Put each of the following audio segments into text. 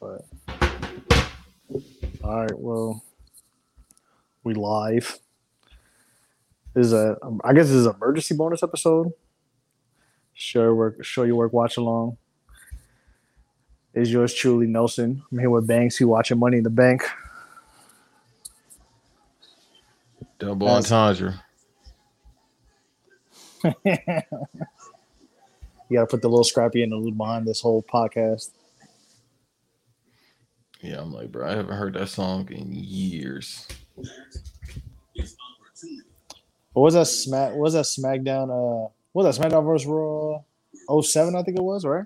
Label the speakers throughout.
Speaker 1: But all right, well, we live. This is a, um, I guess this is an emergency bonus episode. Show your work, show your work, watch along. Is yours truly Nelson? I'm here with Banks. You watching Money in the Bank?
Speaker 2: Double
Speaker 1: That's-
Speaker 2: entendre.
Speaker 1: You got to put the little scrappy in the loop behind this whole podcast.
Speaker 2: Yeah, I'm like, bro, I haven't heard that song in years.
Speaker 1: What was that smack? What was that SmackDown? Uh, what was that SmackDown versus Raw? 07, I think it was right.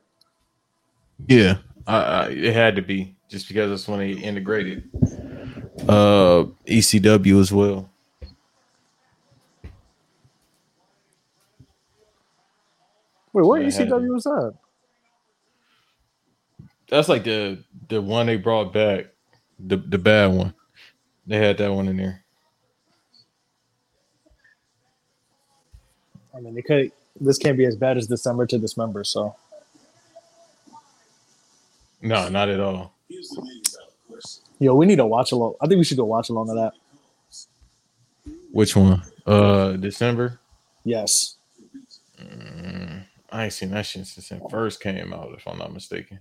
Speaker 2: Yeah, I, I, it had to be just because that's when they integrated uh ECW as well.
Speaker 1: Wait, what
Speaker 2: Yeah, it had to
Speaker 1: ECW
Speaker 2: be.
Speaker 1: was that?
Speaker 2: That's like the the one they brought back, the the bad one. They had that one in there.
Speaker 1: I mean, they could. This can't be as bad as December to Dismember. So
Speaker 2: No, not at all.
Speaker 1: Yo, we need to watch along. I think we should go watch along of that.
Speaker 2: Which one? Uh, December.
Speaker 1: Yes.
Speaker 2: Mm, I ain't seen that shit since it first came out, if I'm not mistaken.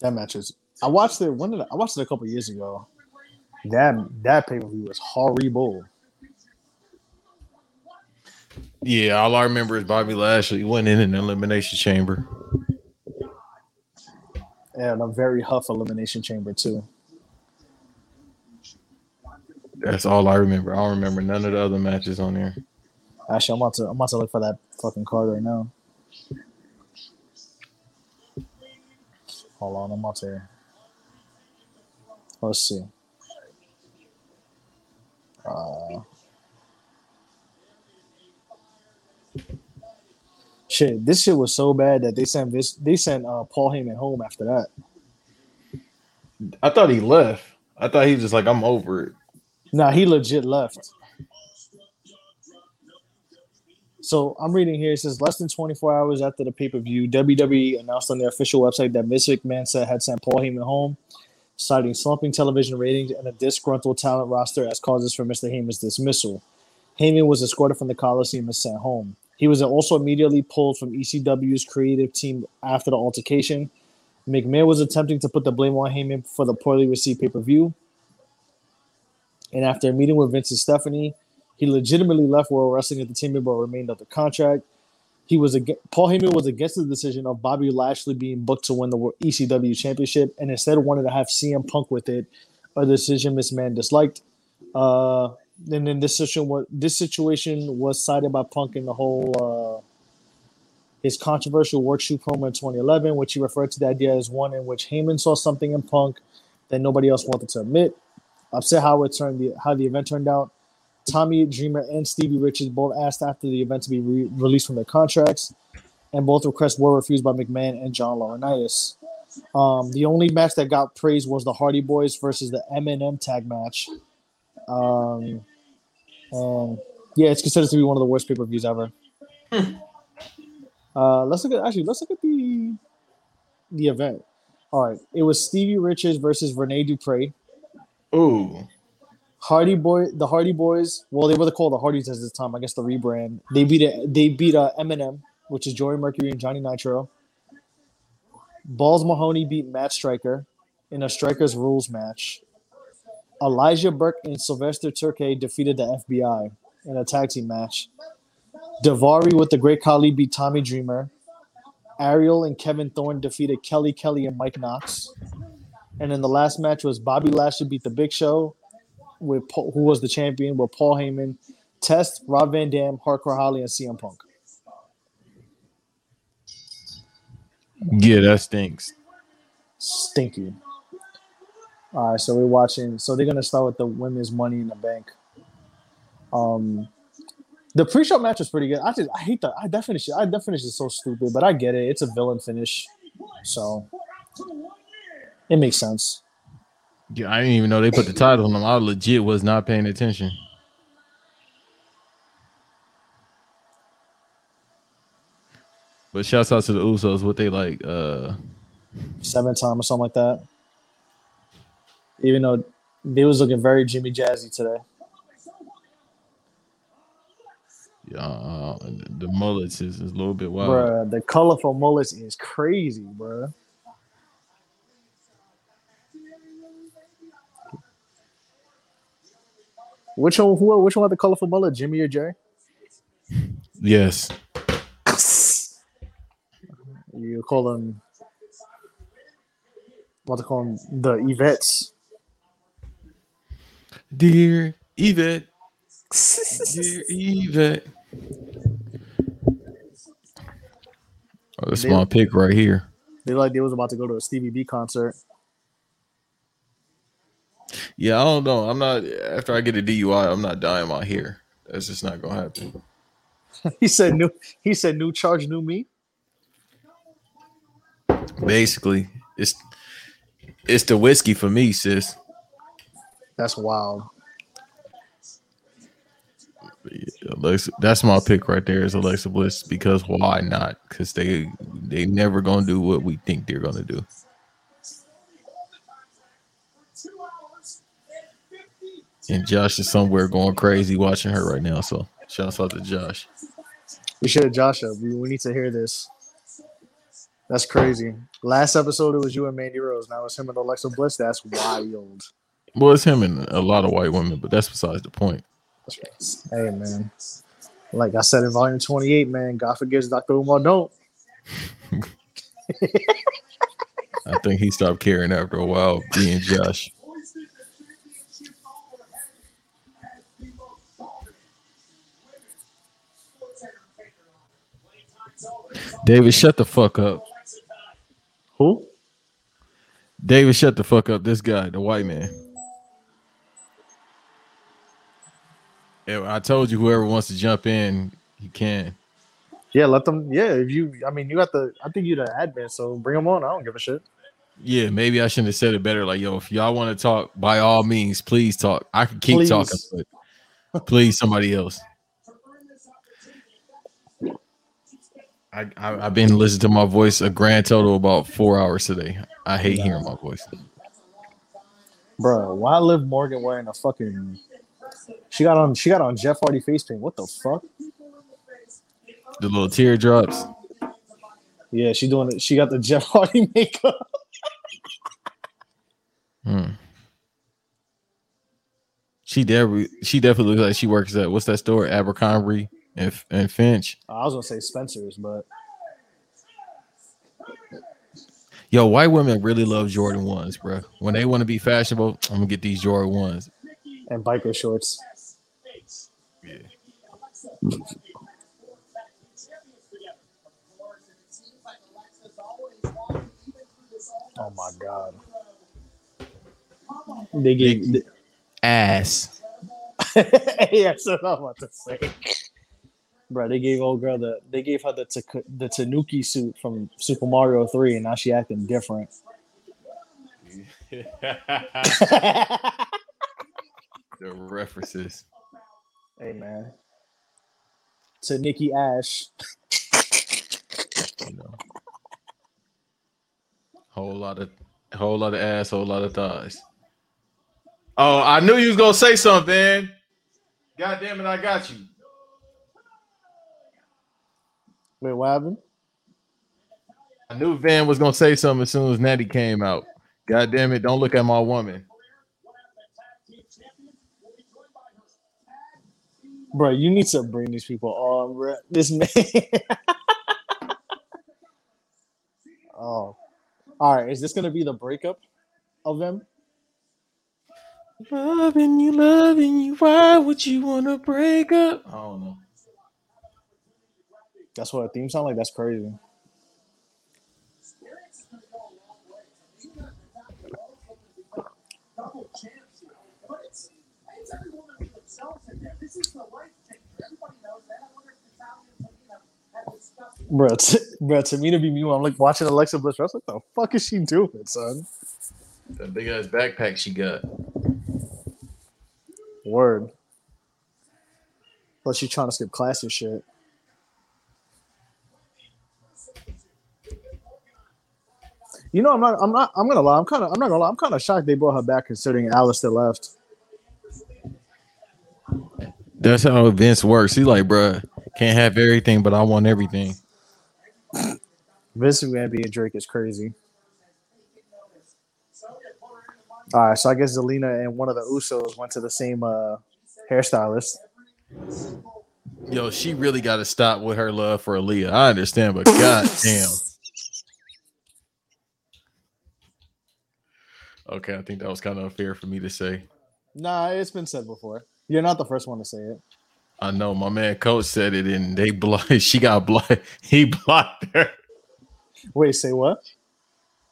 Speaker 1: That match is. I watched it. When did I, I watched it a couple years ago? That that pay per view was horrible.
Speaker 2: Yeah, all I remember is Bobby Lashley went in an elimination chamber.
Speaker 1: and a very huff elimination chamber too.
Speaker 2: That's all I remember. I don't remember none of the other matches on there.
Speaker 1: Actually, I'm about to I'm about to look for that fucking card right now. Hold on, I'm about to. Let's see. Uh, shit, this shit was so bad that they sent this. They sent uh, Paul Heyman home after that.
Speaker 2: I thought he left. I thought he was just like, I'm over it.
Speaker 1: Nah, he legit left. So I'm reading here. It says less than 24 hours after the pay per view, WWE E announced on their official website that Vince McMahon said had sent Paul Heyman home, citing slumping television ratings and a disgruntled talent roster as causes for Mr. Heyman's dismissal. Heyman was escorted from the Coliseum and sent home. He was also immediately pulled from ECW's creative team after the altercation. McMahon was attempting to put the blame on Heyman for the poorly received pay per view. And after a meeting with Vince and Stephanie, he legitimately left World Wrestling Entertainment but remained under contract. He was ag- Paul Heyman was against the decision of Bobby Lashley being booked to win the Wor- ECW championship and instead wanted to have CM Punk with it, a decision Miss Man disliked. Uh, and then this situation was this situation was cited by Punk in the whole uh, his controversial work shoe promo in 2011, which he referred to the idea as one in which Heyman saw something in Punk that nobody else wanted to admit upset how it turned the how the event turned out. Tommy Dreamer and Stevie Richards both asked after the event to be re- released from their contracts, and both requests were refused by McMahon and John Laurinaitis. Um, the only match that got praise was the Hardy Boys versus the M&M tag match. Um, and yeah, it's considered to be one of the worst pay per views ever. Uh, let's look at actually let's look at the the event. All right, it was Stevie Richards versus Rene Dupree.
Speaker 2: Ooh.
Speaker 1: Hardy Boy, the Hardy Boys. Well, they were called the Hardys at this time. I guess the rebrand. They beat it. They beat uh, Eminem, which is Joey Mercury and Johnny Nitro. Balls Mahoney beat Matt Striker in a Strikers rules match. Elijah Burke and Sylvester Turkey defeated the FBI in a tag team match. Davari with the Great Khali beat Tommy Dreamer. Ariel and Kevin Thorne defeated Kelly Kelly and Mike Knox. And then the last match was Bobby Lashley beat the Big Show with Paul, who was the champion with Paul Heyman, Test, Rob Van Dam, Hardcore Holly, and CM Punk.
Speaker 2: Yeah, that stinks.
Speaker 1: Stinky. All right, so we're watching. So they're gonna start with the women's Money in the Bank. Um, the pre-show match was pretty good. I just I hate that. I that finish. I that finish is so stupid, but I get it. It's a villain finish, so it makes sense.
Speaker 2: Yeah, I didn't even know they put the title on them. I legit was not paying attention. But shouts out to the Usos, what they like uh
Speaker 1: seven time or something like that. Even though they was looking very Jimmy Jazzy today.
Speaker 2: Yeah, uh, the mullets is, is a little bit wild.
Speaker 1: Bruh, the colorful mullets is crazy, bruh. Which one? Who? Which one had the colorful mullet? Jimmy or Jay?
Speaker 2: Yes.
Speaker 1: You call them. What to call them? The Evettes.
Speaker 2: Dear Yvette. Dear Yvette. Oh, that's
Speaker 1: They-
Speaker 2: my pick right here.
Speaker 1: They like they was about to go to a Stevie B concert.
Speaker 2: Yeah, I don't know. I'm not after I get a DUI, I'm not dying my hair. That's just not gonna happen.
Speaker 1: he said new. He said new charge, new me.
Speaker 2: Basically, it's it's the whiskey for me, sis.
Speaker 1: That's wild.
Speaker 2: Alexa, that's my pick right there is Alexa Bliss because why not? Because they they never gonna do what we think they're gonna do. And Josh is somewhere going crazy watching her right now. So shouts out to Josh.
Speaker 1: We should have Josh up. We, we need to hear this. That's crazy. Last episode it was you and Mandy Rose. Now it's him and Alexa Bliss. That's wild.
Speaker 2: Well, it's him and a lot of white women, but that's besides the point.
Speaker 1: Hey man. Like I said in volume 28, man, God forgives Dr. Umar don't.
Speaker 2: I think he stopped caring after a while, being Josh. David, shut the fuck up.
Speaker 1: Who?
Speaker 2: David, shut the fuck up. This guy, the white man. Yeah, I told you, whoever wants to jump in, you can.
Speaker 1: Yeah, let them. Yeah, if you, I mean, you got the. I think you the admin, so bring them on. I don't give a shit.
Speaker 2: Yeah, maybe I shouldn't have said it better. Like, yo, if y'all want to talk, by all means, please talk. I can keep
Speaker 1: Please.
Speaker 2: talking, but please, somebody else. I, I I've been listening to my voice a grand total about four hours today. I hate hearing my voice.
Speaker 1: Bro, why Liv Morgan wearing a fucking? She got on. She got on Jeff Hardy face paint. What the fuck?
Speaker 2: The little teardrops.
Speaker 1: Yeah, she doing it. She got the Jeff Hardy makeup.
Speaker 2: Hmm. She definitely she definitely looks like she works at what's that store Abercrombie and and Finch.
Speaker 1: I was gonna say Spencer's, but
Speaker 2: Yo, white women really love Jordan ones, bro. When they want to be fashionable, I'm gonna get these Jordan ones.
Speaker 1: and biker shorts.
Speaker 2: Yeah.
Speaker 1: Oh my god. They gave.
Speaker 2: Ass.
Speaker 1: yeah, that's what I'm about to say. Bro, they gave old girl the they gave her the Taka- the Tanuki suit from Super Mario Three, and now she acting different.
Speaker 2: the
Speaker 1: hey
Speaker 2: references.
Speaker 1: man, to Nikki Ash.
Speaker 2: You know. Whole lot of whole lot of ass, whole lot of thighs. Oh, I knew you was gonna say something. man. God damn it, I got you.
Speaker 1: Wait, what happened?
Speaker 2: I knew Van was gonna say something as soon as Natty came out. God damn it, don't look at my woman.
Speaker 1: Bro, you need to bring these people on, bro. This man. oh, all right. Is this gonna be the breakup of them?
Speaker 2: Loving you, loving you. Why would you wanna break up? I don't know.
Speaker 1: That's what a theme sound like. That's crazy. Bro, t- bro, to me to be me, when I'm like watching Alexa Bliss wrestle. What the fuck is she doing, son?
Speaker 2: That big ass backpack she got.
Speaker 1: Word. Plus, she's trying to skip class and shit. You know, I'm not. I'm not. I'm gonna lie. I'm kind of. I'm not gonna lie. I'm kind of shocked they brought her back, considering Alistair left.
Speaker 2: That's how Vince works. He's like, bruh, can't have everything, but I want everything.
Speaker 1: Vince McMahon being Drake is crazy. All right, so I guess Zelina and one of the Usos went to the same uh, hairstylist.
Speaker 2: Yo, she really got to stop with her love for Aaliyah. I understand, but god damn. Okay, I think that was kind of unfair for me to say.
Speaker 1: Nah, it's been said before. You're not the first one to say it.
Speaker 2: I know my man coach said it, and they blocked. She got blocked. He blocked her.
Speaker 1: Wait, say what?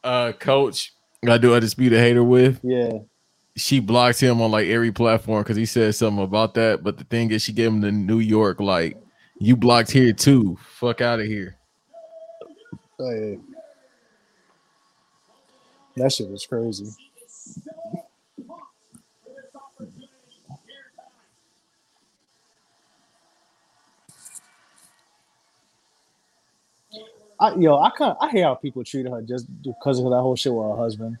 Speaker 2: Uh, coach, I do undisputed hater with.
Speaker 1: Yeah.
Speaker 2: she blocked him on like every platform because he said something about that. But the thing is, she gave him the New York like, "You blocked here too. Fuck out of here."
Speaker 1: Oh, yeah. That shit was crazy. I, yo, I kind I hate how people treated her just because of that whole shit with her husband.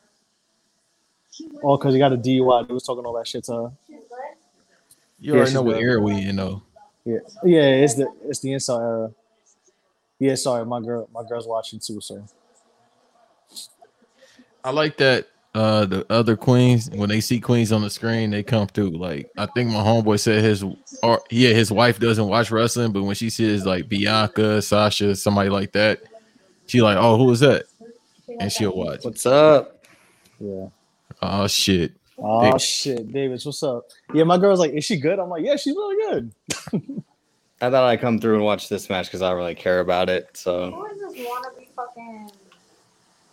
Speaker 1: Or because he got a DUI, they was talking all that shit to her.
Speaker 2: You
Speaker 1: Yeah,
Speaker 2: already
Speaker 1: she's
Speaker 2: know what
Speaker 1: good.
Speaker 2: era we in though.
Speaker 1: Yeah, yeah, it's the it's the insult era. Yeah, sorry, my girl, my girl's watching too. So
Speaker 2: I like that. Uh, the other queens when they see queens on the screen, they come through. Like I think my homeboy said his or yeah, his wife doesn't watch wrestling, but when she sees like Bianca, Sasha, somebody like that, she like, oh, who is that? And she'll watch.
Speaker 3: What's up?
Speaker 1: yeah.
Speaker 2: Oh shit.
Speaker 1: Oh
Speaker 2: Davis.
Speaker 1: shit, Davis, what's up? Yeah, my girl's like, is she good? I'm like, yeah, she's really good.
Speaker 3: I thought I'd come through and watch this match because I really care about it. So
Speaker 4: Who is this wannabe fucking?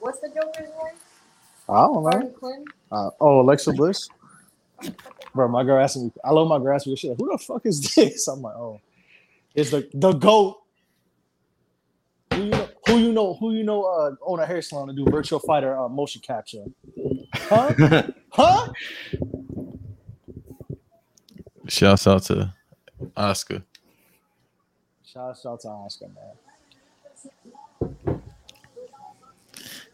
Speaker 4: What's the Joker's name?
Speaker 1: I don't know.
Speaker 4: Barney Clinton?
Speaker 1: Uh, oh, Alexa Bliss. Bro, my girl asked me. I love my girl asked me. She's like, who the fuck is this? I'm like, oh, it's the the goat. Who you know? Who you know? Who you know uh, own a hair salon and do virtual fighter uh, motion capture? Huh? Huh?
Speaker 2: Shouts out to Oscar.
Speaker 1: Shout out to Oscar, man.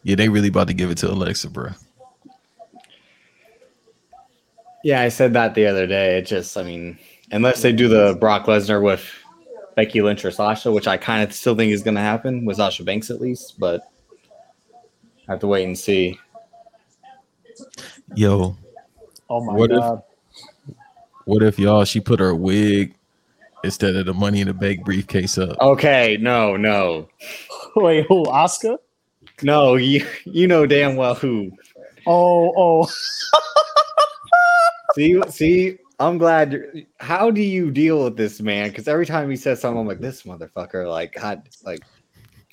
Speaker 2: Yeah, they really about to give it to Alexa, bro.
Speaker 3: yeah, I said that the other day. It just, I mean, unless they do the Brock Lesnar with Becky Lynch or Sasha, which I kind of still think is going to happen with Sasha Banks at least, but I have to wait and see.
Speaker 2: Yo,
Speaker 1: Oh my
Speaker 2: What if-
Speaker 1: god.
Speaker 2: what if y'all she put her wig instead of the money in the bank briefcase up?
Speaker 3: Okay, no, no,
Speaker 1: Wait, who? Oscar?
Speaker 3: no. You you know damn well who.
Speaker 1: Oh, oh.
Speaker 3: See, see. I'm glad. You're, how do you deal with this man? Because every time he says something, I'm like, this motherfucker. Like, God, like.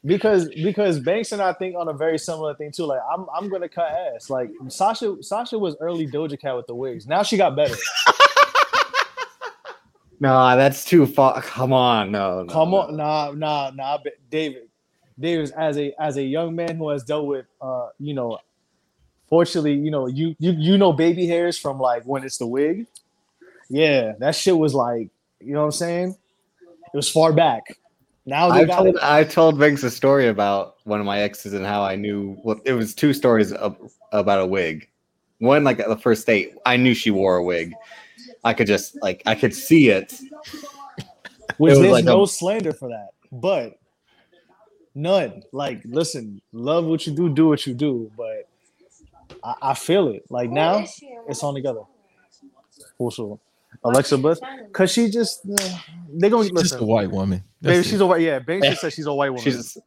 Speaker 1: because because Banks and I think on a very similar thing too. Like I'm I'm gonna cut ass. Like Sasha Sasha was early Doja Cat with the wigs. Now she got better.
Speaker 3: Nah, that's too far. Come on, no, no,
Speaker 1: Come
Speaker 3: no.
Speaker 1: on, nah nah nah. but David Davis as a as a young man who has dealt with uh you know, fortunately you know you you you know baby hairs from like when it's the wig. Yeah, that shit was like you know what I'm saying. It was far back. Now they
Speaker 3: I've
Speaker 1: got
Speaker 3: told
Speaker 1: it.
Speaker 3: I've told Banks a story about one of my exes and how I knew. Well, it was two stories ab- about a wig. One, like at the first date, I knew she wore a wig. I could just like I could see it.
Speaker 1: Which
Speaker 3: It was
Speaker 1: there's
Speaker 3: like a-
Speaker 1: no slander for that, but none. Like, listen, love what you do, do what you do, but I, I feel it. Like
Speaker 4: Who
Speaker 1: now,
Speaker 4: is she and
Speaker 1: it's
Speaker 4: what
Speaker 1: on
Speaker 4: is
Speaker 1: together.
Speaker 4: she?
Speaker 1: also Alexa Bliss, cause she just uh, they gonna
Speaker 2: She's just a
Speaker 1: Oh, listen.
Speaker 2: white woman. That's
Speaker 1: Baby,
Speaker 2: it.
Speaker 1: she's a white. Yeah, Banks just said she's a white woman.
Speaker 3: She's,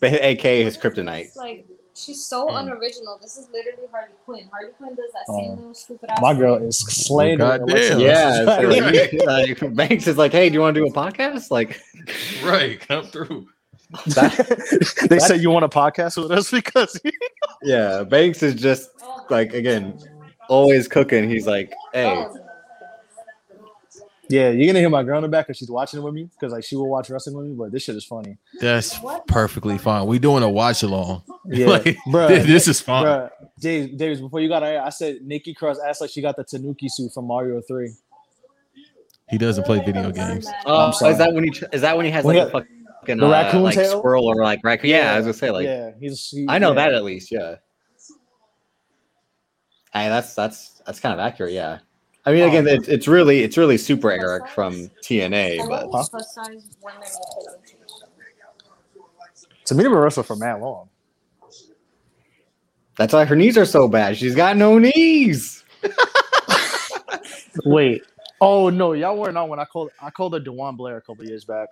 Speaker 3: but aka his kryptonite.
Speaker 4: Like she's so
Speaker 2: Mm.
Speaker 4: unoriginal. This is literally Harley Quinn. Harley Quinn does that
Speaker 1: Oh.
Speaker 4: same little stupid ass.
Speaker 1: My girl
Speaker 4: thing.
Speaker 1: is slandering.
Speaker 2: Oh,
Speaker 1: Alexa
Speaker 2: goddamn.
Speaker 1: Bliss.
Speaker 3: Yeah, so
Speaker 1: Like,
Speaker 3: like, like, Banks is like, hey, do you want to do a podcast? Like
Speaker 2: right. Come through.
Speaker 3: that.
Speaker 1: they said you want a podcast with us because
Speaker 3: Yeah, Banks is just
Speaker 4: Oh.
Speaker 3: like again, always cooking. He's like, hey,
Speaker 4: Oh.
Speaker 1: yeah, you're gonna hear my girl in the back because she's watching it with me because like she will watch wrestling with me, but this shit is funny.
Speaker 2: That's perfectly fine. We doing a watch along.
Speaker 1: Yeah,
Speaker 2: Like,
Speaker 1: bruh.
Speaker 2: thi- this is fine.
Speaker 1: Bruh, Dave, Davis, before you got out here, I said Nikki Cross asked like she got the Tanuki suit from Mario 3.
Speaker 2: He doesn't play video games.
Speaker 3: oh,
Speaker 1: sorry.
Speaker 3: is that when he tr- is that when he has
Speaker 1: When
Speaker 3: like
Speaker 1: he-
Speaker 3: a fuck- fucking
Speaker 1: The
Speaker 3: uh,
Speaker 1: raccoon
Speaker 3: like
Speaker 1: tail?
Speaker 3: squirrel or like raccoon. Yeah, I was gonna say like
Speaker 1: yeah, he's. he-
Speaker 3: I know
Speaker 1: yeah.
Speaker 3: that at least. Yeah. I that's that's that's kind of accurate. Yeah. I mean, again, it's, it's really it's really Super Eric from TNA, but
Speaker 1: Huh?
Speaker 4: plus size when they were taken.
Speaker 1: To me, they were wrestling for mad long.
Speaker 3: that's why her knees are so bad. She's got no knees.
Speaker 1: Wait. Oh no, y'all weren't on when I called. I called her Dewan Blair a couple years back.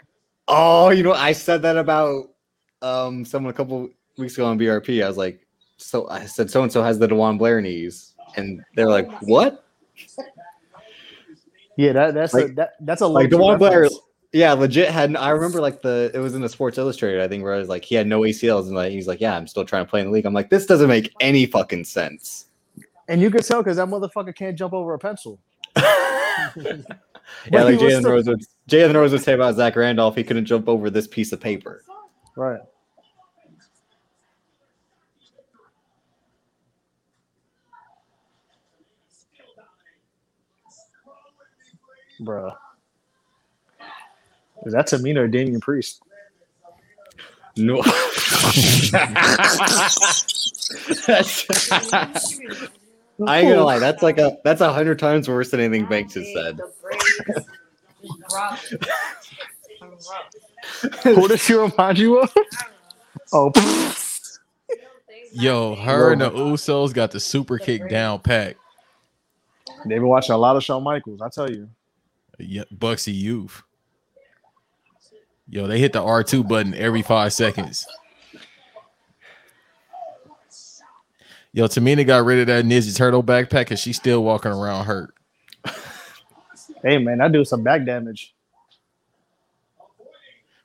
Speaker 3: Oh, you know, I said that about um someone a couple weeks ago on BRP. I was like, so I said so and so has the Dewan Blair knees, and they're like, what?
Speaker 1: Yeah, that that's a
Speaker 3: Like-
Speaker 1: that, that's a
Speaker 3: like
Speaker 1: low-key
Speaker 3: DeJuan Blair-
Speaker 1: reference.
Speaker 3: Yeah, legit had. I remember like the it was in the Sports Illustrated, I think, where I was like, he had no ACLs, and like he's like, yeah, I'm still trying to play in the league. I'm like, this doesn't make any fucking sense.
Speaker 1: and you could tell because that motherfucker can't jump over a pencil.
Speaker 3: yeah,
Speaker 1: But he was
Speaker 3: like Jalen
Speaker 1: still-
Speaker 3: Rose would Jalen Rose would say about Zach Randolph, he couldn't jump over this piece of paper.
Speaker 1: Right. Bruh. Is that Tamina or Damian Priest?
Speaker 3: No. I ain't gonna lie, that's like a that's a hundred times worse than anything Banks has said.
Speaker 4: The braids, rough. I'm rough.
Speaker 1: Who does she remind you of? Oh,
Speaker 2: Yo, her and the Usos got the super kick down pack.
Speaker 1: they've been watching a lot of Shawn Michaels, I tell you.
Speaker 2: Yeah, Bucksy Youth. Yo, they hit the R2 button every five seconds. Yo, Tamina got rid of that Ninja Turtle backpack and she's still walking around hurt.
Speaker 1: Hey, man, that dude's some back damage.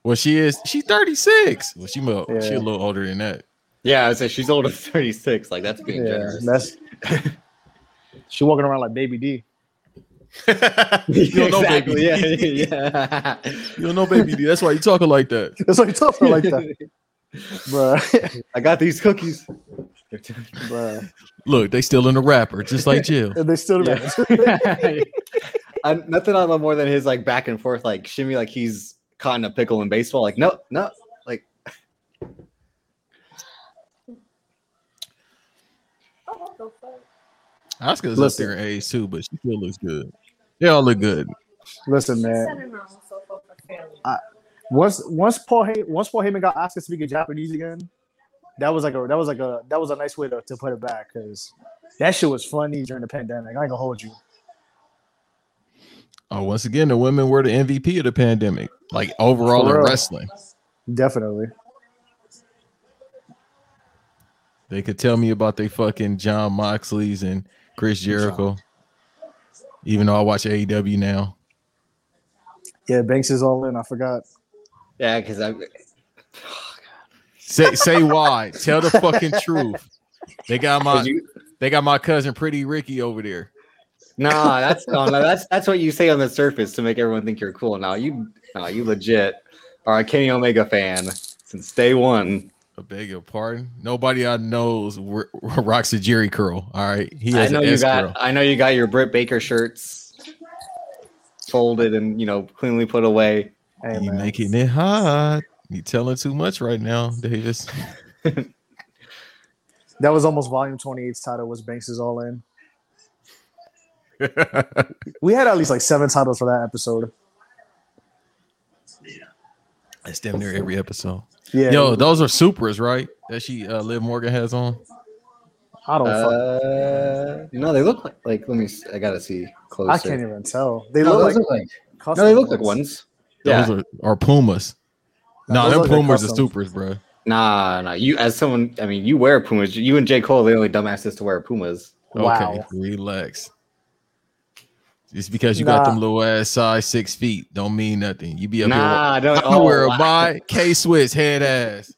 Speaker 2: Well, she is. She's 36. Well, she, mo-
Speaker 1: Yeah.
Speaker 2: she a little older than that.
Speaker 3: Yeah, I would say she's older than 36. Like that's being
Speaker 1: Yeah,
Speaker 3: generous.
Speaker 1: that's. she walking around like Baby D.
Speaker 2: you don't know,
Speaker 3: Exactly,
Speaker 2: baby. D.
Speaker 3: Yeah, yeah.
Speaker 2: You don't know, baby. D. That's why you talking like that.
Speaker 1: That's why you talk to her like that, bruh.
Speaker 3: I got these cookies.
Speaker 1: bruh.
Speaker 2: Look, they still in the wrapper, just like Jill.
Speaker 1: And they still
Speaker 3: Yeah. I, nothing I love more than his like back and forth, like shimmy, like he's caught in a pickle in baseball. Like no, no, like
Speaker 4: Oh, what the fuck?
Speaker 2: Oscar's up
Speaker 1: Listen.
Speaker 2: there in age too, but she still looks good. They all look good.
Speaker 1: Listen,
Speaker 4: She's
Speaker 1: man.
Speaker 4: sending her own soap opera family.
Speaker 1: Once once Paul Hay- once Paul Heyman got Oscar speaking Japanese again, that was like a that was like a that was a nice way to, to put it back because that shit was funny during the pandemic. I ain't gonna hold you.
Speaker 2: Oh, once again, the women were the MVP of the pandemic, like overall
Speaker 1: For
Speaker 2: in
Speaker 1: real.
Speaker 2: wrestling.
Speaker 1: Definitely.
Speaker 2: They could tell me about they fucking John Moxley's and Chris Jericho. Even though I watch AEW now,
Speaker 1: Yeah, Banks is all in. I forgot.
Speaker 3: yeah, because I
Speaker 2: say say why? Tell the fucking truth. They got my
Speaker 3: you,
Speaker 2: they got my cousin Pretty Ricky over there.
Speaker 3: nah, that's no, no, that's that's what you say on the surface to make everyone think you're cool. Now you, no, you legit are a Kenny Omega fan since day one.
Speaker 2: I beg your pardon. Nobody I knows where, rocks a Jerry curl. All right, he
Speaker 3: I
Speaker 2: has
Speaker 3: know
Speaker 2: an
Speaker 3: you
Speaker 2: S
Speaker 3: got,
Speaker 2: curl.
Speaker 3: I know you got your Britt Baker shirts folded and you know cleanly put away.
Speaker 1: Hey,
Speaker 2: You
Speaker 1: man.
Speaker 2: making it hot. You telling too much right now, Davis.
Speaker 1: That was almost volume 28's title was Banks is all in. We had at least like seven titles for that episode.
Speaker 2: That's damn near every episode.
Speaker 1: Yeah.
Speaker 2: Yo, those are supers, right? That she uh, Liv Morgan has on.
Speaker 1: I don't Oh, fuck.
Speaker 3: Uh, no, they look like, like let me. s- I gotta see closer.
Speaker 1: I can't even tell. They
Speaker 3: No,
Speaker 1: look
Speaker 3: those
Speaker 1: like
Speaker 3: look like
Speaker 1: custom
Speaker 3: No, they look like
Speaker 1: ones.
Speaker 3: ones.
Speaker 2: Those are, are Pumas. Nah,
Speaker 1: those
Speaker 2: them
Speaker 1: look like
Speaker 2: Pumas are
Speaker 1: custom.
Speaker 2: supers, bro.
Speaker 3: Nah, nah. You as someone, I mean, you wear Pumas. You and J Cole, the only dumbasses to wear Pumas.
Speaker 2: Okay,
Speaker 1: Wow.
Speaker 2: relax. Just because you got
Speaker 1: Nah.
Speaker 2: them little ass size six feet don't mean nothing. You be up
Speaker 3: Nah,
Speaker 2: here.
Speaker 3: don't.
Speaker 2: I wear
Speaker 3: wow.
Speaker 2: my K Swiss head ass.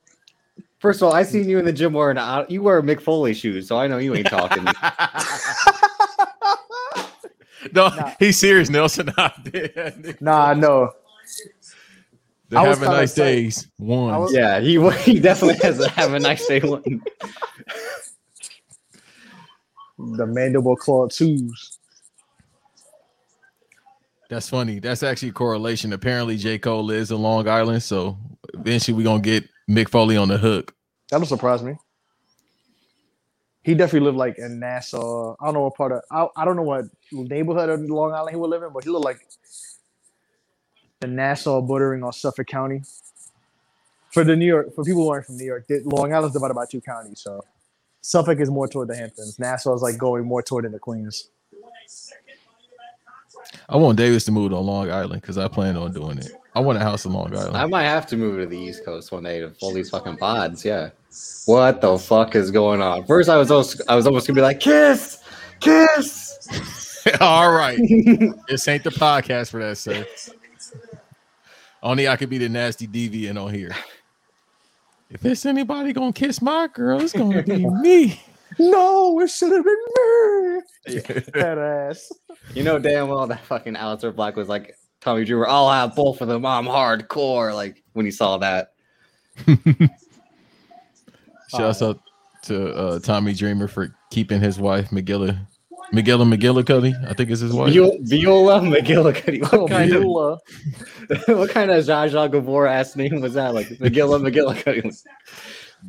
Speaker 3: First of all, I seen you in the gym wearing. out- You wear Mick Foley shoes, so I know you ain't talking.
Speaker 2: No,
Speaker 1: Nah.
Speaker 2: he's serious, Nelson. I did.
Speaker 1: Nah, no. I was
Speaker 2: Have a
Speaker 1: kinda
Speaker 2: nice
Speaker 1: excited.
Speaker 2: days. One.
Speaker 1: I was-
Speaker 3: yeah, he he definitely has to have a nice day one.
Speaker 1: The mandible claw twos.
Speaker 2: That's funny. That's actually a correlation. Apparently, J. Cole lives in Long Island, so eventually we're gonna get Mick Foley on the hook.
Speaker 1: That'll surprise me. He definitely lived like in Nassau. I don't know what part of I, I don't know what neighborhood of Long Island he would live in, but he looked like the Nassau bordering on Suffolk County. For the New York, for people who aren't from New York, the- Long Island's divided by two counties, so Suffolk is more toward the Hamptons. Nassau is like going more toward into Queens.
Speaker 2: I want Davis to move to Long Island because I plan on doing it. I want a house in Long Island.
Speaker 3: I might have to move to the East Coast one day to all these fucking pods. Yeah. What the fuck is going on? First, I was almost, I was almost gonna be like, kiss, kiss.
Speaker 2: All right, this ain't the podcast for that, sir. Only I could be the nasty deviant on here. If it's anybody gonna kiss my girl, it's gonna be me.
Speaker 1: No, it should have been me. That ass.
Speaker 3: You know damn well that fucking Alistair Black was like Tommy Dreamer. I'll have both of them. I'm hardcore. Like when he saw that,
Speaker 2: Shouts out to uh, Tommy Dreamer for keeping his wife McGilla, McGilla McGillicuddy. I think is his wife.
Speaker 3: Viola, Viola McGillicuddy. What kind of
Speaker 1: Beulah.
Speaker 3: what kind of Zsa Zsa Gabor ass name was that? Like McGilla McGillicuddy.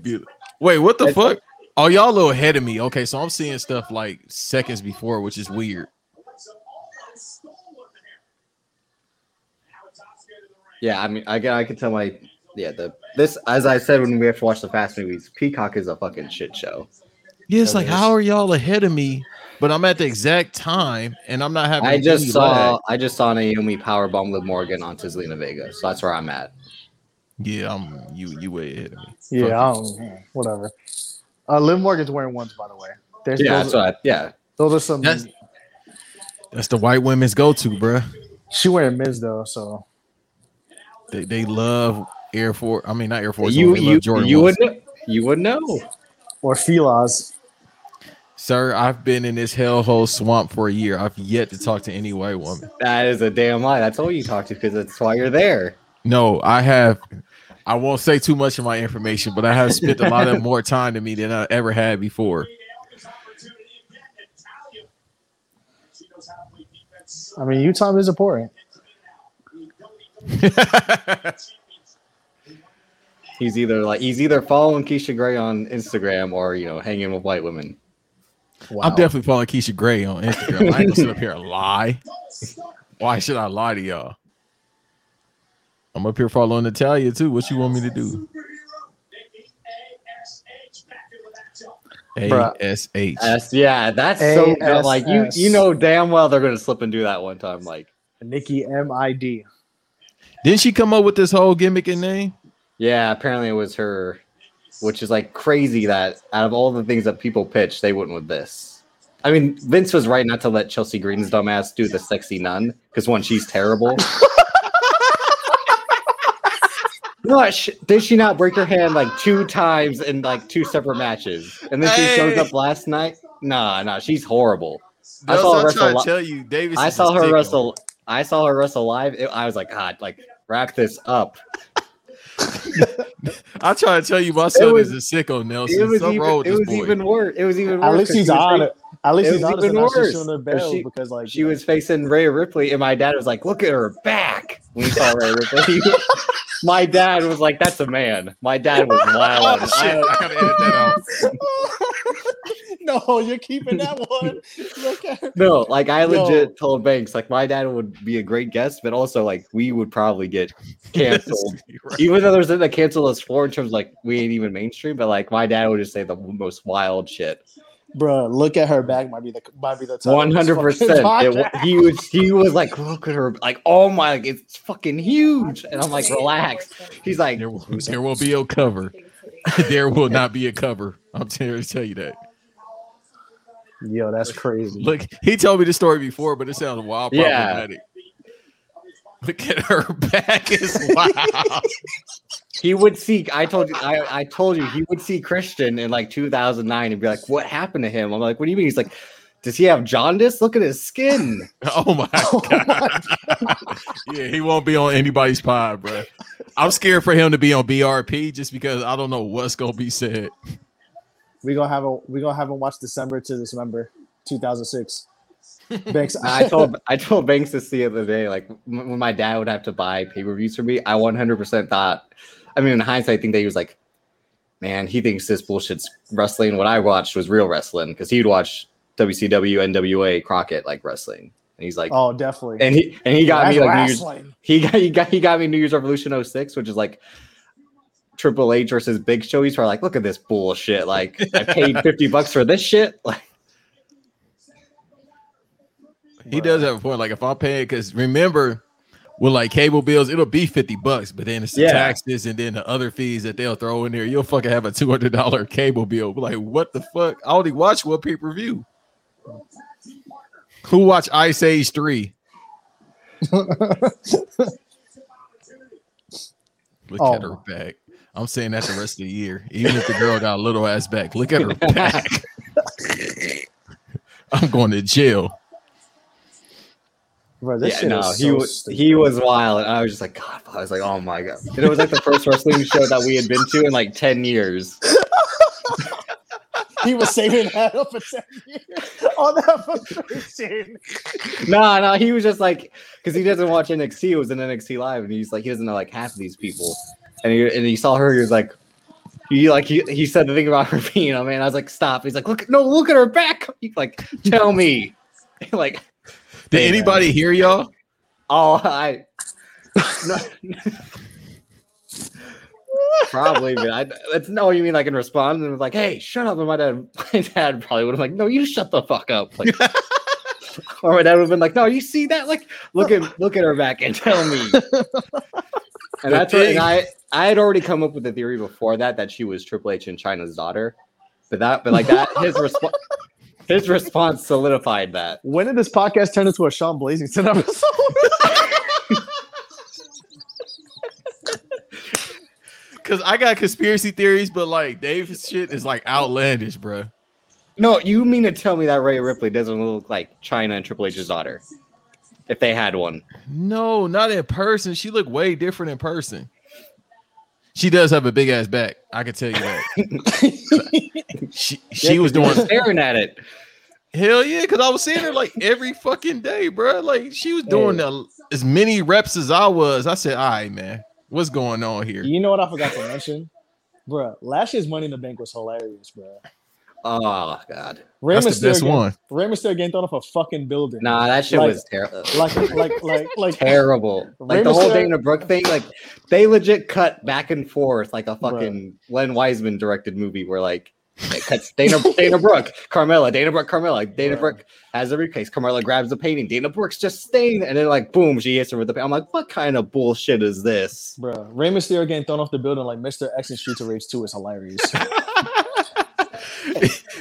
Speaker 2: Beautiful. Wait, what the fuck? Oh, y'all a little ahead of me. Okay, so I'm seeing stuff like seconds before, which is weird.
Speaker 3: Yeah, I mean, I can I can tell my yeah the this as I said when we have to watch the Fast movies, Peacock is a fucking shit show.
Speaker 2: Yeah, it's like, how are y'all ahead of me? But I'm at the exact time and I'm not having.
Speaker 3: I just
Speaker 2: any
Speaker 3: saw
Speaker 2: lag.
Speaker 3: I just saw Naomi powerbomb Liv Morgan on Tislina Vega, so that's where I'm at.
Speaker 2: Yeah, I'm you. You way ahead of me.
Speaker 1: Yeah, I don't, whatever. Uh, Liv Morgan's wearing ones, by the way. There's,
Speaker 3: Yeah,
Speaker 1: those,
Speaker 3: that's what I, yeah.
Speaker 1: those are some.
Speaker 2: That's- That's the white women's go-to, bruh.
Speaker 1: She wearing mids though, so
Speaker 2: They they love Air Force. I mean, not Air Force.
Speaker 3: You
Speaker 2: One, they love
Speaker 3: you
Speaker 2: Jordan
Speaker 3: you
Speaker 2: ones.
Speaker 3: would kn- you would know.
Speaker 1: or filas.
Speaker 2: sir. I've been in this hellhole swamp for a year. I've yet to talk to any white woman.
Speaker 3: That is a damn lie. That's all you talk to because that's why you're there.
Speaker 2: No, I have. I won't say too much of my information, but I have spent a lot of more time to me than I ever had before.
Speaker 1: I mean, U time is important.
Speaker 3: He's either like he's either following Keisha Gray on Instagram or you know hanging with white women.
Speaker 1: Wow.
Speaker 2: I'm definitely following Keisha Gray on Instagram. I ain't gonna sit up here and lie. Why should I lie to y'all? I'm up here following Natalia too. What you want me to do?
Speaker 1: Bruh.
Speaker 2: ASH.
Speaker 3: That's, yeah, that's so dumb. like you
Speaker 1: ASS.
Speaker 3: you know damn well they're gonna slip and do that one time. Like
Speaker 1: Nikki M I D.
Speaker 2: Didn't she come up with this whole gimmick and name?
Speaker 3: yeah, apparently it was her, which is like crazy that out of all the things that people pitch, they wouldn't with this. I mean, Vince was right not to let Chelsea Green's dumbass do the sexy nun because one, she's terrible. No, sh- did she not break her hand like two times in like two separate matches? And then she shows
Speaker 2: Hey.
Speaker 3: up last night. Nah, nah, she's horrible. I saw her wrestle. li-
Speaker 2: tell you, Davis.
Speaker 3: I saw her wrestle. I saw her wrestle live. It- I was like, God, like wrap this up.
Speaker 2: I try to tell you, my son
Speaker 3: was-
Speaker 2: is a sicko, Nelson.
Speaker 3: It was
Speaker 2: Some
Speaker 3: even.
Speaker 2: road
Speaker 3: It
Speaker 2: this
Speaker 3: was
Speaker 2: boy.
Speaker 3: even worse. It was even worse.
Speaker 1: At least
Speaker 3: 'cause
Speaker 1: he's
Speaker 3: she was
Speaker 1: honest. At least
Speaker 3: it
Speaker 1: he's
Speaker 3: was
Speaker 1: honest
Speaker 3: even
Speaker 1: and not
Speaker 3: worse.
Speaker 1: just showing her bells
Speaker 3: She-
Speaker 1: because like
Speaker 3: fa- She was facing Ray Ripley, and my dad was like, "Look at her back." When he saw Ray Ripley, my dad was like, "That's a man." My dad was
Speaker 2: Oh,
Speaker 3: wild.
Speaker 2: shit. I gotta edit that out.
Speaker 1: no, you're keeping that one.
Speaker 3: No, like I
Speaker 1: Yo.
Speaker 3: legit told Banks, like my dad would be a great guest, but also like we would probably get canceled. even though there's nothing that cancel us for in terms of, like we ain't even mainstream, but like my dad would just say the most wild shit.
Speaker 1: Bruh, look at her back. Might be the might be the title of
Speaker 3: One
Speaker 1: this
Speaker 3: hundred percent.
Speaker 1: fucking podcast.
Speaker 3: He was he was like, look at her, like oh my, like, it's fucking huge, and I'm like, relax. He's like,
Speaker 2: There will, there will be a cover. there will not be a cover. I'm here to tell you that.
Speaker 1: Yo, that's crazy.
Speaker 2: Look, he told me the story before, but it sounds wild.
Speaker 3: Yeah.
Speaker 2: Problematic. Look at her back is wild.
Speaker 3: he would see. I told you, I, I told you, he would see Christian in like 2009 and be like, what happened to him? I'm like, what do you mean? He's like, does he have jaundice? Look at his skin.
Speaker 2: oh my god. yeah, he won't be on anybody's pod, bro. I'm scared for him to be on BRP just because I don't know what's gonna be said.
Speaker 1: We gonna have a we gonna have him watch December to December, two thousand six. Banks.
Speaker 3: I told I told Banks this the other day. Like m- when my dad would have to buy pay per views for me, I 100% thought. I mean, in hindsight, I think that he was like, "Man, he thinks this bullshit's wrestling." What I watched was real wrestling because he'd watch WCW, NWA, Crockett like wrestling, and he's like,
Speaker 1: oh, definitely.
Speaker 3: and he and he got
Speaker 1: That's
Speaker 3: me like New Year's,
Speaker 1: wrestling.
Speaker 3: he got he got he got me New Year's Revolution 06, which is like Triple H versus Big Show. He's probably like, "Look at this bullshit! Like I paid 50 bucks for this shit." Like
Speaker 2: He does have a point. Like if I'm paying, because remember, with like cable bills, it'll be fifty bucks, but then it's the
Speaker 3: Yeah.
Speaker 2: taxes and then the other fees that they'll throw in there. You'll fucking have a two hundred dollar cable bill. Like what the fuck? I only watch one pay per view. Who watch Ice Age three? Look
Speaker 1: Oh.
Speaker 2: at her back. I'm saying that the rest of the year, even if the girl got a little ass back. Look at her back. I'm going to jail.
Speaker 1: Bro, this
Speaker 3: Yeah,
Speaker 1: shit
Speaker 3: no,
Speaker 1: is
Speaker 3: he
Speaker 1: so
Speaker 3: was
Speaker 1: stupid.
Speaker 3: he was wild, and I was just like, God, I was like, oh my god, and it was like the first wrestling show that we had been to in like ten years.
Speaker 1: he was saving that up for 10 years. All that frustration.
Speaker 3: No, no, he was just like, because he doesn't watch NXT. It was in NXT live, and he's like, he doesn't know like half of these people, and he and he saw her. He was like, he like he, he said the thing about her being a man. I was like, stop. He's like, look, no, look at her back. He's like, tell me, like,
Speaker 2: Did
Speaker 3: Hey, man.
Speaker 2: anybody hear y'all?
Speaker 3: oh, I. No. probably, but I that's not what you mean. I can respond and was like, "Hey, shut up!" And my dad, my dad probably would have like, "No, you shut the fuck up!" Like, or my dad would have been like, "No, you see that? Like, look at look at her back and tell me." and that's what, and I I had already come up with the theory before that that she was Triple H and China's daughter, but that but like that his response his response solidified that.
Speaker 1: When did this podcast turn into a Sean Blazington episode?
Speaker 2: Cause I got conspiracy theories, but like Dave's shit is like outlandish, bro.
Speaker 3: No, you mean to tell me that Ray Ripley doesn't look like China and Triple H's daughter? If they had one,
Speaker 2: No, not in person. She looked way different in person. She does have a big ass back. I can tell you that. she she was doing
Speaker 3: staring at it.
Speaker 2: hell yeah, because I was seeing her like every fucking day, bro. Like she was doing the, as many reps as I was. I said, all right, man, what's going on here?
Speaker 1: you know what I forgot to mention? Bruh, last year's Money in the Bank was hilarious, bruh.
Speaker 3: Oh god,
Speaker 1: Rey
Speaker 2: That's the
Speaker 1: Mysterio,
Speaker 2: best
Speaker 1: getting,
Speaker 2: one.
Speaker 1: Rey Mysterio getting thrown off a fucking building.
Speaker 3: nah, that shit
Speaker 1: Like-
Speaker 3: was terrible.
Speaker 1: Like, like, like, like,
Speaker 3: terrible. Like the
Speaker 1: Rey
Speaker 3: whole
Speaker 1: Mysterio-
Speaker 3: Dana Brooke thing, like they legit cut back and forth like a fucking Len Wiseman directed movie where like it cuts Dana Dana Brooke, Carmela, Dana Brooke, Carmela. Like, Dana
Speaker 1: Bruh.
Speaker 3: Brooke has the briefcase. Carmela grabs the painting. Dana Brooke's just staying, and then like boom, she hits her with the. Painting. I'm like, what kind of bullshit is this?
Speaker 1: bruh. Rey Mysterio getting thrown off the building like Mr. X and Streets of Rage 2 is hilarious.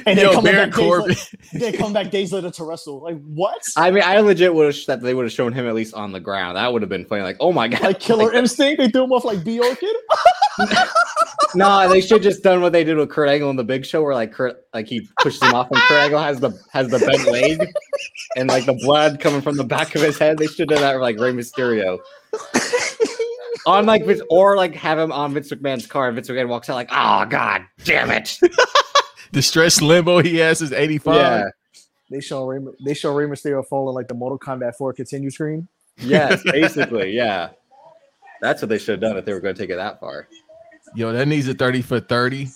Speaker 1: And they
Speaker 2: Yo,
Speaker 1: come
Speaker 2: Baron
Speaker 1: back days
Speaker 2: Corbin.
Speaker 1: later- they come back days later to wrestle. Like, what?
Speaker 3: I mean, I legit wish that they would have shown him at least on the ground. That would have been funny. Like, oh my god,
Speaker 1: like Killer Instinct? They threw him off like B. Orchid?
Speaker 3: No, they should just done what they did with Kurt Angle in the Big Show, where like Kurt, like he pushes him off, and Kurt Angle has the has the bent leg, and like the blood coming from the back of his head. They should have done that with like Rey Mysterio. on like Vince, or like have him on Vince McMahon's car, and Vince McMahon walks out like, "Oh God, damn it!"
Speaker 2: the stress limbo he has is 85.
Speaker 3: Yeah,
Speaker 1: They show Rey, they show Rey Mysterio falling like the Mortal Kombat 4 continue screen.
Speaker 3: yes, basically, yeah. That's what they should have done if they were going to take it that far.
Speaker 2: Yo, that needs a 30 for 30.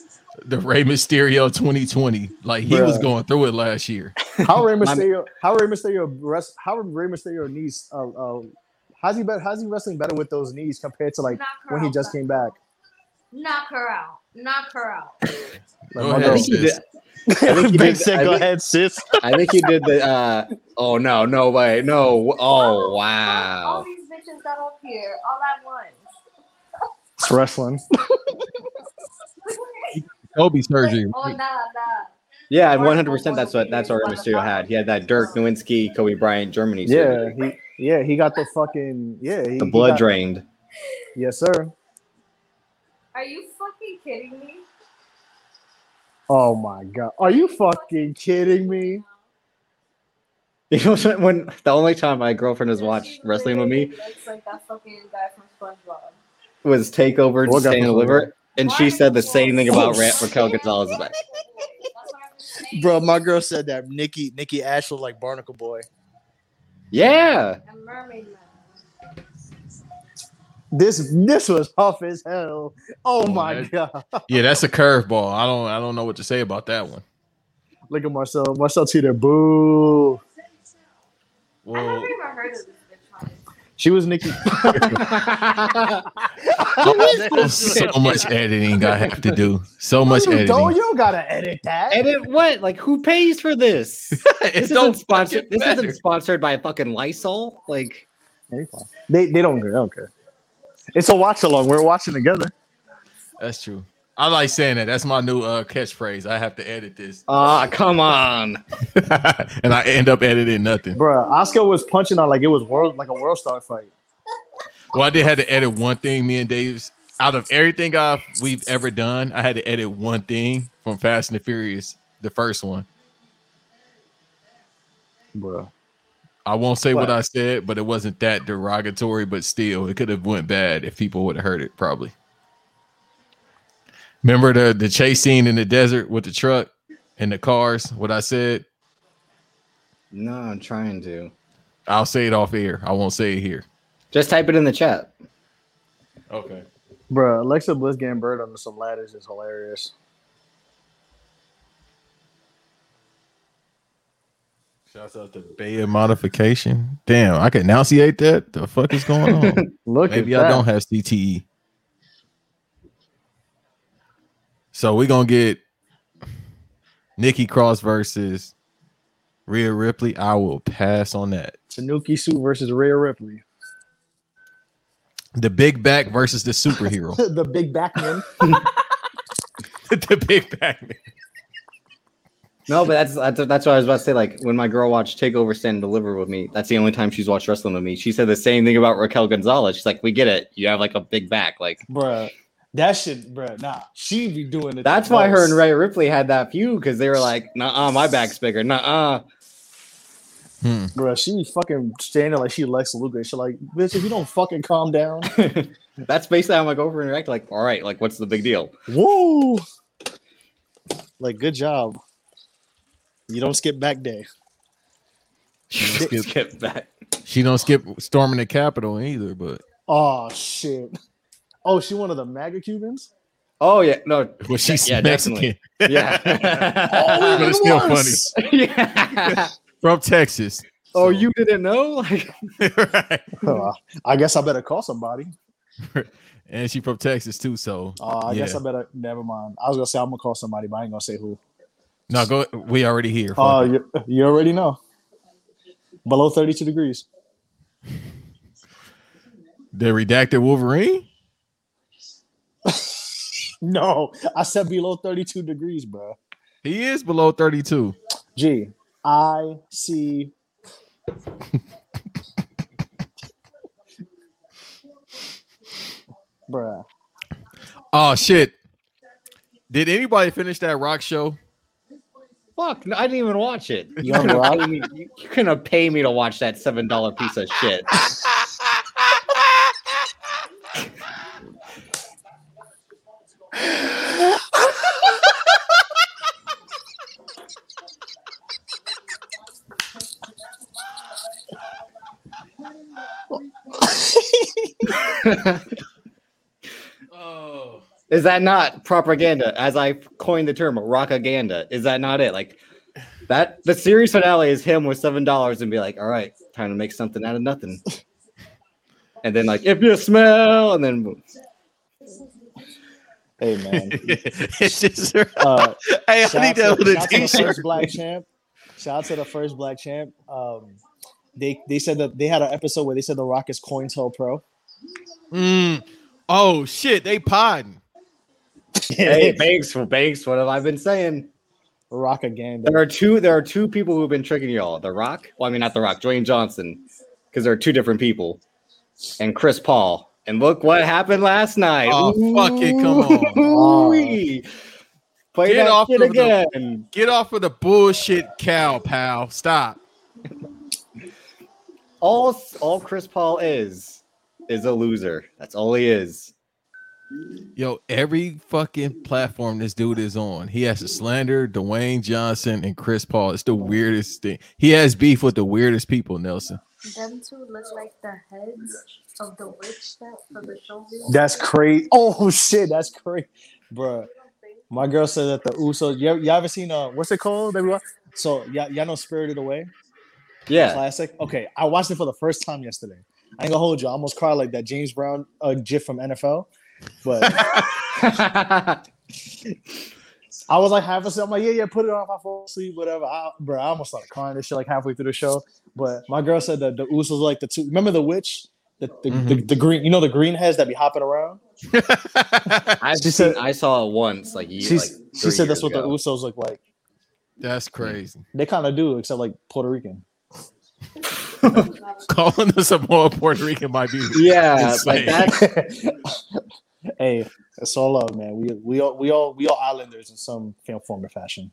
Speaker 2: The Rey Mysterio 2020. Like he was
Speaker 1: Bruh.
Speaker 2: going through it last year.
Speaker 1: How Rey
Speaker 3: My-
Speaker 1: Mysterio? how Rey Mysterio? Rest, how Rey Mysterio knees? Uh, uh, how's he? Bet, how's he wrestling better with those knees compared to like
Speaker 4: Knock her
Speaker 1: when he
Speaker 4: out,
Speaker 1: just
Speaker 4: bro.
Speaker 1: came back?
Speaker 4: Knock her out. Knock her out.
Speaker 2: Go
Speaker 1: my
Speaker 2: ahead,
Speaker 1: dog.
Speaker 3: I think he
Speaker 2: sis.
Speaker 3: did- I think
Speaker 1: Big
Speaker 3: he did-
Speaker 1: said,
Speaker 3: I
Speaker 1: "Go
Speaker 3: think-
Speaker 1: ahead, sis."
Speaker 3: I think he did the. uh Oh no! No way! No! Oh
Speaker 4: All
Speaker 3: wow!
Speaker 4: these bitches got up here all at once.
Speaker 1: It's wrestling.
Speaker 2: Kobe surgery.
Speaker 4: Oh, nah, nah.
Speaker 3: Yeah, and 100. percent That's what that's what Rey Mysterio had. He had that Dirk Nowinski, Kobe Bryant, Germany.
Speaker 1: Yeah,
Speaker 3: surgery.
Speaker 1: he, yeah, he got the fucking yeah. He,
Speaker 3: the
Speaker 1: he
Speaker 3: blood
Speaker 1: got-
Speaker 3: drained.
Speaker 1: Yes, sir.
Speaker 4: Are you fucking kidding me?
Speaker 1: Oh my god, are you fucking kidding me?
Speaker 3: You know what- when the only time my girlfriend has watched wrestling with me
Speaker 4: Looks like that fucking guy from SpongeBob.
Speaker 3: was Takeover
Speaker 1: What
Speaker 3: to
Speaker 1: got
Speaker 3: Stay
Speaker 1: the
Speaker 3: and
Speaker 1: flu?
Speaker 3: Liver, and she said the same thing about Ra- Raquel
Speaker 4: That's
Speaker 3: Gonzalez's
Speaker 4: what
Speaker 3: back.
Speaker 4: I'm saying.
Speaker 1: Bro, my girl said that Nikki Nikki Ash looked like Barnacle Boy.
Speaker 3: Yeah.
Speaker 4: A mermaid man.
Speaker 1: This this was tough as hell. Oh my
Speaker 2: that-
Speaker 1: god!
Speaker 2: Yeah, that's a curveball. I don't I don't know what to say about that one.
Speaker 1: Look at Marcel. Marcel Teeter. Boo.
Speaker 4: I
Speaker 2: Well,
Speaker 4: never even heard of this bitch. honestly.
Speaker 1: She was Nikki.
Speaker 2: so much editing I have to do. So much
Speaker 1: you don't.
Speaker 2: editing.
Speaker 1: You don't gotta edit that.
Speaker 3: Edit what? Like, who pays for this?
Speaker 2: It
Speaker 3: This
Speaker 2: don't
Speaker 3: isn't sponsored.
Speaker 2: fucking
Speaker 3: This
Speaker 2: matter.
Speaker 3: isn't sponsored by fucking Lysol. Like,
Speaker 1: They they don't care. They don't care. It's a watch along. We're watching together.
Speaker 2: That's true. I like saying that. That's my new uh, catchphrase. I have to edit this,
Speaker 3: ah, come on.
Speaker 2: and I end up editing nothing.
Speaker 1: Bruh, Oscar was punching on like it was world like a world star fight.
Speaker 2: Well, I did have to edit one thing. Me and Dave's out of everything I've we've ever done, I had to edit one thing from Fast and the Furious, the first one.
Speaker 1: Bruh.
Speaker 2: I won't say what
Speaker 1: What?
Speaker 2: I said, but it wasn't that derogatory. But still, it could have went bad if people would have heard it. Probably. Remember the the chase scene in the desert with the truck and the cars. What I said,
Speaker 3: No, I'm trying to.
Speaker 2: I'll say it off air. I won't say it here.
Speaker 3: Just type it in the chat.
Speaker 2: Okay.
Speaker 1: Bruh, Alexa Bliss getting bird under some ladders is hilarious.
Speaker 2: Shouts out to Baya Modification. Damn, I can enunciate that. The fuck is going on?
Speaker 1: Look
Speaker 2: Maybe
Speaker 1: at
Speaker 2: I
Speaker 1: that.
Speaker 2: don't have CTE. So we're gonna get Nikki Cross versus Rhea Ripley. I will pass on that.
Speaker 1: Tanuki suit versus Rhea Ripley.
Speaker 2: The big back versus the superhero.
Speaker 1: the big back man.
Speaker 2: the big back. man.
Speaker 3: No, but that's, that's that's what I was about to say. Like when my girl watched Takeover Stand and Deliver with me, that's the only time she's watched wrestling with me. She said the same thing about Raquel Gonzalez. She's like, "We get it. You have like a big back. Like
Speaker 1: bruh. That shit, bruh. Nah, she be doing it.
Speaker 3: that's why her and Ray Ripley had that feud because they were like, "Nah, my back's bigger. Nah,
Speaker 2: Hmm.
Speaker 1: Bruh, she be fucking standing like she Lex Luger. She like, bitch, if you don't fucking calm down,
Speaker 3: That's basically how my girlfriend reacted. Like, all right, like what's the big deal?
Speaker 1: woo. Like, good job. You don't skip back day.
Speaker 2: She don't skip,
Speaker 3: Skip that.
Speaker 2: she don't skip storming the Capitol either, but
Speaker 1: Oh shit. Oh, she one of the MAGA Cubans?
Speaker 3: Oh yeah, no,
Speaker 2: well, she's
Speaker 3: Yeah,
Speaker 2: Mexican.
Speaker 3: definitely. yeah.
Speaker 1: Oh,
Speaker 2: But it's
Speaker 1: even
Speaker 2: still
Speaker 1: worse.
Speaker 3: yeah.
Speaker 2: From Texas.
Speaker 3: Oh, you didn't know? Like,
Speaker 2: right.
Speaker 1: Uh, I guess I better call somebody.
Speaker 2: And she from Texas too, so
Speaker 1: Uh, I guess I
Speaker 2: Yeah.
Speaker 1: better. Never mind. I was gonna say I'm gonna call somebody, but I ain't gonna say who.
Speaker 2: no go we already here.
Speaker 1: Oh,
Speaker 3: Uh,
Speaker 1: you, you already know. Below 32 degrees.
Speaker 2: the redacted Wolverine?
Speaker 1: No, I said below 32 degrees, bro.
Speaker 2: He is below 32.
Speaker 1: G I C. Bruh.
Speaker 2: Oh shit. Did anybody finish that rock show?
Speaker 3: fuck, no, I didn't even watch it. You
Speaker 1: Young
Speaker 3: couldn't
Speaker 1: Rock?
Speaker 3: pay me- you- you couldn't pay me to watch that seven dollar piece of shit.
Speaker 2: Oh.
Speaker 3: Is that not propaganda? As I coined the term, rockaganda. Is that not it? Like that. The series finale is him with seven dollars and be like, "All right, time to make something out of nothing." And then like, if you smell, and then
Speaker 1: Hey, man.
Speaker 2: it's just
Speaker 1: Uh,
Speaker 2: hey,
Speaker 1: Shout
Speaker 2: I need
Speaker 1: out to-
Speaker 2: that with a
Speaker 1: shout out to the
Speaker 2: t-shirt.
Speaker 1: first black champ. Shout out to the first black champ. Um, they they said that they had an episode where they said the Rock is Cointel Pro.
Speaker 2: Mm. Oh shit, they podding.
Speaker 3: hey, Banks, Banks, what have I been saying?
Speaker 1: Rock again.
Speaker 3: There are two. There are two people who've been tricking y'all. The Rock. Well, I mean, not The Rock. Dwayne Johnson, because there are two different people, and Chris Paul. And look what happened last night.
Speaker 2: Oh, fuck it, come on. Oh.
Speaker 3: Ooh-wee. Play
Speaker 2: Get
Speaker 3: that
Speaker 2: off
Speaker 3: shit
Speaker 2: of the-
Speaker 3: again.
Speaker 2: Get off of the bullshit cow, pal. Stop.
Speaker 3: all all Chris Paul is is a loser. That's all he is.
Speaker 2: Yo, every fucking platform this dude is on, he has to slander Dwayne Johnson and Chris Paul. It's the weirdest thing. He has beef with the weirdest people, Nelson.
Speaker 4: Them two look like the heads of the witch that for the show.
Speaker 1: That's crazy. Oh shit, that's crazy, Bruh. My girl said that the Uso. You, you ever seen uh, what's it called? That we wa- So y'all, y'all know Spirited Away,
Speaker 3: Yeah,
Speaker 1: classic. Okay, I watched it for the first time yesterday. I ain't gonna hold you. I almost cried like that James Brown uh, gif from NFL, but I was like half asleep. I'm like, yeah, yeah, put it on. I fall asleep, whatever. I, bro, I almost started crying this shit like halfway through the show. But my girl said that the Usos like the two. Remember the witch, the the, the,
Speaker 2: Mhm.
Speaker 1: the green, you know, the green heads that be hopping around.
Speaker 3: I've
Speaker 1: She
Speaker 3: seen,
Speaker 1: said-
Speaker 3: I saw it once. Like, ye-
Speaker 1: She's,
Speaker 3: like
Speaker 1: she
Speaker 3: three
Speaker 1: said that's what
Speaker 3: years
Speaker 1: the
Speaker 3: ago.
Speaker 1: Usos look like.
Speaker 2: That's crazy.
Speaker 1: They kind of do, except like Puerto Rican.
Speaker 2: Calling us a more Puerto Rican might be.
Speaker 3: Yeah,
Speaker 2: It's
Speaker 3: like
Speaker 2: like-
Speaker 3: that.
Speaker 1: hey, it's all love, man. We we all we all we all islanders in some form or fashion.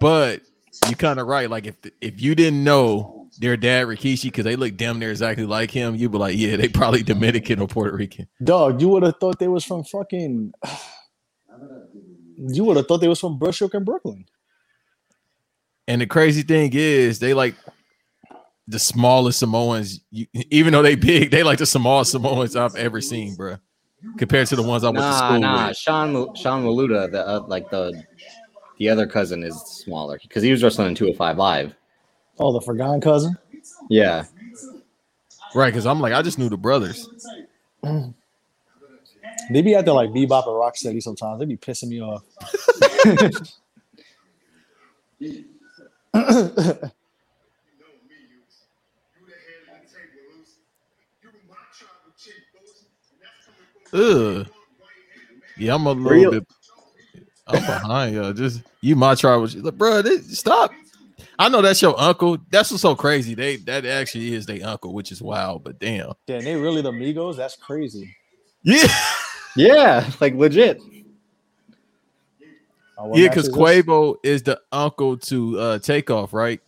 Speaker 2: But you kind of right. Like if if you didn't know their dad Rikishi because they look damn near exactly like him, you'd be like, yeah, they probably Dominican or Puerto Rican.
Speaker 1: Dog, you would have thought they was from fucking. You would have thought they was from Bushwick and Brooklyn.
Speaker 2: And the crazy thing is, they like the smallest Samoans. You, even though they big, they like the smallest Samoans I've ever seen, bro. Compared to the ones I went to
Speaker 3: Nah,
Speaker 2: school
Speaker 3: nah.
Speaker 2: with.
Speaker 3: Sean Lu- Sean Maluda, the uh, like the the other cousin is smaller because he was wrestling in 205 Live.
Speaker 1: Oh, the forgotten cousin.
Speaker 3: Yeah,
Speaker 2: Right? Because I'm like, I just knew the brothers.
Speaker 1: They be out there like bebop and rocksteady sometimes. They be pissing me off.
Speaker 2: Ugh. Yeah, I'm a little
Speaker 3: Real-
Speaker 2: bit. I'm behind y'all. Just you, my tribe. was- Look, bro, this, stop. I know that's your uncle. That's what's so crazy. They that actually is their uncle, which is wild. But damn,
Speaker 1: Damn, they really the Migos. That's crazy.
Speaker 2: yeah,
Speaker 3: yeah, like legit.
Speaker 1: Uh, what
Speaker 2: yeah,
Speaker 1: match
Speaker 2: because
Speaker 1: is this?
Speaker 2: Quavo is the uncle to uh Takeoff, right?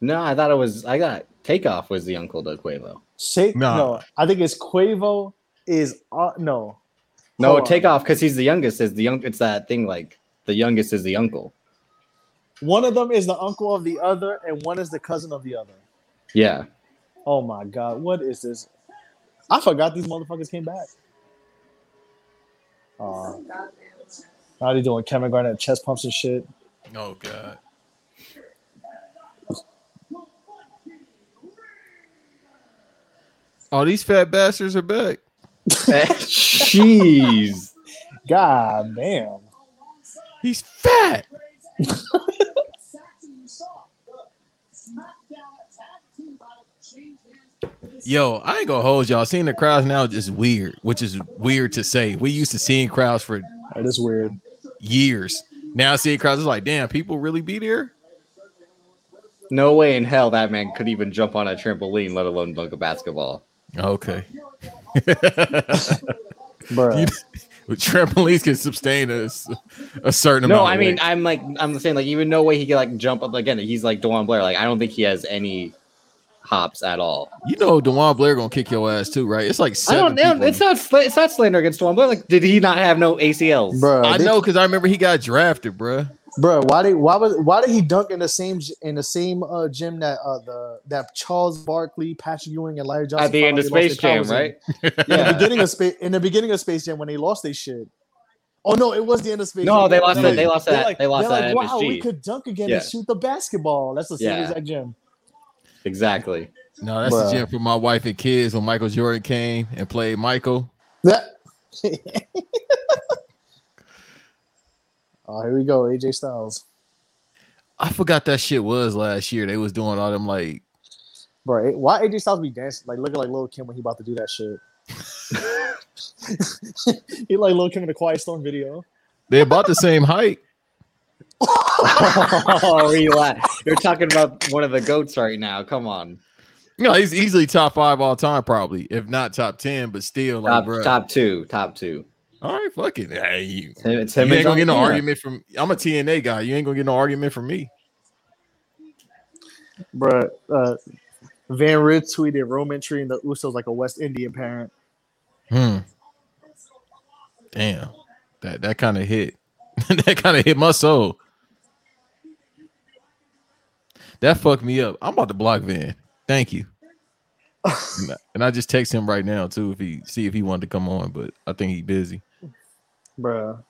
Speaker 3: No, I thought it was. I got takeoff was the uncle to Quavo.
Speaker 1: Shake.
Speaker 2: Nah.
Speaker 1: No, I think it's Quavo is uh, no.
Speaker 3: No,
Speaker 1: Hold on.
Speaker 3: takeoff because he's the youngest. Is the young? It's that thing like the youngest is the uncle.
Speaker 1: One of them is the uncle of the other, and one is the cousin of the other.
Speaker 3: Yeah,
Speaker 1: Oh my god, what is this? I forgot these motherfuckers came back. Uh, now they doing Kevin Garnett chest pumps and shit.
Speaker 2: Oh god. Oh, these fat bastards are back.
Speaker 3: jeez.
Speaker 1: God damn.
Speaker 2: He's fat. Yo, I ain't gonna hold y'all. Seeing the crowds now is weird, which is weird to say. We used to seeing crowds for
Speaker 1: That is weird.
Speaker 2: years. Now seeing crowds is like, damn, people really be there.
Speaker 3: No way in hell that man could even jump on a trampoline, let alone dunk a basketball.
Speaker 2: Okay.
Speaker 1: Bruh.
Speaker 2: Trampolines can sustain a, s- a certain
Speaker 3: No,
Speaker 2: amount.
Speaker 3: I
Speaker 2: of
Speaker 3: mean,
Speaker 2: weight.
Speaker 3: I'm like, I'm saying, like, even no way he could like jump up again. He's like Dewan Blair. Like, I don't think he has any hops at all.
Speaker 2: you know, Dewan Blair gonna kick your ass too, right? It's like
Speaker 3: I
Speaker 2: seven
Speaker 3: don't know.
Speaker 2: people.
Speaker 3: It's not. sla- It's not slander against Dewan Blair. Like, did he not have no ACLs?
Speaker 1: Bruh,
Speaker 2: I
Speaker 1: they-
Speaker 2: know because I remember he got drafted, bruh.
Speaker 1: Bruh, why did why was why did he dunk in the same gy- in the same uh, gym that uh, the that Charles Barkley, Patrick Ewing, and Larry Johnson
Speaker 3: At the end of
Speaker 1: finally lost
Speaker 3: Space
Speaker 1: their
Speaker 3: Jam,
Speaker 1: powers in?
Speaker 3: right?
Speaker 1: In the
Speaker 3: Yeah.
Speaker 1: beginning of space in the beginning of Space Jam when they lost their shit. Oh no, it was the end of Space
Speaker 3: No,
Speaker 1: Jam.
Speaker 3: they lost
Speaker 1: They're
Speaker 3: that. They lost
Speaker 1: they're
Speaker 3: that.
Speaker 1: like-
Speaker 3: they lost
Speaker 1: they're
Speaker 3: that.
Speaker 1: like, wow,
Speaker 3: MSG.
Speaker 1: we could dunk again
Speaker 3: Yeah.
Speaker 1: and shoot the basketball. That's the same
Speaker 3: Yeah.
Speaker 1: exact gym.
Speaker 3: Exactly.
Speaker 2: No, that's
Speaker 1: Bruh.
Speaker 2: the gym for my wife and kids when Michael Jordan came and played Michael.
Speaker 1: That- oh, here we go, AJ Styles,
Speaker 2: I forgot that shit was last year. They was doing all them like
Speaker 1: bro. eh, Why AJ Styles be dancing like looking like Lil Kim when he about to do that shit? he like Lil Kim in the Quiet Storm video.
Speaker 2: they about the same height.
Speaker 3: oh, relax. You're talking about one of the goats right now. Come on.
Speaker 2: No, he's easily top five all time, probably if not top ten, but still like,
Speaker 3: Top,
Speaker 2: bro.
Speaker 3: top two. Top two.
Speaker 2: All right, fuck it. Hey, you,
Speaker 3: It's him- it's
Speaker 2: you
Speaker 3: him and
Speaker 2: ain't gonna get no
Speaker 3: John Cena.
Speaker 2: argument from. I'm a TNA guy. You ain't gonna get no argument from me.
Speaker 1: Bruh, uh, Van Rid tweeted Roman treating the Usos like a West Indian parent.
Speaker 2: Hmm. Damn, that that kind of hit. that kind of hit my soul. That fucked me up. I'm about to block Van. Thank you. and, I, and I just text him right now too if he see if he wanted to come on, but I think he busy.
Speaker 1: Bruh.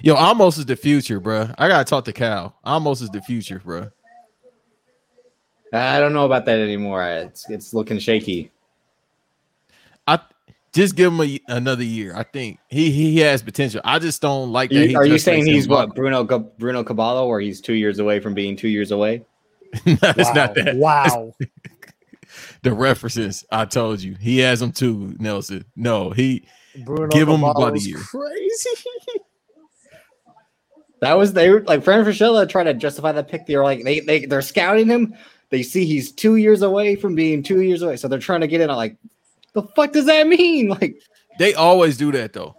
Speaker 2: Yo, almost is the future, bruh. I gotta talk to Cal. Almost is the future, bruh.
Speaker 3: I don't know about that anymore. It's it's looking shaky.
Speaker 2: I just give him a, another year. I think he, he he has potential. I just don't like that. he
Speaker 3: are you
Speaker 2: just
Speaker 3: saying
Speaker 2: thinks
Speaker 3: he's
Speaker 2: block-
Speaker 3: what Bruno Ca- Bruno Caballo, or he's two years away from being two years away?
Speaker 2: no, it's not
Speaker 1: Wow.
Speaker 2: that.
Speaker 1: Wow.
Speaker 2: The references I told you, he has them too, Nelson. No, he
Speaker 1: Bruno
Speaker 2: Give him
Speaker 1: Cavallo's
Speaker 2: about a year.
Speaker 1: Crazy.
Speaker 3: That was they were like Fran Fraschilla tried to justify that pick. They're like they they they're scouting him. They see he's two years away from being two years away, so they're trying to get in. I'm like, the fuck does that mean? Like,
Speaker 2: they always do that though.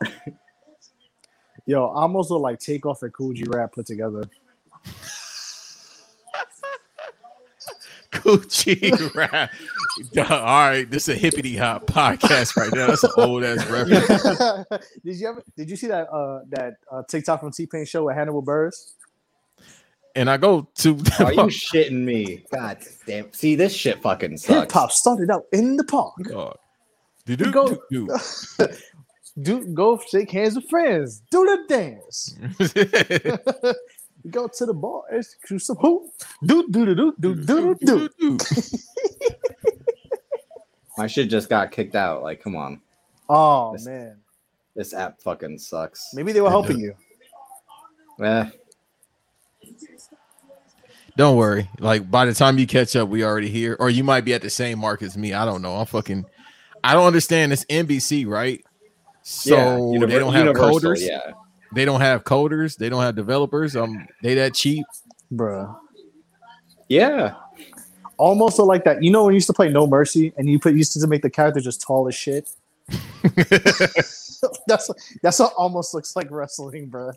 Speaker 1: Yo, I almost look like Takeoff and Cool G Rap put together.
Speaker 2: Gucci rap. Duh, All right, this is a hippity hop podcast right now. That's an old ass reference.
Speaker 1: did you ever? Did you see that uh that uh, TikTok from T Pain show with Hannibal Burris?
Speaker 2: And I go to
Speaker 3: are you shitting me? God damn! See this shit fucking
Speaker 1: Hip
Speaker 3: sucks.
Speaker 1: hop started out in the park.
Speaker 2: God. Do-do,
Speaker 1: Go-
Speaker 2: do-do.
Speaker 1: Do go shake hands with friends. Do the dance. Go to the bar and shoot some hoop. Do do do do do do do do.
Speaker 2: Do-do-do.
Speaker 3: My shit just got kicked out. Like, come on,
Speaker 1: Oh man,
Speaker 3: this app fucking sucks.
Speaker 1: maybe they were helping you.
Speaker 3: Eh.
Speaker 2: Don't worry. Like by the time you catch up, we already here. Or you might be at the same mark as me. I don't know. I'm fucking I don't understand. It's NBC, right? So
Speaker 3: yeah, univer-
Speaker 2: they don't have
Speaker 3: universal,
Speaker 2: coders.
Speaker 3: Yeah,
Speaker 2: They don't have coders. They don't have developers. Um, they that cheap.
Speaker 1: Bruh.
Speaker 3: yeah.
Speaker 1: Almost look like that. You know when you used to play No Mercy and you put used to make the character just tall as shit. that's that's what almost looks like wrestling, bruh.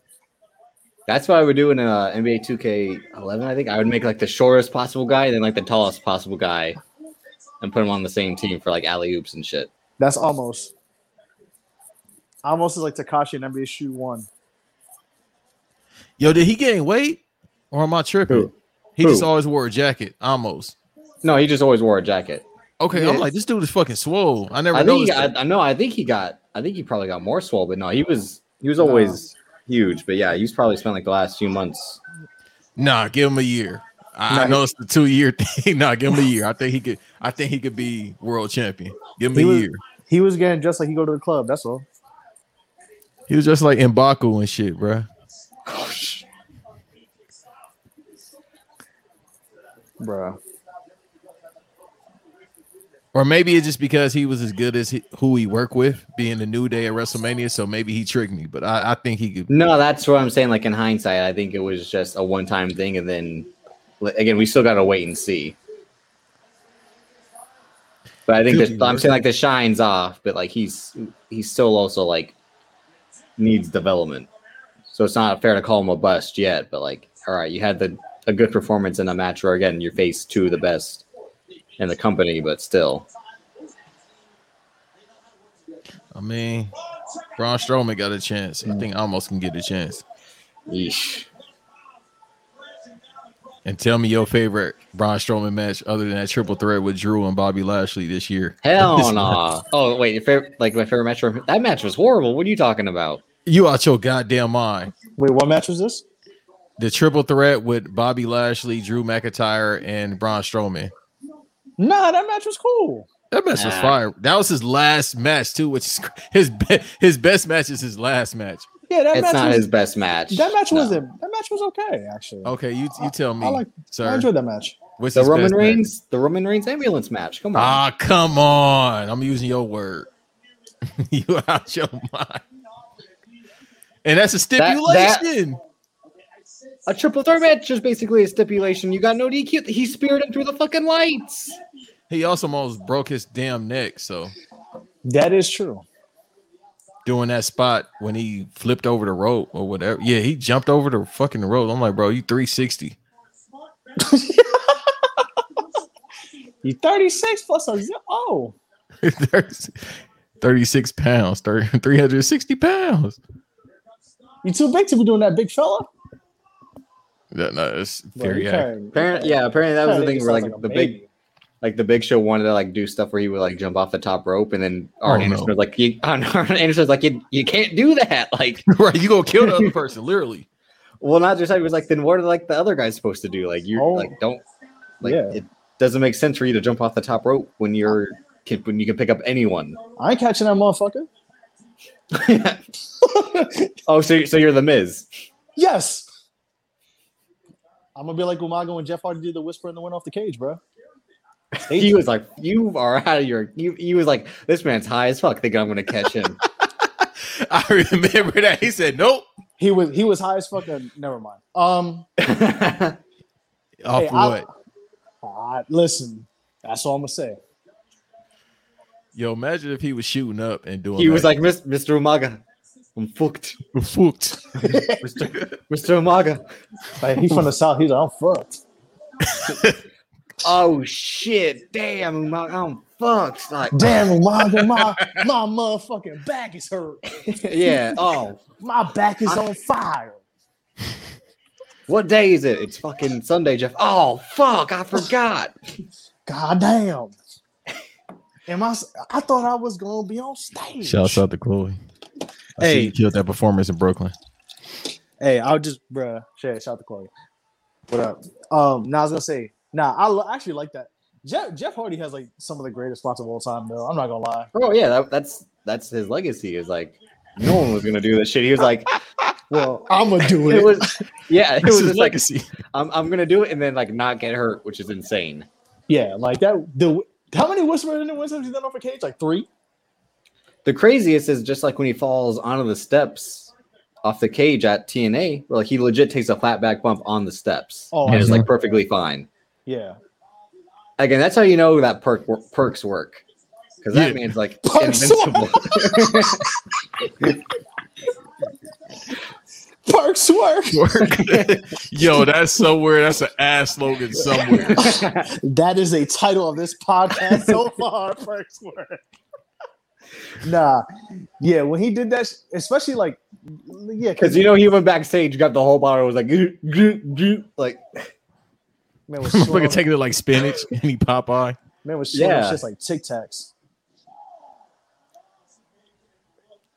Speaker 3: That's what I would do in uh, NBA 2K11. I think I would make like the shortest possible guy, and then like the tallest possible guy, and put him on the same team for like alley oops and shit.
Speaker 1: That's almost. Almost is like Takashi in NBA Shoe One.
Speaker 2: Yo, did he gain weight? Or am I tripping?
Speaker 3: Who?
Speaker 2: He
Speaker 3: Who?
Speaker 2: just always wore a jacket, almost.
Speaker 3: No, he just always wore a jacket.
Speaker 2: Okay, I'm
Speaker 1: Yeah.
Speaker 2: like, this dude is fucking swole. I never
Speaker 3: I think
Speaker 2: noticed.
Speaker 3: he, I,
Speaker 2: that.
Speaker 3: I know. I think he got. I think he probably got more swole, but no, he was he was always huge. But yeah, he's probably spent like the last few months.
Speaker 2: Nah, give him a year. I, I
Speaker 1: Nah,
Speaker 2: know it's the two year thing. nah, give him a year. I think he could. I think he could be world champion. Give him
Speaker 1: He
Speaker 2: a
Speaker 1: was-
Speaker 2: year.
Speaker 1: He was getting dressed like he go to the club. That's all.
Speaker 2: He was just like Mbaku and shit, bro.
Speaker 1: Bruh.
Speaker 2: Or maybe it's just because he was as good as he, who he worked with, being the new day at WrestleMania. So maybe he tricked me, but I, I think he could.
Speaker 3: No, that's what I'm saying. Like in hindsight, I think it was just a one time thing, and then like, again, we still gotta wait and see. But I think
Speaker 2: Could
Speaker 3: that
Speaker 2: be
Speaker 3: I'm
Speaker 2: worse.
Speaker 3: saying like the shine's off, but like he's he's still also like needs development. So it's not fair to call him a bust yet. But like, all right, you had the a good performance in a match where again you faced two of the best in the company, but still,
Speaker 2: I mean, Braun Strowman got a chance. I think almost can get a chance.
Speaker 3: yeesh.
Speaker 2: And tell me your favorite Braun Strowman match other than that triple threat with Drew and Bobby Lashley this year.
Speaker 3: Hell no! Oh wait, your favorite, like my favorite match. from- That match was horrible. What are you talking about?
Speaker 2: You out your goddamn mind.
Speaker 1: Wait, what match was this?
Speaker 2: The triple threat with Bobby Lashley, Drew McIntyre, and Braun Strowman.
Speaker 1: Nah, that match was cool.
Speaker 2: That match was
Speaker 3: Nah.
Speaker 2: fire. That was his last match too, which is cr- his be- his best match is his last match.
Speaker 1: Yeah, that
Speaker 3: it's
Speaker 1: match
Speaker 3: not
Speaker 1: was,
Speaker 3: his best match.
Speaker 1: that match
Speaker 3: No. Oh,
Speaker 1: wasn't that match was okay, actually.
Speaker 2: Okay, you you tell me,
Speaker 1: I like- I
Speaker 2: sir.
Speaker 1: enjoyed that match.
Speaker 2: What's
Speaker 3: the
Speaker 2: his
Speaker 3: Roman
Speaker 2: best match?
Speaker 3: Reigns. The Roman Reigns ambulance match. Come on.
Speaker 2: Ah, come on. I'm using your word. you out your mind. And that's a
Speaker 3: That- that-
Speaker 2: stipulation.
Speaker 3: a triple threat match is basically a stipulation. You got no DQ. He speared him through the fucking lights.
Speaker 2: He also almost broke his damn neck. So
Speaker 1: That is true.
Speaker 2: doing that spot when he flipped over the rope or whatever. Yeah, he jumped over the fucking rope. I'm like, bro, you 360.
Speaker 1: You 36 plus a zero. Oh,
Speaker 2: 36 pounds, 30, 360 pounds.
Speaker 1: You too big to be doing that, big fella.
Speaker 2: No, no, it's
Speaker 1: Bro,
Speaker 2: very
Speaker 1: you
Speaker 2: accurate.
Speaker 1: carrying-
Speaker 3: Apparently, yeah, apparently that was the
Speaker 1: That
Speaker 3: thing
Speaker 1: nigga
Speaker 3: where
Speaker 1: sounds
Speaker 3: like,
Speaker 1: a
Speaker 3: the big
Speaker 1: baby.
Speaker 3: like the big show wanted to like do stuff where he would like jump off the top rope and then
Speaker 2: Oh,
Speaker 3: Arn
Speaker 2: no.
Speaker 3: Anderson was like you Arn Arn Anderson was like you, you can't do that. Like
Speaker 2: right. You gonna kill the other person, literally.
Speaker 3: well not just that he was like then what are like the other guys supposed to do? Like you
Speaker 1: Oh.
Speaker 3: like don't like
Speaker 1: Yeah.
Speaker 3: it doesn't make sense for you to jump off the top rope when you're can, when you can pick up anyone.
Speaker 1: I ain't catching that motherfucker.
Speaker 3: oh, so so you're the Miz.
Speaker 1: Yes. I'm gonna be like Umaga when Jeff Hardy did the whisper in the wind off the cage, bro. Stay
Speaker 3: He was like, "You are out of your." You, he was like, "This man's high as fuck." Think I'm gonna catch him.
Speaker 2: I remember that. He said nope.
Speaker 1: He was he was high as fuck. and- Never mind. Um,
Speaker 2: Off
Speaker 1: Hey,
Speaker 2: of
Speaker 1: I- I-
Speaker 2: what?
Speaker 1: Ah, listen, that's all I'm gonna say.
Speaker 2: Yo, imagine if he was shooting up and doing
Speaker 3: he was
Speaker 2: that.
Speaker 3: like, "Mis- "Mr. Umaga, I'm fucked."
Speaker 2: Fucked.
Speaker 3: Mr. Mr. Umaga.
Speaker 1: Like he's from the south. He's like, I'm fucked.
Speaker 3: Oh shit! Damn, Umaga, I'm fucked. Like,
Speaker 1: Damn Umaga, my my motherfucking back is hurt.
Speaker 3: yeah. Oh,
Speaker 1: My back is on fire.
Speaker 3: what day is it? It's fucking Sunday, Jeff. Oh fuck, I forgot.
Speaker 1: God damn. Am I? s- I thought I was gonna be on stage.
Speaker 2: Shouts out to Chloe. I
Speaker 1: Hey.
Speaker 2: see you killed that performance in Brooklyn.
Speaker 1: Hey, I'll just, bruh. Shit, shout out to Chloe. What up? Um, now I was gonna say, nah, I lo- actually like that. Jeff Jeff Hardy has like some of the greatest spots of all time, though. I'm not gonna lie.
Speaker 3: Oh yeah, that, that's that's his legacy. Is like, no one was gonna do this shit. He was like,
Speaker 1: Well, I'm gonna do
Speaker 3: it was, yeah, it was
Speaker 2: This is
Speaker 3: just like,
Speaker 2: legacy.
Speaker 3: I'm I'm gonna do it and then like not get hurt, which is insane.
Speaker 1: yeah, like that. The how many whispers in the winds have you done off a cage? Like three.
Speaker 3: The craziest is just like when he falls onto the steps off the cage at TNA, where like he legit takes a flat back bump on the steps
Speaker 1: Oh,
Speaker 3: and is
Speaker 2: Mhm.
Speaker 3: like perfectly fine.
Speaker 1: Yeah,
Speaker 3: Again, that's how you know that perk wor- perks work. Because that
Speaker 2: Yeah.
Speaker 3: man's like
Speaker 1: Perks
Speaker 3: invincible.
Speaker 1: Park Swerve.
Speaker 2: Yo, that's somewhere. That's an ass slogan somewhere.
Speaker 1: That is a title of this podcast so far. First word. nah, yeah. When he did that, sh- especially like, yeah,
Speaker 3: Because you know he went backstage, got the whole bottle, was like, "Goo, goo, goo," like
Speaker 1: man was showing,
Speaker 2: Motherfucker taking it like spinach. Any Popeye.
Speaker 1: man was showing
Speaker 3: Yeah.
Speaker 1: shit like Tic Tacs.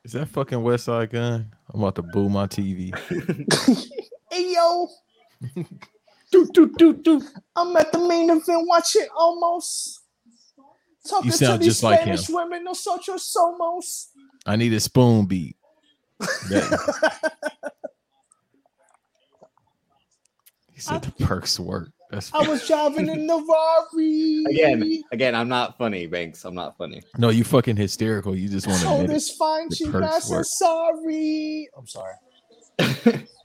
Speaker 2: Is that fucking West Side Gun? I'm about to boo my TV.
Speaker 1: Hey yo,
Speaker 3: doo, doo, doo, doo.
Speaker 1: I'm at the main event. Watch it almost. Talking
Speaker 2: sound
Speaker 1: to these
Speaker 2: just like
Speaker 1: Spanish women, no nosotros somos.
Speaker 2: I need a spoon beat. That- he said the perks work. That's
Speaker 1: I was driving in the Rari.
Speaker 3: Again, again, I'm not funny, Banks. I'm not funny.
Speaker 2: no, you fucking hysterical. You just want to
Speaker 1: told
Speaker 2: admit it.
Speaker 1: this fine
Speaker 2: The
Speaker 1: chick I
Speaker 2: perks
Speaker 1: said
Speaker 2: work.
Speaker 1: sorry. I'm sorry.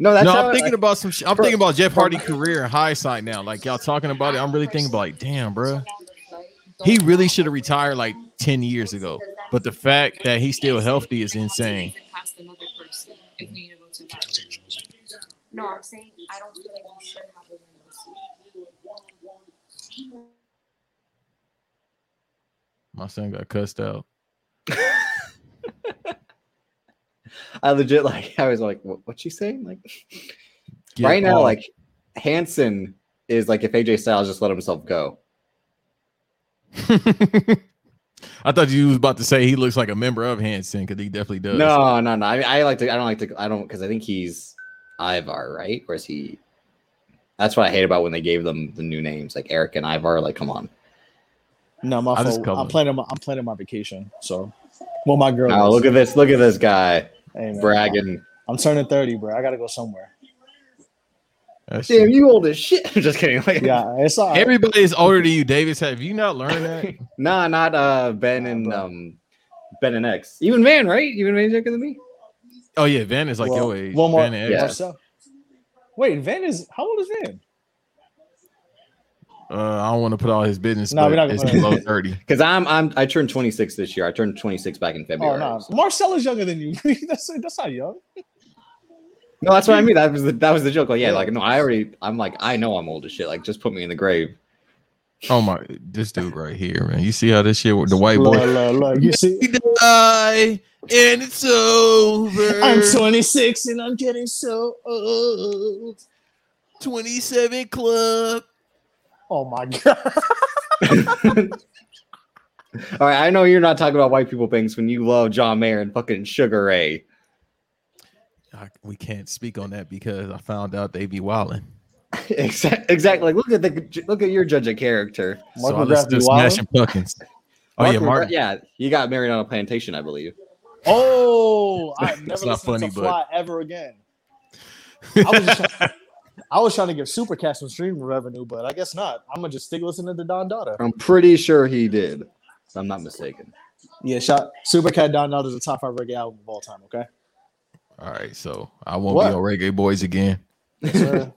Speaker 3: No, that's
Speaker 2: no,
Speaker 3: how
Speaker 2: I'm thinking about some. Sh- I'm
Speaker 3: Bro,
Speaker 2: thinking about Jeff
Speaker 3: bro.
Speaker 2: Hardy career and high side now. Like y'all talking about it, I'm really thinking about like, damn, bro, he really should have retired like ten years ago. But the fact that he's still healthy is insane.
Speaker 4: No, I'm saying I don't feel like you should have a window
Speaker 2: My son got cussed out.
Speaker 3: I legit like I was like, what, what you saying? Like
Speaker 2: Get
Speaker 3: right now,
Speaker 2: off.
Speaker 3: like Hanson is like if AJ Styles just let himself go.
Speaker 2: I thought you was about to say he looks like a member of Hanson because he definitely does.
Speaker 3: No, no, no. I mean, I like to. I don't like to. I don't because I think he's Ivar, right? Or is he? That's what I hate about when they gave them the new names, like Eric and Ivar. Like, come on.
Speaker 1: No, my
Speaker 2: I just
Speaker 1: fault.
Speaker 2: covered.
Speaker 1: I'm planning. My, I'm planning my vacation. So, well, my girl.
Speaker 3: Oh,
Speaker 1: is.
Speaker 3: look at this. Look at this guy
Speaker 1: Hey, man.
Speaker 3: bragging.
Speaker 1: I'm turning thirty, bro. I gotta go somewhere.
Speaker 2: That's
Speaker 3: Damn,
Speaker 2: true.
Speaker 3: you old as shit. just kidding. Like,
Speaker 1: Yeah, it's all right.
Speaker 2: Everybody is older than you, Davis. Have you not learned that?
Speaker 3: Nah, not uh Ben
Speaker 1: Nah,
Speaker 3: and
Speaker 1: bro.
Speaker 3: um Ben and X. Even Van, right? Even Van's younger than me.
Speaker 2: Oh yeah, Van is like
Speaker 1: Well,
Speaker 2: yo age.
Speaker 1: One more.
Speaker 2: Van is-
Speaker 3: yeah.
Speaker 1: Marcel- Wait, Van is how old is Van?
Speaker 2: uh, I don't want to put all his business.
Speaker 1: No,
Speaker 2: No,
Speaker 1: we're not
Speaker 2: we're It's
Speaker 1: gonna put it.
Speaker 2: below thirty.
Speaker 3: Because I'm I'm I turned 26 this year. I turned 26 back in February.
Speaker 1: Oh no, Marcel is younger than you. that's that's not young.
Speaker 3: No, that's what I mean. That was the that was the joke. Like, yeah,
Speaker 1: Yeah.
Speaker 3: like no, I already I'm like, I know I'm old as shit. Like, just put me in the grave.
Speaker 2: Oh my, this dude right here, man. You see how this shit, the white
Speaker 1: Look,
Speaker 2: boy.
Speaker 1: look, look. You see,
Speaker 2: We die, and it's over.
Speaker 1: I'm 26 and I'm getting so old.
Speaker 2: 27 Club.
Speaker 1: Oh my god.
Speaker 3: All right, I know you're not talking about white people things when you love John Mayer and fucking Sugar Ray.
Speaker 2: I, we can't speak on that because I found out they be wilding.
Speaker 3: exactly. Exactly. Like, look at the look at your judge of character.
Speaker 2: So I
Speaker 1: Michael
Speaker 2: listen
Speaker 1: Graff
Speaker 2: to
Speaker 1: be
Speaker 2: Smashing Pumpkins. Oh yeah,
Speaker 3: Mark-
Speaker 2: Martin.
Speaker 3: Yeah, you got married on a plantation, I believe.
Speaker 1: Oh, I never
Speaker 2: That's
Speaker 1: listened
Speaker 2: not funny,
Speaker 1: to
Speaker 2: but-
Speaker 1: Fly ever again. I was, just trying, I was trying to give Supercast some streaming revenue, but I guess not. I'm gonna just stick listening to Don Dada.
Speaker 3: I'm pretty sure he did. If I'm not mistaken.
Speaker 1: Yeah, shot Supercat Don Dada is a top five reggae album of all time. Okay,
Speaker 2: All right, so I won't
Speaker 1: What?
Speaker 2: be on Reggae Boys again.
Speaker 1: Yes, sir.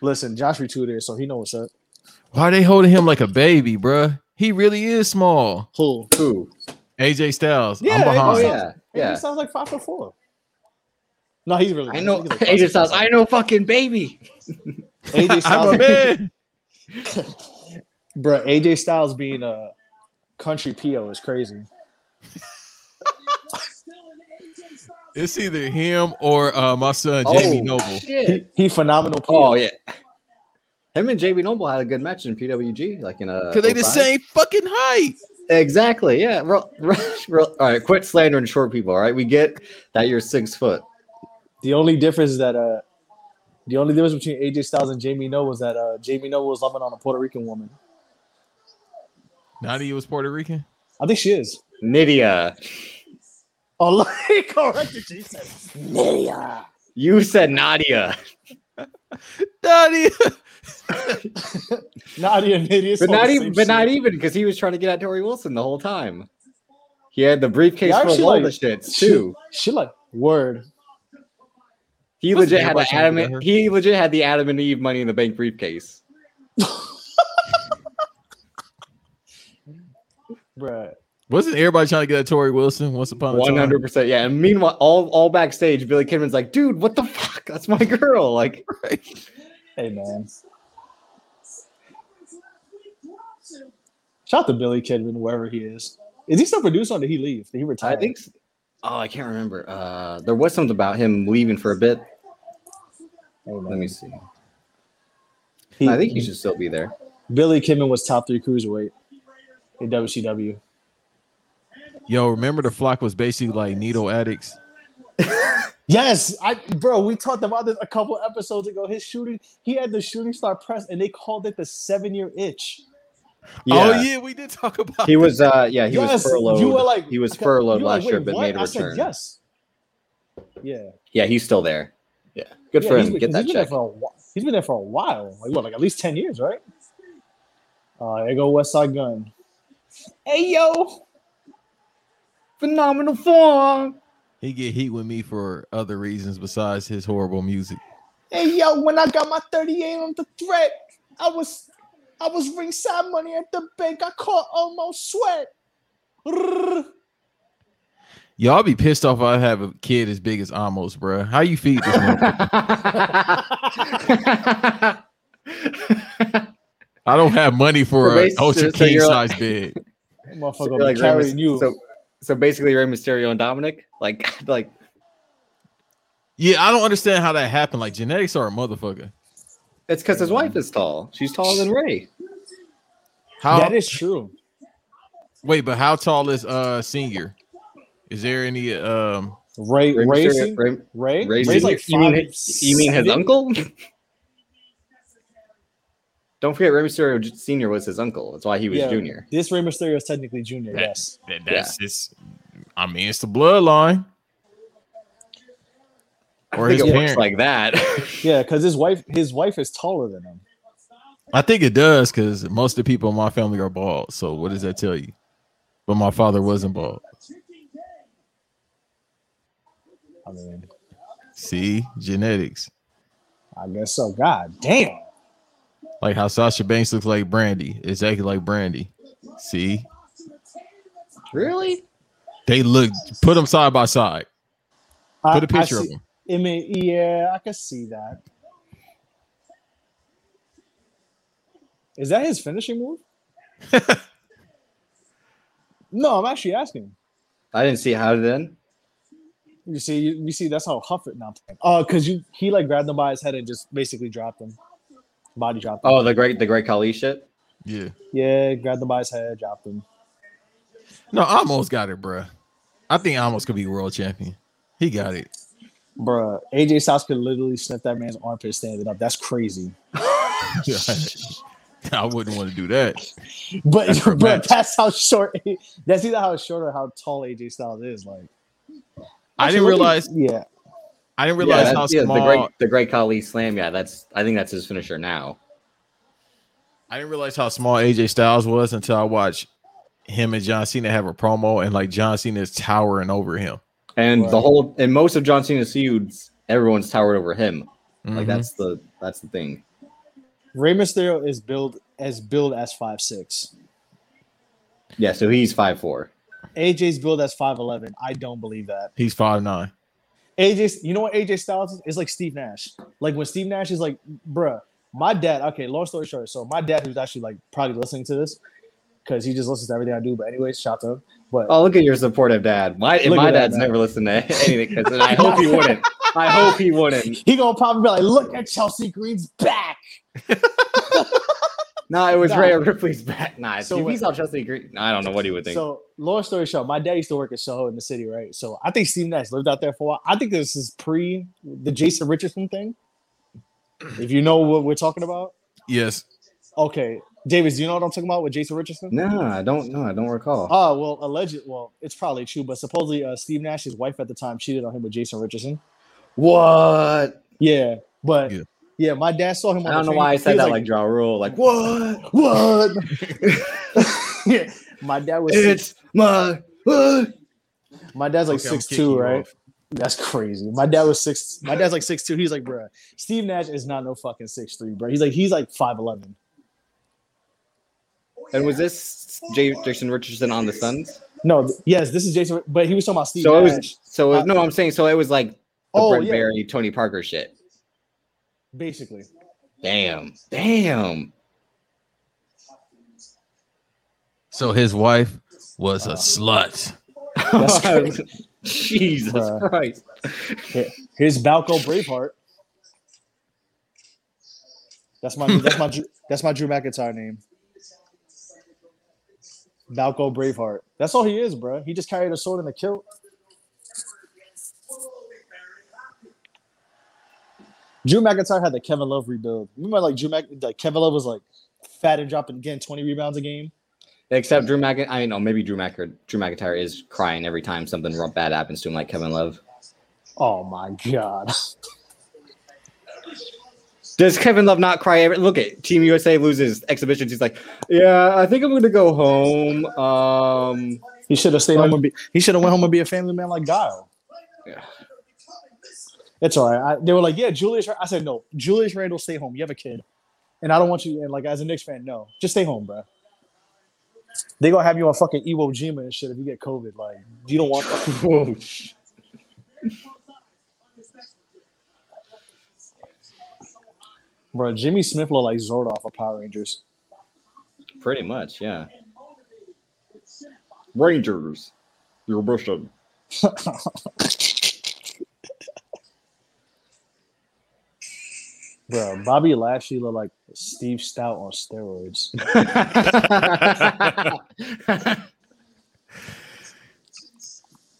Speaker 1: listen, Josh Retu there, so he knows what's up.
Speaker 2: Why they holding him like a baby, bruh? He really is small.
Speaker 1: Cool.
Speaker 3: Who?
Speaker 2: AJ Styles.
Speaker 1: Yeah,
Speaker 2: I'm
Speaker 3: Oh
Speaker 2: behind.
Speaker 3: yeah,
Speaker 1: he
Speaker 3: yeah.
Speaker 1: sounds like five foot four. No, he's really.
Speaker 3: I know.
Speaker 1: he's like five
Speaker 3: AJ
Speaker 1: foot
Speaker 3: Styles.
Speaker 1: five.
Speaker 3: I know. Fucking baby.
Speaker 1: AJ
Speaker 2: I'm a
Speaker 1: Styles,
Speaker 2: man.
Speaker 1: bro. AJ Styles being a country PO is crazy.
Speaker 2: It's either him or uh, my son
Speaker 3: Oh,
Speaker 2: Jamie Noble.
Speaker 3: Shit.
Speaker 1: He, he phenomenal. PO.
Speaker 3: Oh yeah. Him and JB Noble had a good match in PWG, like in a.
Speaker 2: Cause they the
Speaker 3: 05.
Speaker 2: same fucking height.
Speaker 3: Exactly. Yeah. Ro- ro- ro- all right. Quit slandering short people. All right. We get that you're six foot.
Speaker 1: The only difference is that uh, the only difference between AJ Styles and Jamie No was that uh, Jamie No was loving on a Puerto Rican woman.
Speaker 2: Nadia was Puerto Rican.
Speaker 1: I think she is.
Speaker 3: Nydia,
Speaker 1: Oh, look, he corrected she said. Nydia.
Speaker 3: you said Nadia.
Speaker 2: Nadia.
Speaker 1: Nadia and Nydia.
Speaker 3: But
Speaker 1: sound
Speaker 3: not
Speaker 1: the
Speaker 3: even,
Speaker 1: same
Speaker 3: but not
Speaker 1: shit.
Speaker 3: even, because he was trying to get at Tori Wilson the whole time. He had the briefcase
Speaker 1: Yeah,
Speaker 3: full of
Speaker 1: actually,
Speaker 3: all
Speaker 1: like,
Speaker 3: the shits too.
Speaker 1: She, she like word.
Speaker 3: He
Speaker 2: Wasn't
Speaker 3: legit had the
Speaker 2: everybody trying to
Speaker 3: Adam.
Speaker 2: get
Speaker 3: and-
Speaker 2: her?
Speaker 3: He legit had the Adam and Eve Money in the Bank briefcase.
Speaker 1: Bruh.
Speaker 2: Wasn't everybody trying to get at Tori Wilson once upon a
Speaker 3: One
Speaker 2: time?
Speaker 3: hundred percent. Yeah. And meanwhile, all all backstage, Billy Kidman's like, "Dude, what the fuck? That's my girl." Like,
Speaker 1: Hey man. Shout out to Billy Kidman, wherever he is. Is he still producing or did he leave? Did he retire?
Speaker 3: I think. s- Oh, I can't remember. Uh, there was something about him leaving for a bit.
Speaker 1: Hey, man.
Speaker 3: Let me see.
Speaker 1: He-
Speaker 3: I think he should still be there.
Speaker 1: Oh, Billy Kidman was top three cruiserweight in WCW.
Speaker 2: Yo, remember the flock was basically like needle addicts.
Speaker 1: Yes, I bro, we talked about this a couple episodes ago. His shooting, he had the shooting star press, and they called it the seven year itch.
Speaker 2: Oh yeah, we did talk about.
Speaker 3: He was. Uh, yeah, he
Speaker 1: yes,
Speaker 3: was furloughed.
Speaker 1: You were like
Speaker 3: he was
Speaker 1: okay,
Speaker 3: furloughed
Speaker 1: you were like,
Speaker 3: last year,
Speaker 1: "Wait,
Speaker 3: but
Speaker 1: what?"
Speaker 3: made a
Speaker 1: I said,
Speaker 3: return.
Speaker 1: yes. Yeah.
Speaker 3: Yeah, he's still there. Yeah, good
Speaker 1: yeah,
Speaker 3: for
Speaker 1: he's
Speaker 3: him.
Speaker 1: been-
Speaker 3: Get
Speaker 1: he's
Speaker 3: that
Speaker 1: been there
Speaker 3: check.
Speaker 1: for a whi- he's been there for a while. Like what, like at least ten years, right? Uh, there go West Side Gun. Hey yo,
Speaker 3: Phenomenal form.
Speaker 2: He get heat with me for other reasons besides his horrible music.
Speaker 1: hey yo. When I got my thirty eight on the threat, I was, I was ringside money at the bank. I caught almost sweat. Rrrr.
Speaker 2: Y'all be pissed off if I have a kid as big as Amos, bruh. How you feed this one? I don't have money
Speaker 3: So
Speaker 2: for a
Speaker 3: basically-
Speaker 2: ultra
Speaker 3: so
Speaker 2: king
Speaker 3: you're
Speaker 2: size bed.
Speaker 1: Motherfucker
Speaker 3: You're like Rey
Speaker 1: carrying
Speaker 3: Mys-
Speaker 1: you.
Speaker 3: So, so basically, Rey Mysterio and Dominic, like, like
Speaker 2: Yeah, I don't understand how that happened. Like genetics are a motherfucker.
Speaker 3: it's because his wife is tall. She's taller than Ray.
Speaker 2: How?
Speaker 1: that is true.
Speaker 2: wait, but how tall is uh senior? Is there any um?
Speaker 1: Ray,
Speaker 3: Rey
Speaker 1: Ray,
Speaker 3: Mysterio- Rey-
Speaker 1: Ray,
Speaker 3: Ray
Speaker 1: Ray's
Speaker 3: Senior-
Speaker 1: like
Speaker 3: you mean
Speaker 1: five
Speaker 3: his, you mean his
Speaker 1: seven?
Speaker 3: uncle? Don't forget, Rey Mysterio J- Senior was his uncle. That's why he was
Speaker 1: Yeah.
Speaker 3: Junior.
Speaker 1: This Ray Mysterio is technically junior. Yes,
Speaker 2: That, that's it's. I mean, it's the bloodline.
Speaker 3: I
Speaker 2: Or
Speaker 3: think
Speaker 2: his
Speaker 3: it works
Speaker 2: parent.
Speaker 3: like that.
Speaker 1: yeah, because his wife, his wife is taller than him.
Speaker 2: I think it does because most of the people in my family are bald. So what does that tell you? But my father wasn't bald.
Speaker 1: I mean,
Speaker 2: See genetics,
Speaker 1: I guess so. God damn.
Speaker 2: like how Sasha Banks looks like Brandy, exactly like Brandy. See,
Speaker 3: really?
Speaker 2: they look. Put them side by side.
Speaker 1: I-
Speaker 2: Put a picture
Speaker 1: I
Speaker 2: of
Speaker 1: see-
Speaker 2: them.
Speaker 1: I mean, yeah, I can see that. Is that his finishing move? no, I'm actually asking.
Speaker 3: I didn't see how it end.
Speaker 1: You see, you, you see, that's how Huff it now. Oh, because you he like grabbed him by his head and just basically dropped him, body dropped him.
Speaker 3: Oh, the great the great Khali shit.
Speaker 2: Yeah.
Speaker 1: Yeah, grabbed him by his head, dropped him.
Speaker 2: No, I almost got it, bruh. I think I almost could be world champion. He got it.
Speaker 1: Bruh, AJ Styles could literally sniff that man's armpit standing up. That's crazy.
Speaker 2: I wouldn't want to do that.
Speaker 1: But
Speaker 2: That's for
Speaker 1: but
Speaker 2: Matt.
Speaker 1: that's how short. That's either how short or how tall AJ Styles is. Like
Speaker 2: I didn't
Speaker 1: Actually,
Speaker 2: realize.
Speaker 1: Yeah,
Speaker 2: I didn't
Speaker 3: Yeah,
Speaker 2: realize how
Speaker 3: that's, yeah,
Speaker 2: small.
Speaker 3: the great the great Khali slam. Yeah, that's I think that's his finisher now.
Speaker 2: I didn't realize how small AJ Styles was until I watched him and John Cena have a promo, and like John Cena is towering over him.
Speaker 3: And
Speaker 1: Right.
Speaker 3: the whole and most of John Cena's feuds, everyone's towered over him. Like
Speaker 2: Mhm.
Speaker 3: that's the that's the thing.
Speaker 1: Rey Mysterio is built as built as five six.
Speaker 3: Yeah, so he's five four.
Speaker 1: AJ's build as 5'11. I don't believe that.
Speaker 2: He's five nine.
Speaker 1: AJ, you know what AJ Styles is? It's like Steve Nash. Like when Steve Nash is like, bruh, my dad, okay, long story short. So my dad, who's actually like probably listening to this, because he just listens to everything I do. But anyways, shout out to him. But
Speaker 3: Oh, look at your supportive dad. My and
Speaker 1: Look at
Speaker 3: my
Speaker 1: that,
Speaker 3: dad's
Speaker 1: man.
Speaker 3: never listened to anything because I hope he wouldn't. I hope he wouldn't.
Speaker 1: he gonna probably be like, look at Chelsea Green's back.
Speaker 3: No, it was
Speaker 1: No.
Speaker 3: Rhea Ripley's back. Nah,
Speaker 1: So
Speaker 3: if he
Speaker 1: what-
Speaker 3: saw Chelsea Green, I don't know what he would think.
Speaker 1: So long story short, my dad used to work at Soho in the city, right? So I think Steve Nash lived out there for a while. I think this is pre the Jason Richardson thing. If you know what we're talking about.
Speaker 2: Yes.
Speaker 1: Okay. Davis, do you know what I'm talking about with Jason Richardson?
Speaker 3: nah, I don't know. I don't recall.
Speaker 1: Oh well, alleged. Well, it's probably true, but supposedly uh, Steve Nash's wife at the time cheated on him with Jason Richardson.
Speaker 3: what?
Speaker 1: Yeah, but
Speaker 2: Yeah.
Speaker 1: yeah, my dad saw him. On
Speaker 3: I don't
Speaker 1: the
Speaker 3: know
Speaker 1: train.
Speaker 3: why I
Speaker 1: He
Speaker 3: said
Speaker 1: was
Speaker 3: that like, draw Ja Rule. Like, what?
Speaker 1: what? yeah, my dad was. Six,
Speaker 3: It's my. what?
Speaker 1: my dad's like
Speaker 2: Okay, I'm
Speaker 1: six
Speaker 2: kicking
Speaker 1: two,
Speaker 2: you
Speaker 1: right?
Speaker 2: off.
Speaker 1: That's crazy. My dad was six. My dad's like six two. He's like, bruh, Steve Nash is not no fucking six three, bro. He's like, he's like five eleven.
Speaker 3: And was this J- Jason Richardson on the Suns?
Speaker 1: No, th- yes, this is Jason, but he was talking about Steve
Speaker 3: So it
Speaker 1: Nash.
Speaker 3: was. So it, no, I'm saying so it was like the
Speaker 1: Oh,
Speaker 3: Brett
Speaker 1: yeah.
Speaker 3: Barry, Tony Parker shit.
Speaker 1: basically,
Speaker 3: Damn, damn.
Speaker 2: So his wife was a slut.
Speaker 1: That's crazy.
Speaker 3: Jesus
Speaker 1: Bruh.
Speaker 3: Christ.
Speaker 1: Here's Balco Braveheart. That's my that's my Drew- that's my Drew McIntyre name. Balco Braveheart. That's all he is, bro. He just carried a sword and a kilt. Drew McIntyre had the Kevin Love rebuild. Remember, like Drew Mc, like Kevin Love was like fat and dropping again, twenty rebounds a game.
Speaker 3: Except Drew McIntyre. I mean, no, maybe Drew McIntyre. Drew McIntyre is crying every time something ru- bad happens to him, like Kevin Love.
Speaker 1: Oh my god!
Speaker 3: Does Kevin Love not cry every? Look at Team USA loses exhibitions. He's like, yeah, I think I'm gonna go home. Um,
Speaker 1: He should have stayed home and be. He should have went home and be a family man like Guile.
Speaker 3: yeah.
Speaker 1: It's all right. I, they were like, yeah, Julius. Ra-" I said, no, Julius Randle, stay home. You have a kid, and I don't want you. And like, as a Knicks fan, no, just stay home, bro. They gonna have you on fucking Iwo Jima and shit if you get COVID. Like, you don't want.
Speaker 3: Whoa.
Speaker 1: bro, Jimmy Smith looked like Zordon of Power Rangers.
Speaker 3: pretty much, yeah. Rangers, your Russian.
Speaker 1: Bro, Bobby Lashley looked like Steve Stout on steroids.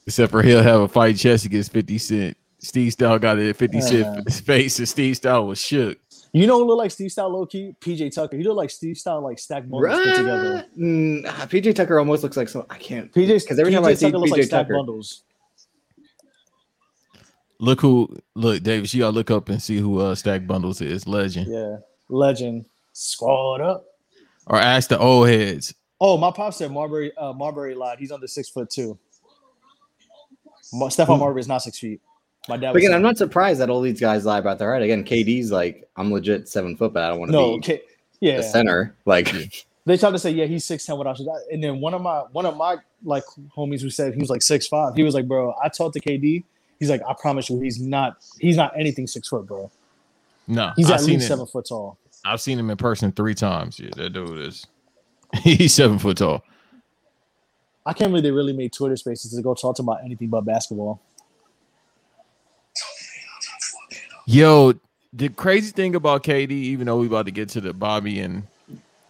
Speaker 2: Except for he'll have a fight chess against 50 Cent. Steve Style got it at 50 Cent
Speaker 1: Uh-huh.
Speaker 2: for his face, and Steve Style was shook.
Speaker 1: You know who looked like Steve Stout low key? PJ Tucker. He looked like Steve Stout like stacked bundles put together.
Speaker 3: Mm, ah, PJ Tucker almost looks like some. I can't.
Speaker 1: PJ
Speaker 3: because every time I see
Speaker 1: Tucker looks like
Speaker 3: PJ
Speaker 1: stacked
Speaker 3: Tucker,
Speaker 1: bundles.
Speaker 2: Look who, look, Davis, you gotta look up and see who uh, Stack Bundles is. Legend.
Speaker 1: Yeah, legend. Squad up.
Speaker 2: Or ask the old heads.
Speaker 1: Oh, my pop said Marbury. Uh, Marbury lied. He's under six foot two. Ma- Stephon Marbury is not six feet. My dad.
Speaker 3: But
Speaker 1: Was
Speaker 3: again, I'm not surprised that all these guys lie about their height. Again, KD's like, I'm legit seven foot, but I don't want to
Speaker 1: no.
Speaker 3: be
Speaker 1: Okay.
Speaker 3: the
Speaker 1: Yeah,
Speaker 3: center. Like,
Speaker 1: they tried to say yeah he's six ten without you. And then one of my one of my like homies who said he was like six five. He was like, bro, I talked to KD. He's like, I promise you, he's not he's not anything six foot, bro.
Speaker 2: No,
Speaker 1: He's
Speaker 2: I
Speaker 1: at
Speaker 2: seen
Speaker 1: least
Speaker 2: it.
Speaker 1: seven foot tall.
Speaker 2: I've seen him in person three times. Yeah, that dude is. He's seven foot tall.
Speaker 1: I can't believe they really made Twitter Spaces to go talk about anything but basketball.
Speaker 2: Yo, the crazy thing about KD, even though we about to get to the Bobby and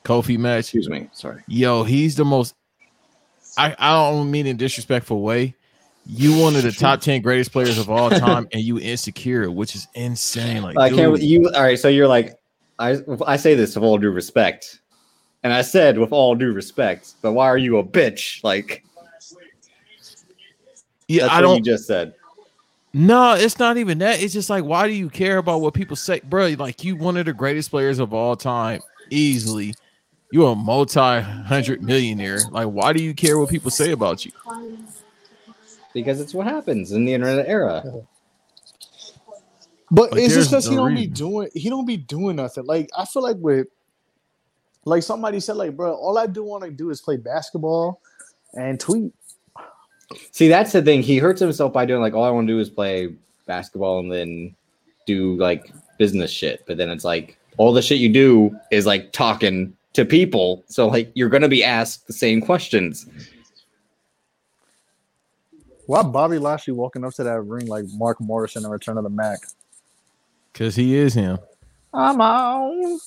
Speaker 2: Kofi match,
Speaker 3: Excuse me. Sorry.
Speaker 2: yo, he's the most. I, I don't mean in disrespectful way. You one of the top ten greatest players of all time, and you insecure, which is insane. Like,
Speaker 3: I can't.
Speaker 2: dude,
Speaker 3: You all right? So you're like, I I say this with all due respect, and I said with all due respect, but why are you a bitch? Like
Speaker 2: yeah,
Speaker 3: that's
Speaker 2: I
Speaker 3: what
Speaker 2: don't.
Speaker 3: you just said.
Speaker 2: No, it's not even that. It's just like, why do you care about what people say, bro? Like, you one of the greatest players of all time, easily. You're a multi-hundred millionaire. Like, why do you care what people say about you?
Speaker 3: Because it's what happens in the internet era.
Speaker 1: But
Speaker 2: Like,
Speaker 1: it's just because
Speaker 2: there's
Speaker 1: he
Speaker 2: no
Speaker 1: don't be
Speaker 2: reason.
Speaker 1: doing he don't be doing nothing. Like I feel like with like somebody said, like, bro, all I do want to do is play basketball and tweet.
Speaker 3: See, that's the thing. He hurts himself by doing like all I want to do is play basketball and then do like business shit. But then it's like all the shit you do is like talking to people. So like you're gonna be asked the same questions.
Speaker 1: Why Bobby Lashley walking up to that ring like Mark Morrison in Return of the Mac?
Speaker 2: Because he is him.
Speaker 1: I'm on.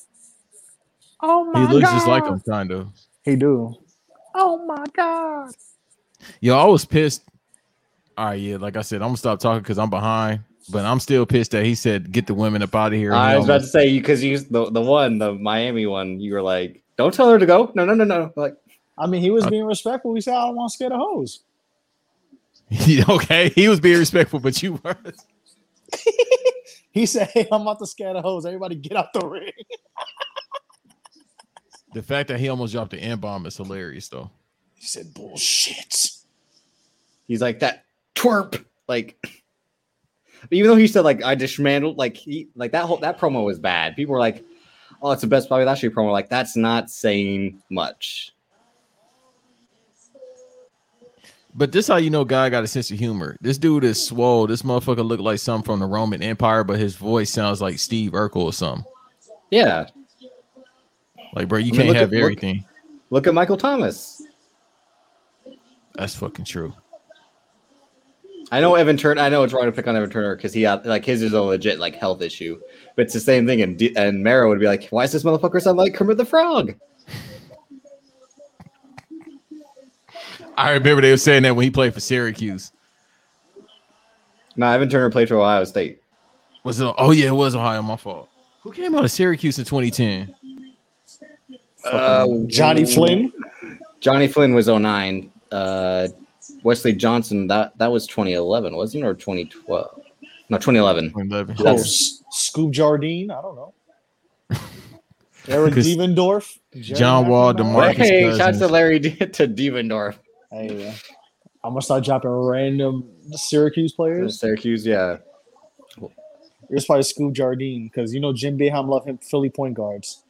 Speaker 1: Oh
Speaker 2: He looks just like him, kind of.
Speaker 1: He do.
Speaker 4: Oh my god.
Speaker 2: Yo, I was pissed. All right, yeah, like I said, I'm gonna stop talking because I'm behind. But I'm still pissed that he said, "Get the women up out of here."
Speaker 3: I
Speaker 2: He
Speaker 3: was about to
Speaker 2: almost-
Speaker 3: say you because you the the one the Miami one you were like don't tell her to go no no no no like
Speaker 1: I mean, he was
Speaker 2: I-
Speaker 1: being respectful. He said, "I don't want to scare the hoes."
Speaker 2: Yeah, okay, he was being respectful, but you were.
Speaker 1: He said, "Hey, I'm about to scare the hoes. Everybody, get out the ring."
Speaker 2: The fact that he almost dropped the N bomb is hilarious, though.
Speaker 1: He said, "Bullshit."
Speaker 3: he's like that twerp like even though he said like I dismantled like he like that whole that promo was bad people were like oh it's the best Bobby Lashley promo like that's not saying much
Speaker 2: But this how you know guy got a sense of humor. This dude is swole. This motherfucker looked like something from the Roman Empire, but his voice sounds like Steve Urkel or something.
Speaker 3: yeah
Speaker 2: Like, bro, you
Speaker 3: I mean,
Speaker 2: can't
Speaker 3: look at-
Speaker 2: have
Speaker 3: look-
Speaker 2: everything.
Speaker 3: look at Michael Thomas
Speaker 2: That's fucking true.
Speaker 3: I know Evan Turner. I know it's wrong to pick on Evan Turner because he had like his is a legit like health issue, but it's the same thing. And D- and Mara would be like, "Why is this motherfucker sound like Kermit the Frog?"
Speaker 2: I remember they were saying that when he played for Syracuse.
Speaker 3: No, Evan Turner played for Ohio State.
Speaker 2: Was it? Oh yeah, it was Ohio. My fault. Who came out of Syracuse in 2010?
Speaker 3: Uh,
Speaker 1: Johnny Flynn.
Speaker 3: Johnny Flynn was 09. Uh, Wesley Johnson that that was 2011, wasn't it, or 2012? No, 2011.
Speaker 2: 2011.
Speaker 1: Oh,
Speaker 3: That's-
Speaker 1: S- Scoop Jardine. I don't know. Aaron
Speaker 2: 'Cause-
Speaker 1: Devendorf. Jerry
Speaker 2: John Wall,
Speaker 1: McNamara.
Speaker 2: DeMarcus
Speaker 3: hey,
Speaker 2: Cousins.
Speaker 3: shout out to Larry D- to Devendorf
Speaker 1: Hey, uh, I'm gonna start dropping random Syracuse
Speaker 3: from
Speaker 1: players.
Speaker 3: Syracuse. Yeah,
Speaker 1: It's probably Scoop Jardine because you know Jim Beheim loved him Philly point guards.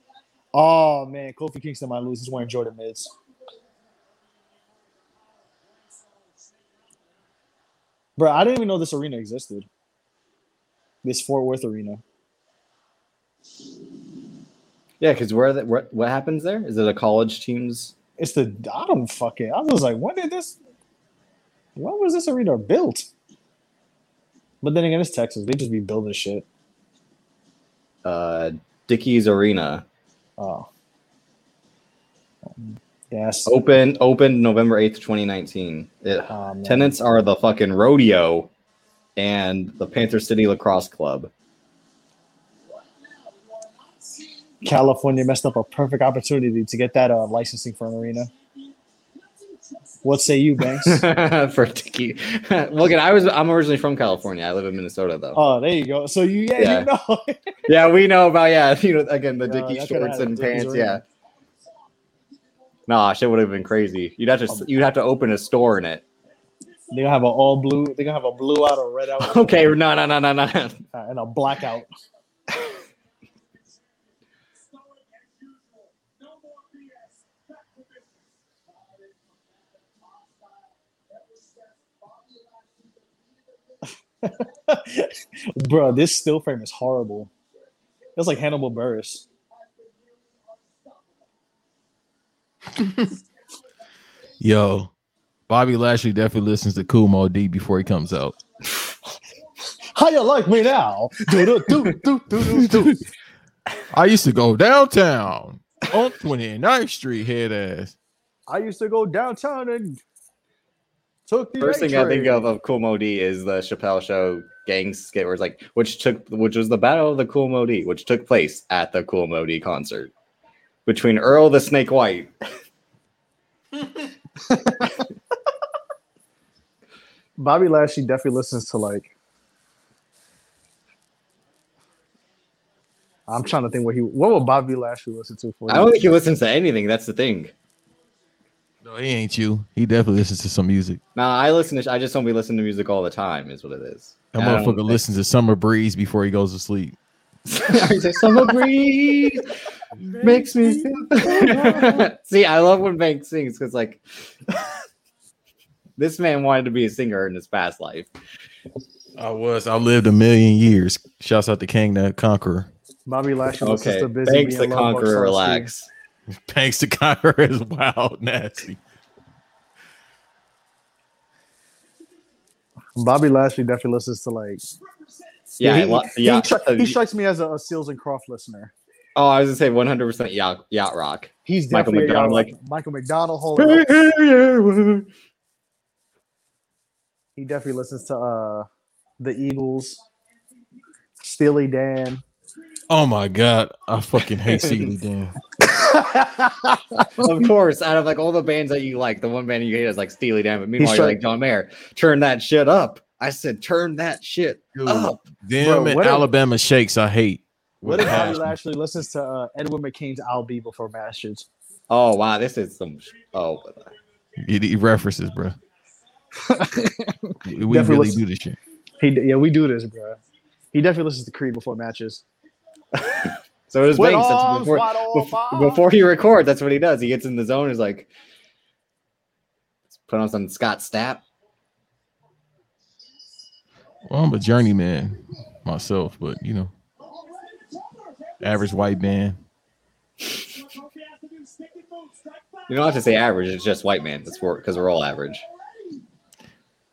Speaker 1: Oh man, Kofi Kingston might lose. He's wearing Jordan mids. Bro, I didn't even know this arena existed. This Fort Worth arena.
Speaker 3: yeah, because where the, what what happens there? Is it a college team's?
Speaker 1: It's the I don't fucking. I was like, when did this? When was this arena built? But then again, it's Texas. They just be building shit.
Speaker 3: Uh, Dickies Arena
Speaker 1: Oh, yes.
Speaker 3: Open open November 8th, 2019. It,
Speaker 1: Oh, man.
Speaker 3: tenants are the fucking rodeo and the Panther City Lacrosse Club.
Speaker 1: California messed up a perfect opportunity to get that uh, licensing for an arena. What say you, Banks?
Speaker 3: For Tiki. Look at I was I'm originally from California. I live in Minnesota though.
Speaker 1: oh, there you go. So you, yeah,
Speaker 3: Yeah.
Speaker 1: you know.
Speaker 3: Yeah, we know about yeah, you know, again the
Speaker 1: Yeah,
Speaker 3: Dickie
Speaker 1: that could've
Speaker 3: shorts
Speaker 1: had a
Speaker 3: and
Speaker 1: Dickies
Speaker 3: pants, yeah.
Speaker 1: Arena.
Speaker 3: Nah, shit would have been crazy. You'd have to you'd have to open a store in it.
Speaker 1: they gonna have an all blue. They gonna have a blue out, a red out,
Speaker 3: Okay, no, no, no, no, no.
Speaker 1: uh, and a blackout. Bro, this still frame is horrible. That's like Hannibal Burris.
Speaker 2: Yo, Bobby Lashley definitely listens to Kumo D before he comes out.
Speaker 1: How you like me now? Do, do, do, do, do, do.
Speaker 2: I used to go downtown on 29th Street, head ass.
Speaker 1: I used to go downtown and took the
Speaker 3: First
Speaker 1: A
Speaker 3: thing I think
Speaker 1: train.
Speaker 3: of of Cool Modi is the Chappelle Show gang skit, where it's like, which took, which was the Battle of the Cool Modi, which took place at the Cool Modi concert between Earl the Snake White.
Speaker 1: Bobby Lashley definitely listens to like. I'm trying to think what he what would Bobby Lashley listen to for?
Speaker 3: I don't think he listens to anything. That's the thing.
Speaker 2: No, he ain't you. He definitely listens to some music.
Speaker 3: Now I listen to, I just don't be listening to music all the time. Is what it is.
Speaker 2: That
Speaker 3: And I don't
Speaker 2: motherfucker
Speaker 3: think-
Speaker 2: listens to Summer Breeze before he goes to sleep.
Speaker 3: He's like, Summer breeze makes me feel. See, I love when Banks sings because, like, this man wanted to be a singer in his past life.
Speaker 2: I was. I lived a million years. Shouts out to King the Conqueror.
Speaker 1: Bobby Lashley listens
Speaker 3: Okay,
Speaker 1: to Busy
Speaker 3: Banks the
Speaker 1: Being Loved by
Speaker 3: Conqueror,
Speaker 1: Slim Shady.
Speaker 3: relax.
Speaker 2: Thanks to Conqueror is wild nasty.
Speaker 1: Bobby Lashley definitely listens to like.
Speaker 3: Yeah,
Speaker 1: he,
Speaker 3: I lo-
Speaker 1: he
Speaker 3: yeah.
Speaker 1: tri- he strikes me as a, a Seals and Croft listener.
Speaker 3: oh, I was gonna say 100 percent yacht yacht rock.
Speaker 1: He's
Speaker 3: Michael
Speaker 1: definitely
Speaker 3: McDonald,
Speaker 1: a, Michael McDonald. Hold up.
Speaker 3: That's
Speaker 1: He definitely listens to uh the Eagles, Steely Dan.
Speaker 2: Oh my god, I fucking hate Sealy Dan.
Speaker 3: of course. Out of like all the bands that you like, the one band you hate is like Steely Dan. But meanwhile, you're
Speaker 1: trying-
Speaker 3: like John Mayer. Turn that shit up. I said, turn that shit
Speaker 1: Uh,
Speaker 3: up.
Speaker 2: Them
Speaker 1: Bro,
Speaker 2: and
Speaker 1: what if-
Speaker 2: Alabama shakes, I hate.
Speaker 1: what if Bobby
Speaker 2: Passion.
Speaker 1: Lashley listens to uh, Edward McCain's "I'll Be Before Masters"?
Speaker 3: Oh wow, this is some. sh- Oh,
Speaker 2: He, he references, bro. we
Speaker 1: Definitely
Speaker 2: really
Speaker 1: listen-
Speaker 2: do this shit.
Speaker 1: He yeah, we do this, bro. He definitely listens to Creed before matches.
Speaker 3: so it was
Speaker 1: With
Speaker 3: Banks. That's
Speaker 1: arms
Speaker 3: before,
Speaker 1: wide
Speaker 3: bef-
Speaker 1: open.
Speaker 3: before he records, that's what he does. He gets in the zone. He's like, put on some Scott Stapp.
Speaker 2: Well, I'm a journeyman myself, but you know, average white man.
Speaker 3: You don't have to say average. It's just white man. That's for because we're all average.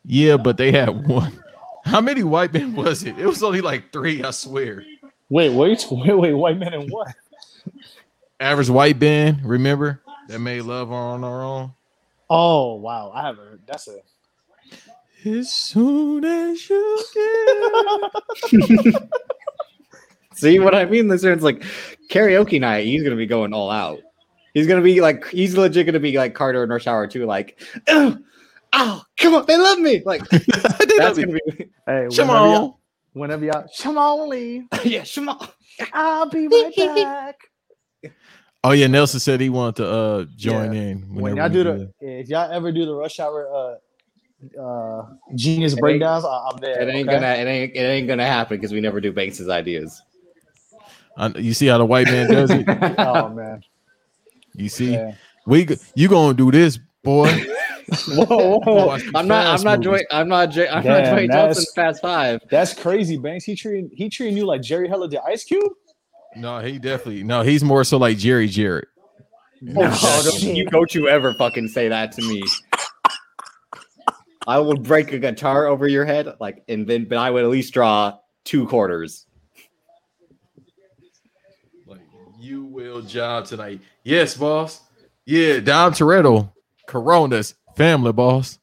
Speaker 2: Yeah, but they had one. How many white men was it? It was only like three, I swear.
Speaker 1: Wait, wait, wait, wait, white men and what?
Speaker 2: Average white band, remember that made love on our own.
Speaker 1: Oh wow, I haven't heard. That's a
Speaker 2: As soon as you get
Speaker 3: See what I mean? This is like karaoke night. He's gonna be going all out. He's gonna be like he's legit gonna be like Carter in Rush Hour too. Like, oh, oh come on, they love me. Like that's gonna be
Speaker 1: hey.
Speaker 2: come
Speaker 1: whenever
Speaker 2: on.
Speaker 1: y'all- whenever y'all, come on, Lee.
Speaker 3: yeah. Shema.
Speaker 1: I'll be right back.
Speaker 2: Oh yeah, Nelson said he wanted to uh join in.
Speaker 1: when y'all
Speaker 2: whenever
Speaker 1: do
Speaker 2: we
Speaker 1: the, if y'all ever do the rush hour uh uh genius
Speaker 3: ain't-
Speaker 1: breakdowns, I, I'm there.
Speaker 3: It ain't
Speaker 1: okay?
Speaker 3: gonna it ain't it ain't gonna happen because we never do Banks's ideas.
Speaker 2: I- you see how the white man does it.
Speaker 1: Oh man,
Speaker 2: You see,
Speaker 1: Yeah.
Speaker 2: we g- you gonna do this, boy.
Speaker 3: whoa, whoa.
Speaker 2: Watch the
Speaker 3: I'm not I'm
Speaker 2: Fast
Speaker 3: not
Speaker 2: movies.
Speaker 3: doing I'm not Dwayne- I'm
Speaker 1: Damn,
Speaker 3: not Dwayne
Speaker 1: that's-
Speaker 3: Johnson Fast Five.
Speaker 1: that's crazy, Banks. He treating he treating you like Jerry Heller did Ice Cube.
Speaker 2: no, he definitely no. He's more so like Jerry Jarrett.
Speaker 3: No,
Speaker 1: Oh,
Speaker 3: don't,
Speaker 1: shit.
Speaker 3: you, don't you ever fucking say that to me. I will break a guitar over your head, like, and then, but I would at least draw two quarters.
Speaker 2: Like you will job tonight. Yes, boss. Yeah, Dom Toretto, Coronas, family boss.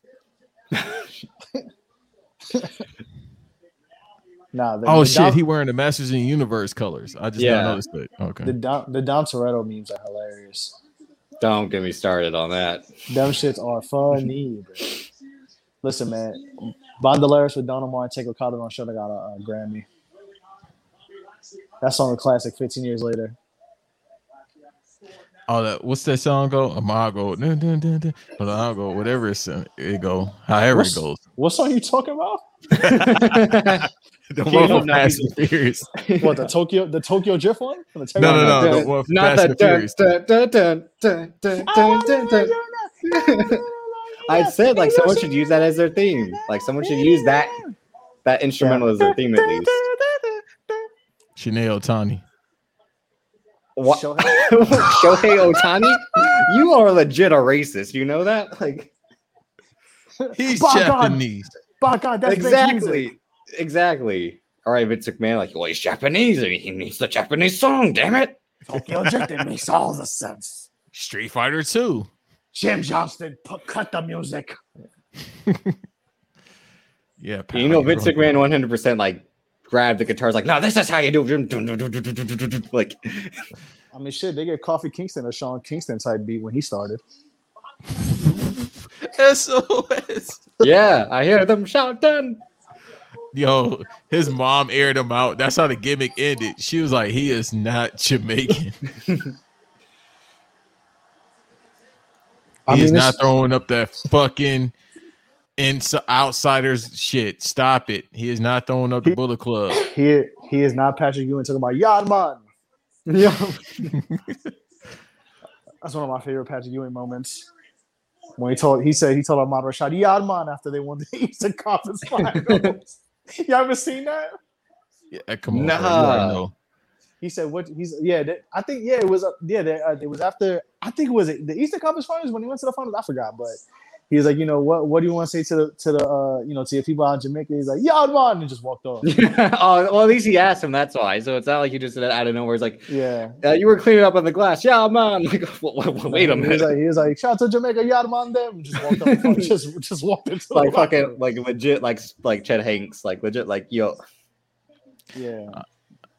Speaker 1: Nah, the,
Speaker 2: Oh
Speaker 1: the
Speaker 2: shit,
Speaker 1: Dom,
Speaker 2: he wearing the Masters in the Universe colors. I just
Speaker 3: Yeah.
Speaker 2: now noticed it. Okay.
Speaker 1: the Dom, the Dom Toretto memes are hilarious.
Speaker 3: Don't get me started on that.
Speaker 1: Them shits are funny. Bro. Listen, man, Bondolaris with Don Omar and Take Calderon should have got a, a Grammy. That song a classic. Fifteen years later,
Speaker 2: Oh, that what's that song go? Amago, dun, dun, dun, dun, Amago, whatever it's uh, it go, however
Speaker 1: What's-
Speaker 2: it goes.
Speaker 1: what song you talking about?
Speaker 2: The
Speaker 3: You
Speaker 2: one
Speaker 3: don't
Speaker 2: from
Speaker 3: know
Speaker 2: Fast and Furious.
Speaker 1: What the Tokyo the Tokyo Drift one? No,
Speaker 2: No, no, no,
Speaker 3: Dun,
Speaker 2: the one from
Speaker 3: not
Speaker 2: Fast and Furious.
Speaker 3: the dun, dun, dun, dun, dun, dun, dun, dun. I said, like, someone should use that as their theme. Like, someone should use that that instrumental as their theme at least.
Speaker 2: Chanel Tani.
Speaker 3: What?
Speaker 1: Shohei?
Speaker 3: Shohei Otani? You are legit a racist. You know that? Like
Speaker 2: He's
Speaker 1: By God.
Speaker 2: Japanese.
Speaker 1: By God, that's exactly.
Speaker 3: exactly, exactly. All right, Vince McMahon, like, well, he's Japanese and he needs the Japanese song. Damn it!
Speaker 1: Tokyo Drift makes all the sense.
Speaker 2: Street Fighter 2.
Speaker 1: Jim Johnston, put, cut the music.
Speaker 2: Yeah. pal,
Speaker 3: You know,
Speaker 2: you're
Speaker 3: Vince
Speaker 2: right.
Speaker 3: McMahon, one hundred percent, like, grabbed the guitar. is like, no, this is how you do. it." Like,
Speaker 1: I mean, shit, they get Coffee Kingston or Sean Kingston type beat when he started.
Speaker 2: SOS.
Speaker 3: yeah, I hear them shout done.
Speaker 2: Yo, his mom aired him out. That's how the gimmick ended. She was like, he is not Jamaican. He
Speaker 1: I
Speaker 2: is
Speaker 1: mean,
Speaker 2: not
Speaker 1: this,
Speaker 2: throwing up that fucking ins- outsiders shit. Stop it. He is not throwing up the
Speaker 1: He-
Speaker 2: Bullet Club.
Speaker 1: he he is not Patrick Ewing talking about Yadman.
Speaker 3: Yeah.
Speaker 1: That's one of my favorite Patrick Ewing moments. When he told, he said he told Ahmad Rashad Yadman after they won the Eastern Conference Finals. you ever seen that?
Speaker 2: Yeah, come on. bro. You
Speaker 3: Nah.
Speaker 2: already know.
Speaker 1: He said, "What?" He's yeah. That, I think yeah. It was uh, yeah. That, uh, it was after I think it was the Eastern Conference Finals when he went to the finals. I forgot, but he was like, you know what? What do you want to say to the to the uh, you know to your people out in Jamaica? He's like, "Y'all man," and just walked off.
Speaker 3: oh, well, at least he asked him. That's why. So it's not like you just said it out of nowhere. It's like
Speaker 1: yeah.
Speaker 3: uh, you were cleaning up on the glass. Yeah, man. Like, w- w- wait a
Speaker 1: He was
Speaker 3: minute.
Speaker 1: like, he was like, "Shout out to Jamaica, y'all man." Them just walked off. just just walked into the
Speaker 3: like
Speaker 1: locker
Speaker 3: fucking
Speaker 1: room.
Speaker 3: like legit like like Chet Hanks like legit like yo
Speaker 1: yeah.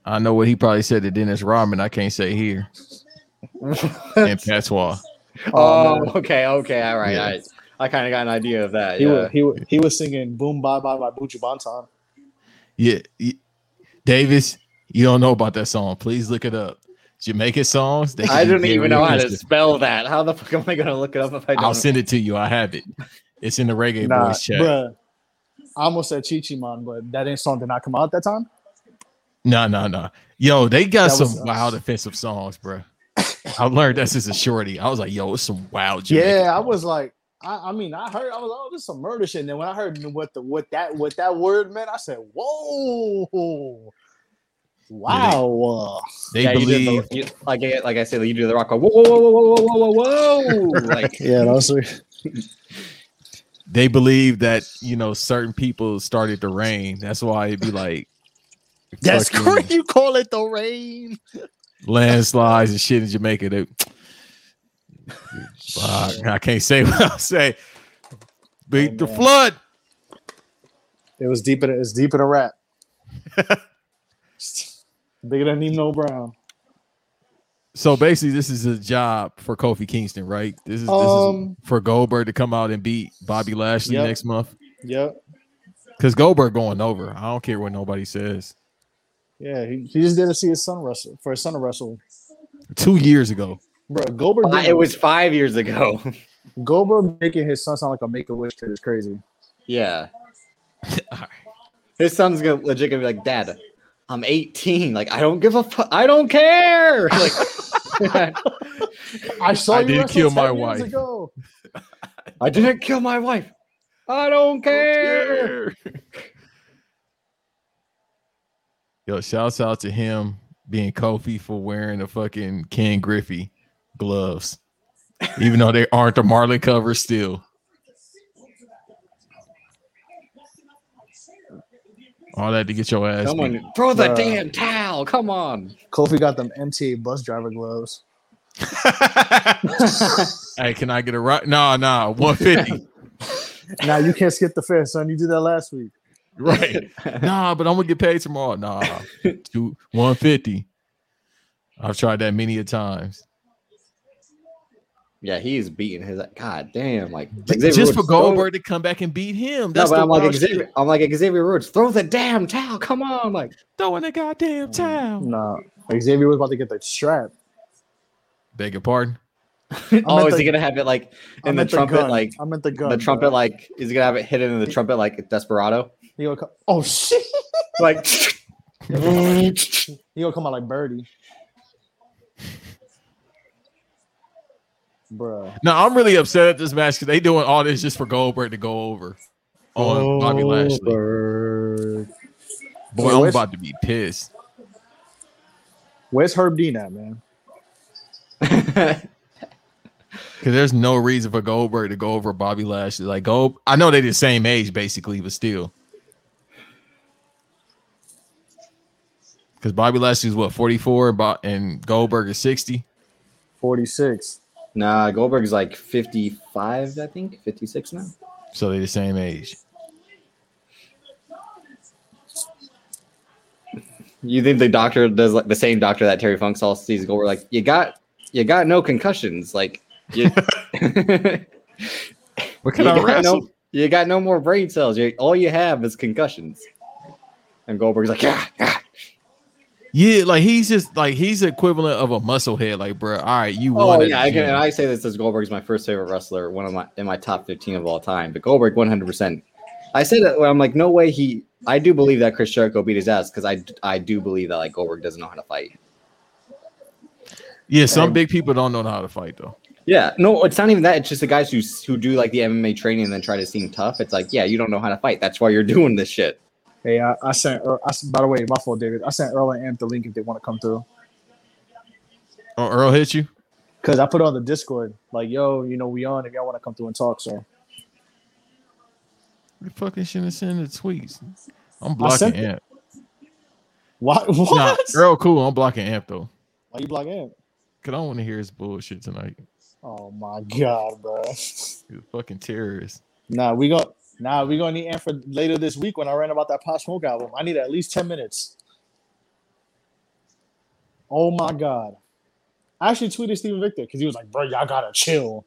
Speaker 2: I know what he probably said to Dennis Rodman. I can't say here. And Patois.
Speaker 3: oh
Speaker 1: man.
Speaker 3: okay okay all right
Speaker 2: Yeah.
Speaker 3: all right I kind of got an idea of that
Speaker 1: He
Speaker 3: yeah
Speaker 1: was he was he was singing "Boom Bye Bye" by Buju Banton.
Speaker 2: Yeah. y- Davis, you don't know about that song. Please look it up. Jamaican songs. They
Speaker 3: I
Speaker 2: can be
Speaker 3: don't even
Speaker 2: very
Speaker 3: know how to
Speaker 2: offensive.
Speaker 3: spell that how the fuck am I gonna look it up if I don't
Speaker 2: I'll send it to you. I have it. It's in the Reggae
Speaker 1: Nah,
Speaker 2: Boys chat.
Speaker 1: bruh. I almost said Chichiman, but that ain't song did not come out at that time.
Speaker 2: No, no, no. Yo, they got
Speaker 1: That
Speaker 2: some
Speaker 1: was us.
Speaker 2: wild offensive songs, bro. I learned that since a shorty. I was like, yo, it's some wild Jamaican
Speaker 1: Yeah, I
Speaker 2: songs.
Speaker 1: was like, I, I mean, I heard, I was like, oh, this is some murder shit. And then when I heard what the what that what that word meant, I said, whoa, wow.
Speaker 2: They
Speaker 3: yeah, you
Speaker 2: believe
Speaker 3: did the, you, like I- like I said you do the rock go, whoa whoa whoa whoa whoa whoa whoa whoa like
Speaker 1: Yeah, that was like,
Speaker 2: they believe that you know certain people started to rain. That's why it'd be like
Speaker 1: that's
Speaker 2: fucking
Speaker 1: crazy. You call it the rain.
Speaker 2: landslides and shit in Jamaica. They, Fuck, I can't say what I'll say. Beat the
Speaker 1: man.
Speaker 2: flood.
Speaker 1: It was deeper. It's deeper than rap. Bigger than Nemo Brown.
Speaker 2: So basically, this is a job for Kofi Kingston, right? This is, this
Speaker 1: Um.
Speaker 2: is for Goldberg to come out and beat Bobby Lashley
Speaker 1: Yep.
Speaker 2: next month.
Speaker 1: Yep.
Speaker 2: Because Goldberg going over. I don't care what nobody says.
Speaker 1: Yeah, he, he just didn't see his son wrestle for his son to wrestle.
Speaker 2: Two years ago.
Speaker 1: Bro, Goldberg.
Speaker 3: I- it was five years ago
Speaker 1: Goldberg making his son sound like a make a wish kid is crazy.
Speaker 3: yeah
Speaker 2: Alright.
Speaker 3: his son's gonna legit gonna be like dad I'm 18 like I don't give a fuck I don't care like.
Speaker 1: I saw
Speaker 2: I
Speaker 1: you
Speaker 2: did
Speaker 1: wrestle
Speaker 2: kill
Speaker 1: 10
Speaker 2: my
Speaker 1: years
Speaker 2: wife.
Speaker 1: ago.
Speaker 3: I didn't kill my wife. I don't care.
Speaker 2: Yo, shouts out to him being Kofi for wearing the fucking Ken Griffey gloves, even though they aren't the Marlin cover still. All that to get your ass.
Speaker 3: Come
Speaker 2: beat.
Speaker 3: on, throw the
Speaker 1: Bruh.
Speaker 3: damn towel. Come on.
Speaker 1: Kofi got them MTA bus driver gloves.
Speaker 2: hey, can I get a right? No, no, 150.
Speaker 1: Now you can't skip the fair, son. You did that last week.
Speaker 2: right. Nah, but I'm gonna get paid tomorrow. Nah, two, 150. I've tried that many a times.
Speaker 3: Yeah, he's beating his god damn. Like Xavier
Speaker 2: just for
Speaker 3: Woods, throw-
Speaker 2: Goldberg to come back and beat him.
Speaker 3: No,
Speaker 2: That's
Speaker 3: but
Speaker 2: the
Speaker 3: I'm like
Speaker 2: wild shit.
Speaker 3: Xavier. I'm like Xavier Woods. Throw the damn towel. Come on, like
Speaker 2: throwing a goddamn
Speaker 3: Mm. Oh.
Speaker 2: towel.
Speaker 1: Nah, Xavier was about to get the strap.
Speaker 2: Beg your pardon.
Speaker 3: oh,
Speaker 1: meant
Speaker 3: is he
Speaker 1: the-
Speaker 3: gonna have it like
Speaker 1: I
Speaker 3: in the
Speaker 1: meant
Speaker 3: trumpet,
Speaker 1: gun.
Speaker 3: like
Speaker 1: I meant the gun.
Speaker 3: the trumpet,
Speaker 1: bro.
Speaker 3: like is he gonna have it hidden in the trumpet, like Desperado,
Speaker 1: He gonna come, oh shit.
Speaker 3: like
Speaker 1: He gonna come out like Birdie. Bruh.
Speaker 2: No, I'm really upset at this match because they doing all this just for Goldberg to go over on Oh, Bobby Lashley. Boy,
Speaker 1: So
Speaker 2: I'm
Speaker 1: it's-
Speaker 2: about to be pissed.
Speaker 1: Where's Herb Dean at, man?
Speaker 2: Because there's no reason for Goldberg to go over Bobby Lashley. Like Gold, I know they're the same age basically, but still. Because Bobby Lashley's what 44, Bo- and Goldberg is 60.
Speaker 1: 46.
Speaker 3: nah, Goldberg's like 55, I think, 56 now.
Speaker 2: So they're the same age.
Speaker 3: You think the doctor does like the same doctor that Terry Funk saw sees Goldberg? Like you got, you got no concussions. Like you,
Speaker 2: What
Speaker 3: you got no, you got no more brain cells. You, all you have is concussions. And Goldberg's like, yeah, yeah.
Speaker 2: Yeah, like he's just like he's the equivalent of a muscle head. Like, bro, all right, you
Speaker 3: Oh
Speaker 2: won. at
Speaker 3: yeah,
Speaker 2: the
Speaker 3: I can, and
Speaker 2: gym.
Speaker 3: I say this as Goldberg's my first favorite wrestler, one of my in my top fifteen of all time. But Goldberg, one hundred percent. I said that I'm like, no way he. I do believe that Chris Jericho beat his ass because I I do believe that like Goldberg doesn't know how to fight.
Speaker 2: yeah, some big people don't know how to fight though.
Speaker 3: Yeah, no, it's not even that. It's just the guys who s- who do like the MMA training and then try to seem tough. It's like, yeah, you don't know how to fight. That's why you're doing this shit.
Speaker 1: Hey, I, I sent. Earl, I s by the way, my fault, David. I sent Earl and Amp the link if they want to come through.
Speaker 2: Oh, Earl hit you.
Speaker 1: Cause I put on the Discord, like, yo, you know, we on if y'all want to come through and talk. So
Speaker 2: You fucking shouldn't send the tweets. I'm
Speaker 1: I sent
Speaker 2: blocking
Speaker 1: it.
Speaker 2: Amp.
Speaker 1: what?
Speaker 2: Nah,
Speaker 1: What?
Speaker 2: Earl, cool. I'm blocking Amp though,
Speaker 1: Why you block Amp?
Speaker 2: cause I want to hear his bullshit tonight.
Speaker 1: Oh my god, bro.
Speaker 2: He's a fucking terrorist.
Speaker 1: Nah, we got. Nah, we gonna need Amp for later this week when I ran about that Pop Smoke album. I need at least ten minutes. Oh my god. I actually tweeted Steven Victor because he was like, bro, y'all gotta chill.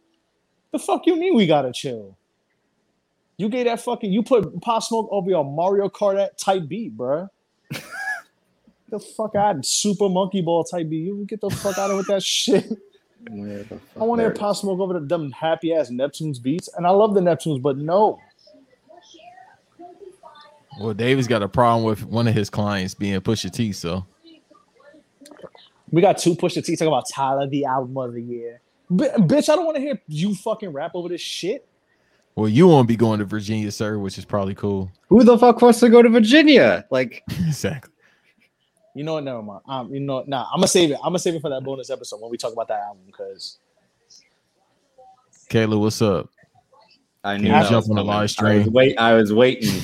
Speaker 1: The fuck you mean we gotta chill? You gave that fucking you put Pop Smoke over your Mario Kart type beat, bruh. the fuck out Super Monkey Ball type beat. You get the fuck out of with that shit.
Speaker 3: Where the fuck
Speaker 1: I want to
Speaker 3: there
Speaker 1: hear
Speaker 3: it
Speaker 1: Pop Smoke over the dumb happy ass Neptune's beats. And I love the Neptunes, but no.
Speaker 2: Well, David's got a problem with one of his clients being Pusha T. So
Speaker 1: We got two Pusha T talking about Tyler, the album of the year. B- bitch, I don't want to hear you fucking rap over this shit.
Speaker 2: Well, you won't be going to Virginia, sir, which is probably cool.
Speaker 3: is. Who the fuck wants to go to Virginia? Like,
Speaker 2: exactly.
Speaker 1: You know what? Never mind. Um, you know, what? nah. I'm gonna save it. I'm gonna save it for that bonus episode when we talk about that album because
Speaker 2: Kayla, what's up?
Speaker 3: I
Speaker 2: Can
Speaker 3: knew
Speaker 2: you
Speaker 3: that
Speaker 2: jump
Speaker 3: was
Speaker 2: on the
Speaker 3: coming.
Speaker 2: live
Speaker 3: I was
Speaker 2: stream?
Speaker 3: wait, I was waiting,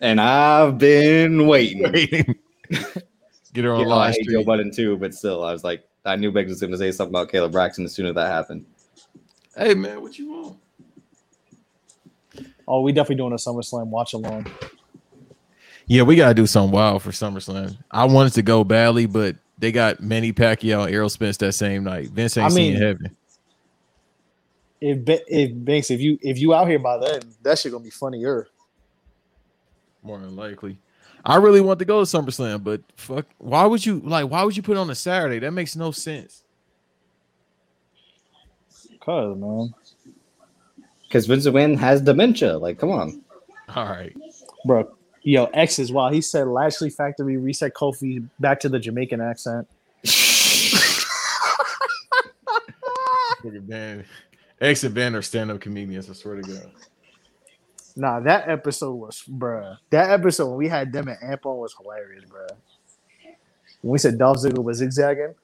Speaker 3: and I've been waiting.
Speaker 2: Get her on
Speaker 3: Yeah, I
Speaker 2: live
Speaker 3: hate Joe
Speaker 2: stream.
Speaker 3: Budden too, but still, I was like, I knew Biggs was going to say something about Caleb Braxton as soon as that happened.
Speaker 2: Hey man, what you want?
Speaker 1: oh, we definitely doing a SummerSlam watch along.
Speaker 2: Yeah, we gotta do something wild for SummerSlam. I wanted to go badly, but they got Manny Pacquiao and Errol Spence that same night. Vince ain't
Speaker 1: I
Speaker 2: seen
Speaker 1: mean-
Speaker 2: heaven.
Speaker 1: If Ba- if Banks, if you if you out here by then, that shit gonna be funnier.
Speaker 2: More than likely. I really want to go to SummerSlam, but fuck, why would you like? Why would you put it on a Saturday? That makes no sense.
Speaker 1: Cause man,
Speaker 3: Because Vince McMahon has dementia. Like, come on.
Speaker 2: All right,
Speaker 1: bro, yo, X is wild. He said Lashley Factory reset Kofi back to the Jamaican accent.
Speaker 2: Fucking band. X and band are stand-up comedians. I swear to God.
Speaker 1: Nah, that episode was, bruh. That episode when we had them and Amp on was hilarious, bruh. When we said Dolph Ziggler was zigzagging,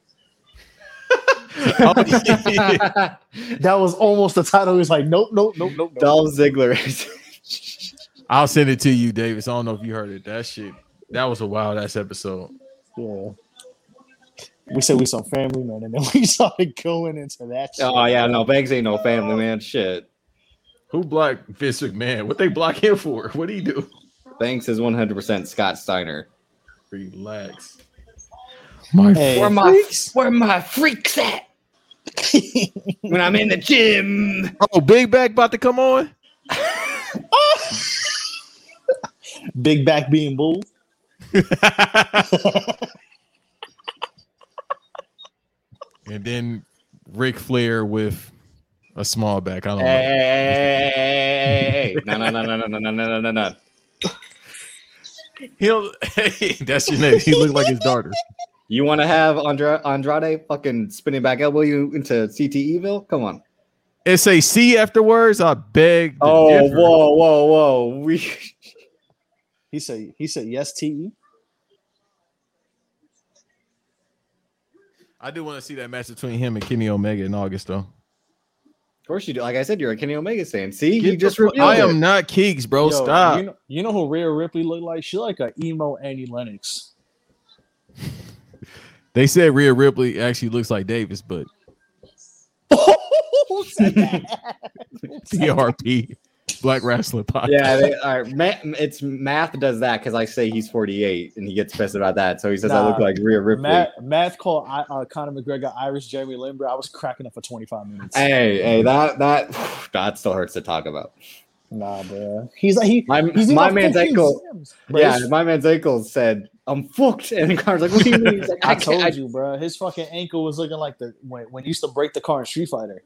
Speaker 2: Oh, yeah.
Speaker 1: that was almost the title. He was like, nope, nope, nope, nope. nope.
Speaker 3: Dolph Ziggler. is-
Speaker 2: I'll send it to you, Davis. I don't know if you heard it. That shit. That was a wild ass episode.
Speaker 1: Yeah. We said we saw Family Man, and then we started going into that. Shit.
Speaker 3: oh, yeah. No, Banks ain't no family, man. Shit.
Speaker 2: Who blocked Vince McMahon? What they block him for? What do he do?
Speaker 3: Banks is 100% Scott Steiner.
Speaker 2: Relax. My
Speaker 1: Hey.
Speaker 3: Where my, where my freaks at? when I'm in the gym.
Speaker 2: oh, Big Back about to come on.
Speaker 1: Big back being bull.
Speaker 2: and then Ric Flair with a small back. I don't
Speaker 3: Hey,
Speaker 2: know.
Speaker 3: hey, hey, hey, hey, hey. No, no, no, no, no, no, no, no, no, no, no.
Speaker 2: He'll that's your name. He looked like his daughter.
Speaker 3: You want to have Andra- Andrade fucking spinning back elbow you into CTEville? Come on.
Speaker 2: It say C afterwards. I beg. to
Speaker 3: Oh,
Speaker 2: differ.
Speaker 3: whoa, whoa, whoa. We
Speaker 1: He E." said, he said, yes, T.
Speaker 2: I do want to see that match between him and Kenny Omega in August, though.
Speaker 3: Of course you do. Like I said, you're a Kenny Omega fan. See,
Speaker 2: Get
Speaker 3: you
Speaker 2: the
Speaker 3: just
Speaker 2: fu-
Speaker 3: revealed
Speaker 2: I am
Speaker 3: it.
Speaker 2: not Keeks, bro.
Speaker 1: Yo,
Speaker 2: Stop.
Speaker 1: You know, you know who Rhea Ripley looked like? She like a emo Annie Lennox.
Speaker 2: they said Rhea Ripley actually looks like Davis, but
Speaker 1: Who said that?
Speaker 2: TRP, Black Wrestling Podcast.
Speaker 3: Yeah, they, all right. Ma- it's math does that because I say he's 48 and he gets pissed about that. So he says I
Speaker 1: Nah.
Speaker 3: look like Rhea Ripley.
Speaker 1: Matt, Math called I- uh, Conor McGregor Irish Jeremy Lin, bro. I was cracking up for 25 minutes.
Speaker 3: Hey, hey, that that that still hurts to talk about.
Speaker 1: Nah, bro. He's like he.
Speaker 3: My
Speaker 1: He's
Speaker 3: my
Speaker 1: about
Speaker 3: man's
Speaker 1: 15
Speaker 3: ankle.
Speaker 1: Sims, bro.
Speaker 3: Yeah,
Speaker 1: His-
Speaker 3: my man's ankle said I'm fucked, and Connor's like, "What do you mean?" He's like,
Speaker 1: I,
Speaker 3: I,
Speaker 1: told
Speaker 3: can't, I
Speaker 1: you, bro. His fucking ankle was looking like the when, when he used to break the car in Street Fighter.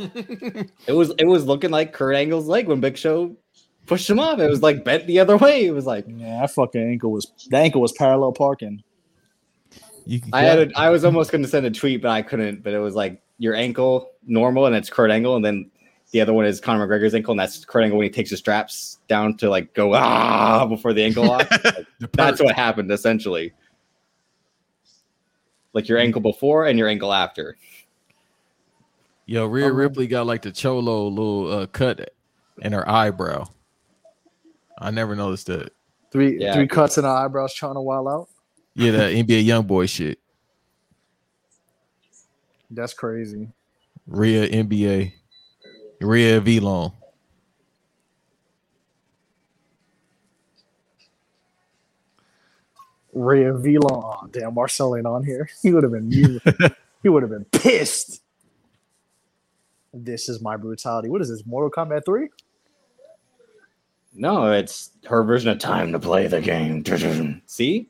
Speaker 3: It was it was looking like Kurt Angle's leg when Big Show pushed him off. It was like bent the other way. It was like
Speaker 1: Yeah, that fucking ankle was that ankle was parallel parking.
Speaker 2: You
Speaker 3: I had a, I was almost going to send a tweet, but I couldn't. But it was like your ankle normal, and it's Kurt Angle, and then the other one is Conor McGregor's ankle, and that's Kurt Angle when he takes the straps down to like go ah before the ankle lock.
Speaker 2: The
Speaker 3: that's
Speaker 2: perk.
Speaker 3: what happened essentially. Like your ankle before and your ankle after.
Speaker 2: Yo, Rhea
Speaker 1: Uh-huh.
Speaker 2: Ripley got like the cholo little uh, cut in her eyebrow. I never noticed that.
Speaker 1: Three
Speaker 3: Yeah.
Speaker 1: three cuts in our eyebrows trying to wild out.
Speaker 2: Yeah, that NBA young boy shit.
Speaker 1: That's crazy.
Speaker 2: Rhea NBA, Rhea V Long.
Speaker 1: Rhea Vilon. Oh, damn, Marcel ain't on here. He would have been mu- he would have been pissed. This is my brutality. What is this? Mortal Kombat 3?
Speaker 3: No, it's her version of time to play the game. See,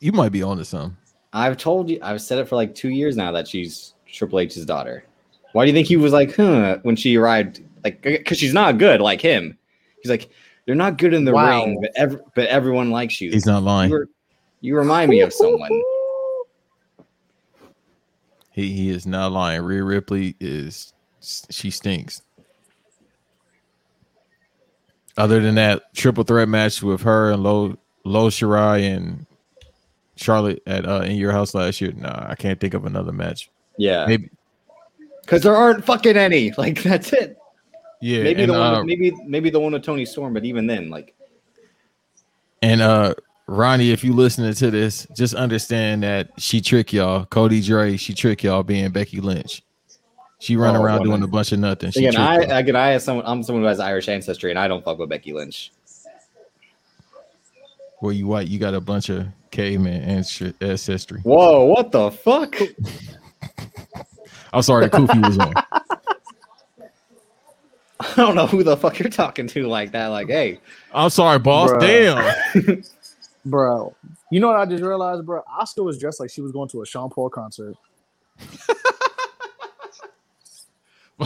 Speaker 2: You might be onto something.
Speaker 3: I've told you, I've said it for like two years now that she's Triple H's daughter. Why do you think he was like, huh, when she arrived? Like, because she's not good like him. He's like, you're not good in the
Speaker 1: Wow.
Speaker 3: ring, but, ev- but everyone likes you.
Speaker 2: He's not
Speaker 3: you,
Speaker 2: lying.
Speaker 3: were- you remind me of someone.
Speaker 2: He he is not lying. Rhea Ripley is she stinks. Other than that, triple threat match with her and Lo Lo Shirai and Charlotte at uh, in your house last year. Nah, I can't think of another match.
Speaker 3: Yeah,
Speaker 2: Maybe
Speaker 3: because there aren't fucking any. Like, that's it.
Speaker 2: yeah,
Speaker 3: maybe
Speaker 2: and,
Speaker 3: the one,
Speaker 2: uh,
Speaker 3: with- maybe maybe the one with Tony Storm, but even then, like,
Speaker 2: and uh Ronnie, if you listening to this, just understand that she trick y'all. Cody Dre, she trick y'all being Becky Lynch. She run
Speaker 3: Oh,
Speaker 2: around
Speaker 3: woman.
Speaker 2: doing a bunch of nothing. She
Speaker 3: again,
Speaker 2: trick
Speaker 3: I
Speaker 2: y'all.
Speaker 3: again, I as someone, I'm someone who has Irish ancestry, and I don't fuck with Becky Lynch.
Speaker 2: Where you white, you got a bunch of caveman ancestry- ancestry.
Speaker 3: Whoa, what the fuck?
Speaker 2: I'm sorry, the Kofi was on.
Speaker 3: I don't know who the fuck you're talking to like that. Like, hey,
Speaker 2: I'm sorry, boss.
Speaker 1: Bruh.
Speaker 2: Damn.
Speaker 1: Bro. You know what I just realized, bro? Oscar was dressed like she was going to a Sean Paul concert.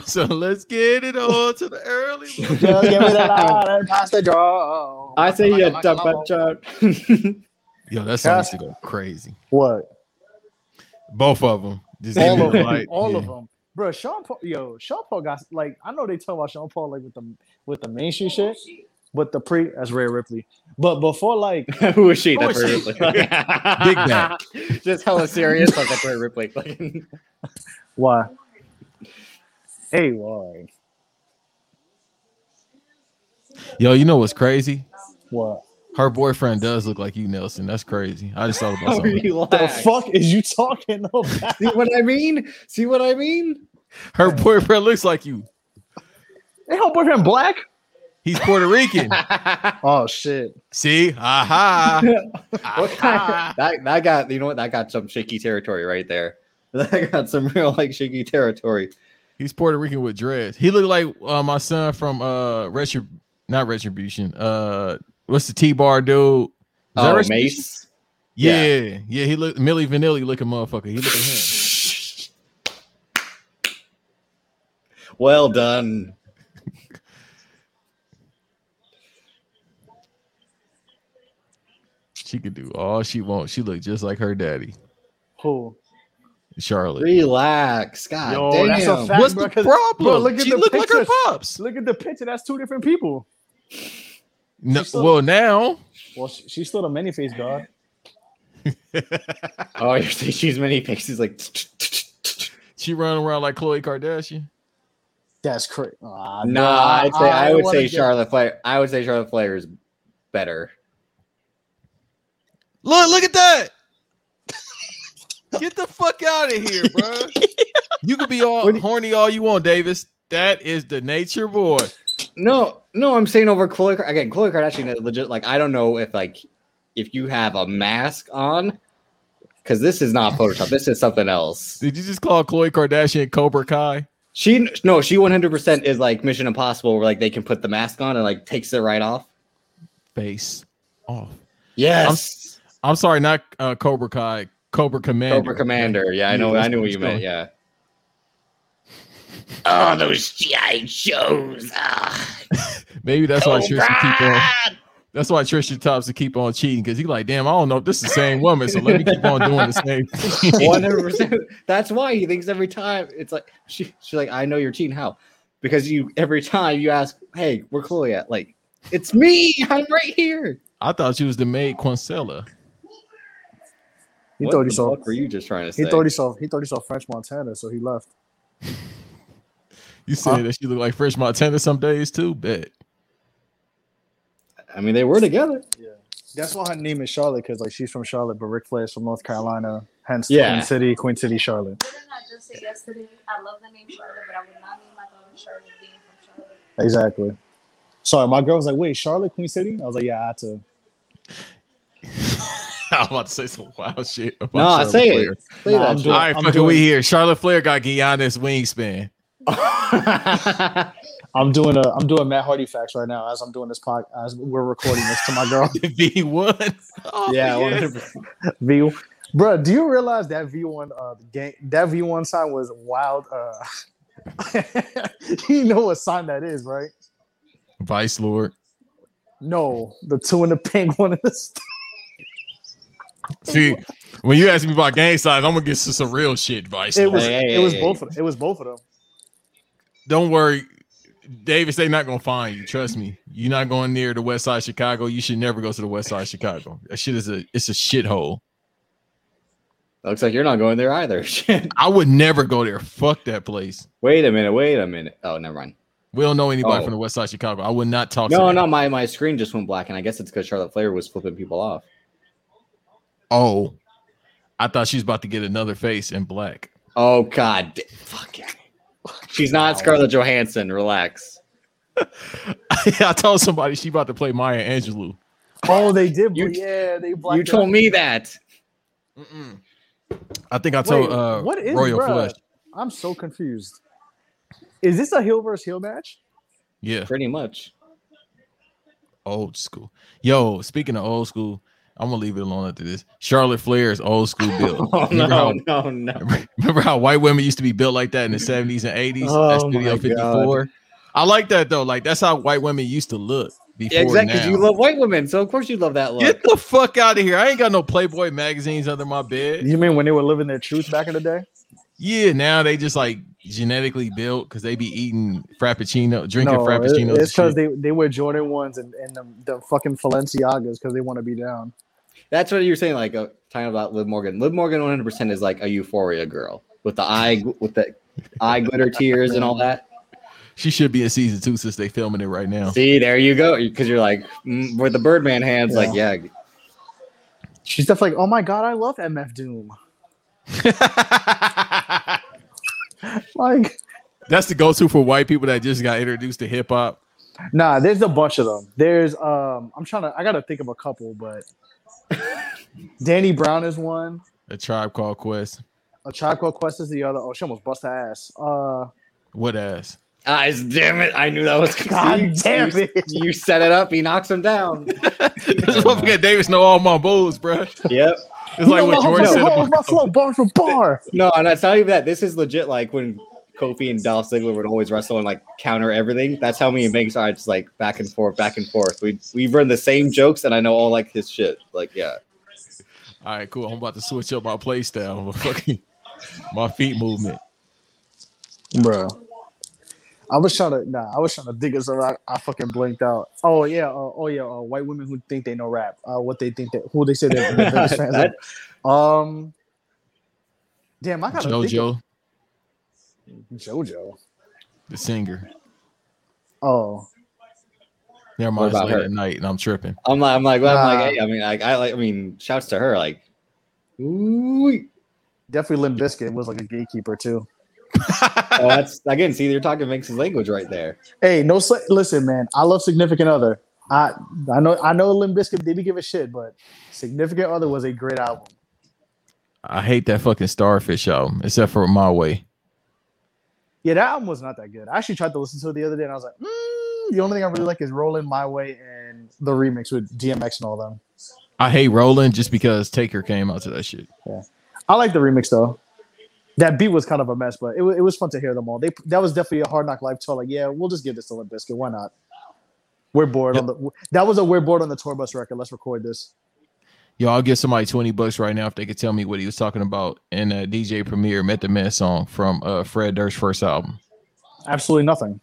Speaker 2: So let's get it on to the early. one.
Speaker 1: Just give me the line and pass the draw.
Speaker 3: I say you dump that chart.
Speaker 2: Yo, that song
Speaker 1: Cass-
Speaker 2: used to go crazy.
Speaker 1: What?
Speaker 2: Both of them. Just give
Speaker 1: All
Speaker 2: me
Speaker 1: of
Speaker 2: the
Speaker 1: them.
Speaker 2: light.
Speaker 1: All
Speaker 2: Yeah.
Speaker 1: of them. Bro, Sean Paul, yo, Sean Paul got like I know they talk about Sean Paul like with the with the mainstream shit, but the pre that's Ray Ripley. But before like
Speaker 3: who is she?
Speaker 2: Who
Speaker 3: That's
Speaker 2: is
Speaker 3: Rhea
Speaker 1: Oh,
Speaker 2: she?
Speaker 3: Ripley.
Speaker 2: Big back.
Speaker 3: Just hella serious. Like that's Rhea Ripley. Like,
Speaker 1: why? Hey, why?
Speaker 2: Yo, you know what's crazy?
Speaker 1: What
Speaker 2: Her boyfriend does look like you, Nelson. That's crazy. I just
Speaker 1: Oh,
Speaker 2: thought about
Speaker 3: how
Speaker 2: something.
Speaker 1: the
Speaker 3: relax.
Speaker 1: fuck is you talking about?
Speaker 3: See what I mean? See what I mean?
Speaker 2: Her boyfriend looks like you.
Speaker 1: They her boyfriend black?
Speaker 2: He's Puerto Rican.
Speaker 1: Oh shit.
Speaker 2: See? Aha.
Speaker 3: What kind that that got you know what that got some shaky territory right there. That got some real like shaky territory.
Speaker 2: He's Puerto Rican with dreads. He looked like uh, my son from uh Retrib- not Retribution. Uh what's the T bar dude? Is that
Speaker 3: Oh,
Speaker 2: Retribution?
Speaker 3: Mace.
Speaker 2: Yeah, yeah, he looked Millie Vanilli looking motherfucker. He looking him.
Speaker 3: Well done.
Speaker 2: She could do all she wants. She looked just like her daddy,
Speaker 1: Who?
Speaker 2: Charlotte.
Speaker 3: Relax. God
Speaker 1: Yo,
Speaker 3: damn.
Speaker 1: that's a fact.
Speaker 2: What's
Speaker 1: bro,
Speaker 2: the
Speaker 1: 'cause-
Speaker 2: problem?
Speaker 1: bro, look at
Speaker 2: she
Speaker 1: the
Speaker 2: looked like her
Speaker 1: pictures.
Speaker 2: pops.
Speaker 1: Look at the picture. That's two different people.
Speaker 2: No,
Speaker 1: still-
Speaker 2: well now,
Speaker 1: Well, she, she's still the many face god.
Speaker 3: Oh, you're saying she's many faces like
Speaker 2: she running around like Khloe Kardashian.
Speaker 1: That's crazy. uh, Nah,
Speaker 3: Nah, I'd say I,
Speaker 1: don't
Speaker 3: would
Speaker 1: wanna
Speaker 3: say
Speaker 1: get-
Speaker 3: Charlotte Flair. I would say Charlotte Flair is better.
Speaker 2: Look, look at that. Get the fuck out of here, bro. you could be all
Speaker 3: What do you-
Speaker 2: horny all you want, Davis. That is the nature boy.
Speaker 3: No, no, I'm saying over Khloe. Kar- Again, Khloe Kardashian is legit. Like, I don't know if like if you have a mask on, because this is not Photoshop. this is something else.
Speaker 2: Did you just call Khloe Kardashian Cobra Kai?
Speaker 3: She no, she 100 percent is like Mission Impossible, where like they can put the mask on and like takes it right off.
Speaker 2: Face off.
Speaker 3: Yes,
Speaker 2: I'm sorry, not uh, Cobra Kai. Cobra Commander.
Speaker 3: Cobra Commander. Yeah, I know.
Speaker 2: Yeah,
Speaker 3: I
Speaker 2: that's
Speaker 3: knew what you
Speaker 2: what
Speaker 3: meant.
Speaker 2: it's
Speaker 3: Yeah. Oh, those GI shows. Ah.
Speaker 2: Maybe that's
Speaker 1: Oh,
Speaker 2: why Trisha keep on.
Speaker 3: Cobra!
Speaker 2: That's why Trisha Tops to keep on cheating because he like, damn, I don't know if this is the same woman, so let me keep on doing the same. thing."
Speaker 3: One hundred percent. That's why he thinks every time it's like she, she's like, I know you're cheating. How? Because you every time you ask, hey, where Chloe at? Like, it's me. I'm right here.
Speaker 2: I thought she was the maid Quincella.
Speaker 1: He
Speaker 3: what
Speaker 1: thought he
Speaker 3: the
Speaker 1: saw.
Speaker 3: fuck were you just trying to say?
Speaker 1: He thought he saw. He thought he saw French Montana, so he left.
Speaker 2: You said
Speaker 1: Huh?
Speaker 2: that she looked like Fresh Montana some days too. Bet
Speaker 3: I mean, they were together.
Speaker 1: That's why her name is Charlotte, because like she's from Charlotte, but Ric Flair's from North Carolina, hence
Speaker 3: Yeah.
Speaker 1: Queen City, Queen City, Charlotte.
Speaker 4: Didn't I just say yesterday? I love the name Charlotte, but I would not name my daughter Charlotte being from Charlotte.
Speaker 1: Exactly. Sorry, my girl was like, "Wait, Charlotte, Queen City?" I was like, "Yeah, I had to."
Speaker 2: I'm about to say some wild shit. About
Speaker 3: No, I
Speaker 2: Charlotte
Speaker 3: say
Speaker 2: Flair.
Speaker 3: it. Say
Speaker 1: Nah, I'm
Speaker 3: that
Speaker 2: All
Speaker 1: doing-
Speaker 2: right,
Speaker 1: I'm
Speaker 2: fucking
Speaker 1: doing-
Speaker 2: we here. Charlotte Flair got Guyana's wingspan.
Speaker 3: shit.
Speaker 1: I'm doing a. I'm doing Matt Hardy facts right now as I'm doing this pod as we're recording this to my girl
Speaker 2: V1. Oh,
Speaker 3: yeah,
Speaker 2: yes.
Speaker 3: one hundred percent.
Speaker 1: V. Bro, do you realize that V one uh game that V one sign was wild? Uh, you know what sign that is, right?
Speaker 2: Vice Lord.
Speaker 1: No, the two in the pink one in the. st-
Speaker 2: See, when you ask me about game size, I'm gonna get to some real shit, Vice
Speaker 1: It
Speaker 2: Lord.
Speaker 1: was.
Speaker 3: Hey, hey,
Speaker 1: it was
Speaker 3: hey,
Speaker 1: both. Of, it was both of them.
Speaker 2: Don't worry, Davis. They not gonna find you. Trust me. You're not going near the West Side of Chicago. You should never go to the West Side of Chicago. That shit is a it's a shithole.
Speaker 3: Looks like you're not going there either. Shit.
Speaker 2: I would never go there. Fuck that place.
Speaker 3: wait a minute. Wait a minute. Oh, never mind.
Speaker 2: We don't know anybody
Speaker 3: Oh.
Speaker 2: from the West Side of Chicago. I would not talk.
Speaker 3: No,
Speaker 2: to them.
Speaker 3: no, my, my screen just went black, and I guess it's because Charlotte Flair was flipping people off.
Speaker 2: Oh, I thought she was about to get another face in black.
Speaker 3: Oh God, d- fuck yeah. She's not Scarlett Johansson. Relax.
Speaker 2: I told somebody she about to play Maya Angelou.
Speaker 1: Oh, they did.
Speaker 3: You-
Speaker 1: but yeah, they.
Speaker 3: you
Speaker 1: blacked
Speaker 3: told me that.
Speaker 2: Mm-mm. I think I
Speaker 1: Wait,
Speaker 2: told uh,
Speaker 1: what is
Speaker 2: Royal
Speaker 1: bruh?
Speaker 2: Flush.
Speaker 1: I'm so confused. Is this a heel versus heel match?
Speaker 2: Yeah,
Speaker 3: Pretty much.
Speaker 2: old school. Yo, speaking of old school, I'm gonna leave it alone after this. Charlotte Flair is old school built.
Speaker 3: Oh
Speaker 2: Remember
Speaker 3: no,
Speaker 2: how-
Speaker 3: no, no.
Speaker 2: Remember how white women used to be built like that in the 70s and 80s at
Speaker 1: Oh
Speaker 2: Studio
Speaker 1: my
Speaker 2: 54? I like that though. Like that's how white women used to look before
Speaker 3: Yeah, exactly. 'cause
Speaker 2: now.
Speaker 3: You love white women, so of course you love that look.
Speaker 2: Get the fuck out of here. I ain't got no Playboy magazines under my bed.
Speaker 1: You mean when they were living their truth back in the day?
Speaker 2: Yeah, now they just like genetically built because they be eating frappuccino, drinking
Speaker 1: no, it-
Speaker 2: frappuccinos. and
Speaker 1: it's because
Speaker 2: shit.
Speaker 1: they, they wear Jordan ones and and the, the fucking Balenciagas because they want to be down.
Speaker 3: That's what you were saying, like uh, talking about Liv Morgan. Liv Morgan, one hundred percent, is like a Euphoria girl with the eye, gl- with the eye glitter tears and all that.
Speaker 2: she should be in season two since they filming it right now.
Speaker 3: See, there you go. Because you're like mm, with the Birdman hands, like yeah.
Speaker 1: She's definitely like, oh my god, I love MF Doom. Like,
Speaker 2: That's the go-to for white people that just got introduced to hip hop.
Speaker 1: nah, there's a bunch of them. There's um, I'm trying to, I gotta think of a couple, but Danny Brown is one.
Speaker 2: A tribe called Quest.
Speaker 1: A Tribe Called Quest is the other. Oh, she almost bust her ass. Uh,
Speaker 2: What ass?
Speaker 3: Eyes, damn it! I knew that was.
Speaker 1: God damn
Speaker 3: You-
Speaker 1: it.
Speaker 3: You set it up. He knocks him down.
Speaker 2: this motherfucker Davis know all my moves, bro. It's
Speaker 3: yep.
Speaker 2: like what Jordan said.
Speaker 1: my,
Speaker 2: about-
Speaker 1: my flow bar for bar.
Speaker 3: No, and it's not even that. This is legit. Like when Kofi and Dolph Ziggler would always wrestle and like counter everything. That's how me and Banks are just like back and forth, back and forth. We we've run the same jokes, and I know all like his shit. Like yeah,
Speaker 2: All right, cool. I'm about to switch up my play style. Fucking my feet movement.
Speaker 1: Bro. I was trying to nah, I was trying to dig us around. I fucking blinked out. Oh yeah, uh, oh yeah, uh, white women who think they know rap. Uh, what they think that who they say they're, they're biggest fans
Speaker 3: That-
Speaker 1: of. Um, damn, I gotta think
Speaker 2: JoJo,
Speaker 1: of JoJo.
Speaker 2: the singer.
Speaker 1: Oh,
Speaker 2: Never mind. It's
Speaker 3: about
Speaker 2: late
Speaker 3: her?
Speaker 2: at night, and I'm tripping.
Speaker 3: I'm like, I'm like, well, I'm
Speaker 1: Nah.
Speaker 3: like, hey, I mean, like, I like, I mean, shouts to her, like, ooh,
Speaker 1: definitely Limp Bizkit was like a gatekeeper too.
Speaker 3: oh, that's again, see, you're talking Vince's language right there.
Speaker 1: Hey, no, sli- listen, man. I love Significant Other. I I know I know Limp Bizkit didn't give a shit, but Significant Other was a great album.
Speaker 2: I hate that fucking Starfish album, except for My Way.
Speaker 1: Yeah, that album was not that good. I actually tried to listen to it the other day, and I was like, mm, the only thing I really like is "Rolling My Way" and the remix with DMX and all them.
Speaker 2: I hate Rolling just because Taker came out to that shit.
Speaker 1: I like the remix though. That beat was kind of a mess, but it, wa- it was fun to hear them all. They that was definitely a hard knock life tour. Like, yeah, we'll just give this to Limp Bizkit. Why not? We're bored on the. That was a we're bored on the tour bus record. Let's record this.
Speaker 2: Yo, I'll give somebody 20 bucks right now if they could tell me what he was talking about in a DJ Premier Method Man song from uh, Fred Durst's first album.
Speaker 1: Absolutely nothing.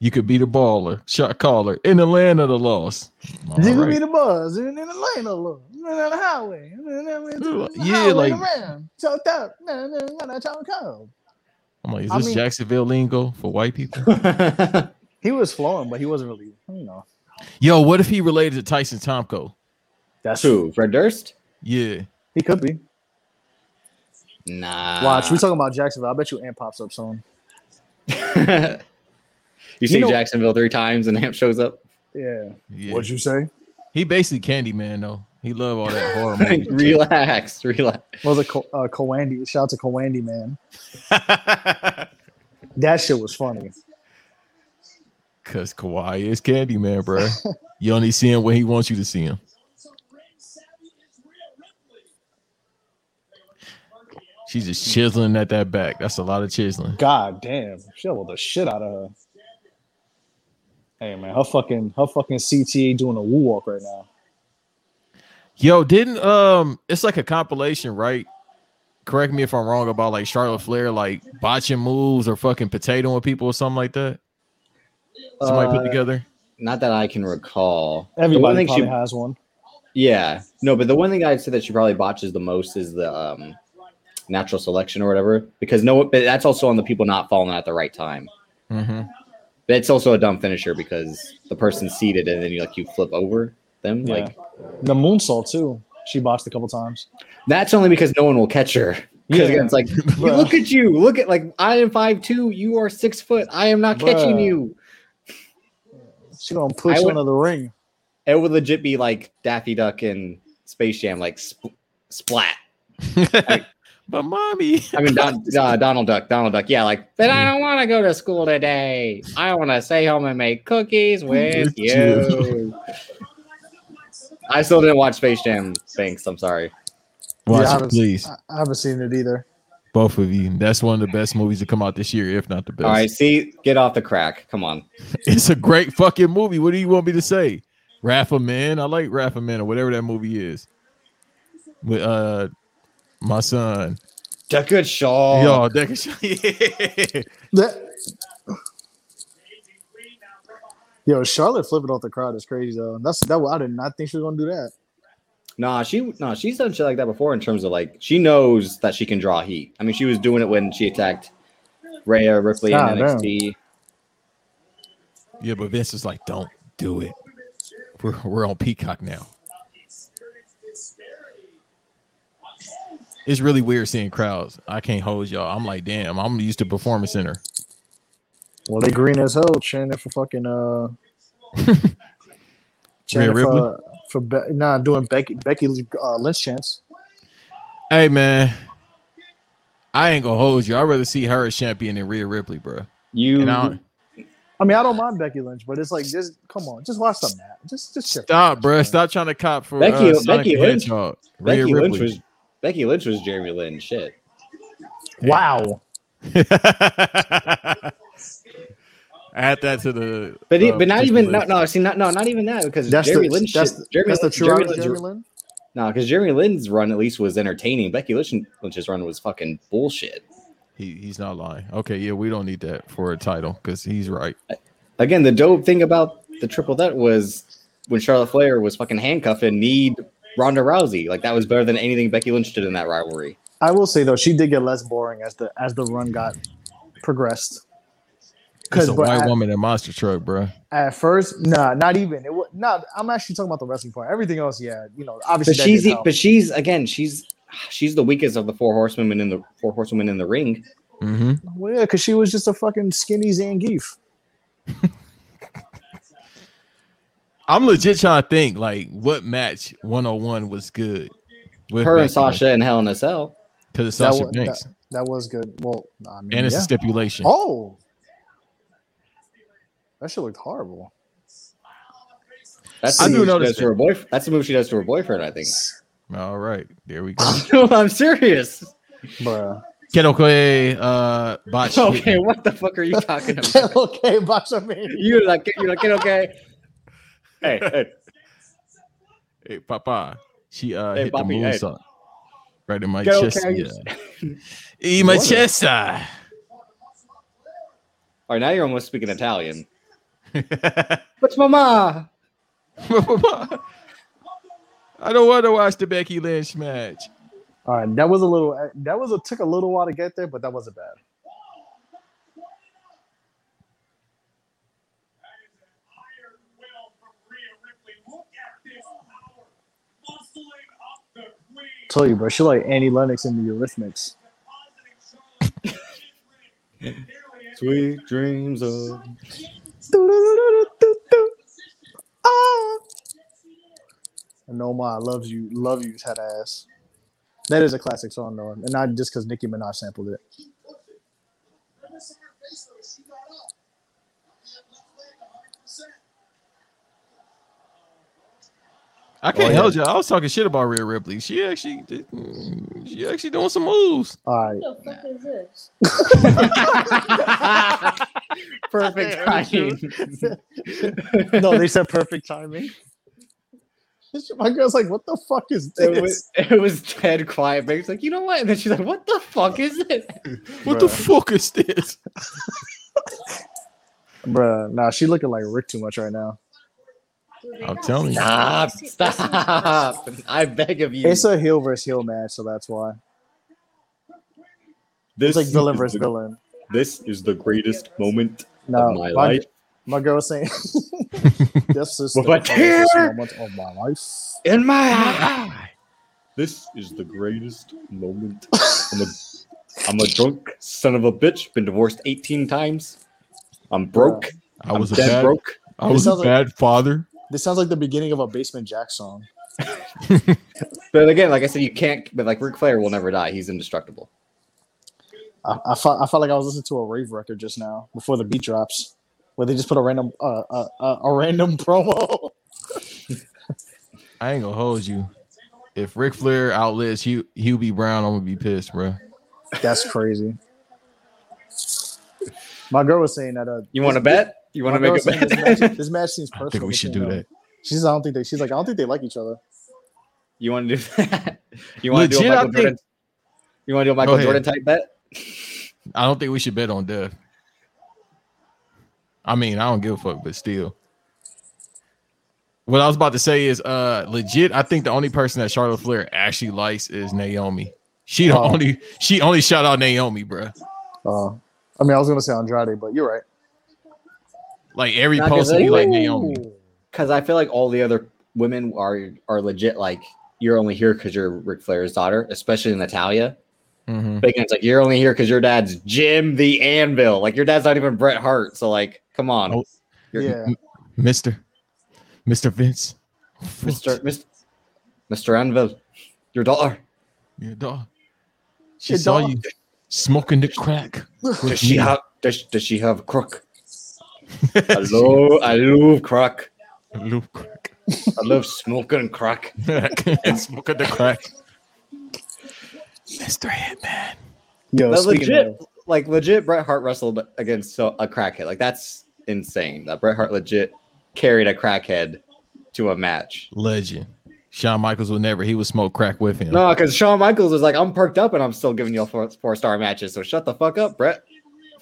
Speaker 2: You could be the baller, shot caller in the land of the lost. All
Speaker 1: You can
Speaker 2: right.
Speaker 1: be the buzz in the lane a little, in the highway, in the
Speaker 2: Yeah,
Speaker 1: highway
Speaker 2: like-
Speaker 1: around, choked up, nah, nah, nah, nah, choked up.
Speaker 2: I'm like, is
Speaker 1: I
Speaker 2: this
Speaker 1: mean-
Speaker 2: Jacksonville lingo for white people?
Speaker 1: He was flowing, but he wasn't really, you know.
Speaker 2: Yo, what if he related to Tyson Tomko?
Speaker 1: That's
Speaker 3: Who? Fred Durst?
Speaker 2: Yeah.
Speaker 1: He could be.
Speaker 3: Nah.
Speaker 1: Watch, we talking about Jacksonville. I bet you Ant pops up soon.
Speaker 3: you say
Speaker 1: know-
Speaker 3: Jacksonville three times and Amp shows up.
Speaker 1: Yeah.
Speaker 2: yeah.
Speaker 1: What'd you say?
Speaker 2: He basically Candyman, though. He loved all that horror movies.
Speaker 3: relax, relax.
Speaker 1: What was it? Co- uh, Coandy. Shout out to Coandy, man. That shit was funny.
Speaker 2: Because Kawhi is Candyman, bro. You only see him when he wants you to see him. She's just chiseling at that back. That's a lot of chiseling.
Speaker 1: God damn. Shoveled the shit out of her. Hey man, her fucking her fucking CTA doing a woo walk right now.
Speaker 2: Yo, didn't um it's like a compilation, right? Correct me if I'm wrong about like Charlotte Flair like botching moves or fucking potatoing people or something like that. Somebody
Speaker 1: Uh,
Speaker 2: put together.
Speaker 3: Not that I can recall. The one
Speaker 1: Everybody
Speaker 3: thing
Speaker 1: probably
Speaker 3: she-
Speaker 1: has one.
Speaker 3: Yeah, no, but the one thing I'd say that she probably botches the most is the um, natural selection or whatever, because no, but that's also on the people not falling at the right time.
Speaker 2: Mm-hmm.
Speaker 3: But it's also a dumb finisher because the person's seated and then you like you flip over them.
Speaker 1: Yeah.
Speaker 3: Like
Speaker 1: The moonsault too. She boxed a couple times.
Speaker 3: that's only because no one will catch her. Because
Speaker 1: Yeah.
Speaker 3: it's like
Speaker 1: Bruh.
Speaker 3: look at you, look at like I am five two, you are six foot. I am not catching
Speaker 1: Bruh.
Speaker 3: you.
Speaker 1: She gonna push
Speaker 3: I
Speaker 1: you
Speaker 3: would-
Speaker 1: into the ring.
Speaker 3: It would legit be like Daffy Duck and Space Jam, like spl- splat.
Speaker 2: but mommy,
Speaker 3: I mean, Don, uh, Donald Duck, Donald Duck. Yeah, like, but I don't want to go to school today. I want to stay home and make cookies with
Speaker 2: With you."
Speaker 3: you. I still didn't watch Space Jam. Thanks. I'm sorry.
Speaker 1: Yeah, I
Speaker 2: watch it,
Speaker 1: haven't-
Speaker 2: please.
Speaker 1: I, I haven't seen it either.
Speaker 2: Both of you. That's one of the best movies to come out this year, if not the best.
Speaker 3: All right, see, get off the crack. Come on.
Speaker 2: It's a great fucking movie. What do you want me to say? Rafa Man. I like Rafa Man or whatever that movie is. With uh my son.
Speaker 3: That's good shawl.
Speaker 2: Yo, Decker. yeah.
Speaker 1: That- Yo, Charlotte flipping off the crowd is crazy though. That's that. I did not think she was gonna do that.
Speaker 3: Nah, she nah, she's done shit like that before in terms of like she knows that she can draw heat. I mean, she was doing it when she attacked Rhea Ripley in
Speaker 2: Ah,
Speaker 1: God damn.
Speaker 3: NXT.
Speaker 2: Yeah, but Vince is like, don't do it. We're, we're on Peacock now. It's really weird seeing crowds. I can't hold y'all. I'm like, damn, I'm used to Performance Center.
Speaker 1: Well, they green as hell chanting for fucking uh. chanting
Speaker 2: Rhea
Speaker 1: for, for Be- nah doing Becky Becky uh, Lynch chants.
Speaker 2: Hey, man, I ain't gonna hold you. I'd rather see her as champion than Rhea Ripley, bro.
Speaker 3: You
Speaker 2: And I don't,
Speaker 1: I mean, I don't mind Becky Lynch, but it's like just come on, just watch some that. Just just shut
Speaker 2: stop,
Speaker 1: up,
Speaker 2: bro.
Speaker 1: man.
Speaker 2: Stop trying to cop for
Speaker 3: Becky-
Speaker 2: uh, Sonic
Speaker 3: Becky
Speaker 2: the
Speaker 3: Lynch-
Speaker 2: Hedgehog. Rhea
Speaker 3: Becky Lynch
Speaker 2: Ripley.
Speaker 3: was Becky Lynch was Jeremy Lynn. Shit.
Speaker 1: Wow.
Speaker 2: Add that to the.
Speaker 3: But, he-
Speaker 2: uh,
Speaker 3: but not
Speaker 2: Christmas
Speaker 3: even no
Speaker 2: list.
Speaker 3: no see not no not even that because
Speaker 1: That's
Speaker 3: Jerry
Speaker 1: the
Speaker 3: Lynn
Speaker 1: that's,
Speaker 3: shit- Jerry
Speaker 1: Jeremy, that's the
Speaker 3: Lynn-
Speaker 1: true
Speaker 3: Jerry
Speaker 1: Jeremy,
Speaker 3: Lynn's-
Speaker 1: Jeremy Lynn.
Speaker 3: No, because Jeremy Lynn's run at least was entertaining. Becky Lynch, Lynch's run was fucking bullshit.
Speaker 2: He he's not lying. Okay, yeah, we don't need that for a title because he's right.
Speaker 3: Again, the dope thing about the triple threat was when Charlotte Flair was fucking handcuffed and need Ronda Rousey. Like that was better than anything Becky Lynch did in that rivalry.
Speaker 1: I will say though, she did get less boring as the as the run got progressed.
Speaker 2: It's
Speaker 1: Because
Speaker 2: a white woman in monster truck, bro.
Speaker 1: at, at first, nah, not even. It was not. I'm actually talking about the wrestling part. Everything else, yeah, you know, obviously.
Speaker 3: But
Speaker 1: that
Speaker 3: she's e-,
Speaker 1: didn't help.
Speaker 3: but she's again she's she's the weakest of the four horsewomen in the four horsewomen in the ring.
Speaker 2: Mm-hmm.
Speaker 1: Well, yeah, because she was just a fucking skinny Zangief.
Speaker 2: I'm legit trying to think like what match 101 was good with
Speaker 3: Her and Sasha and Hell in a Cell.
Speaker 2: because it's Sasha
Speaker 1: wa-
Speaker 2: Banks
Speaker 1: That was good. Well, I mean,
Speaker 2: and it's a
Speaker 1: yeah.
Speaker 2: stipulation.
Speaker 1: oh, that shit looked horrible.
Speaker 3: That's
Speaker 2: I
Speaker 3: the
Speaker 2: do
Speaker 3: move she
Speaker 2: notice
Speaker 3: does to her boyfriend. That's the move she does to her boyfriend. I think.
Speaker 2: All right, there we go.
Speaker 3: no, I'm serious.
Speaker 1: Bruh.
Speaker 2: Kettle Clay, uh, botch.
Speaker 3: Okay, what the fuck are you talking about?
Speaker 1: okay, boss. I mean,
Speaker 3: You're like you're like okay. Hey, hey,
Speaker 2: Hey, Papa. She uh
Speaker 3: Hey,
Speaker 2: hit
Speaker 3: Papi,
Speaker 2: the
Speaker 3: hey.
Speaker 2: moonsault right in my
Speaker 3: Kettle
Speaker 2: chest.
Speaker 3: Clay.
Speaker 2: Yeah. in my
Speaker 3: What?
Speaker 2: chest. ah.
Speaker 3: All right, now you're almost speaking Italian. But mama,
Speaker 2: I don't want to watch the Becky Lynch match.
Speaker 1: all right, that was a little. That was a took a little while to get there, but that wasn't bad. Tell you, bro, she like Annie Lennox and the Eurythmics.
Speaker 3: sweet dreams of.
Speaker 1: And No Ma loves you, love you's head ass. That is a classic song though, and not just because Nicki Minaj sampled it.
Speaker 2: I can't
Speaker 1: yeah.
Speaker 2: hold you. I was talking shit about Rhea Ripley. She actually, did- mm, she actually doing some moves.
Speaker 1: All right,
Speaker 4: What the fuck is this?
Speaker 3: Perfect timing.
Speaker 1: no, they said perfect timing. This- My girl's like, what the fuck is
Speaker 3: It
Speaker 1: this?
Speaker 3: was, it was dead quiet. Babe's like, you know what? And then she's like, what the fuck is this?
Speaker 2: What the fuck is this?
Speaker 1: Bruh, nah, she looking like Rick too much right now.
Speaker 2: I'm telling you.
Speaker 3: Stop, stop. I beg of you.
Speaker 1: It's a heel versus heel match, so that's why.
Speaker 3: this
Speaker 1: It's like villain versus villain.
Speaker 3: This is the greatest moment
Speaker 1: No,
Speaker 3: of my
Speaker 1: my-
Speaker 3: life.
Speaker 1: My girl was saying, "This is
Speaker 3: Well, but here-
Speaker 1: moment of my life."
Speaker 3: In my
Speaker 2: Ah.
Speaker 3: eye. This is the greatest moment. I'm a, I'm a drunk son of a bitch. Been divorced 18 times. I'm broke.
Speaker 2: I
Speaker 3: I'm
Speaker 2: was a
Speaker 3: dead
Speaker 2: bad,
Speaker 3: broke.
Speaker 2: I
Speaker 1: It
Speaker 2: was a
Speaker 1: sounds like-
Speaker 2: bad father.
Speaker 1: This sounds like the beginning of a Basement Jack song.
Speaker 3: But again, like I said, you can't. But like Ric Flair will never die. He's indestructible.
Speaker 1: I, I felt I felt like I was listening to a rave record just now before the beat drops, where they just put a random uh, uh, uh, a random promo.
Speaker 2: I ain't gonna hold you. If Ric Flair outlives Hugh Hubie Brown, I'm gonna be pissed, bro.
Speaker 1: That's crazy. My girl was saying that. Uh,
Speaker 3: You want to bet? You want
Speaker 1: my
Speaker 3: to
Speaker 1: girl
Speaker 3: make
Speaker 1: was
Speaker 3: a
Speaker 1: saying
Speaker 3: bet?
Speaker 1: This match, this match seems
Speaker 2: I
Speaker 1: personal.
Speaker 2: think we should do
Speaker 1: between them.
Speaker 2: that.
Speaker 1: She's. I don't think they. She's like. I don't think they like each other.
Speaker 3: You want to do that? You want to do
Speaker 2: Legit,
Speaker 3: a
Speaker 2: I
Speaker 3: Michael
Speaker 2: think-
Speaker 3: Jordan? You want to do a Michael
Speaker 2: ahead.
Speaker 3: Jordan type bet?
Speaker 2: I don't think we should bet on death. I mean, I don't give a fuck, but still. What I was about to say is uh legit, I think the only person that Charlotte Flair actually likes is Naomi. She the
Speaker 1: Oh.
Speaker 2: only she only shout out Naomi, bro.
Speaker 1: Uh, I mean, I was gonna say Andrade, but you're right.
Speaker 2: Like every
Speaker 3: Not
Speaker 2: post
Speaker 3: gonna
Speaker 2: be like
Speaker 3: say-
Speaker 2: Naomi.
Speaker 3: Because I feel like all the other women are are legit. Like you're only here because you're Ric Flair's daughter, especially Natalia.
Speaker 2: Mhm.
Speaker 3: But again, it's like you're only here because your dad's Jim the Anvil. Like your dad's not even Bret Hart. So like, come on,
Speaker 2: Oh.
Speaker 3: You're-
Speaker 1: yeah.
Speaker 2: Mr. Mr. Vince.
Speaker 3: Mister Mister Mister Anvil, your daughter.
Speaker 2: Your dog. She
Speaker 1: Your
Speaker 2: saw
Speaker 1: dog.
Speaker 2: you smoking the crack.
Speaker 3: Does she
Speaker 2: Yeah.
Speaker 3: have? Does, does she have crook? I love I love crack.
Speaker 2: Loop crack.
Speaker 3: I love smoking crack.
Speaker 2: and smoking the crack. Mr. Hitman.
Speaker 1: Yo,
Speaker 3: But
Speaker 1: speaking
Speaker 3: legit,
Speaker 1: of-
Speaker 3: like legit, Bret Hart wrestled against so- a crackhead. Like that's insane. That Bret Hart legit carried a crackhead to a match.
Speaker 2: Legend. Shawn Michaels would never. He would smoke crack with him.
Speaker 3: No, because Shawn Michaels was like, I'm perked up and I'm still giving you four, four star matches. So shut the fuck up, Brett.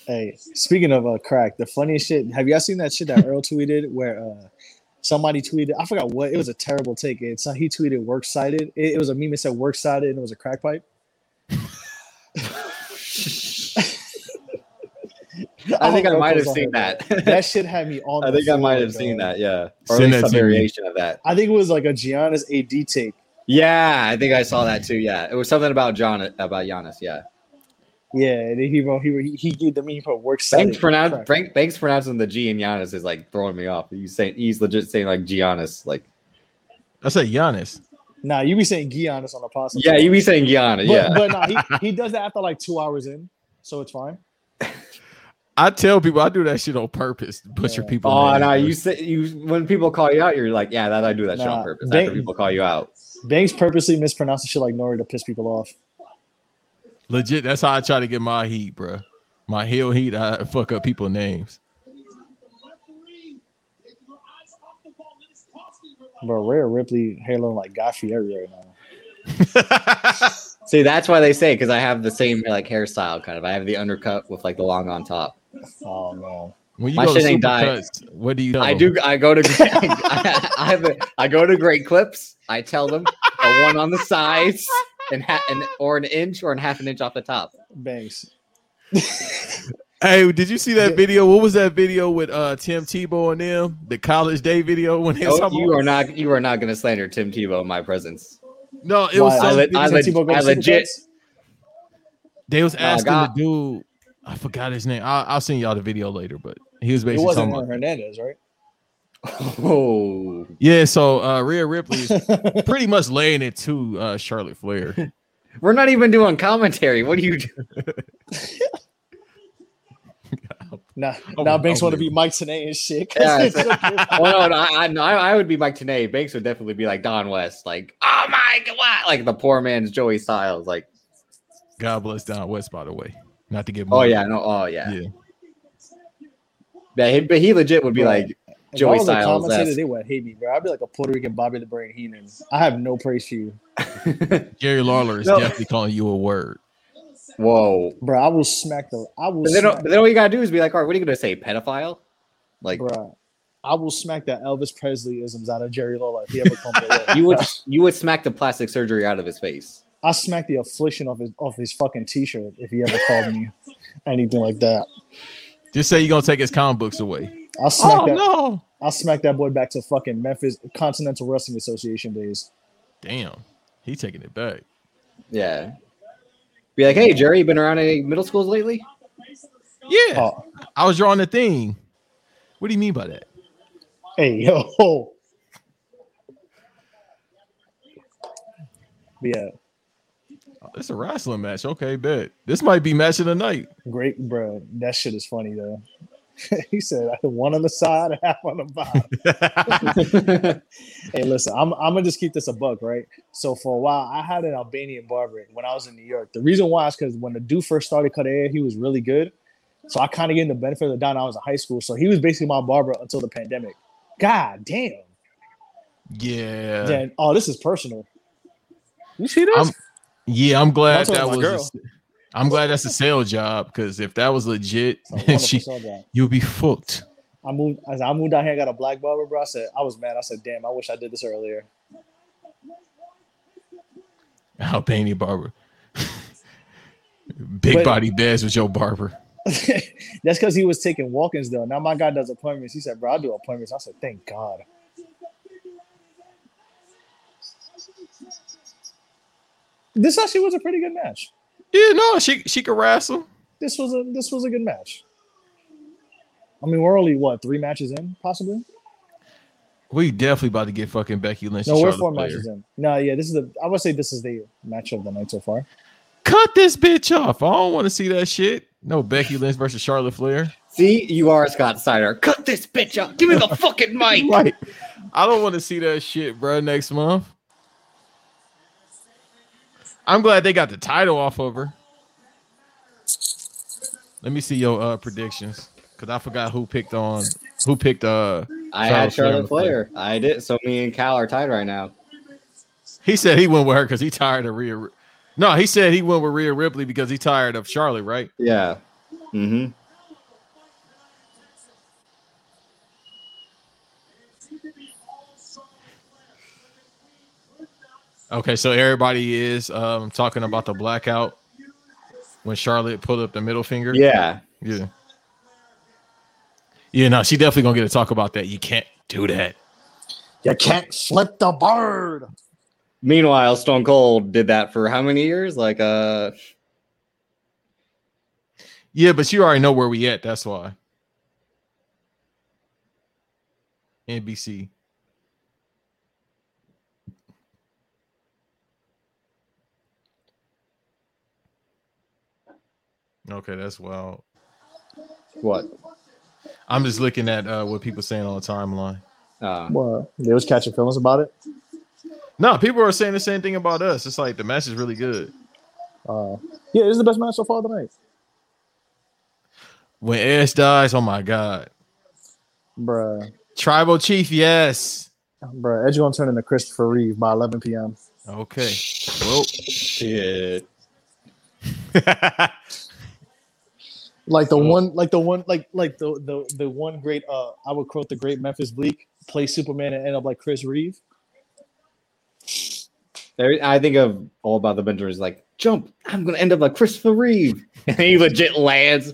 Speaker 1: Hey, speaking of uh, crack, the funniest shit. Have y'all seen that shit that Earl tweeted where uh, somebody tweeted? I forgot what. It was a terrible take. It's he tweeted work cited. It, it was a meme that said work cited and it was a crack pipe.
Speaker 3: I think I
Speaker 1: Oh,
Speaker 3: might have
Speaker 1: Michaels
Speaker 3: seen
Speaker 1: on there.
Speaker 3: that.
Speaker 1: That shit had me on.
Speaker 3: I
Speaker 1: the
Speaker 3: think I might
Speaker 1: floor,
Speaker 3: have seen
Speaker 1: dog.
Speaker 3: that. Yeah, or at
Speaker 2: Send
Speaker 3: least
Speaker 2: that
Speaker 3: some
Speaker 2: to me.
Speaker 3: variation of that.
Speaker 1: I think it was like a Giannis AD take.
Speaker 3: Yeah, I think I saw that too. Yeah, it was something about John about Giannis. Yeah,
Speaker 1: Yeah, and then he wrote, he he, he gave the meme for work cited.
Speaker 3: Banks pronounce
Speaker 1: Crack.
Speaker 3: Frank Banks pronouncing the G in Giannis is like throwing me off. He's saying he's legit saying like Giannis. Like
Speaker 2: I say Giannis.
Speaker 1: Nah, you be saying Giannis on the possible.
Speaker 3: yeah, you be saying Giannis.
Speaker 1: But,
Speaker 3: yeah,
Speaker 1: but nah, he, he does that after like two hours in, so it's fine.
Speaker 2: I tell people I do that shit on purpose. to Butcher
Speaker 1: Yeah.
Speaker 2: people.
Speaker 3: Oh
Speaker 2: names,
Speaker 3: no,
Speaker 2: bro.
Speaker 3: you say you when people call you out, you're like, yeah, that I do that shit
Speaker 1: Nah,
Speaker 3: on purpose.
Speaker 1: they-
Speaker 3: After people call you out,
Speaker 1: Banks purposely mispronounced shit like Nori to piss people off.
Speaker 2: legit. That's how I try to get my heat, bro. My heel heat. I fuck up people's names.
Speaker 1: Bro, Rare Ripley hairline like Guy Fieri right now.
Speaker 3: see, that's why they say because I have the same like hairstyle kind of. I have the undercut with like the long on top.
Speaker 1: Oh no.
Speaker 2: when you
Speaker 3: My
Speaker 2: go to
Speaker 3: shit ain't died.
Speaker 2: Supercuts, what do you? Tell
Speaker 3: I
Speaker 2: them?
Speaker 3: do. I go to. I, I have. A, I go to Great Clips. I tell them a one on the sides and ha- and or an inch or an half an inch off the top.
Speaker 1: Banks.
Speaker 2: Hey, did you see that
Speaker 1: Yeah.
Speaker 2: video? What was that video with uh Tim Tebow and them? The college day video when they was
Speaker 3: Oh,
Speaker 2: talking
Speaker 3: you
Speaker 2: about-
Speaker 3: are not. You are not going to slander Tim Tebow in my presence.
Speaker 2: no, it was
Speaker 1: Why?
Speaker 2: some,
Speaker 3: I let-
Speaker 1: Did you say
Speaker 3: leg-
Speaker 1: Tebow go
Speaker 3: I
Speaker 1: to
Speaker 3: legit-
Speaker 1: Supercuts?
Speaker 2: they was
Speaker 3: No,
Speaker 2: asking
Speaker 3: God.
Speaker 2: the dude. I forgot his name. I, I'll send y'all the video later, but he was
Speaker 1: It
Speaker 2: basically
Speaker 1: wasn't
Speaker 2: talking
Speaker 1: Aaron
Speaker 2: about.
Speaker 1: Hernandez, right?
Speaker 3: Oh,
Speaker 2: Yeah, so uh Rhea Ripley is pretty much laying it to uh Charlotte Flair.
Speaker 3: we're not even doing commentary. What do you? Do?
Speaker 1: Nah,
Speaker 2: Oh,
Speaker 1: now Banks
Speaker 2: oh,
Speaker 1: want to
Speaker 2: yeah.
Speaker 1: be Mike today and shit.
Speaker 3: Yeah, it's- Well, Oh, no, no, I, I, no, I I would be Mike Tanay. Banks would definitely be like Don West. Like, oh my god, like the poor man's Joey Styles. Like,
Speaker 2: God bless Don West, by the way. Not to get
Speaker 3: oh yeah, no, oh yeah,
Speaker 2: Mm-hmm. Yeah.
Speaker 3: yeah. he, but he legit would be
Speaker 1: Right.
Speaker 3: like,
Speaker 1: If
Speaker 3: Joey
Speaker 1: I was a
Speaker 3: Styles
Speaker 1: commentator,
Speaker 3: esque.
Speaker 1: they would hate me, bro. I'd be like a Puerto Rican Bobby the Brain Heenan. I have no praise for you,
Speaker 2: Jerry Lawler is
Speaker 3: No.
Speaker 2: definitely calling you a word.
Speaker 3: whoa.
Speaker 1: bro. I will smack the. I will.
Speaker 3: But then,
Speaker 1: Smack,
Speaker 3: but then all you gotta do is be like, all right, what are you gonna say, pedophile? Like,
Speaker 1: bro, I will smack the Elvis Presley isms out of Jerry Lawler if he ever comes. my way.
Speaker 3: you would you would smack the plastic surgery out of his face.
Speaker 1: I smack the affliction off his off his fucking t-shirt if he ever called me anything like that.
Speaker 2: Just say you're gonna take his comic books away.
Speaker 1: I'll smack
Speaker 2: oh
Speaker 1: that.
Speaker 2: no.
Speaker 1: I'll smack that boy back to fucking Memphis Continental Wrestling Association days.
Speaker 2: Damn, he taking it back.
Speaker 3: Yeah. Be like, hey, Jerry, you been around any middle schools lately?
Speaker 2: Yeah.
Speaker 1: Oh,
Speaker 2: I was drawing the thing. What do you mean by that?
Speaker 1: hey yo. Yeah,
Speaker 2: Oh, it's a wrestling match. Okay, bet. This might be match of the night.
Speaker 1: Great, bro. That shit is funny though. he said one on the side, half on the bottom. hey, listen, I'm, I'm gonna just keep this a buck, right? So for a while, I had an Albanian barber when I was in New York. The reason why is because when the dude first started cutting hair, he was really good. So I kind of getting the benefit of the doubt. when I was in high school, so he was basically my barber until the pandemic. God damn.
Speaker 2: Yeah. Yeah,
Speaker 1: Then, oh, this is personal. You see this?
Speaker 2: I'm- I'm glad
Speaker 1: That's what
Speaker 2: that
Speaker 1: my
Speaker 2: was.
Speaker 1: girl.
Speaker 2: i I'm glad that's a sale job because if that was legit,
Speaker 1: It's a wonderful
Speaker 2: she
Speaker 1: subject.
Speaker 2: you'll be fucked.
Speaker 1: I moved as I moved out here. I got a black barber, bro. I said I was mad. I said, damn, I wish I did this earlier.
Speaker 2: Albania barber. Big
Speaker 1: But-
Speaker 2: body beds with your barber.
Speaker 1: That's because he was taking walk-ins though. Now my guy does appointments. He said, "Bro, I do appointments." I said, "Thank God." This actually was a pretty good match.
Speaker 2: Yeah, no, she she could wrestle.
Speaker 1: This was a this was a good match. I mean, we're only what three matches in, possibly.
Speaker 2: We definitely about to get fucking Becky Lynch.
Speaker 1: No,
Speaker 2: and
Speaker 1: we're
Speaker 2: Charlotte
Speaker 1: four
Speaker 2: Flair.
Speaker 1: matches in. No, yeah, this is the. I would say this is the match of the night so far.
Speaker 2: Cut this bitch off. I don't want to see that shit. No Becky Lynch versus Charlotte Flair.
Speaker 3: See, you are Scott Steiner. Cut this bitch up. Give me the fucking mic.
Speaker 2: Right. I don't want to see that shit, bro, next month. I'm glad they got the title off of her. Let me see your uh, predictions because I forgot who picked on who picked uh
Speaker 3: I
Speaker 2: Charlotte
Speaker 3: had Charlotte
Speaker 2: Flair.
Speaker 3: Flair. I did. So me and Cal are tied right now.
Speaker 2: He said he went with her because he tired of Rhea. Ri- No, he said he went with Rhea Ripley because he tired of Charlotte, right?
Speaker 3: Yeah. Mm-hmm.
Speaker 2: Okay, so everybody is um talking about the blackout when Charlotte pulled up the middle finger.
Speaker 3: Yeah.
Speaker 2: Yeah. Yeah, no, she definitely gonna get to talk about that. You can't do that.
Speaker 1: You can't flip the bird.
Speaker 3: Meanwhile, Stone Cold did that for how many years? Like uh
Speaker 2: Yeah, but you already know where we at. That's why. NBC. Okay, that's wild.
Speaker 3: what?
Speaker 2: I'm just looking at uh, what people saying on the timeline.
Speaker 3: Uh,
Speaker 1: Well, they was catching feelings about it.
Speaker 2: No, people are saying the same thing about us. It's like the match is really good.
Speaker 1: Uh, yeah, this is the best match so far tonight,
Speaker 2: When Edge dies, oh my god.
Speaker 1: bruh.
Speaker 2: Tribal Chief, yes.
Speaker 1: Bruh, Edge gonna turn into Christopher Reeve by 11 p.m.
Speaker 2: Okay. Well,
Speaker 3: shit.
Speaker 1: Like the
Speaker 3: Oh.
Speaker 1: one, like the one, like like the the the one great. Uh, I would quote the great Memphis Bleak: play Superman and end up like Chris Reeve.
Speaker 3: There, I think of all about the Benjamins like jump. I'm gonna end up like Christopher Reeve, and he legit lands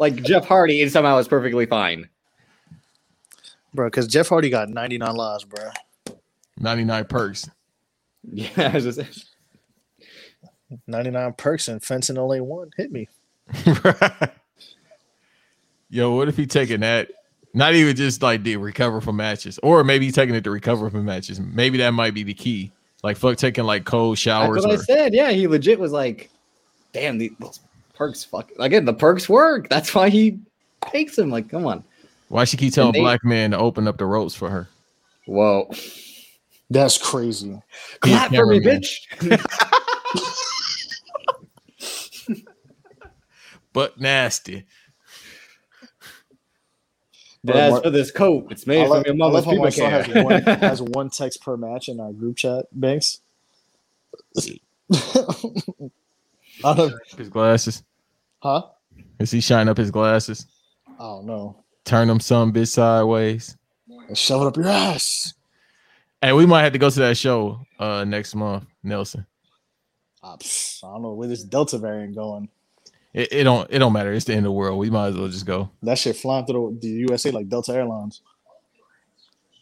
Speaker 3: like Jeff Hardy, and somehow it's perfectly fine.
Speaker 1: Bro, because Jeff Hardy got 99 lives, bro.
Speaker 2: 99 perks.
Speaker 3: Yeah, I was just-
Speaker 1: 99 perks and fencing only one. Hit me.
Speaker 2: Yo, what if he taking that? Not even just like the recover from matches, or maybe he taking it to recover from matches. Maybe that might be the key. Like fuck taking like cold
Speaker 3: that's
Speaker 2: showers.
Speaker 3: what I
Speaker 2: Or,
Speaker 3: said. Yeah, he legit was like, "Damn, these, those perks fuck again. The perks work. That's why he takes him. Like, come on.
Speaker 2: why she keep telling
Speaker 3: And they-
Speaker 2: black man to open up the ropes for her?
Speaker 3: Whoa,
Speaker 1: That's crazy.
Speaker 2: Be a
Speaker 3: clap for me,
Speaker 2: cameraman.
Speaker 3: bitch.
Speaker 2: But nasty.
Speaker 3: And as for this coat,
Speaker 1: I
Speaker 3: it's made
Speaker 1: love,
Speaker 3: from your
Speaker 1: I
Speaker 3: mother's
Speaker 1: love how my
Speaker 3: pubic
Speaker 1: son has
Speaker 3: hair.
Speaker 1: one, has one text per match in our group chat, Banks. Out of,
Speaker 2: His glasses.
Speaker 1: huh?
Speaker 2: Is he shining up his glasses?
Speaker 1: I don't know.
Speaker 2: Turn them some bit sideways.
Speaker 1: Shove it up your ass.
Speaker 2: Hey, we might have to go to that show uh next month, Nelson.
Speaker 1: Ah, pff, I don't know where this Delta variant going.
Speaker 2: It, it don't it don't matter. It's the end of the world. We might as well just go.
Speaker 1: That shit flying through the, the USA like Delta Airlines.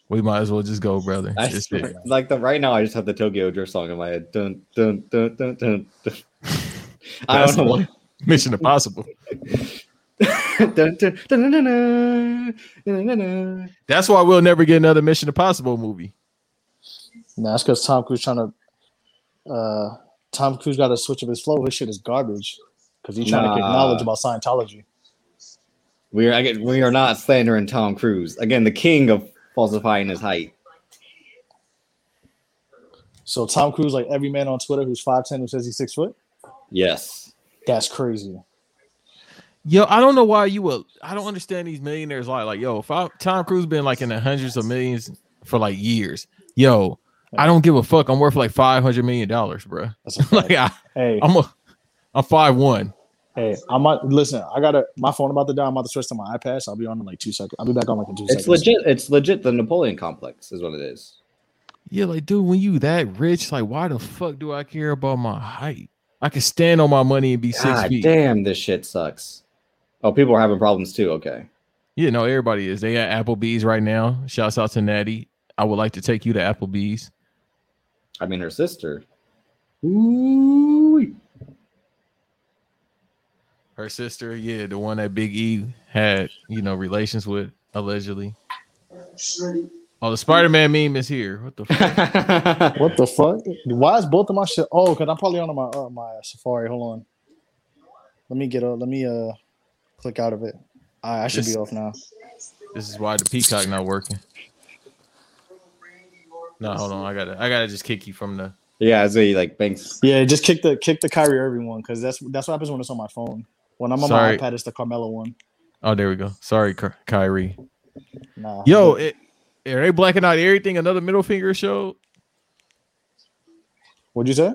Speaker 2: We might as well just go, brother.
Speaker 3: I
Speaker 2: It's it.
Speaker 3: like the right now, I just have the Tokyo Drift song in my head. Dun, dun, dun, dun, dun, dun. I
Speaker 2: That's
Speaker 3: don't know why.
Speaker 2: Mission Impossible.
Speaker 3: Dun, dun, dun, dun, dun, dun, dun, dun, dun.
Speaker 2: That's why we'll never get another Mission Impossible movie.
Speaker 1: Nah, that's because Tom Cruise trying to. Uh, Tom Cruise got to switch up his flow. His shit is garbage because he's trying to get
Speaker 3: Nah.
Speaker 1: knowledge about Scientology.
Speaker 3: We are I get, we are not slandering Tom Cruise again, the king of falsifying his height.
Speaker 1: So Tom Cruise, like every man on Twitter who's five ten who says he's six foot,
Speaker 3: Yes,
Speaker 1: that's crazy.
Speaker 2: Yo, I don't know why you would. I don't understand these millionaires. Like, like, yo, if I, Tom Cruise been like in the hundreds of millions for like years, yo, I don't give a fuck. I'm worth like five hundred million dollars, bro.
Speaker 1: That's a fact.
Speaker 2: like, I,
Speaker 1: hey,
Speaker 2: I'm a, I'm five one.
Speaker 1: hey, I'm not, listen. I got to my phone about to die. I'm about to switch to my iPad. So I'll be on in like two seconds. I'll be back on like in two
Speaker 3: it's
Speaker 1: seconds.
Speaker 3: legit. It's legit. The Napoleon complex is what it is.
Speaker 2: Yeah, like, dude, when you that rich, like, why the fuck do I care about my height? I can stand on my money and be six
Speaker 3: God
Speaker 2: feet.
Speaker 3: damn, this shit sucks. Oh, people are having problems too. Okay,
Speaker 2: Yeah, no, everybody is. They at Applebee's right now. Shouts out to Natty. I would like to take you to Applebee's.
Speaker 3: I mean her sister. Ooh,
Speaker 2: Her sister, yeah, the one that Big E had, you know, relations with allegedly. Oh, the Spider Man meme is here. What the fuck?
Speaker 1: What the fuck? Why is both of my shit? Oh, because I'm probably on my uh, my Safari. Hold on. Let me get a. Let me uh, click out of it. I, I should
Speaker 2: This-
Speaker 1: be off now.
Speaker 2: this is why the peacock not working. No, hold on. I gotta I gotta just kick you from the
Speaker 3: yeah, so he like banks.
Speaker 1: Yeah, just kick the kick the Kyrie Irving one because that's that's what happens when it's on my phone. When I'm on
Speaker 2: Sorry.
Speaker 1: my iPad, it's the Carmelo one.
Speaker 2: oh there we go. Sorry, Ky- Kyrie.
Speaker 1: Nah.
Speaker 2: Yo, it, are they blacking out everything? Another middle finger show?
Speaker 1: What'd you say?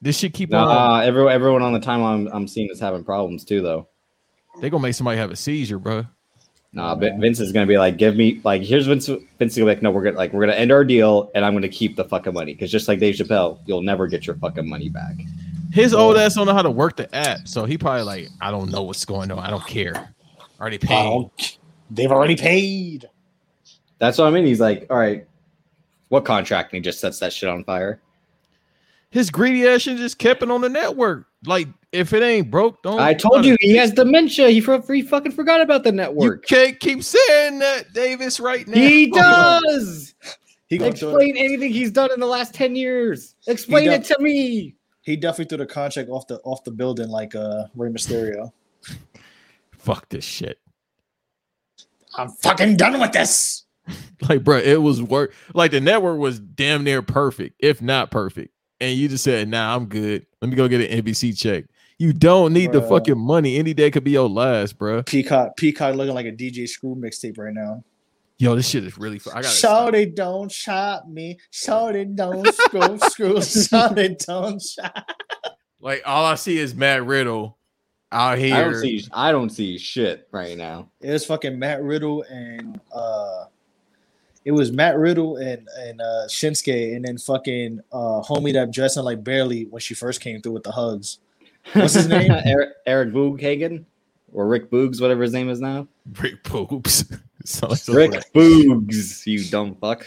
Speaker 2: This shit keep on.
Speaker 3: Nah, everyone, everyone on the timeline I'm seeing is having problems too, though.
Speaker 2: They gonna make somebody have a seizure, bro.
Speaker 1: Oh,
Speaker 3: Nah, Vin- Vince is gonna be like, give me like, here's Vince. Vince is gonna be like, no, we're gonna like, we're gonna end our deal, and I'm gonna keep the fucking money because just like Dave Chappelle, you'll never get your fucking money back.
Speaker 2: His old ass don't know how to work the app, so he probably like, I don't know what's going on. I don't care. Already paid.
Speaker 1: Oh, they've already paid.
Speaker 3: That's what I mean. He's like, all right, what contract? And he just sets that shit on fire.
Speaker 2: His greedy ass should just kept it on the network. Like if it ain't broke, don't.
Speaker 3: I told you he has dementia. He, for, he fucking forgot about the
Speaker 2: You
Speaker 3: network.
Speaker 2: can't keep saying that, Davis. Right now,
Speaker 3: He does.
Speaker 1: He gonna throw the-
Speaker 3: Explain anything he's done in the last ten years. Explain it
Speaker 1: does.
Speaker 3: to me.
Speaker 1: he definitely threw the contract off the off the building like uh Rey Mysterio.
Speaker 2: Fuck this shit.
Speaker 1: I'm fucking done with this.
Speaker 2: Like, bro, it was work. Like the network was damn near perfect, if not perfect. And you just said, "Nah, I'm good. Let me go get an NBC check." You don't need the
Speaker 1: Bruh.
Speaker 2: fucking money. Any day could be your last, bro.
Speaker 1: Peacock, Peacock looking like a DJ Screw mixtape right now.
Speaker 2: Yo, this shit is really. fu- I gotta stop.
Speaker 1: Shout it, don't shot me. Shout it, don't screw, screw. Shout it, don't shot.
Speaker 2: Like all I see is Matt Riddle out here.
Speaker 3: I don't see. I don't see shit right now.
Speaker 1: It was fucking Matt Riddle and uh, it was Matt Riddle and and uh Shinsuke, and then fucking uh homie that dressing like barely when she first came through with the hugs. What's his name?
Speaker 3: Eric, Er, Eric Booghagen or Rick Boogs, whatever his name is now.
Speaker 2: Rick Poops. so it's like
Speaker 3: Rick Boogs, you dumb fuck.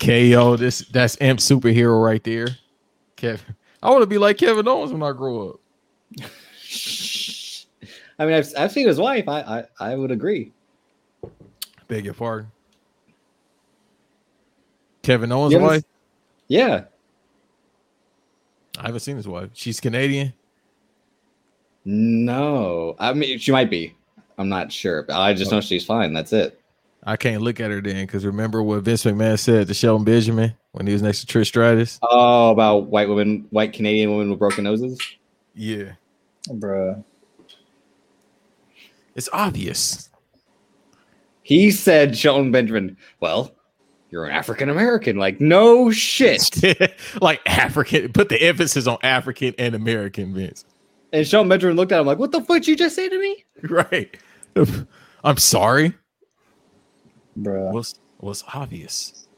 Speaker 2: KO. This that's amp superhero right there. Kevin. I want to be like Kevin Owens when I grow up.
Speaker 3: I mean, I've, I've seen his wife. I, I I would agree.
Speaker 2: Beg your pardon. Kevin Owens'
Speaker 3: You haven't-
Speaker 2: Oh, wife.
Speaker 3: Yeah.
Speaker 2: I haven't seen his wife. She's Canadian.
Speaker 3: No. I mean, she might be. I'm not sure. But I just know she's fine. That's it.
Speaker 2: I can't look at her then because remember what Vince McMahon said to Sheldon Benjamin when he was next to Trish Stratus.
Speaker 3: Oh, about white women, white Canadian women with broken noses.
Speaker 2: Yeah,
Speaker 1: Bruh.
Speaker 2: it's obvious.
Speaker 3: He said, Sheldon Benjamin, well, you're an African American. Like, no shit.
Speaker 2: like African, put the emphasis on African and American, Vince.
Speaker 3: And Sheldon Benjamin looked at him like, what the fuck did you just say to me?
Speaker 2: Right. I'm sorry.
Speaker 1: Bruh.
Speaker 2: was was obvious.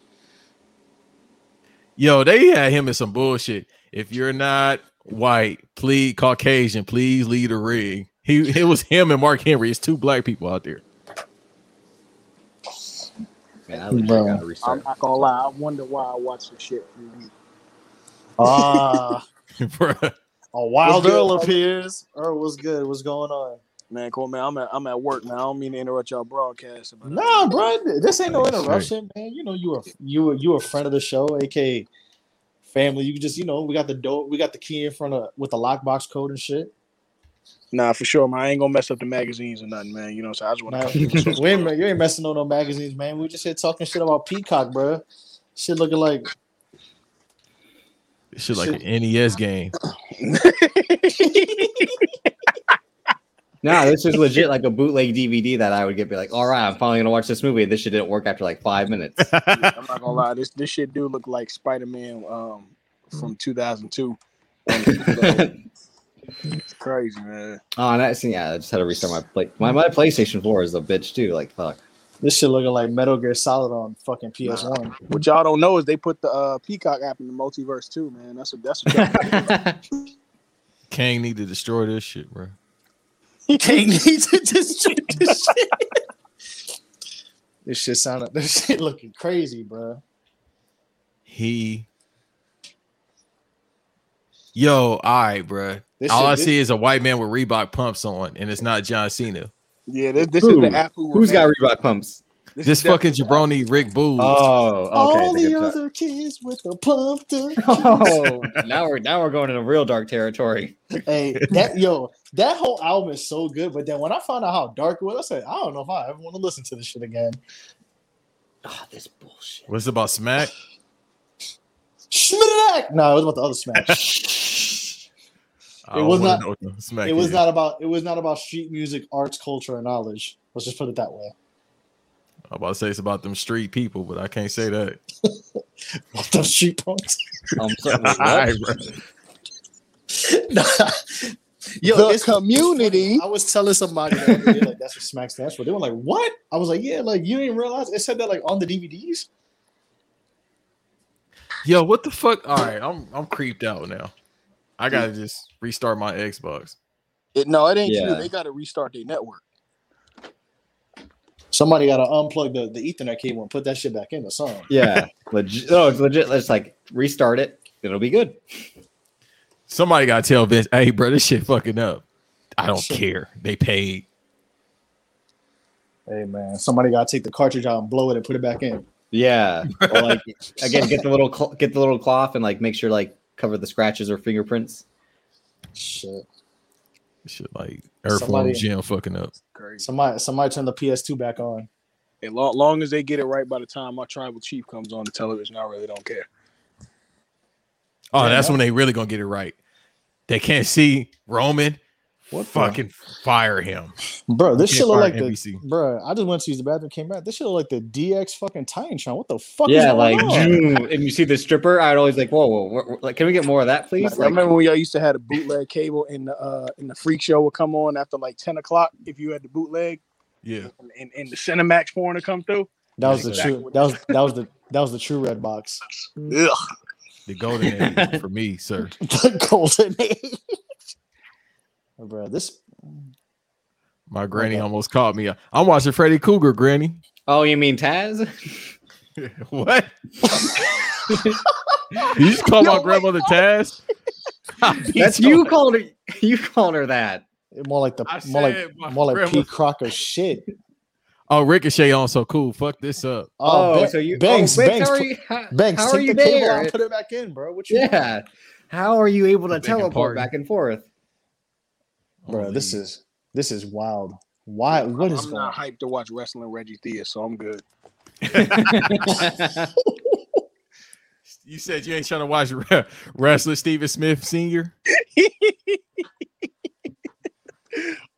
Speaker 2: Yo, they had him in some bullshit. If you're not white, please Caucasian, please lead the rig. He it was him and Mark Henry. It's two black people out there.
Speaker 3: Man, I legit
Speaker 1: Bro.
Speaker 3: gotta restart.
Speaker 5: I'm not gonna lie. I wonder why I watch this shit. every week.
Speaker 1: Ah,
Speaker 2: Bruh.
Speaker 1: a wild
Speaker 5: What's good?
Speaker 1: Earl appears. Earl, what's good? What's going on?
Speaker 5: Man, cool man. I'm at I'm at work, man. I don't mean to interrupt y'all broadcasting. but- uh,
Speaker 1: No, bro, this ain't no
Speaker 2: Like, straight.
Speaker 1: interruption, man. You know you are you are you a friend of the show, aka family. You can just you know we got the door, we got the key in front of with the lockbox code and shit.
Speaker 5: Nah, for sure, man. I ain't gonna mess up the magazines or nothing, man. You know, so I just want
Speaker 1: Nah,
Speaker 5: to.
Speaker 1: we ain't, you ain't messing on no magazines, man. We just here talking shit about Peacock, bro. Shit looking like
Speaker 2: This shit like an NES game.
Speaker 3: No, this is legit like a bootleg DVD that I would get. Be like, all right, I'm finally gonna watch this movie. This shit didn't work after like five minutes.
Speaker 5: I'm not gonna lie. This this shit do look like Spider Man um
Speaker 3: Mm.
Speaker 5: from 2002.
Speaker 3: oh,
Speaker 5: It's crazy, man.
Speaker 3: and I see. Yeah, I just had to restart my play. My, my PlayStation 4 is a bitch too. Like, fuck.
Speaker 1: this shit looking like Metal Gear Solid on fucking PS One.
Speaker 5: What y'all don't know is they put the uh, Peacock app in the multiverse too, man. That's what that's what. Y'all
Speaker 2: Kang need to destroy this shit, bro.
Speaker 1: King needs to destroy this shit. This shit sounded. This shit looking crazy, bro.
Speaker 2: He yo, all right, bruh.
Speaker 1: This
Speaker 2: All
Speaker 1: shit-
Speaker 2: Oh, I
Speaker 1: this-
Speaker 2: see is a white man with Reebok pumps on, and it's not John Cena.
Speaker 5: yeah, this, this
Speaker 3: Who?
Speaker 5: is the app. Who
Speaker 3: Who's got
Speaker 5: remade-
Speaker 3: Reebok pumps?
Speaker 5: This,
Speaker 2: This
Speaker 5: is definitely-
Speaker 2: fucking jabroni Rick Boogs.
Speaker 3: Oh, okay.
Speaker 1: All
Speaker 3: it's a
Speaker 1: the
Speaker 3: good
Speaker 1: other kids with the pumped up.
Speaker 3: Oh, now we're now we're going into real dark territory.
Speaker 1: hey, that yo, that whole album is so good. But then when I found out how dark it was, I said, I don't know if I ever want to listen to this shit again.
Speaker 3: Oh, this bullshit.
Speaker 2: What's about Smack?
Speaker 1: Schmidak! No, it was about the other smash.
Speaker 2: I
Speaker 1: It
Speaker 2: don't
Speaker 1: was
Speaker 2: wanna
Speaker 1: not-
Speaker 2: know what the Smack
Speaker 1: it was
Speaker 2: is.
Speaker 1: not about. It was not about street music, arts, culture, and knowledge. Let's just put it that way.
Speaker 2: I'm about to say it's about them street people, but I can't say that.
Speaker 1: Off the street punks.
Speaker 3: Um, so-
Speaker 2: All right, bro.
Speaker 1: Yo,
Speaker 5: The
Speaker 1: it's-
Speaker 5: community.
Speaker 1: I was telling somebody the other day, like that's what Smack stands for. They were like, "What?" I was like, "Yeah, like you didn't realize it said that like on the DVDs."
Speaker 2: Yo, what the fuck? All right, I'm I'm creeped out now. I gotta just restart my Xbox.
Speaker 5: It, no, it ain't you.
Speaker 3: Yeah.
Speaker 5: They got to restart their network.
Speaker 1: Somebody got to unplug the, the Ethernet cable and put that shit back in or something.
Speaker 3: yeah, legit. No, it's legit. Let's like restart it. It'll be good.
Speaker 2: Somebody gotta tell Vince, hey, bro, this shit fucking up. I don't care. They paid.
Speaker 1: Hey man, somebody got to take the cartridge out and blow it and put it back in.
Speaker 3: Yeah. Or like again, get the little cl- get the little cloth and like make sure like cover the scratches or fingerprints.
Speaker 1: Shit.
Speaker 2: This Shit, like Earthworm
Speaker 1: Somebody-
Speaker 2: Jim fucking up.
Speaker 5: Crazy.
Speaker 1: Somebody somebody turn the PS2 back on.
Speaker 5: And long, long as they get it right by the time my tribal chief comes on the television, I really don't care.
Speaker 2: Oh,
Speaker 1: Yeah,
Speaker 2: that's
Speaker 1: yeah.
Speaker 2: when they really gonna get it right. They can't see Roman.
Speaker 1: What the-
Speaker 2: fucking fire him?
Speaker 1: Bro, this
Speaker 2: Can't
Speaker 1: shit look
Speaker 2: fire
Speaker 1: like the
Speaker 2: NBC.
Speaker 1: bro. I just went to use the bathroom, came back. This shit look like the DX fucking Titantron. What the fuck? is
Speaker 3: yeah,
Speaker 1: going
Speaker 3: like
Speaker 1: on?
Speaker 3: zoom, and you see the stripper. I'd always like, whoa, whoa, wha- wha- like, can we get more of that,
Speaker 5: I
Speaker 3: please? Like,
Speaker 5: remember when y'all used to have a bootleg cable and the uh, and the freak show would come on after like ten o'clock if you had the bootleg
Speaker 2: Yeah.
Speaker 5: and, and, and the Cinemax porn to come through.
Speaker 1: that was the
Speaker 2: Exactly.
Speaker 1: true. That was that was the that was the true red box.
Speaker 5: Ugh.
Speaker 2: The golden age for me, sir.
Speaker 1: the golden age. Bro, this
Speaker 2: My granny almost caught me. I'm watching Freddy Cougar, granny.
Speaker 3: oh, you mean Taz?
Speaker 2: what? you just call my grandmother Taz?
Speaker 3: That's you called her. You called her that.
Speaker 1: more like the
Speaker 2: I
Speaker 1: more like
Speaker 2: said my
Speaker 1: more like P
Speaker 2: grandma-
Speaker 1: Crocker shit.
Speaker 2: Oh, Ricochet on so cool. Fuck this up.
Speaker 1: Oh, Ban-
Speaker 3: so you
Speaker 1: Banks,
Speaker 3: oh, wait,
Speaker 1: Banks,
Speaker 3: How are
Speaker 1: put-
Speaker 3: you, how,
Speaker 1: Banks,
Speaker 3: how
Speaker 1: take
Speaker 3: are you
Speaker 1: the cable out
Speaker 3: there?
Speaker 1: and put it back in, bro. What you
Speaker 3: Yeah. How are you able to
Speaker 2: I'm thinking
Speaker 3: teleport
Speaker 2: party.
Speaker 3: back and forth?
Speaker 1: bro? This
Speaker 2: Holy-
Speaker 1: is this is wild. Why? What is
Speaker 5: I'm
Speaker 1: going?
Speaker 5: not hyped to watch wrestling Reggie Thea, so I'm good.
Speaker 2: You said you ain't trying to watch Re- wrestler Steven Smith Senior.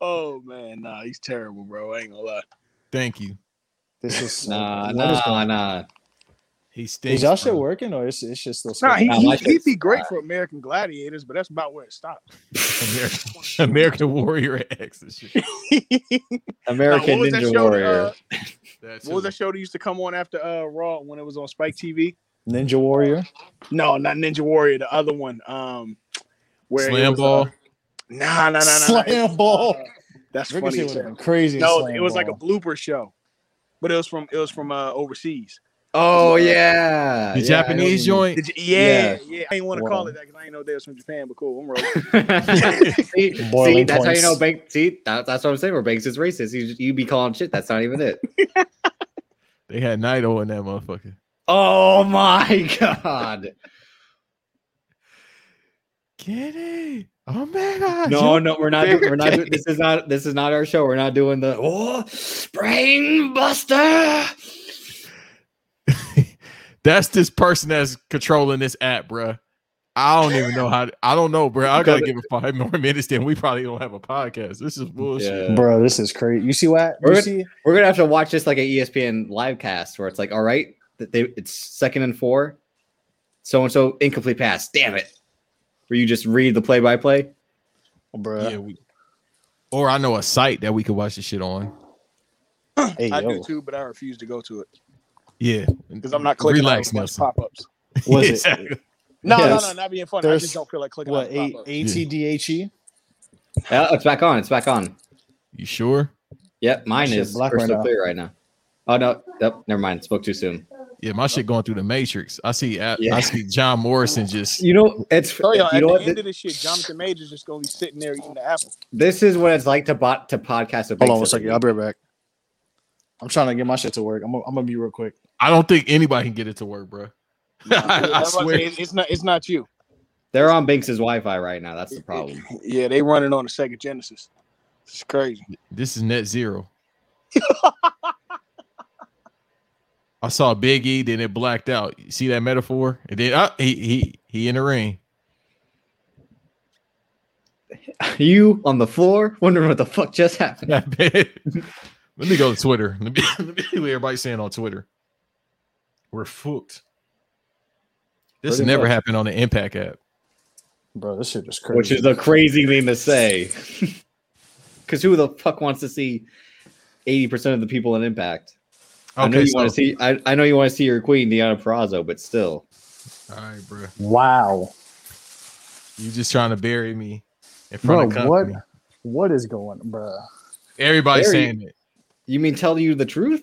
Speaker 5: Oh man, nah, he's terrible, bro. I ain't gonna lie.
Speaker 2: Thank you.
Speaker 1: This is
Speaker 3: nah,
Speaker 1: what is
Speaker 3: nah,
Speaker 1: going-
Speaker 3: nah.
Speaker 2: He stinks.
Speaker 1: Is y'all shit
Speaker 2: bro.
Speaker 1: working or is it's just still?
Speaker 5: Nah, he,
Speaker 3: Nah,
Speaker 5: he,
Speaker 3: my
Speaker 5: he'd
Speaker 3: shit's
Speaker 5: be great
Speaker 3: fire.
Speaker 5: for American Gladiators, but that's about where it stopped.
Speaker 2: American, American Warrior X. and shit.
Speaker 3: American
Speaker 5: was that
Speaker 3: Ninja
Speaker 5: show,
Speaker 3: Warrior.
Speaker 2: That
Speaker 5: What was
Speaker 2: too.
Speaker 5: that show that used to come on after uh, Raw when it was on Spike TV?
Speaker 1: Ninja Warrior.
Speaker 5: No, not Ninja Warrior. The other one, um, where it
Speaker 2: Slam
Speaker 5: was, uh,
Speaker 2: ball.
Speaker 5: Nah, nah, nah, nah. nah.
Speaker 1: Slam ball.
Speaker 5: That's funny.
Speaker 1: Ricochet
Speaker 5: as
Speaker 1: would have been
Speaker 5: hell.
Speaker 1: crazy. in
Speaker 5: No,
Speaker 1: slam
Speaker 5: it was like a
Speaker 1: ball.
Speaker 5: blooper show, but it was from it was from uh, overseas.
Speaker 3: Oh yeah,
Speaker 2: the
Speaker 3: Yeah, I know
Speaker 2: Japanese
Speaker 3: what you mean.
Speaker 2: joint.
Speaker 5: Did you, yeah,
Speaker 3: Yeah.
Speaker 5: yeah, I didn't want to
Speaker 1: Wow.
Speaker 5: call it that because I didn't know they was from Japan. But cool, I'm rolling.
Speaker 3: see, see,
Speaker 1: Boiling
Speaker 3: that's how
Speaker 1: points.
Speaker 3: you know Bank. See, that, that's what I'm saying. Where Banks is racist. You, you be calling shit. That's not even it.
Speaker 2: They had Naito in that motherfucker.
Speaker 3: Oh my god.
Speaker 2: Kitty
Speaker 5: Oh
Speaker 2: Omega.
Speaker 3: No,
Speaker 2: you-
Speaker 3: no, we're not. We're not. doing- This is not. This is not our show. We're not doing the oh, brain buster.
Speaker 2: That's this person that's controlling this app, bruh. I don't even know how. I don't know, bruh. I gotta give it five more minutes. Then we probably don't have a podcast. This is bullshit.
Speaker 3: Yeah.
Speaker 1: bro. This is crazy. You see what? You
Speaker 3: We're-
Speaker 1: see?
Speaker 3: We're gonna have to watch this like a E ESPN live cast where it's like, all right, that they it's second and four, so and so incomplete pass. Damn it. Where you just read the play by play.
Speaker 1: Bro,
Speaker 2: Yeah. we, or I know a site that we could watch this shit on.
Speaker 1: hey
Speaker 5: I
Speaker 1: yo,
Speaker 5: do too, but I refuse to go to it
Speaker 2: Yeah,
Speaker 5: because I'm not clicking
Speaker 2: Relax,
Speaker 5: on
Speaker 2: Nelson.
Speaker 5: pop ups.
Speaker 1: was it
Speaker 2: Exactly.
Speaker 5: No,
Speaker 1: Yes.
Speaker 5: no, no, not being funny. I
Speaker 1: There's-
Speaker 5: just don't feel like clicking
Speaker 1: what
Speaker 5: on
Speaker 1: a
Speaker 5: pop ups.
Speaker 1: a t d h e?
Speaker 3: Oh, it's back on. It's back on.
Speaker 2: You sure?
Speaker 3: Yep, mine
Speaker 1: shit
Speaker 3: is.
Speaker 1: black
Speaker 3: We're
Speaker 1: right
Speaker 3: still
Speaker 1: now.
Speaker 3: clear right now. Oh no, Yep, never mind. Spoke too soon.
Speaker 2: Yeah, my shit going through the matrix. I see. I,
Speaker 3: Yeah.
Speaker 2: I see John Morrison just.
Speaker 3: You know, it's
Speaker 5: So, yo,
Speaker 3: you
Speaker 5: at
Speaker 3: know
Speaker 5: the
Speaker 3: what?
Speaker 5: end of this shit, Jonathan Majors just gonna be sitting there eating the apple.
Speaker 3: This is what it's like to bot to podcast. with
Speaker 1: Hold on one
Speaker 3: Banks
Speaker 1: second.
Speaker 3: every
Speaker 1: I'll be right back. I'm trying to get my shit to work. I'm gonna, I'm gonna be real quick.
Speaker 2: I don't think anybody can get it to work, bro. I
Speaker 5: That's why
Speaker 2: swear.
Speaker 5: say it's it's not. It's not you.
Speaker 3: week. They're on Banks's Wi-Fi right now. That's the problem.
Speaker 5: Yeah, they running on the Sega Genesis. It's crazy.
Speaker 2: This is net zero. I saw Big E, then it blacked out. You see that metaphor? And then ah, he he he in the ring.
Speaker 3: you on the floor wondering what the fuck just happened.
Speaker 2: That bit. Let me go to Twitter. Let me, let me see what everybody's saying on Twitter. We're fucked. This
Speaker 1: Pretty
Speaker 2: never
Speaker 1: much.
Speaker 2: happened on the Impact app.
Speaker 1: Bro, this shit is crazy.
Speaker 3: which is a crazy thing to say. Because who the fuck wants to see eighty percent of the people in Impact? I know
Speaker 2: Okay,
Speaker 3: you
Speaker 2: so,
Speaker 3: want to see. I, I know you want to see your queen, Deanna Perrazzo, but still,
Speaker 2: all right, bro.
Speaker 1: wow.
Speaker 2: You just trying to bury me
Speaker 1: Bro,
Speaker 2: in front of
Speaker 1: what
Speaker 2: company.
Speaker 1: what is going bro?
Speaker 2: Everybody's
Speaker 3: Bury-
Speaker 2: saying it.
Speaker 3: you mean tell you the truth?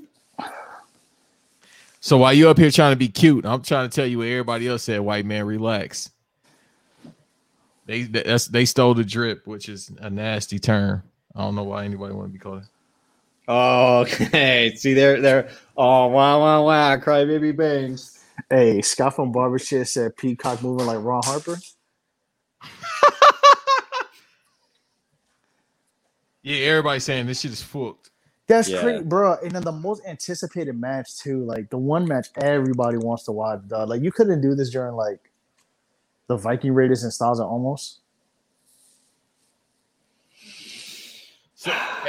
Speaker 2: So while you up here trying to be cute, I'm trying to tell you what everybody else said. White man, relax. They th- that's they stole the drip, which is a nasty term. I don't know why anybody want to be called. it.
Speaker 3: Oh, okay. See, they're they're oh wow wow wow crybaby bangs.
Speaker 1: Hey, Scott from Barbershop said Peacock moving like Ron Harper.
Speaker 2: Yeah, everybody's saying this shit is fucked.
Speaker 1: That's
Speaker 3: Yeah.
Speaker 1: crazy, bro. And then the most anticipated match too, like the one match everybody wants to watch. Dog. Like you couldn't do this during like the Viking Raiders and Styles are almost.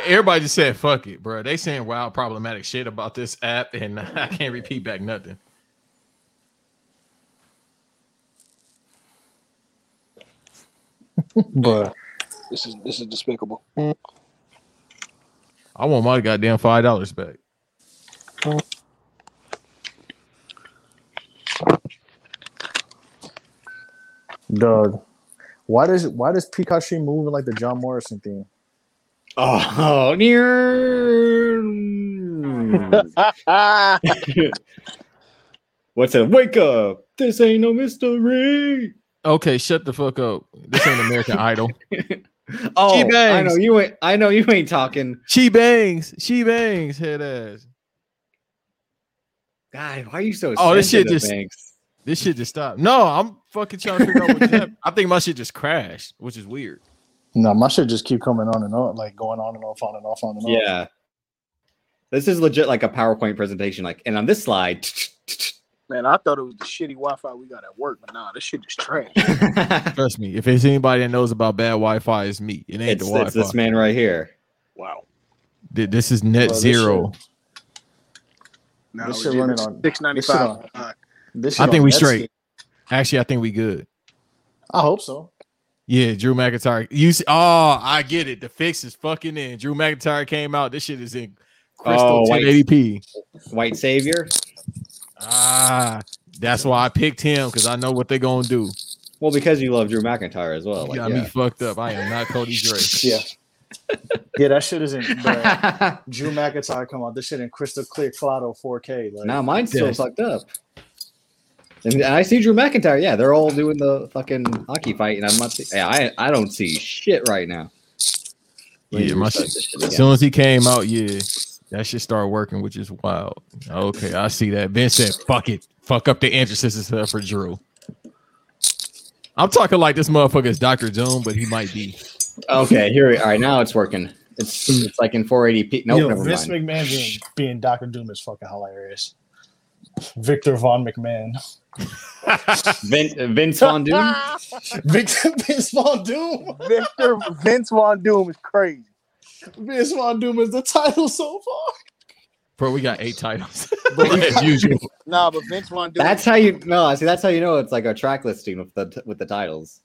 Speaker 2: Everybody just said fuck it, bro. They saying wild problematic shit about this app, and I can't repeat back nothing.
Speaker 1: Bro,
Speaker 5: This is this is despicable.
Speaker 2: I want my goddamn five dollars back.
Speaker 1: dog. Why does why does Peacock stream moving like the John Morrison theme?
Speaker 3: Oh, near. What's it? Wake up! This ain't no mystery.
Speaker 2: Okay, shut the fuck up. This ain't American Idol.
Speaker 3: Oh, I
Speaker 2: bangs.
Speaker 3: know you ain't. I know you ain't talking.
Speaker 2: She bangs. She bangs. Head ass.
Speaker 3: God, why are you so?
Speaker 2: Oh, this shit
Speaker 3: sensitive,
Speaker 2: just-
Speaker 3: Banks?
Speaker 2: This shit just stopped. No, I'm fucking trying to figure out what's happening. I think my shit just crashed, which is weird.
Speaker 1: No, my shit just keep coming on and on, like going on and off, on and off, on and off.
Speaker 3: Yeah, this is legit like a PowerPoint presentation. Like, and on this slide,
Speaker 5: Man, I thought it was the shitty Wi-Fi we got at work, but nah, this shit is trash.
Speaker 3: it's,
Speaker 2: Trust me, if it's anybody that knows about bad Wi-Fi, it's me. It ain't the Wi-Fi.
Speaker 3: it's this man right here.
Speaker 5: Wow.
Speaker 2: Th- this is net
Speaker 1: Bro, this
Speaker 2: zero.
Speaker 5: Now
Speaker 1: This shit running on-
Speaker 5: six ninety five.
Speaker 1: this This
Speaker 2: I
Speaker 1: shit
Speaker 2: think
Speaker 1: on
Speaker 2: we
Speaker 1: Netscape.
Speaker 2: straight. Actually, I think we good.
Speaker 1: I hope so.
Speaker 2: Yeah, Drew McIntyre. You see, oh, I get it. The fix is fucking in. Drew McIntyre came out. This shit is in crystal
Speaker 3: Oh, wait.
Speaker 2: 1080p.
Speaker 3: White savior.
Speaker 2: Ah, that's why I picked him because I know what they're gonna do.
Speaker 3: Well, because you love Drew McIntyre as well.
Speaker 2: You
Speaker 3: Oh, Like,
Speaker 2: got me fucked up. I am not Cody Gray.
Speaker 1: Yeah. Yeah, that shit isn't. Bro.
Speaker 3: yeah.
Speaker 1: Drew McIntyre come out. This shit in crystal clear, Clado 4K. Like,
Speaker 3: now mine's still
Speaker 2: Yes.
Speaker 3: fucked up. And I see Drew McIntyre. Yeah, they're all doing the fucking hockey fight, and I'm not. See- yeah, I I don't see shit right now.
Speaker 2: Yeah, my shit. As soon as he came out, yeah, that shit started working, which is wild. Okay, I see that. Ben said, "Fuck it, fuck up the entrances and stuff for Drew." I'm talking like this motherfucker is Doctor Doom, but he might be.
Speaker 3: Okay, here. we All right, now it's working. It's it's like in 480p. No,
Speaker 1: Yo,
Speaker 3: never
Speaker 1: Vince
Speaker 3: mind.
Speaker 1: McMahon being, being Doctor Doom is fucking hilarious. Victor Von McMahon.
Speaker 3: Vin, Vince Von Doom.
Speaker 1: Victor Vince Von Doom.
Speaker 5: Victor Vince Von Doom is crazy.
Speaker 1: Vince Von Doom is the title so far.
Speaker 2: Bro, we got eight titles as usual.
Speaker 5: Nah, but Vince Von Doom.
Speaker 3: That's how you no. I see. That's how you know it's like a track listing with the with the titles.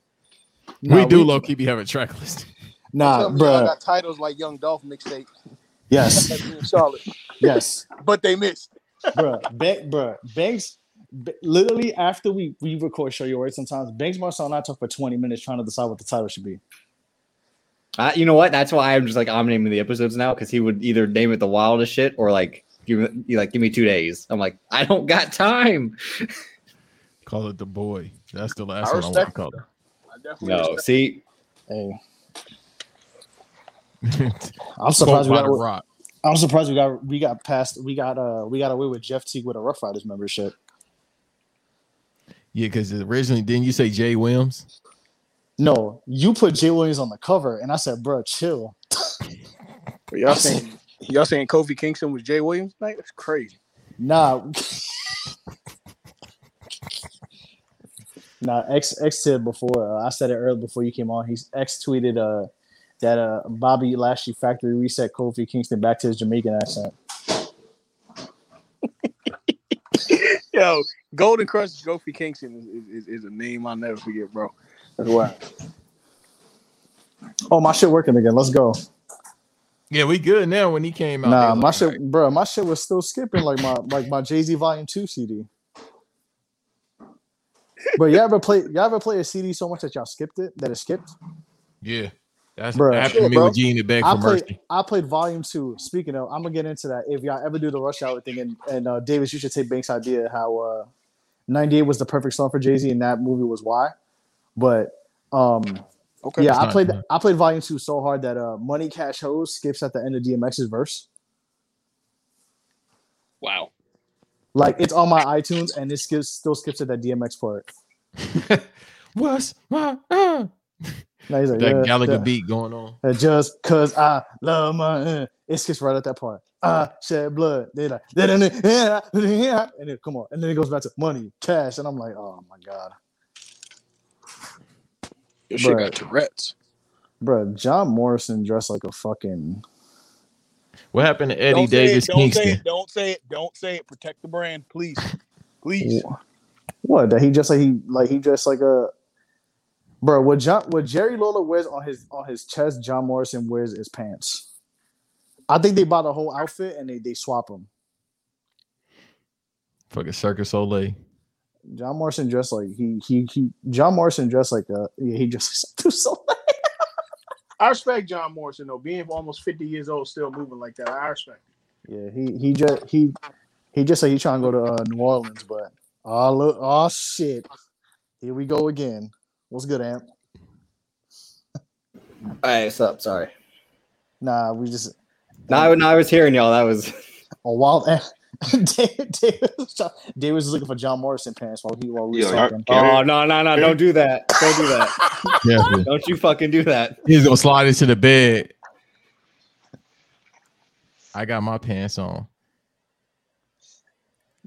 Speaker 2: we do low key be having a track list.
Speaker 1: Nah,
Speaker 5: Tell me y'all
Speaker 1: bro.
Speaker 5: got titles like Young Dolph mixtape
Speaker 1: Yes,
Speaker 5: like me and Charlotte,
Speaker 1: yes,
Speaker 5: but they missed.
Speaker 1: bro. Bank, bro. Banks. B- literally after we we record show your word sometimes Banks Marcel and I talk for 20 minutes trying to decide what the title should be.
Speaker 3: Uh, you know what? That's why I'm just like I'm naming the episodes now because he would either name it the wildest shit or like give me- you like give me two days. I'm like I don't got time.
Speaker 2: Call it the boy. That's the last
Speaker 5: I
Speaker 2: one I want to
Speaker 5: respect
Speaker 2: call
Speaker 5: I definitely
Speaker 3: No,
Speaker 5: respect-
Speaker 3: see,
Speaker 1: Hey,
Speaker 2: it.
Speaker 1: I'm
Speaker 2: Spoke
Speaker 1: surprised we
Speaker 2: by the
Speaker 1: got
Speaker 2: rock.
Speaker 1: I'm surprised we got we got past we got uh we got away with Jeff Teague with a Rough Riders membership.
Speaker 2: Yeah, because originally didn't you say Jay Williams?
Speaker 1: No, you put Jay Williams on the cover, and I said, "Bro, chill."
Speaker 5: y'all saying y'all saying Kofi Kingston was Jay Williams? Like that's crazy.
Speaker 1: Nah, nah. X X said before uh, I said it earlier before you came on. He's X tweeted uh that uh Bobby Lashley factory reset Kofi Kingston back to his Jamaican accent.
Speaker 5: Yo, Golden Crush Kofi Kingston is, is, is a name I'll never forget, bro. That's why.
Speaker 1: Oh, my shit working again. Let's go.
Speaker 2: Yeah, we good now. When he came out,
Speaker 1: Nah,
Speaker 2: they
Speaker 1: my
Speaker 2: looked
Speaker 1: shit,
Speaker 2: like-
Speaker 1: bro. My shit was still skipping like my like my Jay Z Volume Two CD. But you ever play you ever play a CD so much that y'all skipped it that it skipped?
Speaker 2: Yeah, that's
Speaker 1: Bruh.
Speaker 2: what happened
Speaker 5: Sure,
Speaker 2: to me
Speaker 5: bro.
Speaker 2: with Gene the Bag
Speaker 1: I
Speaker 2: for
Speaker 1: played
Speaker 2: Mercy.
Speaker 1: I played Volume Two. Speaking of, I'm gonna get into that. If y'all ever do the Rush Hour thing, and and uh, Davis, you should take Banks' idea how uh, '98 was the perfect song for Jay Z, and that movie was why. But um,
Speaker 5: Okay.
Speaker 1: yeah,
Speaker 2: It's
Speaker 1: I
Speaker 2: not
Speaker 1: played
Speaker 2: good.
Speaker 1: I played Volume Two so hard that uh, Money Cash Hoes skips at the end of DMX's verse.
Speaker 5: Wow.
Speaker 1: Like it's on my iTunes, and it skips still skips at that DMX part.
Speaker 2: What's my uh,
Speaker 1: Now he's like,
Speaker 2: that
Speaker 1: yeah,
Speaker 2: Gallagher
Speaker 1: yeah.
Speaker 2: beat going on?
Speaker 1: Uh, Just cause I love my, uh, it skips right at that part. I shed blood. They like, "Da-da-da, yeah, yeah," and then come on, and then it goes back to money, cash, and I'm like, oh my god,
Speaker 5: Your shit
Speaker 1: Bruh.
Speaker 5: got Tourette's.
Speaker 1: bro, John Morrison dressed like a fucking.
Speaker 2: What happened to Eddie
Speaker 5: don't say
Speaker 2: Davis
Speaker 5: it, don't say
Speaker 2: Kingston?
Speaker 5: it, don't say it, don't say it. Protect the brand, please. Please.
Speaker 1: What? That he just like he like he dressed like a. Bro, what John what Jerry Lola wears on his on his chest, John Morrison wears his pants. I think they bought a whole outfit and they they swap them.
Speaker 2: Fucking Circus Olay.
Speaker 1: John Morrison dressed like he he he. John Morrison dressed like a yeah, he just do so.
Speaker 6: I respect John Morrison though, being almost fifty years old, still moving like that. I respect. it.
Speaker 1: Yeah, he he just he he just said he trying to go to uh, New Orleans, but oh look, oh shit, here we go again. What's good, Amp?
Speaker 3: right, what's up? Sorry.
Speaker 1: Nah, we just
Speaker 3: No, I, no, I was hearing y'all. That was
Speaker 1: a wild. Amp. David, David, was try- David was looking for John Morrison pants while he while we was
Speaker 6: Yo, y'all-
Speaker 1: talking.
Speaker 3: oh no no no! Don't do that! Don't do that!
Speaker 2: Yeah,
Speaker 3: Don't you fucking do that!
Speaker 2: he's gonna slide into the bed. I got my pants on.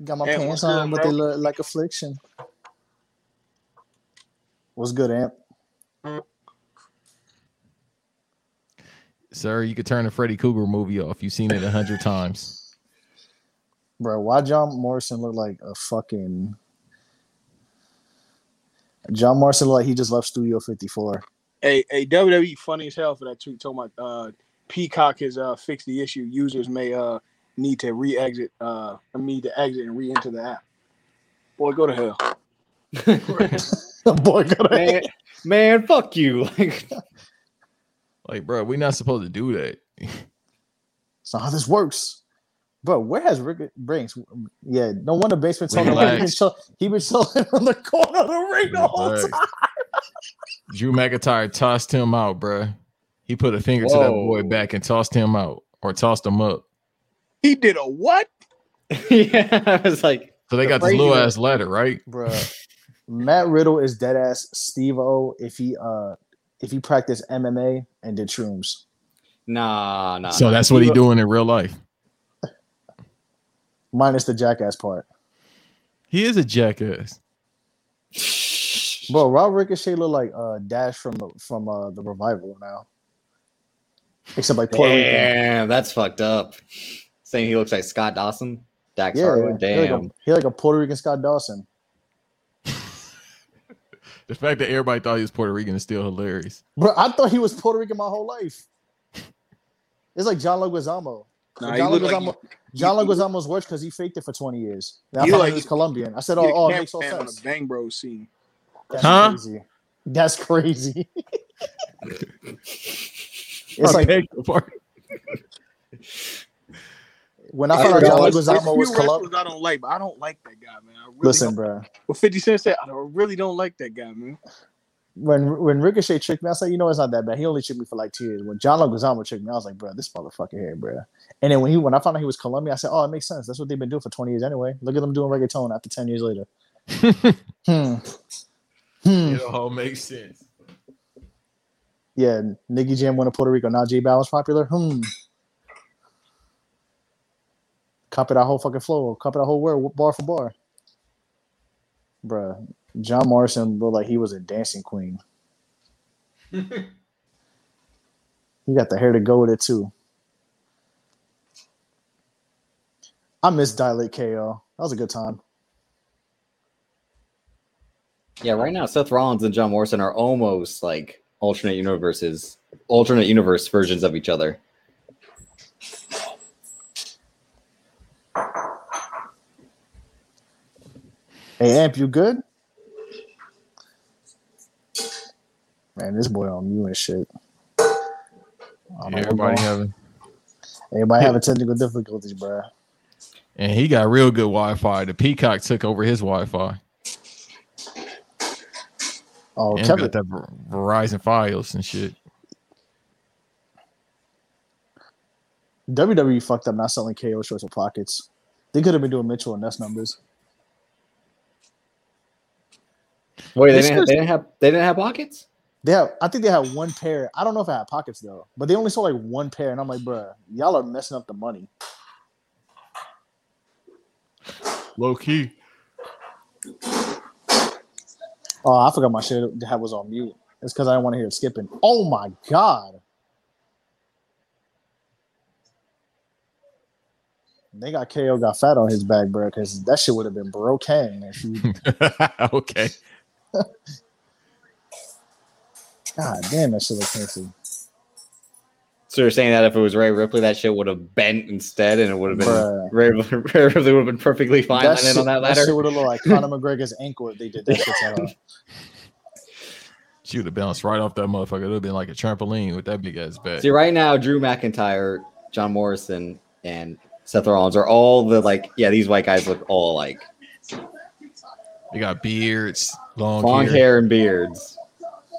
Speaker 1: Got my
Speaker 5: Amp,
Speaker 1: pants
Speaker 5: what's good,
Speaker 1: on, but they
Speaker 5: bro?
Speaker 1: look like affliction. What's good, Amp?
Speaker 2: Sir, you could turn the Freddy Cougar movie off. You've seen it a hundred times.
Speaker 1: Bro, why John Morrison look like a fucking John Morrison look like he just left Studio 54.
Speaker 5: Hey, hey, WWE funny as hell for that tweet. Talking about uh, Peacock has uh, fixed the issue. Users may uh, need to re-exit, uh, need to exit and re-enter the app. Boy, go to hell.
Speaker 1: Boy, got a-
Speaker 3: Man, man, fuck you! Like,
Speaker 2: Like, bro, we're not supposed to do that.
Speaker 1: It's not how this works. Bro, where has Rick Banks? Yeah, no wonder Banks been talking like he been,
Speaker 2: Relax.
Speaker 1: chill, he been chilling on the corner of the ring the whole
Speaker 2: Relax.
Speaker 1: time.
Speaker 2: Drew McIntyre tossed him out, bro. He put a finger to that boy
Speaker 3: Whoa.
Speaker 2: back and tossed him out or tossed him up.
Speaker 5: He did a what?
Speaker 3: yeah, I was like,
Speaker 2: So they
Speaker 3: The
Speaker 2: got this
Speaker 3: crazy
Speaker 2: little
Speaker 3: one.
Speaker 2: ass letter, right?
Speaker 1: Bro, Matt Riddle is dead ass Steve O if he uh if he practiced MMA and did shrooms.
Speaker 3: nah, nah.
Speaker 2: So
Speaker 3: nah.
Speaker 2: that's what he
Speaker 3: Steve-O-
Speaker 2: doing in real life.
Speaker 1: Minus the jackass part.
Speaker 2: He is a jackass.
Speaker 1: Bro, Rob Ricochet look like uh Dash from the from uh the revival now. Except like Puerto Rican.
Speaker 3: Damn, that's fucked up. Saying he looks like Scott Dawson, Dax
Speaker 1: Yeah,
Speaker 3: Harwood.
Speaker 1: He like,
Speaker 3: Damn,
Speaker 1: a, he like a Puerto Rican Scott Dawson.
Speaker 2: The fact that everybody thought he was Puerto Rican is still hilarious.
Speaker 1: Bro, I thought he was Puerto Rican my whole life. It's like John Leguizamo. John
Speaker 5: Nah, he looked
Speaker 1: Leguizamo,
Speaker 5: like
Speaker 1: John
Speaker 5: he-
Speaker 1: Leguizamo's worse because he faked it for 20 years. Now I
Speaker 5: He
Speaker 1: thought he
Speaker 5: like-
Speaker 1: was Colombian. I said,
Speaker 5: he,
Speaker 1: oh,
Speaker 5: he
Speaker 1: oh
Speaker 5: oh,
Speaker 1: it makes no
Speaker 5: on a
Speaker 1: sense.
Speaker 5: Bang Bros scene.
Speaker 1: That's
Speaker 2: Huh?
Speaker 1: crazy. That's crazy. it's
Speaker 2: Bro,
Speaker 1: like
Speaker 2: beg your pardon.
Speaker 1: when I
Speaker 5: I
Speaker 1: found out John
Speaker 5: realized- there's
Speaker 1: Leguizamo
Speaker 5: few
Speaker 1: was Colombian.
Speaker 5: wrestlers I don't like, but I don't like that guy, man. I really
Speaker 1: Listen,
Speaker 5: don't-
Speaker 1: bro.
Speaker 5: Well, Fifty Cent said, I don't- really don't like that guy, man.
Speaker 1: When when Ricochet tricked me, I said, you know, it's not that bad. He only tricked me for like two years. When John Leguizamo tricked me, I was like, bro, this motherfucker here, bro. And then when he when I found out he was Colombian, I said, oh, it makes sense. That's what they've been doing for 20 years anyway. Look at them doing reggaeton after 10 years later. hmm. Hmm.
Speaker 2: It all makes sense.
Speaker 1: Yeah, Nicky Jam went to Puerto Rico. Now J Balvin's popular. Hmm. Copy that whole fucking flow. Copy that whole word bar for bar. Bruh, John Morrison looked like he was a dancing queen. He got the hair to go with it too. I miss Dilate KO. That was a good time.
Speaker 3: Yeah, right now Seth Rollins and John Morrison are almost like alternate universes, alternate universe versions of each other.
Speaker 1: Hey Amp, you good? Man, this boy on you and shit. I don't know what's
Speaker 2: Everybody
Speaker 1: going-
Speaker 2: having,
Speaker 1: everybody having technical difficulties, bruh.
Speaker 2: and he got real good Wi-Fi. The Peacock took over his Wi-Fi.
Speaker 1: Oh,
Speaker 2: and
Speaker 1: Kevin,
Speaker 2: got that Ver- Verizon Files and shit.
Speaker 1: WWE E fucked up not selling KO shorts with pockets. They could have been doing Mitchell and Ness numbers.
Speaker 3: Wait, they
Speaker 1: This
Speaker 3: didn't, have,
Speaker 1: was-
Speaker 3: they didn't have they didn't have pockets.
Speaker 1: They have, I think they had one pair. I don't know if I had pockets though, but they only sold like one pair, and I'm like, bruh, y'all are messing up the money.
Speaker 2: Low key.
Speaker 1: Oh, I forgot my shit that was on mute. It's because I didn't want to hear it skipping. Oh my god. They got KO got fat on his back, bro, because that shit would have been broken. If you,
Speaker 2: okay.
Speaker 1: god damn, that shit looked fancy.
Speaker 3: So you're saying that if it was Ray Ripley, that shit would have bent instead, and it would have been
Speaker 1: Bruh.
Speaker 3: Ray, Ray Ripley would have been perfectly fine
Speaker 1: That
Speaker 3: landing
Speaker 1: shit,
Speaker 3: on that ladder.
Speaker 1: shit would have looked like Conor McGregor's ankle if they did that shit to her.
Speaker 2: She would have bounced right off that motherfucker. It would have been like a trampoline with that big ass back.
Speaker 3: See, right now, Drew McIntyre, John Morrison, and Seth Rollins are all the like, yeah, these white guys look all like
Speaker 2: They got beards, long,
Speaker 3: long
Speaker 2: hair.
Speaker 3: hair and beards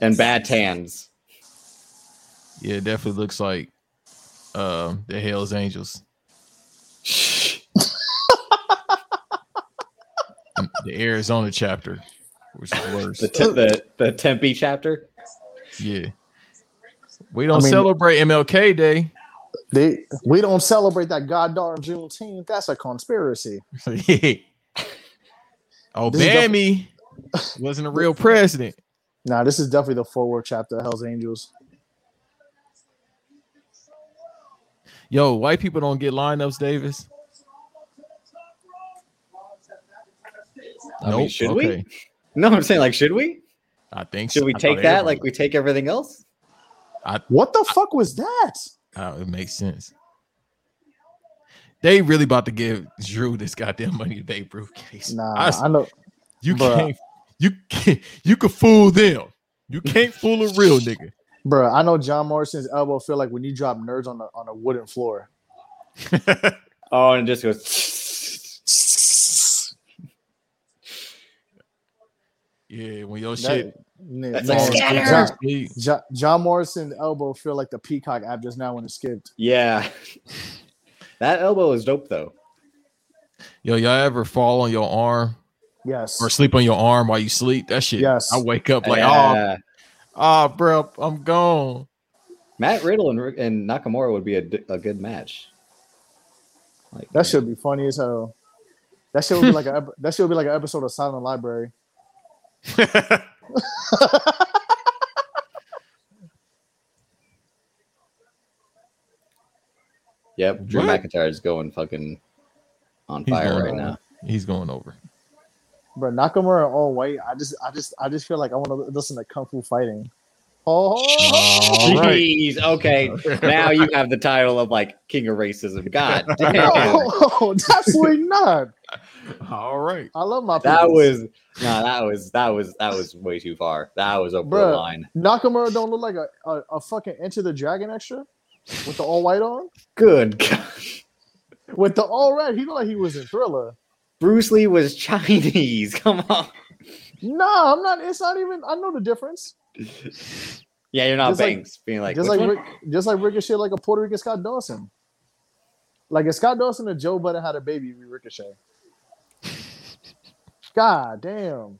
Speaker 3: and bad tans.
Speaker 2: Yeah, it definitely looks like um the Hells Angels. the Arizona chapter, which is worse.
Speaker 3: The, te- the the Tempe chapter.
Speaker 2: Yeah. We don't
Speaker 1: I mean-
Speaker 2: celebrate MLK Day.
Speaker 1: They, we don't celebrate that goddamn Juneteenth. That's a conspiracy.
Speaker 2: Obama wasn't a real president.
Speaker 1: Nah, this is definitely the forward chapter of Hell's Angels.
Speaker 2: Yo, white people don't get lineups, Davis.
Speaker 3: I mean, should we?
Speaker 2: okay.
Speaker 3: No, I'm saying like, should we?
Speaker 2: I think
Speaker 3: Should
Speaker 2: so.
Speaker 3: we
Speaker 2: I
Speaker 3: take
Speaker 2: thought
Speaker 3: that
Speaker 2: everyone-
Speaker 3: like we take everything else?
Speaker 1: What the fuck was that?
Speaker 2: Oh, it makes sense. They really about to give Drew this goddamn money to Babe Ruth case.
Speaker 1: Nah,
Speaker 2: I s-
Speaker 1: I know.
Speaker 2: you
Speaker 1: bruh.
Speaker 2: can't. You can't. You can fool them. You can't fool a real nigga.
Speaker 1: Bro, I know John Morrison's elbow feel like when you drop nerds on the on a wooden floor.
Speaker 3: Oh, and it just goes.
Speaker 2: yeah, when your
Speaker 1: That-
Speaker 2: shit.
Speaker 1: nigga,
Speaker 3: That's
Speaker 1: man,
Speaker 3: like
Speaker 1: John,
Speaker 3: scatter.
Speaker 2: He-
Speaker 1: John- John Morrison's elbow feel like the peacock app just now when it skipped.
Speaker 3: Yeah, that elbow is dope though.
Speaker 2: Yo, y'all ever fall on your arm
Speaker 1: Yes.
Speaker 2: or sleep on your arm while you sleep? That shit.
Speaker 1: Yes.
Speaker 2: I wake up like, oh,
Speaker 3: Yeah.
Speaker 2: oh, bro, I'm gone.
Speaker 3: Matt Riddle and, Rick- and Nakamura would be a, d- a good match. Like
Speaker 1: That should be funny as hell. That shit would be like a ep- that shit would be like an episode of Silent Library.
Speaker 3: Yep, Drew
Speaker 2: What?
Speaker 3: McIntyre is going fucking on
Speaker 2: He's
Speaker 3: fire
Speaker 2: going
Speaker 3: right
Speaker 2: over.
Speaker 3: now.
Speaker 2: He's going over.
Speaker 1: Bro, Nakamura all white. I just I just I just feel like I want to listen to Kung Fu fighting. Oh,
Speaker 2: All right.
Speaker 3: Jeez, okay, now you have the title of like King of Racism. God
Speaker 1: oh,
Speaker 3: damn,
Speaker 1: no, that's way not.
Speaker 2: All right.
Speaker 1: I love my
Speaker 3: that
Speaker 1: peoples.
Speaker 3: was no, that was that was that was way too far. That was over the
Speaker 1: Bruh.
Speaker 3: line.
Speaker 1: Nakamura don't look like a, a, a fucking Enter the Dragon extra with the all white on.
Speaker 3: Good God.
Speaker 1: With the all red, he looked like he was in Thriller.
Speaker 3: Bruce Lee was Chinese. Come on.
Speaker 1: Nah, I'm not. It's not even. I know the difference.
Speaker 3: Yeah, you're not
Speaker 1: Just like-
Speaker 3: Banks being like,
Speaker 1: just
Speaker 3: "Which
Speaker 1: like
Speaker 3: one?"
Speaker 1: Rick, just like Ricochet, like a Puerto Rican Scott Dawson. Like if Scott Dawson and Joe Budden had a baby, it'd be Ricochet. God damn.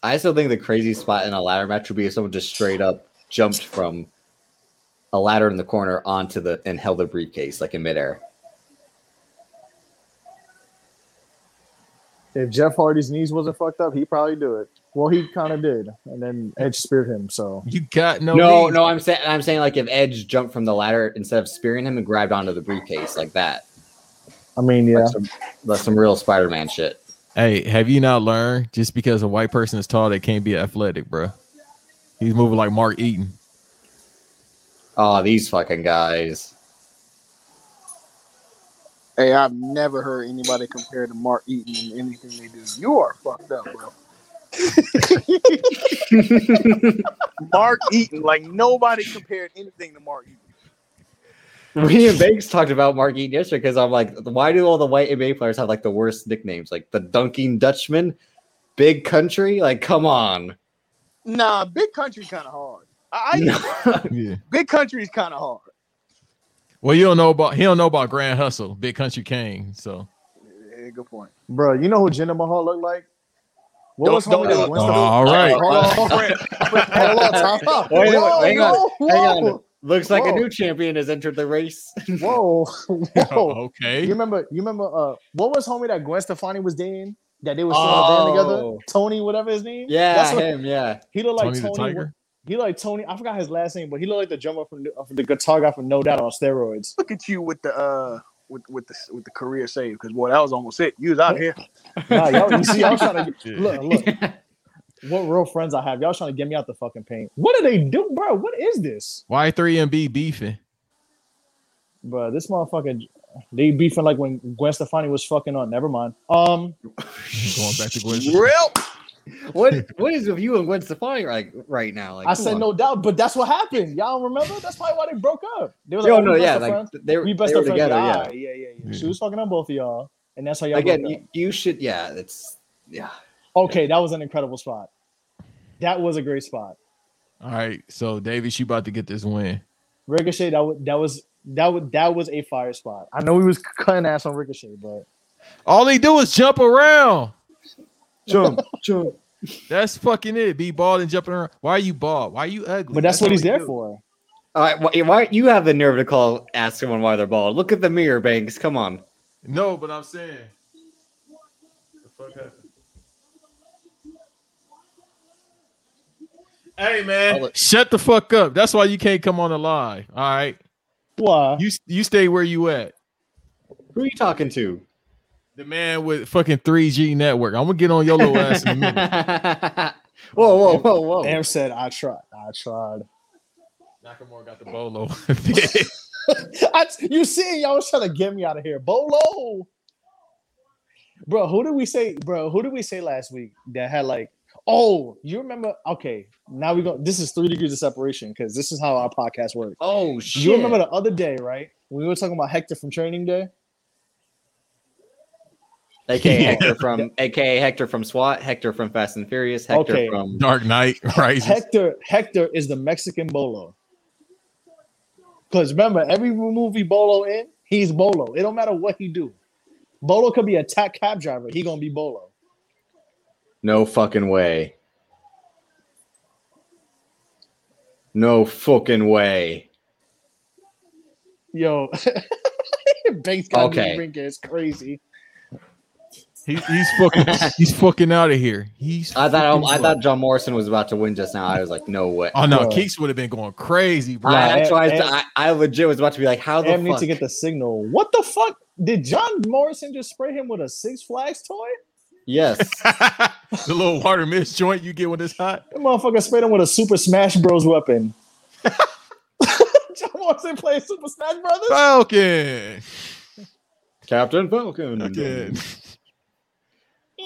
Speaker 3: I still think the crazy spot in a ladder match would be if someone just straight up jumped from a ladder in the corner onto the and held the briefcase like in midair.
Speaker 1: If Jeff Hardy's knees wasn't fucked up, he'd probably do it. Well, he kind of did, and then Edge speared him. So
Speaker 2: You got no.
Speaker 3: No,
Speaker 2: lead.
Speaker 3: no, I'm saying I'm saying like if Edge jumped from the ladder instead of spearing him and grabbed onto the briefcase like that.
Speaker 1: I mean, yeah,
Speaker 3: That's some, that's some real Spider-Man shit.
Speaker 2: Hey, have you not learned just because a white person is tall, they can't be athletic, bro? He's moving like Mark Eaton.
Speaker 3: Oh, these fucking guys.
Speaker 5: Hey, I've never heard anybody compare to Mark Eaton in anything they do. You are fucked up, bro. Mark Eaton, like nobody compared anything to Mark Eaton.
Speaker 3: Me and Banks talked about Mark Eaton yesterday because I'm like, why do all the white NBA players have like the worst nicknames? Like the Dunking Dutchman, Big Country? Like, come on.
Speaker 5: Nah, big country kind of hard. I, I-
Speaker 2: Yeah.
Speaker 5: big country is kind of hard.
Speaker 2: Well, you don't know about he don't know about Grand Hustle, Big Country Kane. So
Speaker 5: Yeah, good point.
Speaker 1: bro, you know who Jinder Mahal looked like? What
Speaker 5: Don't-
Speaker 1: was
Speaker 5: don't
Speaker 1: homie that
Speaker 5: do it.
Speaker 1: Winston-
Speaker 2: Uh, all right.
Speaker 1: Hold on,
Speaker 5: Oh,
Speaker 1: hold on, hold on, time out.
Speaker 3: Wait a minute,
Speaker 1: Whoa,
Speaker 3: hang on,
Speaker 1: whoa,
Speaker 3: hang on.
Speaker 1: whoa.
Speaker 3: Looks like a
Speaker 1: Whoa.
Speaker 3: new champion has entered the race.
Speaker 1: Whoa, whoa. You
Speaker 2: Oh, okay.
Speaker 1: remember? You remember? Uh, what was homie that Gwen Stefani was dating? That they were still on the band together.
Speaker 3: Oh.
Speaker 1: Tony, whatever his name.
Speaker 3: yeah,
Speaker 1: That's what-
Speaker 3: him, yeah.
Speaker 1: he looked like
Speaker 2: Tony the
Speaker 1: Tony.
Speaker 2: Tiger.
Speaker 1: he looked like Tony. I forgot his last name, but he looked like the drummer from uh, from the guitar guy from No Doubt on steroids.
Speaker 5: Look at you with the uh with with the with the career save because boy, that was almost it. You was out here.
Speaker 1: Nah, y'all, you see, y'all trying to look, look. What real friends I have? Y'all trying to get me out the fucking paint? What do they do, bro? What is this,
Speaker 2: Y three and B beefing.
Speaker 1: bro? This motherfucking they beefing like when Gwen Stefani was fucking on. Never mind. Um,
Speaker 2: Going back to Gwen.
Speaker 5: Real.
Speaker 3: What what is with you and Gwen Stefani like right now? Like
Speaker 1: I
Speaker 3: come
Speaker 1: said
Speaker 3: on.
Speaker 1: no doubt, but that's what happened. Y'all don't remember? That's probably why they broke up. They was like,
Speaker 3: Yo,
Speaker 1: oh,
Speaker 3: no,
Speaker 1: we best
Speaker 3: yeah,
Speaker 1: of
Speaker 3: like
Speaker 1: friends.
Speaker 3: they, were-
Speaker 1: we
Speaker 3: they
Speaker 1: best
Speaker 3: were
Speaker 1: of friends.
Speaker 3: together,
Speaker 1: Ah,
Speaker 3: yeah.
Speaker 1: yeah, yeah, yeah.
Speaker 2: Yeah.
Speaker 1: She was fucking on both of y'all, and that's how y'all
Speaker 3: Again,
Speaker 1: broke up.
Speaker 3: you, you should, yeah, it's yeah.
Speaker 1: Okay, that was an incredible spot. That was a great spot.
Speaker 2: All right. So Davis, you about to get this win.
Speaker 1: Ricochet, that was that was that was that was a fire spot. I know he was cutting ass on Ricochet, but
Speaker 2: All he do is jump around.
Speaker 3: Jump, jump.
Speaker 2: That's fucking it. Be bald and jumping around. Why are you bald? Why are you ugly?
Speaker 1: but that's, what
Speaker 2: all
Speaker 1: he's
Speaker 2: he
Speaker 1: there
Speaker 2: do.
Speaker 1: for.
Speaker 3: All right, why, why you have the nerve to call ask someone why they're bald? Look at the mirror, Banks. Come on.
Speaker 2: No, but I'm saying. The fuck happened? Hey man, shut the fuck up. That's why you can't come on the live. All right,
Speaker 1: Why?
Speaker 2: you you stay where you at.
Speaker 3: Who are you talking to?
Speaker 2: The man with fucking three G network. I'm gonna get on your little ass in a minute.
Speaker 3: whoa, whoa, whoa, whoa.
Speaker 1: Am said, "I tried. I tried."
Speaker 2: Nakamura got the bolo.
Speaker 1: I, you see, y'all was trying to get me out of here, Bolo. Bro, who did we say? Bro, who did we say last week that had like? Oh, you remember? Okay, now we go. This is three degrees of separation because this is how our podcast works.
Speaker 3: Oh shit.
Speaker 1: You remember the other day, right? When we were talking about Hector from Training Day.
Speaker 3: AKA Hector from AKA Hector from SWAT, Hector from Fast and Furious, Hector
Speaker 1: Okay.
Speaker 3: from
Speaker 2: Dark Knight Rises.
Speaker 1: Hector Hector is the Mexican Bolo. Cause remember, every movie Bolo in, he's Bolo. It don't matter what he do. Bolo could be a tac cab driver. He gonna be Bolo.
Speaker 3: No fucking way. No fucking way.
Speaker 1: Yo, Banks got
Speaker 3: Okay.
Speaker 1: okay. drinking. It's crazy.
Speaker 2: He, he's fucking. He's fucking out of here. He's.
Speaker 3: I thought
Speaker 2: fucking
Speaker 3: I
Speaker 2: out.
Speaker 3: thought John Morrison was about to win just now. I was like, no way.
Speaker 2: Oh no,
Speaker 1: Bro.
Speaker 2: Keeks would have been going crazy, bro.
Speaker 3: I, that's why I,
Speaker 1: and-
Speaker 3: I, I legit was about to be like, how the
Speaker 1: Am needs
Speaker 3: fuck?
Speaker 1: to get the signal. What the fuck? Did John Morrison just spray him with a Six Flags toy?
Speaker 3: yes.
Speaker 2: the little water mist joint you get when it's hot.
Speaker 1: That motherfucker sprayed him with a Super Smash Bros. weapon. John Morrison playing Super Smash Brothers?
Speaker 2: Falcon.
Speaker 3: Captain Falcon.
Speaker 2: Again.
Speaker 1: PK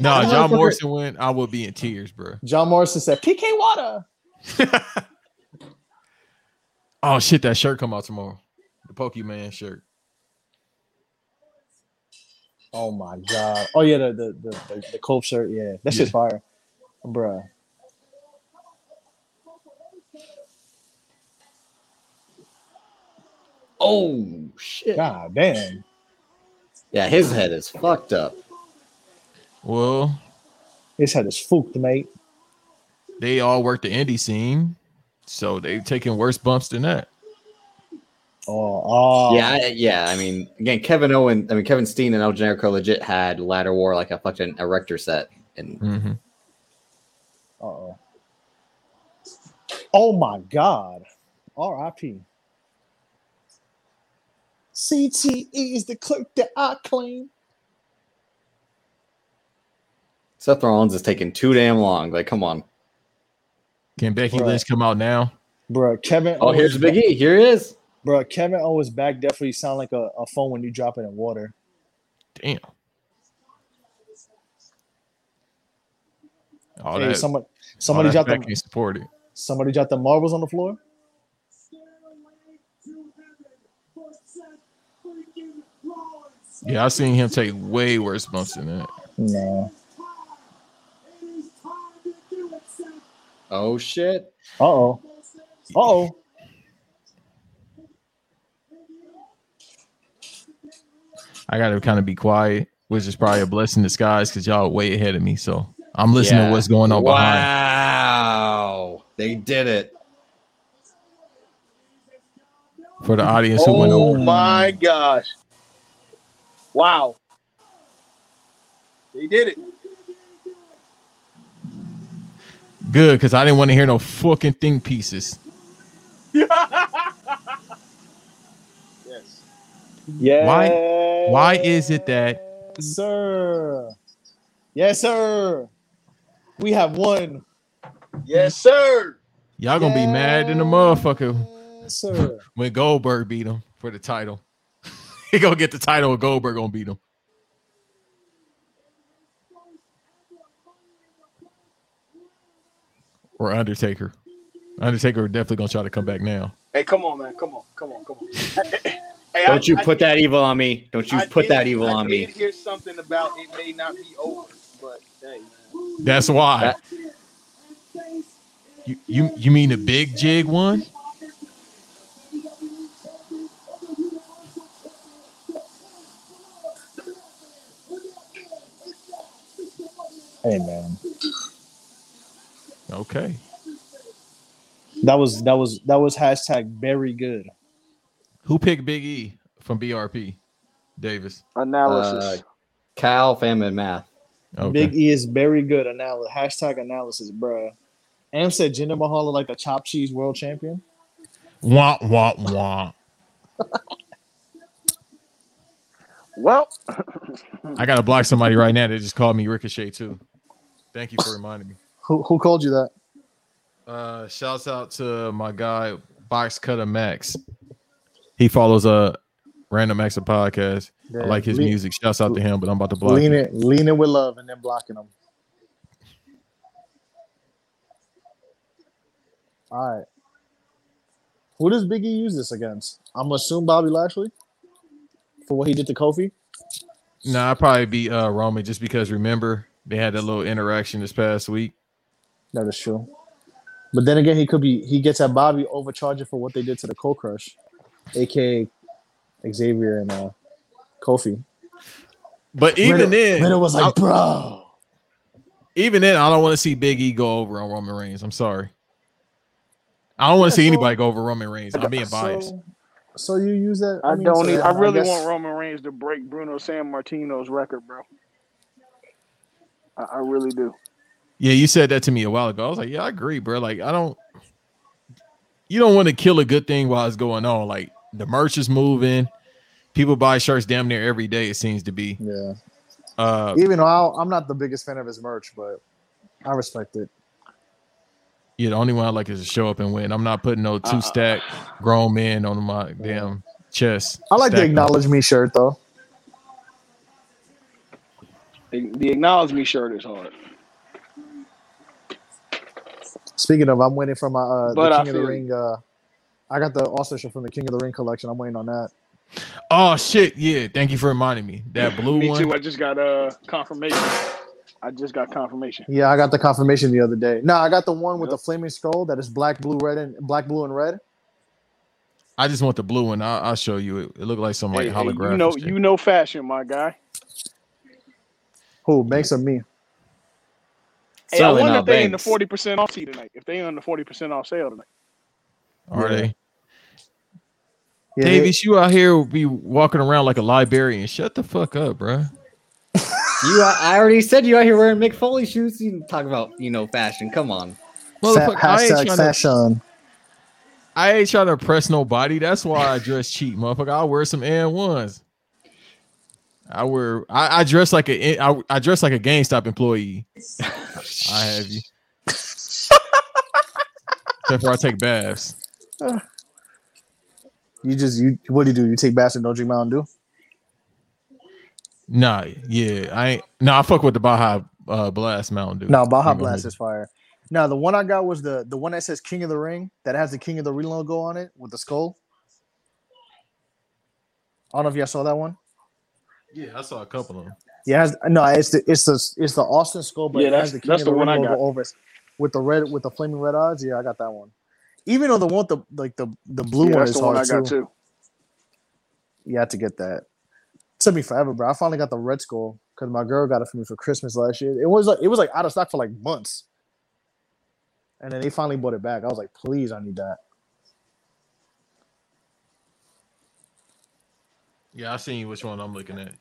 Speaker 2: Nah,
Speaker 1: Water.
Speaker 2: John Morrison went. I would be in tears, bro.
Speaker 1: John Morrison said, PK Water.
Speaker 2: oh shit, that shirt come out tomorrow. The Pokemon shirt.
Speaker 1: Oh my god. Oh yeah, the the the, the, the Colt shirt. Yeah, that shit's
Speaker 2: Yeah.
Speaker 1: fire, bruh.
Speaker 3: Oh shit.
Speaker 1: God damn.
Speaker 3: Yeah, his head is fucked up.
Speaker 2: Well,
Speaker 1: This had is fooked, mate.
Speaker 2: they all work the indie scene, so they've taken worse bumps than that.
Speaker 1: Oh, oh
Speaker 3: Yeah, I- yeah. I mean, again, Kevin Owen, I mean Kevin Steen and El Generico legit had ladder war like a fucking erector set And
Speaker 2: Mm-hmm.
Speaker 1: oh. Oh my God. R.I.P. CTE E is the clerk that I claim.
Speaker 3: Seth Rollins is taking too damn long. Like, come on.
Speaker 2: Can Becky
Speaker 1: Bruh.
Speaker 2: Lynch come out now?
Speaker 1: Bruh, Kevin.
Speaker 3: Oh, here's the Big E. Here he is.
Speaker 1: Bro, Kevin Owens back definitely sound like a, a phone when you drop it in water.
Speaker 2: Damn. All
Speaker 1: hey,
Speaker 2: that,
Speaker 1: someone,
Speaker 2: all
Speaker 1: somebody
Speaker 2: that
Speaker 1: dropped the
Speaker 2: Becky supported.
Speaker 1: somebody dropped the marbles on the floor.
Speaker 2: Yeah, I seen him take way worse bumps than that.
Speaker 1: No.
Speaker 3: Oh shit.
Speaker 1: Uh oh. Uh oh.
Speaker 2: I gotta kind of be quiet, which is probably a blessing in disguise because y'all way ahead of me. So I'm listening
Speaker 3: Yeah.
Speaker 2: to what's going on behind.
Speaker 3: Wow. They did it.
Speaker 2: For the audience who went
Speaker 5: Oh
Speaker 2: over,
Speaker 5: my gosh! Wow, they did it.
Speaker 2: good because I didn't want to hear no fucking thing pieces.
Speaker 5: Yes.
Speaker 1: Yeah.
Speaker 2: Why- why is it that-
Speaker 1: sir? Yes, sir. We have one,
Speaker 5: Yes, sir.
Speaker 2: Y'all gonna be mad in the motherfucker
Speaker 1: Yes, sir.
Speaker 2: when Goldberg beat him for the title. he gonna get the title. and Goldberg gonna beat him. Or Undertaker. Undertaker definitely gonna try to come back now.
Speaker 5: Hey, come on, man. Come on. Come on. Come on. Hey,
Speaker 3: Don't you
Speaker 5: I-
Speaker 3: put that evil on me. Don't you
Speaker 5: I
Speaker 3: put
Speaker 5: did-
Speaker 3: that evil
Speaker 5: I
Speaker 3: on
Speaker 5: did
Speaker 3: me.
Speaker 5: hear something about it may not be over, but hey, man.
Speaker 2: That's why.
Speaker 3: That-
Speaker 2: you, you you mean the big jig one?
Speaker 1: hey man,
Speaker 2: Okay.
Speaker 1: that was that was that was hashtag very good.
Speaker 2: Who picked Big E from BRP? Davis.
Speaker 5: analysis.
Speaker 3: Uh, Cal, fam, and math.
Speaker 2: Okay.
Speaker 1: Big E is very good analysis. Hashtag analysis, bruh. Am said Jinder Mahal look like a chopped cheese world champion.
Speaker 2: Wah wah wah.
Speaker 5: well,
Speaker 2: I gotta block somebody right now. They just called me Ricochet too. Thank you for reminding me.
Speaker 1: Who who called you that?
Speaker 2: Uh shouts out to my guy Box Cutter Max. He follows uh Random Acts of Podcast. I like his
Speaker 1: Le-
Speaker 2: music. Shouts out to him, but I'm about to block.
Speaker 1: Lean
Speaker 2: him.
Speaker 1: it, lean it with love, and then blocking them. All right. Who does Biggie use this against? I'm gonna assume Bobby Lashley for what he did to Kofi.
Speaker 2: Nah, I'd probably be uh Roman just because remember they had that little interaction this past week.
Speaker 1: That is true. But then again, he could be he gets at Bobby overcharging for what they did to the Cold Crush, aka Xavier and uh, Kofi.
Speaker 2: But even
Speaker 1: Riddle-
Speaker 2: then
Speaker 1: Riddle was like,
Speaker 2: I-
Speaker 1: bro.
Speaker 2: even then, I don't want to see Big E go over on Roman Reigns. I'm sorry. I don't want
Speaker 1: Yeah,
Speaker 2: to see
Speaker 1: so-
Speaker 2: anybody go over Roman Reigns. I'm being biased.
Speaker 1: So, so you use that?
Speaker 5: I
Speaker 1: mean,
Speaker 5: don't.
Speaker 1: so
Speaker 5: need,
Speaker 1: then
Speaker 5: I really
Speaker 1: guess-
Speaker 5: want Roman Reigns to break Bruno San Martino's record, bro. I, I really do.
Speaker 2: Yeah, you said that to me a while ago. I was like, yeah, I agree, bro. Like, I don't. You don't want to kill a good thing while it's going on. Like the merch is moving. People buy shirts damn near every day. It seems to be.
Speaker 1: Yeah.
Speaker 2: Uh,
Speaker 1: Even though I, I'm not the biggest fan of his merch, but I respect it.
Speaker 2: yeah, the only one I like is to show up and win. I'm not putting no
Speaker 1: Uh,
Speaker 2: two stack grown men on my damn chest.
Speaker 1: I like the
Speaker 2: Stack them.
Speaker 1: acknowledge me shirt though.
Speaker 5: The, the acknowledge me shirt is hard,
Speaker 1: Speaking of, I'm waiting for my uh,
Speaker 5: But
Speaker 1: the
Speaker 5: I
Speaker 1: King of the
Speaker 5: feel
Speaker 1: Ring. Uh, I got the also shirt from the King of the Ring collection. I'm waiting on that.
Speaker 2: Oh shit! Yeah, thank you for reminding me. That blue
Speaker 5: Me
Speaker 2: one.
Speaker 5: too. I just got uh confirmation. I just got confirmation.
Speaker 1: Yeah, I got the confirmation the other day. No, I got the one with the
Speaker 5: Yep.
Speaker 1: flaming skull that is black, blue, red, and black, blue, and red.
Speaker 2: I just want the blue one. I'll, I'll show you it. It looked like some like
Speaker 5: Hey, hey,
Speaker 2: holographic.
Speaker 5: you know,
Speaker 2: shit.
Speaker 5: you know fashion, my guy.
Speaker 1: Who makes of me?
Speaker 5: Hey, I
Speaker 3: Selling
Speaker 5: wonder
Speaker 3: out
Speaker 5: if they in the
Speaker 3: banks.
Speaker 5: forty percent off seat tonight. If they on the forty percent off sale tonight.
Speaker 2: are they?
Speaker 1: Yeah,
Speaker 2: Davis, you out here be walking around like a librarian. Shut the fuck up, bruh.
Speaker 3: You, are, I already said you out here wearing Mick Foley shoes. You talk about you know fashion. Come on.
Speaker 1: Fa-
Speaker 2: Motherfucker, I ain't,
Speaker 1: hashtag
Speaker 2: trying to,
Speaker 1: fashion.
Speaker 2: I ain't trying to press nobody. That's why I dress cheap, motherfucker. I wear some N ones. I wear. I, I dress like a. I, I dress like a GameStop employee. I have you. Except for I take baths.
Speaker 1: You just you. What do you do? You take baths and don't drink Mountain Dew.
Speaker 2: Nah, yeah, I ain't. Nah, I fuck with the Baja uh, Blast Mountain Dew.
Speaker 1: No, Baja
Speaker 2: I'm gonna
Speaker 1: Blast
Speaker 2: do-
Speaker 1: is fire. No, the one I got was the the one that says King of the Ring that has the King of the Ring logo on it with the skull. I don't know if y'all saw that one.
Speaker 2: Yeah, I saw a couple of them.
Speaker 1: Yeah, it has, no, it's the it's the it's the Austin skull, but
Speaker 5: Yeah,
Speaker 1: it has
Speaker 5: that's-
Speaker 1: the King
Speaker 5: that's
Speaker 1: of the,
Speaker 5: the one
Speaker 1: Ring
Speaker 5: I
Speaker 1: logo
Speaker 5: got.
Speaker 1: over it with the red with the flaming red eyes. Yeah, I got that one. Even though the one with the like the the blue
Speaker 5: Yeah,
Speaker 1: one
Speaker 5: that's
Speaker 1: is
Speaker 5: the one I
Speaker 1: hard
Speaker 5: got
Speaker 1: too.
Speaker 5: too.
Speaker 1: You had to get that. took me forever, bro. I finally got the red skull because my girl got it for me for Christmas last year. It was like it was like out of stock for like months, and then they finally bought it back. I was like, please, I need that.
Speaker 2: Yeah, I seen which one I'm looking at.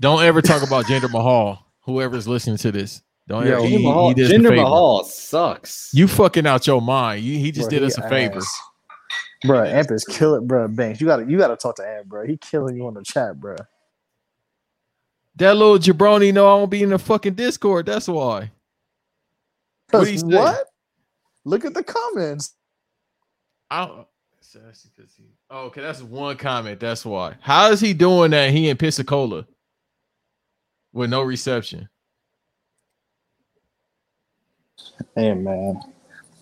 Speaker 2: Don't ever talk about Jinder Mahal. Whoever's listening to this, don't
Speaker 1: Yo,
Speaker 2: ever.
Speaker 1: Jinder
Speaker 2: He,
Speaker 3: Jinder Mahal,
Speaker 2: he did us a
Speaker 3: Jinder
Speaker 2: favor.
Speaker 3: Mahal sucks.
Speaker 2: You fucking out your mind. You, he just
Speaker 1: Bro,
Speaker 2: did
Speaker 1: he
Speaker 2: us a favor.
Speaker 1: ass. Bro, Amp is killing, bro. Banks, you gotta, you gotta talk to Amp, bro. He killing you on the chat, bro.
Speaker 2: That little jabroni know I won't be in the fucking Discord. That's why. What'd he
Speaker 1: Cause
Speaker 2: say?
Speaker 1: what? Look at the comments.
Speaker 2: I. so that's because he- Oh, okay, that's one comment. That's why. How is he doing that? He in Pensacola with no reception.
Speaker 1: Hey, man,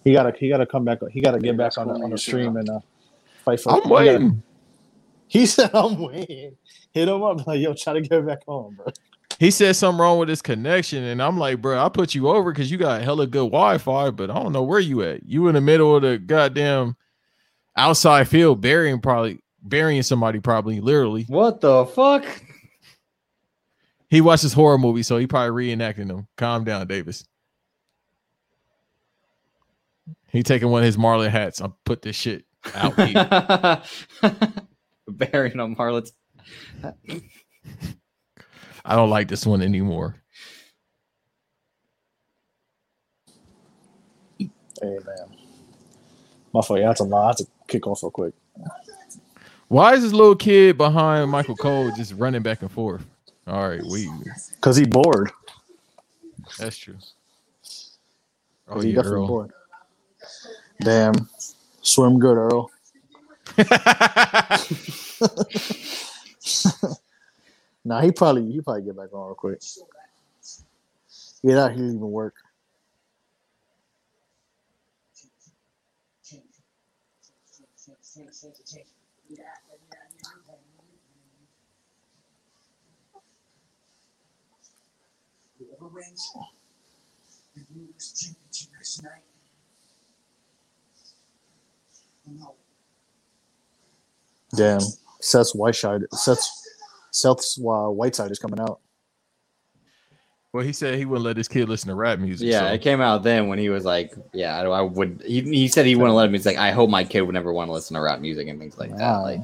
Speaker 1: he gotta, he gotta come back. He gotta
Speaker 5: Yeah,
Speaker 1: get back
Speaker 5: that's
Speaker 1: on the,
Speaker 5: what
Speaker 1: on the
Speaker 5: we need to
Speaker 1: stream
Speaker 5: know.
Speaker 1: and uh, fight for.
Speaker 2: I'm
Speaker 1: he gotta-
Speaker 2: waiting.
Speaker 1: He said, "I'm waiting." Hit him up, like, yo, try to get back on, bro.
Speaker 2: He said something wrong with his connection, and I'm like, bro, I put you over because you got hella good Wi-Fi, but I don't know where you at. You in the middle of the goddamn outside field burying probably burying somebody probably literally.
Speaker 3: What the fuck?
Speaker 2: He watches horror movies, so he probably reenacting them. Calm down, Davis. He taking one of his Marlin hats. I put this shit out here.
Speaker 3: Baron on Harlot's.
Speaker 2: I don't like this one anymore.
Speaker 1: Hey, man, my fault. Yeah, I have to, I have to kick off real quick.
Speaker 2: Why is this little kid behind Michael Cole just running back and forth? All right, we
Speaker 1: Cause he bored.
Speaker 2: that's true.
Speaker 1: 'Cause
Speaker 2: Oh,
Speaker 1: he
Speaker 2: yeah,
Speaker 1: definitely
Speaker 2: Earl.
Speaker 1: bored. Damn, swim good, Earl. Nah, he probably he probably get back on real quick. Yeah, that he even work. Damn, Seth's white side. Seth's Seth's uh, white side is coming out.
Speaker 2: well, he said he wouldn't let his kid listen to rap music.
Speaker 3: Yeah,
Speaker 2: so-
Speaker 3: it came out then when he was like, "Yeah, I, I would." He, he said he wouldn't let him. He's like, "I hope my kid would never want to listen to rap music and things like that."
Speaker 1: Wow.
Speaker 3: Like,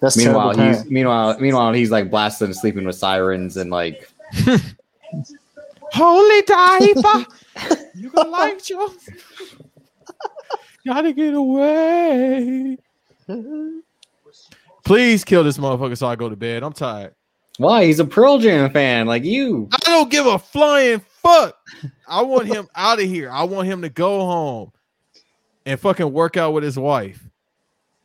Speaker 1: That's
Speaker 3: meanwhile,
Speaker 1: terrible
Speaker 3: he's
Speaker 1: parent.
Speaker 3: meanwhile meanwhile he's like blasting, sleeping with sirens, and like,
Speaker 2: Holy diaper, you gonna like you? Gotta get away. Please kill this motherfucker so I go to bed. I'm tired.
Speaker 3: why? He's a Pearl Jam fan, like you.
Speaker 2: I don't give a flying fuck. I want him out of here. I want him to go home and fucking work out with his wife.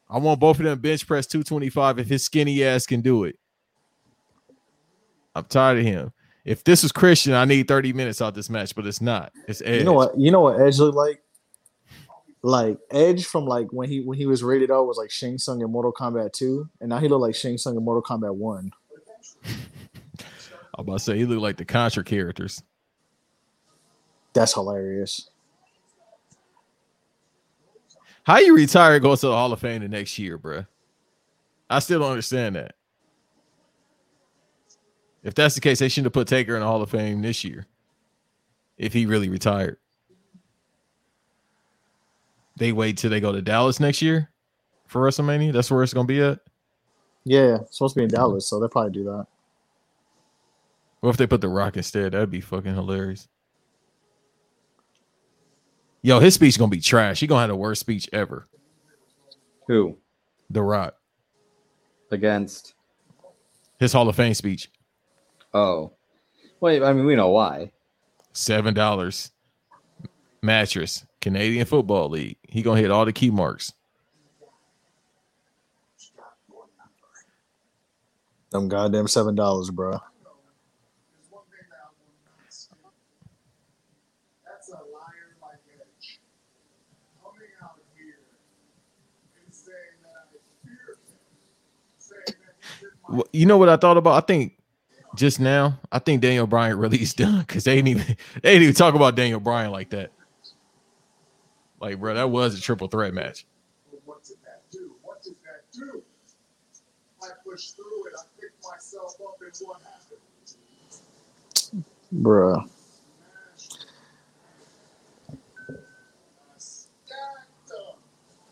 Speaker 2: I want both of them bench press 225 if his skinny ass can do it. I'm tired of him. If this was Christian, I need 30 minutes out this match, but it's not. It's Edge.
Speaker 1: You know what? You know what Edge looked like? Like Edge from like when he when he was rated R was like Shang Tsung in Mortal Kombat 2, and now he looked like Shang Tsung in Mortal Kombat 1.
Speaker 2: I'm about to say he look like the Contra characters.
Speaker 1: That's hilarious.
Speaker 2: How you retire and go to the Hall of Fame the next year, bruh? I still don't understand that. If that's the case, they shouldn't have put Taker in the Hall of Fame this year. If he really retired. They wait till they go to Dallas next year for WrestleMania. That's where it's gonna be at.
Speaker 1: Yeah, it's supposed to be in Dallas, so they'll probably do that.
Speaker 2: What if they put the Rock instead? That'd be fucking hilarious. Yo, his speech gonna be trash. He gonna have the worst speech ever.
Speaker 3: Who?
Speaker 2: The Rock,
Speaker 3: Against.
Speaker 2: his Hall of Fame speech,
Speaker 3: Oh. Wait, I mean, we know why.
Speaker 2: seven dollars. Mattress, Canadian Football League. He gonna hit all the key marks.
Speaker 1: Them goddamn seven dollars, bro.
Speaker 2: Wh- You know what I thought about? I think just now, I think Daniel Bryan really is done because they didn't even they didn't even talk about Daniel Bryan like that. Like, bro, that was a triple threat match.
Speaker 1: Bruh.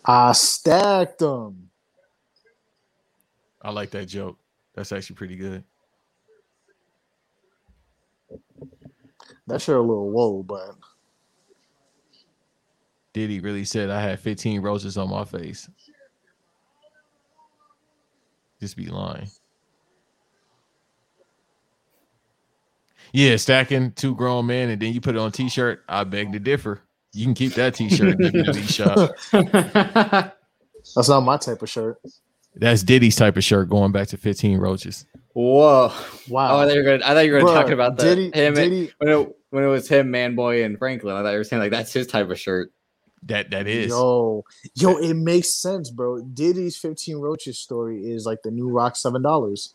Speaker 1: I stacked them.
Speaker 2: I like that joke. That's actually pretty good.
Speaker 1: That shit a little whoa, but
Speaker 2: Diddy really said I had 15 roses on my face. Just be lying. Yeah, stacking two grown men and then you put it on a t-shirt. I beg to differ. You can keep that t-shirt. and give it to Diddy Shop.
Speaker 1: that's not my type of shirt.
Speaker 2: That's Diddy's type of shirt going back to 15 roaches.
Speaker 3: Whoa. Oh,
Speaker 1: Wow.
Speaker 3: I thought you were gonna. I thought you were gonna
Speaker 1: Bruh,
Speaker 3: talk about that.
Speaker 1: Diddy,
Speaker 3: him and-
Speaker 1: Diddy,
Speaker 3: when it when it was him, Manboy, and Franklin. I thought you were saying like that's his type of shirt.
Speaker 2: That that is.
Speaker 1: yo, yo, it makes sense, bro. Diddy's 15 Roaches story is like the new rock seven dollars.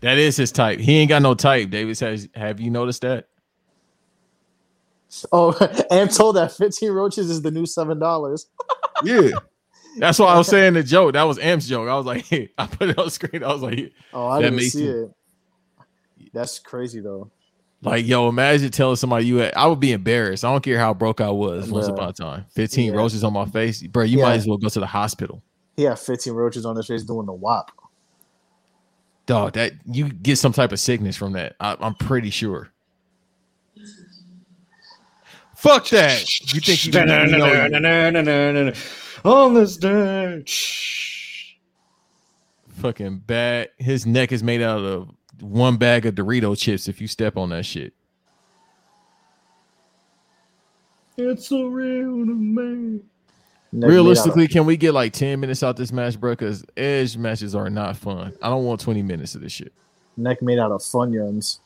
Speaker 2: That is his type. He ain't got no type. Davis has have you noticed that?
Speaker 1: Oh, and told that 15 Roaches is the new seven dollars.
Speaker 2: Yeah. That's why I was saying the joke. That was Amp's joke. I was like, I put it on screen. I was like,
Speaker 1: Oh, I
Speaker 2: That
Speaker 1: didn't
Speaker 2: makes
Speaker 1: see
Speaker 2: you-
Speaker 1: it. That's crazy though.
Speaker 2: Like, yo, imagine telling somebody you had, I would be embarrassed. I don't care how broke I was once
Speaker 1: Bruh.
Speaker 2: upon a time. 15
Speaker 1: Yeah.
Speaker 2: roaches on my face. Bro, you
Speaker 1: Yeah.
Speaker 2: might as well go to the hospital.
Speaker 1: He had 15 roaches on his face doing the wop.
Speaker 2: Dog, that you get some type of sickness from that. I, I'm pretty sure. Fuck that. You think you, you know you-
Speaker 3: On this day.
Speaker 2: fucking bag. His neck is made out of one bag of Dorito chips if you step on that shit.
Speaker 3: It's so real to me.
Speaker 1: Never
Speaker 2: Realistically, can we get like 10 minutes out this match, bro? Because edge matches are not fun. I don't want 20 minutes of this shit.
Speaker 1: made out of, neck made out of funyuns.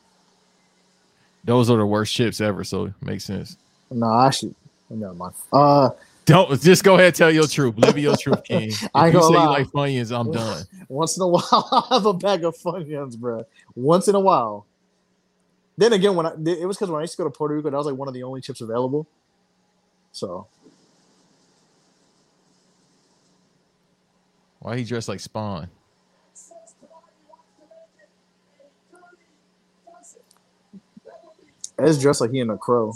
Speaker 2: Those are the worst chips ever, so it makes sense.
Speaker 1: No, I actually never mind. Uh
Speaker 2: Don't just go ahead and tell your truth. Live your truth, King. If
Speaker 1: I ain't
Speaker 2: you say
Speaker 1: gonna
Speaker 2: you
Speaker 1: lie.
Speaker 2: like Funyuns, I'm done.
Speaker 1: once in a while I have a bag of funyuns, bro. Once in a while. Then again, when I it was because when I used to go to Puerto Rico, that was like one of the only chips available. So
Speaker 2: Why he dressed like Spawn?
Speaker 1: it's dressed like he and a crow.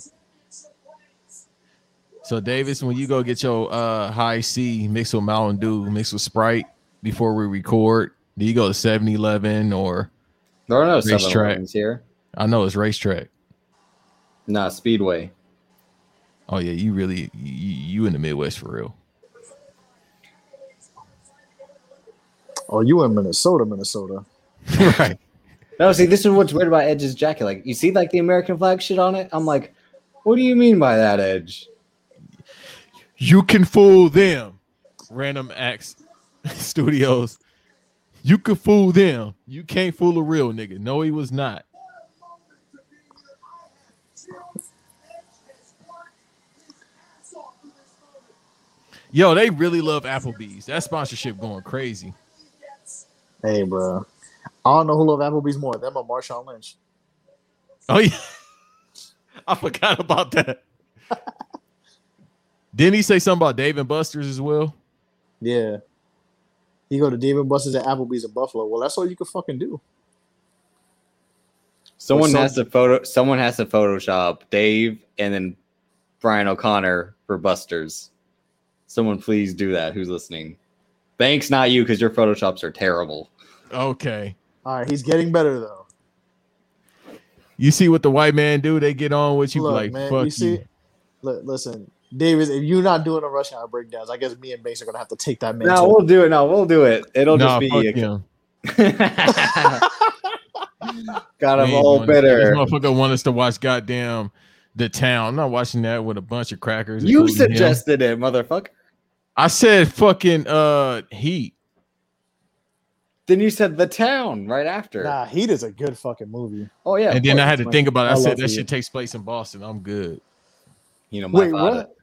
Speaker 2: So Davis, when you go get your uh high C mixed with Mountain Dew, mixed with Sprite before we record, do you go to 7-Eleven or
Speaker 3: There are no
Speaker 2: Racetrack.
Speaker 3: seven Elevens here.
Speaker 2: I know it's racetrack.
Speaker 3: Nah, Speedway.
Speaker 2: Oh yeah, you really you, you in the Midwest for real.
Speaker 1: Oh, you in Minnesota, Minnesota.
Speaker 2: right.
Speaker 3: No, see, this is what's weird about Edge's jacket. Like, you see, like the American flag shit on it. I'm like, what do you mean by that, Edge?
Speaker 2: You can fool them. Random Acts Studios. You can fool them. You can't fool a real nigga. No, he was not. Yo, they really love Applebee's. That sponsorship going crazy.
Speaker 1: Hey, bro. I don't know who love Applebee's more, them or Marshawn Lynch.
Speaker 2: Oh yeah, I forgot about that. Didn't he say something about Dave and Buster's as well?
Speaker 1: Yeah. You go to David Buster's at Applebee's in Buffalo. Well, that's all you can fucking do.
Speaker 3: Someone
Speaker 1: some-
Speaker 3: has to photo. Someone has to Photoshop Dave and then Brian O'Connor for Buster's. Someone please do that. Who's listening? Thanks, not you, because your photoshops are terrible.
Speaker 2: Okay.
Speaker 1: All right, he's getting better though.
Speaker 2: You see what the white man do? They get on with you
Speaker 1: Look,
Speaker 2: like
Speaker 1: man,
Speaker 2: fuck
Speaker 1: you
Speaker 2: you.
Speaker 1: see, look, listen, Davis, if you're not doing the rush hour breakdowns, I guess me and Bass are gonna have to take that man.
Speaker 3: No, we'll do it. No, we'll do it. It'll
Speaker 2: Nah,
Speaker 3: just
Speaker 2: fuck
Speaker 3: be
Speaker 2: him.
Speaker 3: got
Speaker 2: We
Speaker 3: them
Speaker 2: ain't
Speaker 3: all
Speaker 2: doing that. This
Speaker 3: bitter.
Speaker 2: motherfucker want us to watch goddamn the town. I'm not watching that with a bunch of crackers.
Speaker 3: You
Speaker 2: including him.
Speaker 3: suggested it, motherfucker.
Speaker 2: I said fucking uh heat.
Speaker 3: Then you said the town right after.
Speaker 1: nah, Heat is a good fucking movie.
Speaker 3: Oh yeah.
Speaker 2: and
Speaker 3: of
Speaker 2: then I
Speaker 3: course,
Speaker 2: had to
Speaker 3: it's
Speaker 2: think about it. I,
Speaker 1: I
Speaker 2: said
Speaker 1: love
Speaker 2: that
Speaker 1: you.
Speaker 2: shit takes place in Boston. I'm good.
Speaker 3: my- You know, my
Speaker 1: Wait,
Speaker 3: father.
Speaker 1: what?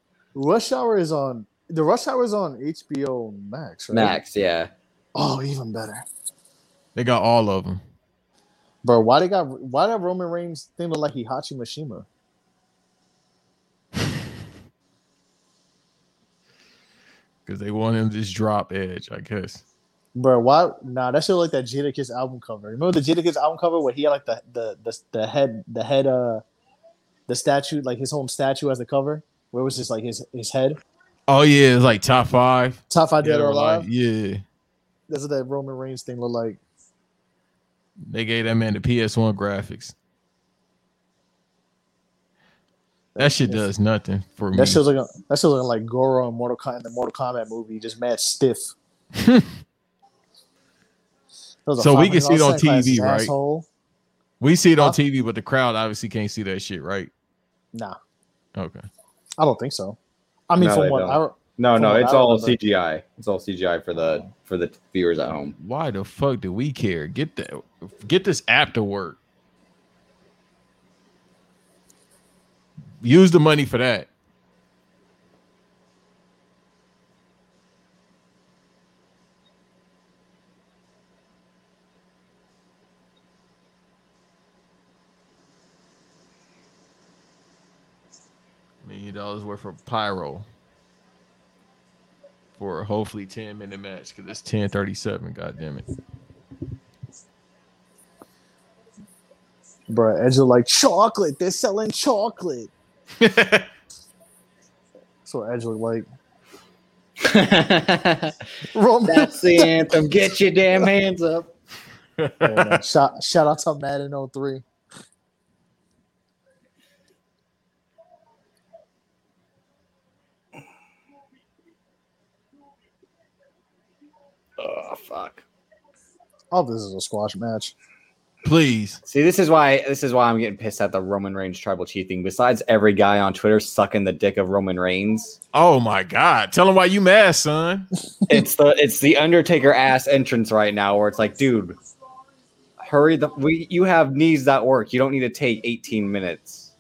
Speaker 1: Rush hour is on. The rush hour is on HBO Max, right?
Speaker 3: Max, yeah.
Speaker 1: Oh, even better,
Speaker 2: They got all of them.
Speaker 1: bro. Why they got? Why that Roman Reigns thing look like Hihachi Mishima?
Speaker 2: Because they want him to just drop edge, I guess.
Speaker 1: Bro, why? Nah, that shit look like that Jadakiss album cover. Remember the Jadakiss album cover where he had like the the the, the head the head uh the statue like his home statue as the cover where it was just like his his head.
Speaker 2: Oh yeah, it's like top five.
Speaker 1: Top five dead
Speaker 2: Yeah,
Speaker 1: or
Speaker 2: like,
Speaker 1: alive.
Speaker 2: yeah.
Speaker 1: That's what that Roman Reigns thing look like.
Speaker 2: They gave that man the PS1 graphics. That shit does nothing for me.
Speaker 3: Mm.
Speaker 1: That shit's looking that shit's looking like Goro in Mortal Kombat in the Mortal Kombat movie, just mad stiff.
Speaker 2: So we can see it on TV, right?
Speaker 1: Asshole.
Speaker 2: we see it on
Speaker 1: Huh?
Speaker 2: TV, but the crowd obviously can't see that shit, right?
Speaker 1: Nah,
Speaker 2: Okay.
Speaker 1: I don't think so. I mean,
Speaker 3: No, they
Speaker 1: from what I
Speaker 3: don't. No,
Speaker 1: From
Speaker 3: no,
Speaker 1: what
Speaker 3: it's
Speaker 1: I
Speaker 3: all
Speaker 1: remember.
Speaker 3: CGI. It's all CGI for the for the viewers at home.
Speaker 2: Why the fuck do we care? Get that get this app to work. Use the money for that. Million dollars worth of pyro for a hopefully 10 minute match because it's 1037. God damn it.
Speaker 1: bro, Edge look like chocolate. They're selling chocolate. That's what Edge look like.
Speaker 3: That's
Speaker 1: Roman.
Speaker 3: the anthem. Get your damn hands up.
Speaker 1: Yeah, man. shout, shout out to Madden 03.
Speaker 3: Oh fuck.
Speaker 1: Oh, this is a squash match.
Speaker 2: Please.
Speaker 3: See, this is why this is why I'm getting pissed at the Roman Reigns tribal chief thing. Besides every guy on Twitter sucking the dick of Roman Reigns,
Speaker 2: Oh my God. Tell him why you mad, son.
Speaker 3: it's the it's the Undertaker ass entrance right now, where it's like, dude, hurry the we you have knees that work. You don't need to take 18 minutes.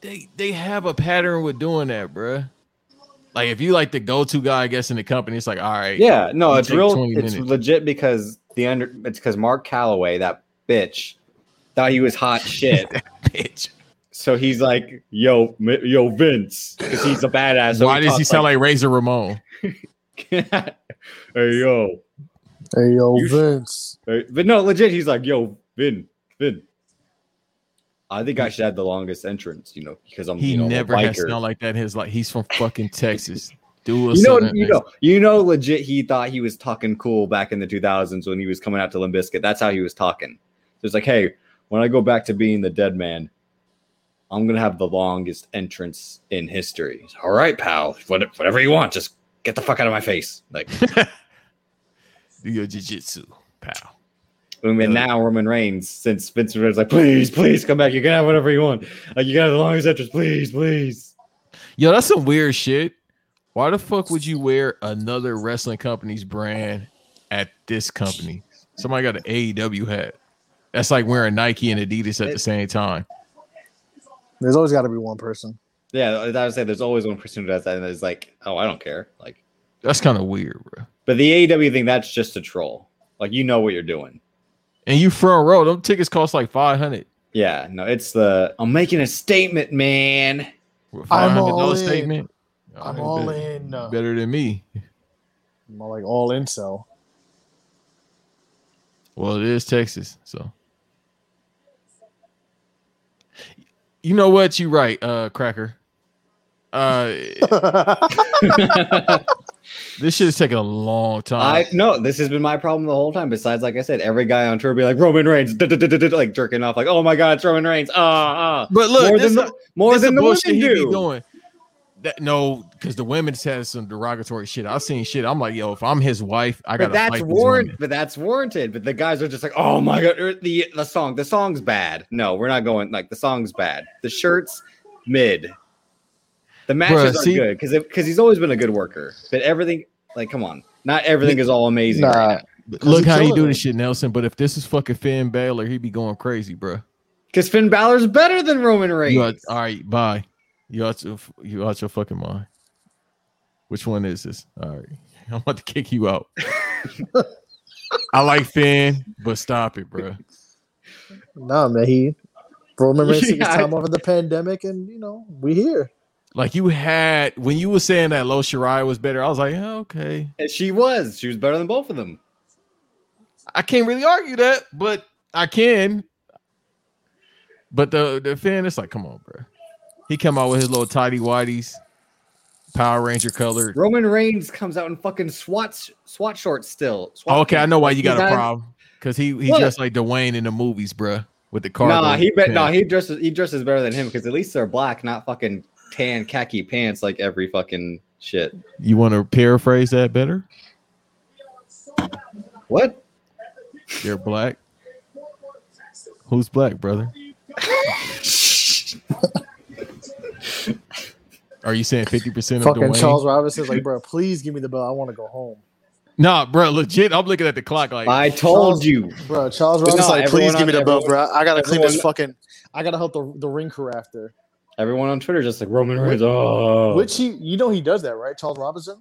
Speaker 2: They they have a pattern with doing that, bruh. Like if you like the go-to guy, I guess, in the company, it's like, all right,
Speaker 3: Yeah, no,
Speaker 2: You
Speaker 3: it's
Speaker 2: take
Speaker 3: real.
Speaker 2: 20
Speaker 3: It's
Speaker 2: minutes.
Speaker 3: legit because the under. It's because Mark Calloway, that bitch, thought he was hot shit.
Speaker 2: bitch.
Speaker 3: so he's like, "Yo, Mi- yo, Vince," because he's a badass. So
Speaker 2: Why does he
Speaker 3: talks
Speaker 2: sound like, Razor Ramon?
Speaker 3: hey, yo,
Speaker 1: Hey, yo,
Speaker 3: You sh-
Speaker 1: Vince.
Speaker 3: Hey, but no, legit, he's like, "Yo, Vin, Vin." I think I should have the longest entrance, you know, because I'm
Speaker 2: He
Speaker 3: you know, a
Speaker 2: never has
Speaker 3: biker.
Speaker 2: sound like that. in His like he's from fucking Texas. Do a
Speaker 3: you know,
Speaker 2: southern
Speaker 3: you know, you know, legit. He thought he was talking cool back in the 2000s when he was coming out to Limbiscuit. That's how he was talking. So it's like, hey, when I go back to being the dead man, I'm gonna have the longest entrance in history. He's, All right, pal, what- whatever you want, just get the fuck out of my face. Like,
Speaker 2: accent. Do your jiu-jitsu, pal.
Speaker 3: and then now Roman Reigns, since Vince McMahon's like, please, please come back. You can have whatever you want. Like, you got the longest entrance, please, please.
Speaker 2: Yo, that's some weird shit. Why the fuck would you wear another wrestling company's brand at this company? Somebody got an AEW hat. That's like wearing Nike and Adidas at the same time.
Speaker 1: There's always got to be one person.
Speaker 3: Yeah, I would say there's always one person who does that, and it's like, oh, I don't care. Like.
Speaker 2: That's kind of weird, bro.
Speaker 3: But the AEW thing, that's just a troll. Like you know what you're doing.
Speaker 2: And you front row, them tickets cost like 500.
Speaker 3: Yeah, no, it's the I'm making a statement, man.
Speaker 1: I'm all
Speaker 2: $500
Speaker 1: in.
Speaker 2: statement.
Speaker 1: I'm
Speaker 2: Oh,
Speaker 1: all
Speaker 2: better-
Speaker 1: in.
Speaker 2: Better than me.
Speaker 1: I'm like all incel.
Speaker 2: Well, it is Texas, so. You know what? You're right, uh, Cracker. Uh, this shit's taking a long time.
Speaker 3: I no, this has been my problem the whole time. Besides, like I said, every guy on tour be like Roman Reigns, duh, duh, duh, duh, duh, duh," like jerking off, like oh my god, it's Roman Reigns. Ah, ah.
Speaker 2: but look,
Speaker 3: More
Speaker 2: this
Speaker 3: than the more
Speaker 2: That's
Speaker 3: than the women
Speaker 2: bullshit he be
Speaker 3: do.
Speaker 2: doing. That, no, because the women's has some derogatory shit. I've seen shit. I'm like, yo, if I'm his wife, I gotta
Speaker 3: But that's
Speaker 2: fight these
Speaker 3: warranted.
Speaker 2: women.
Speaker 3: But that's warranted. But the guys are just like, oh my god, er, the the song, the song's bad. No, we're not going. Like the song's bad. The shirts, mid. The matches
Speaker 2: Bruh,
Speaker 3: are
Speaker 2: see-
Speaker 3: good because because he's always been a good worker. But everything, like, come on, not everything is all amazing.
Speaker 1: nah,
Speaker 3: right now.
Speaker 2: Look how you
Speaker 1: killing
Speaker 2: do
Speaker 1: him.
Speaker 2: this shit, Nelson. But if this is fucking Finn Balor, he'd be going crazy, bro.
Speaker 3: Because Finn Balor's better than Roman
Speaker 2: You uh, out,
Speaker 3: Reigns.
Speaker 2: all right, bye. You out your you out your fucking mind. Which one is this? All right, I'm about to kick you out. I like Finn, but stop it, bro.
Speaker 1: nah, man. He Roman Reigns took his
Speaker 3: Yeah, I-
Speaker 1: time off of the pandemic, and you know we here.
Speaker 2: Like you had when you were saying that Lo Shirai was better, I was like, yeah, okay.
Speaker 3: And she was. She was better than both of them.
Speaker 2: I can't really argue that, but I can. But the the fan, it's like, come on, bro. He come out with his little tidy whities, Power Ranger colored.
Speaker 3: Roman Reigns comes out in fucking SWAT sh- SWAT shorts still. SWAT
Speaker 2: Oh, Okay, I know why you got
Speaker 3: He's
Speaker 2: a
Speaker 3: not-
Speaker 2: problem because he he
Speaker 3: What?
Speaker 2: dressed like Dwayne in the movies, bro, with the car.
Speaker 3: Nah, he bet. Nah, he dresses. He dresses better than him because at least they're black, not fucking tan khaki pants like every fucking shit.
Speaker 2: You want to paraphrase that better?
Speaker 3: What?
Speaker 2: They're black. Who's black, brother? Are you saying fifty percent of
Speaker 1: Fucking
Speaker 2: Dwayne?
Speaker 1: Charles Robinson's like, bro, please give me the bell. I want to go home,
Speaker 2: Nah, bro, legit. I'm looking at the clock like
Speaker 3: I told you.
Speaker 1: bro. Charles
Speaker 3: But no,
Speaker 1: Robinson's like, please
Speaker 3: everyone
Speaker 1: give me
Speaker 3: on-
Speaker 1: the bell, bro.
Speaker 3: everyone-
Speaker 1: I gotta clean this
Speaker 3: everyone-
Speaker 1: fucking. I gotta help the the ring crew after.
Speaker 3: Everyone on Twitter just like Roman Reigns. Oh,
Speaker 1: Which he, you know, he does that, right? Charles Robinson.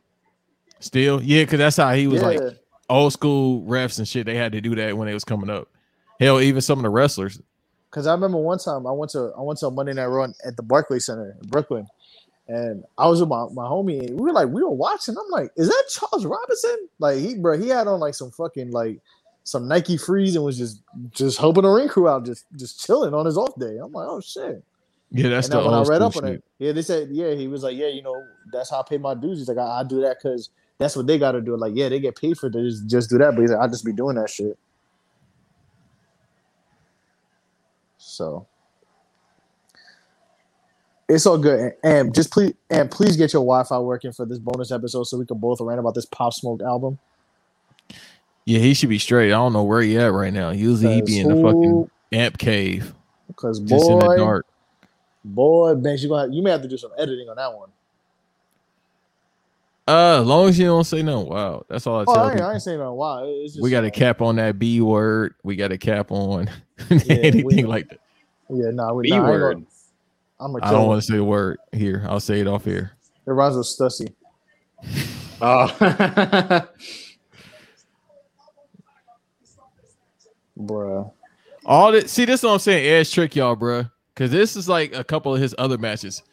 Speaker 2: still, yeah, because that's how he was
Speaker 1: yeah.
Speaker 2: like old school refs and shit. They had to do that when they was coming up. Hell, even some of the wrestlers.
Speaker 1: Because I remember one time I went to I went to a Monday Night Raw at the Barclays Center in Brooklyn, and I was with my, my homie, and we were like we were watching. I'm like, is that Charles Robinson? Like he bro, he had on like some fucking like some Nike Freeze and was just just helping the ring crew out, just just chilling on his off day. I'm like, oh shit.
Speaker 2: Yeah, that's
Speaker 1: and then
Speaker 2: the
Speaker 1: when I
Speaker 2: old
Speaker 1: read
Speaker 2: school
Speaker 1: up on
Speaker 2: shit.
Speaker 1: it, yeah, they said yeah, he was like yeah, you know that's how I pay my dues. He's like I, I do that because that's what they got to do. Like yeah, they get paid for it to just just do that, but he's like I just be doing that shit. So it's all good. And just please and please get your Wi-Fi working for this bonus episode so we can both rant about this Pop Smoke album.
Speaker 2: Yeah, he should be straight. I don't know where he at right now. Usually he be in the fucking amp cave,
Speaker 1: because boy,
Speaker 2: just in the dark.
Speaker 1: boy, man, you gonna have, you may have to do some editing on that one.
Speaker 2: Uh, as long as you don't say no. Wow, that's all I
Speaker 1: Oh,
Speaker 2: tell
Speaker 1: I ain't,
Speaker 2: people.
Speaker 1: I ain't saying no. Why? It's just,
Speaker 2: we got
Speaker 1: uh,
Speaker 2: a cap on that B word. We got a cap on anything
Speaker 1: we-
Speaker 2: like that.
Speaker 1: Yeah, nah, we
Speaker 3: B
Speaker 1: nah, I ain't gonna-
Speaker 3: word.
Speaker 1: I'm gonna
Speaker 2: I
Speaker 1: kill
Speaker 2: don't
Speaker 1: him.
Speaker 2: want to say the word here. I'll say it off here.
Speaker 1: It rhymes with Stussy.
Speaker 3: Oh.
Speaker 1: Bruh.
Speaker 2: All that see, this is what I'm saying. Edge trick y'all, bruh. Cause this is like a couple of his other matches,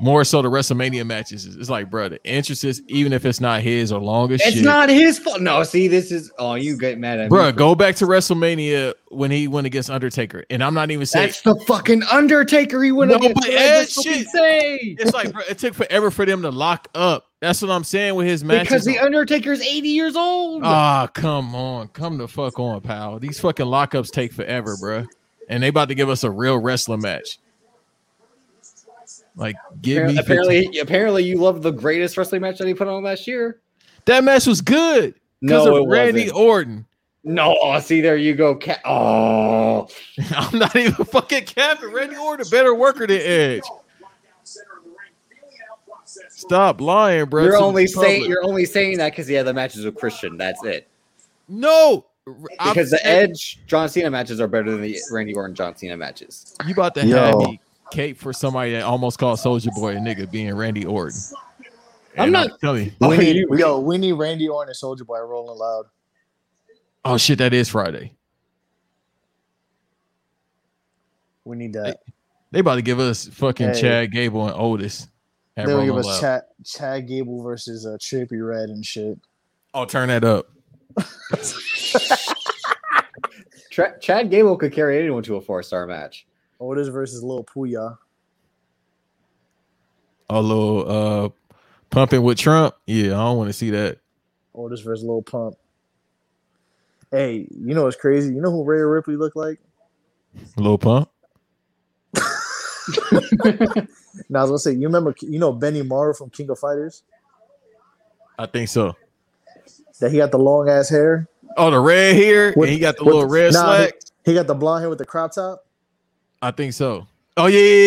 Speaker 2: more so the WrestleMania matches. It's like, bruh, the entrances, even if it's not his, are long as
Speaker 3: it's
Speaker 2: shit.
Speaker 3: not his fault. No, see, this is. Oh, you get mad at me.
Speaker 2: bruh, go back to WrestleMania when he went against Undertaker, and I'm not even saying
Speaker 3: That's the fucking Undertaker. He went
Speaker 2: No,
Speaker 3: against.
Speaker 2: but
Speaker 3: what I
Speaker 2: Ed
Speaker 3: just fucking
Speaker 2: shit-
Speaker 3: say.
Speaker 2: it's like bruh, it took forever for them to lock up. That's what I'm saying with his matches.
Speaker 3: Because the Undertaker's 80 years old.
Speaker 2: Ah, come on, come the fuck on, pal. These fucking lockups take forever, bruh. And they about to give us a real wrestling match. Like, give
Speaker 3: Appar-
Speaker 2: me 15
Speaker 3: apparently, apparently, you love the greatest wrestling match that he put on last year.
Speaker 2: that match was good. because
Speaker 3: No,
Speaker 2: of
Speaker 3: it
Speaker 2: Randy
Speaker 3: wasn't.
Speaker 2: Orton.
Speaker 3: No, oh, see, there you go. Ca- oh,
Speaker 2: I'm not even fucking capping. Randy Orton, a better worker than Edge. Stop lying, bro.
Speaker 3: you're
Speaker 2: to the
Speaker 3: only saying
Speaker 2: public.
Speaker 3: you're only saying that because he had the matches with Christian. That's it.
Speaker 2: no. I'm
Speaker 3: Because the
Speaker 2: saying-
Speaker 3: Edge John Cena matches are better than the Randy Orton John Cena matches.
Speaker 2: you about to have
Speaker 1: Yo.
Speaker 2: me cape for somebody that almost called Soldier Boy a nigga being Randy Orton.
Speaker 3: I'm
Speaker 2: And
Speaker 3: not-
Speaker 2: telling you.
Speaker 1: We
Speaker 3: When
Speaker 1: need,
Speaker 3: you-
Speaker 1: yo, we need Randy Orton and Soldier Boy rolling loud.
Speaker 2: Oh shit, that is Friday.
Speaker 1: We need that.
Speaker 2: They about to give us fucking
Speaker 1: Hey.
Speaker 2: Chad Gable and Otis. at
Speaker 1: They'll give
Speaker 2: Rolling
Speaker 1: us
Speaker 2: Loud.
Speaker 1: Chad, Chad Gable versus uh, Trippy Red and shit.
Speaker 2: Oh, turn that up.
Speaker 3: Tra- Chad Gable could carry anyone to a four star match.
Speaker 1: Otis versus Lil Puya.
Speaker 2: a little uh pumping with Trump. Yeah, I don't want to see that.
Speaker 1: Otis versus Lil Pump. Hey, you know what's crazy? You know who Ray Ripley looked like?
Speaker 2: Lil Pump.
Speaker 1: Now I was gonna say, you remember, you know Benny Morrow from King of Fighters?
Speaker 2: I think so.
Speaker 1: That he got the long ass hair.
Speaker 2: Oh, the red here,
Speaker 1: With-
Speaker 2: and he got the
Speaker 1: with-
Speaker 2: little red
Speaker 1: nah,
Speaker 2: slack.
Speaker 1: He got the blonde hair with the crop top.
Speaker 2: I think so. Oh yeah, yeah,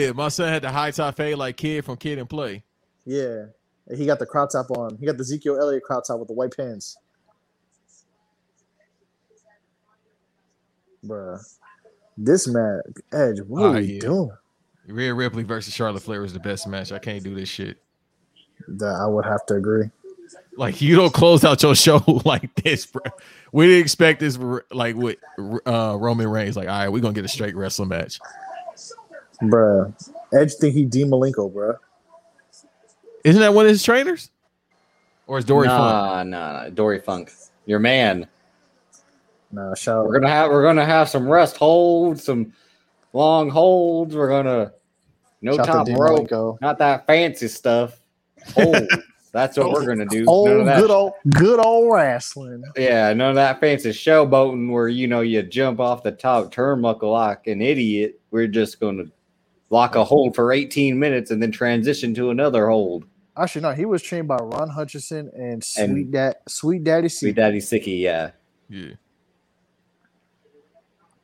Speaker 2: yeah, yeah. my son had the high top fade like kid from Kid and Play.
Speaker 1: Yeah, And he got the crop top on. He got the Ezekiel Elliott crop top with the white pants. Bruh, this man Edge, what
Speaker 2: Ah,
Speaker 1: are you
Speaker 2: yeah.
Speaker 1: doing?
Speaker 2: Rhea Ripley versus Charlotte Flair was the best match. I can't do this shit.
Speaker 1: That I would have to agree.
Speaker 2: Like you don't close out your show like this, bro. We didn't expect this. Like with uh, Roman Reigns, like all right, we're gonna get a straight wrestling match.
Speaker 1: Bruh, Edge think he Dean Malenko, bruh.
Speaker 2: Isn't that one of his trainers? Or is Dory Funk?
Speaker 3: nah, nah, nah, Dory Funk, your man.
Speaker 1: Nah, shout
Speaker 3: We're gonna have we're gonna have some rest holds, some long holds. We're gonna no
Speaker 1: shout
Speaker 3: top
Speaker 1: to Dean
Speaker 3: rope,
Speaker 1: Malenko.
Speaker 3: not that fancy stuff. Holds. That's what we're gonna do. None
Speaker 1: Oh,
Speaker 3: of that
Speaker 1: good old, good old wrestling.
Speaker 3: Yeah, none of that fancy showboating where you know you jump off the top turnbuckle like an idiot. We're just going to lock a hold for 18 minutes and then transition to another hold.
Speaker 1: Actually, no, he was trained by Ron Hutchinson and Sweet
Speaker 3: And-
Speaker 1: Dad, Sweet Daddy C.
Speaker 3: Sweet Daddy Sicky, yeah.
Speaker 2: Yeah.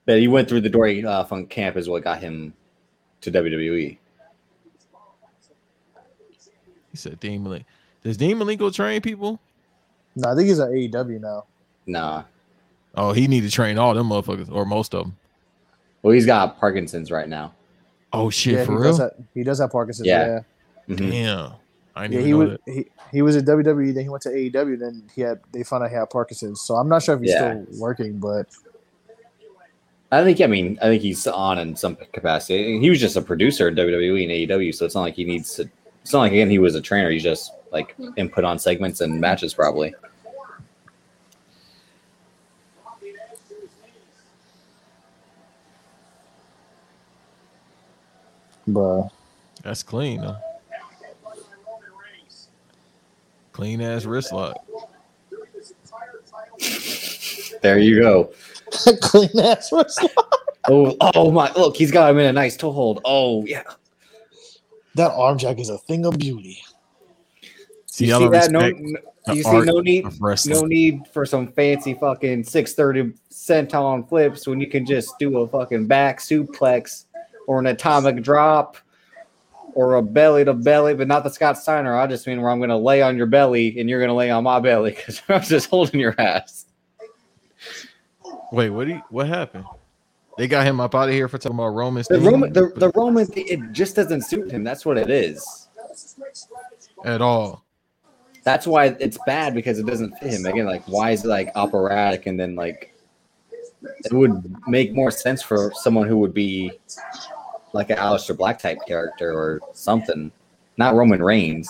Speaker 3: But he went through the Dory uh, Funk camp is what got him to E. WWE.
Speaker 2: He said Dean Malenko. Does Dean Malenko train people?
Speaker 1: No, I think he's at AEW now.
Speaker 3: Nah.
Speaker 2: Oh, he need to train all them motherfuckers or most of them.
Speaker 3: Well, he's got Parkinson's right now.
Speaker 2: Oh shit,
Speaker 1: yeah,
Speaker 2: for
Speaker 1: he
Speaker 2: real?
Speaker 1: Does have, he does have Parkinson's.
Speaker 3: Yeah.
Speaker 1: Yeah,
Speaker 3: Mhm.
Speaker 2: Damn. I didn't
Speaker 1: yeah.
Speaker 2: even
Speaker 1: He
Speaker 2: know
Speaker 1: was
Speaker 2: that.
Speaker 1: he, he was at WWE. E, Then he went to AEW. Then he had they found out he had Parkinson's. So I'm not sure if he's
Speaker 3: Yeah.
Speaker 1: still working, but
Speaker 3: I think, I mean, I think he's on in some capacity. He was just a producer in WWE and AEW, so it's not like he needs to. It's not like, again, he was a trainer. He's just like input on segments and matches, probably.
Speaker 1: bro,
Speaker 2: That's clean though. Clean ass wrist lock.
Speaker 3: There you go.
Speaker 1: clean ass wrestling.
Speaker 3: Oh, oh my! Look, he's got him in a nice toehold. Oh yeah.
Speaker 1: That arm jack is a thing of beauty.
Speaker 2: See,
Speaker 3: you
Speaker 2: I
Speaker 3: see
Speaker 2: don't
Speaker 3: that? No,
Speaker 2: respect
Speaker 3: n-
Speaker 2: the
Speaker 3: you see
Speaker 2: art
Speaker 3: no need,
Speaker 2: of wrestling.
Speaker 3: no need for some fancy fucking six thirty senton flips when you can just do a fucking back suplex or an atomic drop or a belly to belly, but not the Scott Steiner. I just mean where I'm going to lay on your belly and you're going to lay on my belly because I'm just holding your ass.
Speaker 2: Wait, what? He, what happened? They got him up out of here for talking about Roman.
Speaker 3: The
Speaker 2: thing,
Speaker 3: Roman, the,
Speaker 2: but-
Speaker 3: the Roman, thing, it just doesn't suit him. That's what it is.
Speaker 2: at all.
Speaker 3: that's why it's bad because it doesn't fit him again like why is it like operatic and then like it would make more sense for someone who would be like an Aleister Black type character or something not Roman Reigns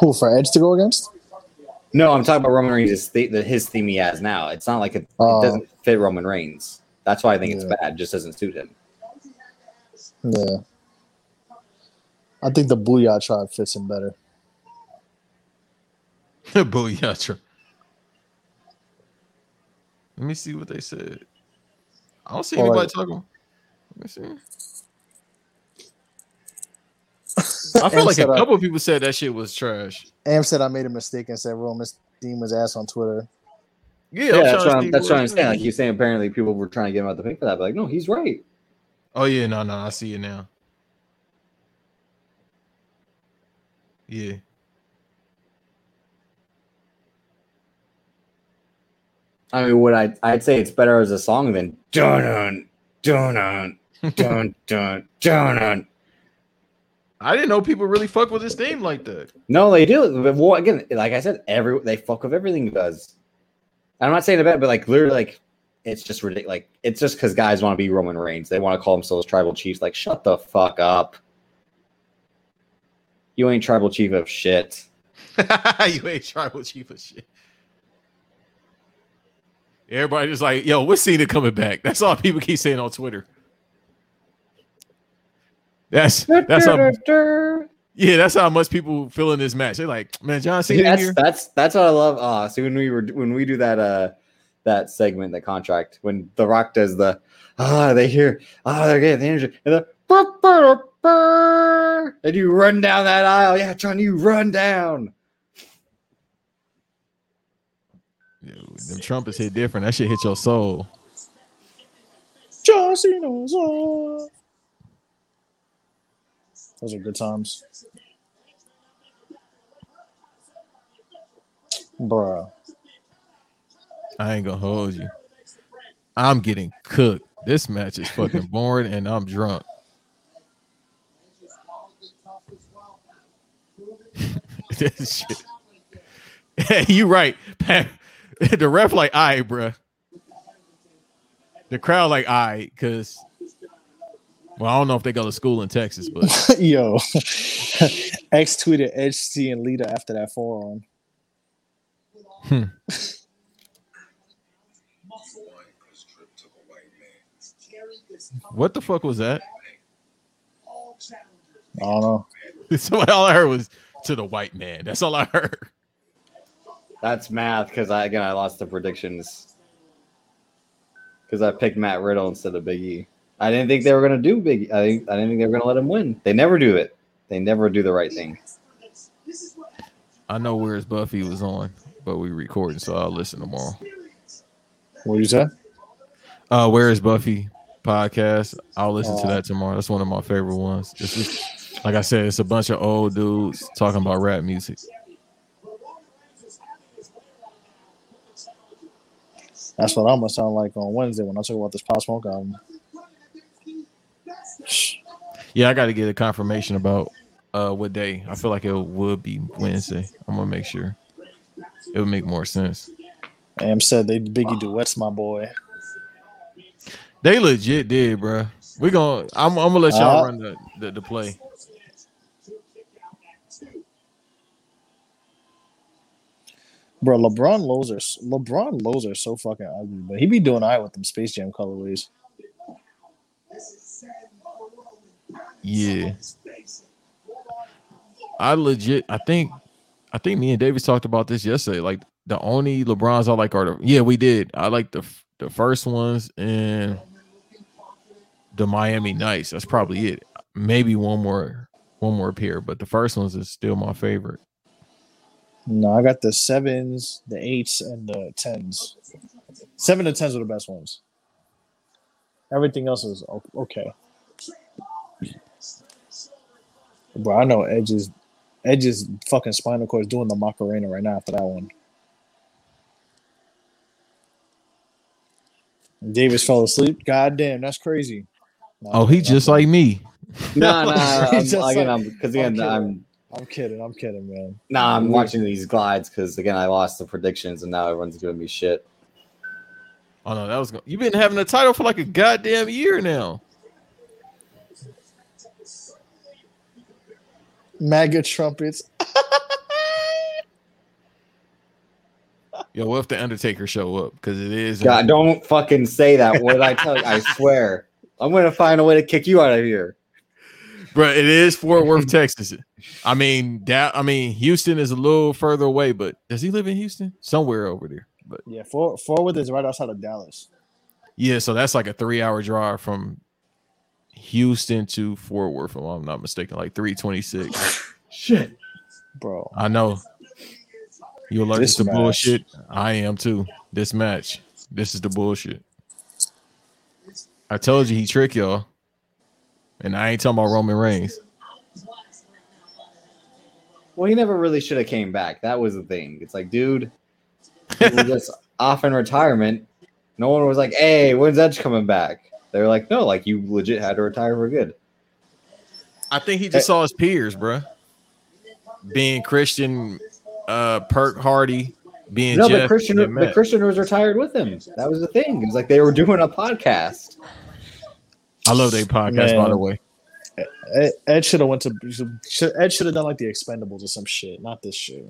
Speaker 1: Who for Edge to go against?
Speaker 3: no I'm talking about Roman Reigns the, the, his theme he has now it's not like it,
Speaker 1: Oh.
Speaker 3: it doesn't fit Roman Reigns that's why I think
Speaker 1: Yeah.
Speaker 3: it's bad it just doesn't suit him
Speaker 1: Yeah, I think the Booyah tribe fits him better.
Speaker 2: Booyah! Trump. Let me see what they said. I don't see
Speaker 1: All
Speaker 2: anybody
Speaker 1: right.
Speaker 2: talking. Let me see. I feel
Speaker 1: And
Speaker 2: like a
Speaker 1: said, uh,
Speaker 2: couple of people said that shit was trash.
Speaker 1: Am said I made a mistake and said Roman's theme was ass on Twitter.
Speaker 2: Yeah,
Speaker 3: yeah,
Speaker 2: I'm
Speaker 3: that's
Speaker 2: trying
Speaker 3: what
Speaker 2: to
Speaker 3: I'm,
Speaker 2: see
Speaker 3: that's
Speaker 2: what-
Speaker 3: what I'm saying like you're saying apparently people were trying to get him out the pink for that but like no he's right
Speaker 2: Oh yeah, no, no, I see it now. Yeah.
Speaker 3: I mean, would I? I'd say it's better as a song than dun dun dun dun dun dun.
Speaker 2: I didn't know people really fuck with this theme like that.
Speaker 3: No, they do. But well, again, like I said, every they fuck with everything he does. I'm not saying about, but like literally, like it's just ridiculous. Like it's just because guys want to be Roman Reigns. They want to call themselves tribal chiefs. Like shut the fuck up. You ain't tribal chief of shit.
Speaker 2: you ain't tribal chief of shit. Everybody just like, yo, what's Cena coming back? That's all people keep saying on Twitter. That's that's how yeah, that's how much people feel in this match. They're like, man, John
Speaker 3: See,
Speaker 2: Cena
Speaker 3: that's
Speaker 2: here.
Speaker 3: that's that's what I love. Uh see when we were when we do that uh that segment, that contract, when The Rock does the ah they hear ah they're getting the energy and the burr, burr, burr, and you run down that aisle. Yeah, John, you run down.
Speaker 2: Yo, them trumpets hit different. That shit hit your soul.
Speaker 1: John Cena's on. Those are good times. Bruh.
Speaker 2: I ain't gonna hold you. I'm getting cooked. This match is fucking boring, and I'm drunk. This shit. Hey, you right. the ref like, all right, bruh. The crowd like, all right, because. Well, I don't know if they go to school in Texas, but
Speaker 1: Yo. X tweeted Edge C and Lita after that forearm.
Speaker 2: what the fuck was that?
Speaker 1: I don't know.
Speaker 2: So all I heard was to the white man. That's all I heard.
Speaker 3: That's math because I again I lost the predictions because I picked Matt Riddle instead of Big E. I didn't think they were gonna do Big. E. I think I didn't think they were gonna let him win. They never do it. They never do the right thing.
Speaker 2: I know where's Buffy was on, but we recording, so I'll listen tomorrow.
Speaker 1: What you say?
Speaker 2: Uh, where is Buffy podcast? I'll listen to
Speaker 1: Uh,
Speaker 2: that tomorrow. That's one of my favorite ones. It's just like I said, it's a bunch of old dudes talking about rap music.
Speaker 1: That's what I'm gonna sound like on Wednesday when I talk about this Pop Smoke album.
Speaker 2: Yeah, I got to get a confirmation about uh what day. I feel like it would be Wednesday. I'm gonna make sure. It would make more sense.
Speaker 1: Am said they Biggie duets, my boy.
Speaker 2: They legit did, bruh. We gonna. I'm, I'm gonna let y'all
Speaker 1: Uh,
Speaker 2: run the, the the play.
Speaker 1: Bro, LeBron lows are s- LeBron lows are so fucking ugly, but he be doing all right with them Space Jam colorways.
Speaker 2: Yeah. I legit I think I think me and Davis talked about this yesterday. Like the only LeBrons I like are the yeah, we did. I like the f- the first ones and the Miami Nights. That's probably it. Maybe one more one more pair, but the first ones is still my favorite.
Speaker 1: No, I got the sevens, the eights, and the tens. Seven and tens were the best ones. Everything else was o- okay. Bro, I know Edge's Edge's fucking spinal cord is doing the Macarena right now after that one. Davis fell asleep. God damn, that's crazy. No,
Speaker 2: Oh, he
Speaker 1: I'm
Speaker 2: just
Speaker 1: kidding.
Speaker 2: like me.
Speaker 3: No, no, I'm,
Speaker 1: He's just
Speaker 3: again,
Speaker 1: like,
Speaker 3: I'm because again
Speaker 1: okay.
Speaker 3: I'm
Speaker 1: I'm kidding. I'm kidding, man.
Speaker 3: nah, I'm watching these glides because again I lost the predictions and now everyone's giving me shit.
Speaker 2: Oh no, that was go- you've been having the title for like a goddamn year now.
Speaker 1: MAGA trumpets.
Speaker 2: Yo, what if the Undertaker show up? Because it is
Speaker 3: God, don't fucking say that. What did I tell you? I swear, I'm gonna find a way to kick you out of here.
Speaker 2: Bro, it is Fort Worth, Texas. I mean, that I mean, Houston is a little further away, but does he live in Houston? Somewhere over there. But
Speaker 1: Yeah, four forward is right outside of Dallas.
Speaker 2: yeah, so that's like a three-hour drive from Houston to Fort Worth, if I'm not mistaken, like 326.
Speaker 3: Shit.
Speaker 1: Bro,
Speaker 2: I know. You allergic
Speaker 1: This
Speaker 2: to
Speaker 1: match.
Speaker 2: bullshit? I am too. This match. This is the bullshit. I told you he tricked y'all. And I ain't talking about Roman Reigns.
Speaker 3: Well, he never really should have came back. That was the thing. It's like, dude, we were just off in retirement. No one was like, "Hey, when's Edge coming back?" They were like, "No, like you legit had to retire for good."
Speaker 2: I think he just saw his peers, bruh. Being Christian, uh, Perk Hardy, being
Speaker 3: no,
Speaker 2: Jeff,
Speaker 3: the Christian,
Speaker 2: and
Speaker 3: the
Speaker 2: Matt.
Speaker 3: Christian was retired with him. That was the thing. It was like they were doing a podcast.
Speaker 2: I love their podcast, by
Speaker 1: Man.
Speaker 2: the way.
Speaker 1: Ed, Ed should have went to should- Ed should have done like the Expendables or some shit, not this shit.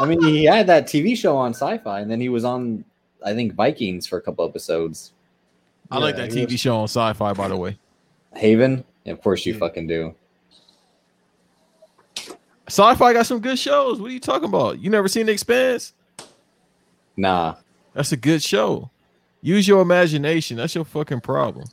Speaker 3: I mean, he had that TV show on Sci-Fi, and then he was on, I think, Vikings for a couple episodes.
Speaker 2: I like
Speaker 1: Yeah,
Speaker 2: that
Speaker 1: he
Speaker 2: TV show on Sci-Fi, by the way.
Speaker 3: Haven. Yeah, of
Speaker 1: Hmm.
Speaker 3: course you fucking do.
Speaker 2: Sci-fi got some good shows. What are you talking about? You never seen The Expanse?
Speaker 3: Nah.
Speaker 2: That's a good show. Use your imagination. That's your fucking problem.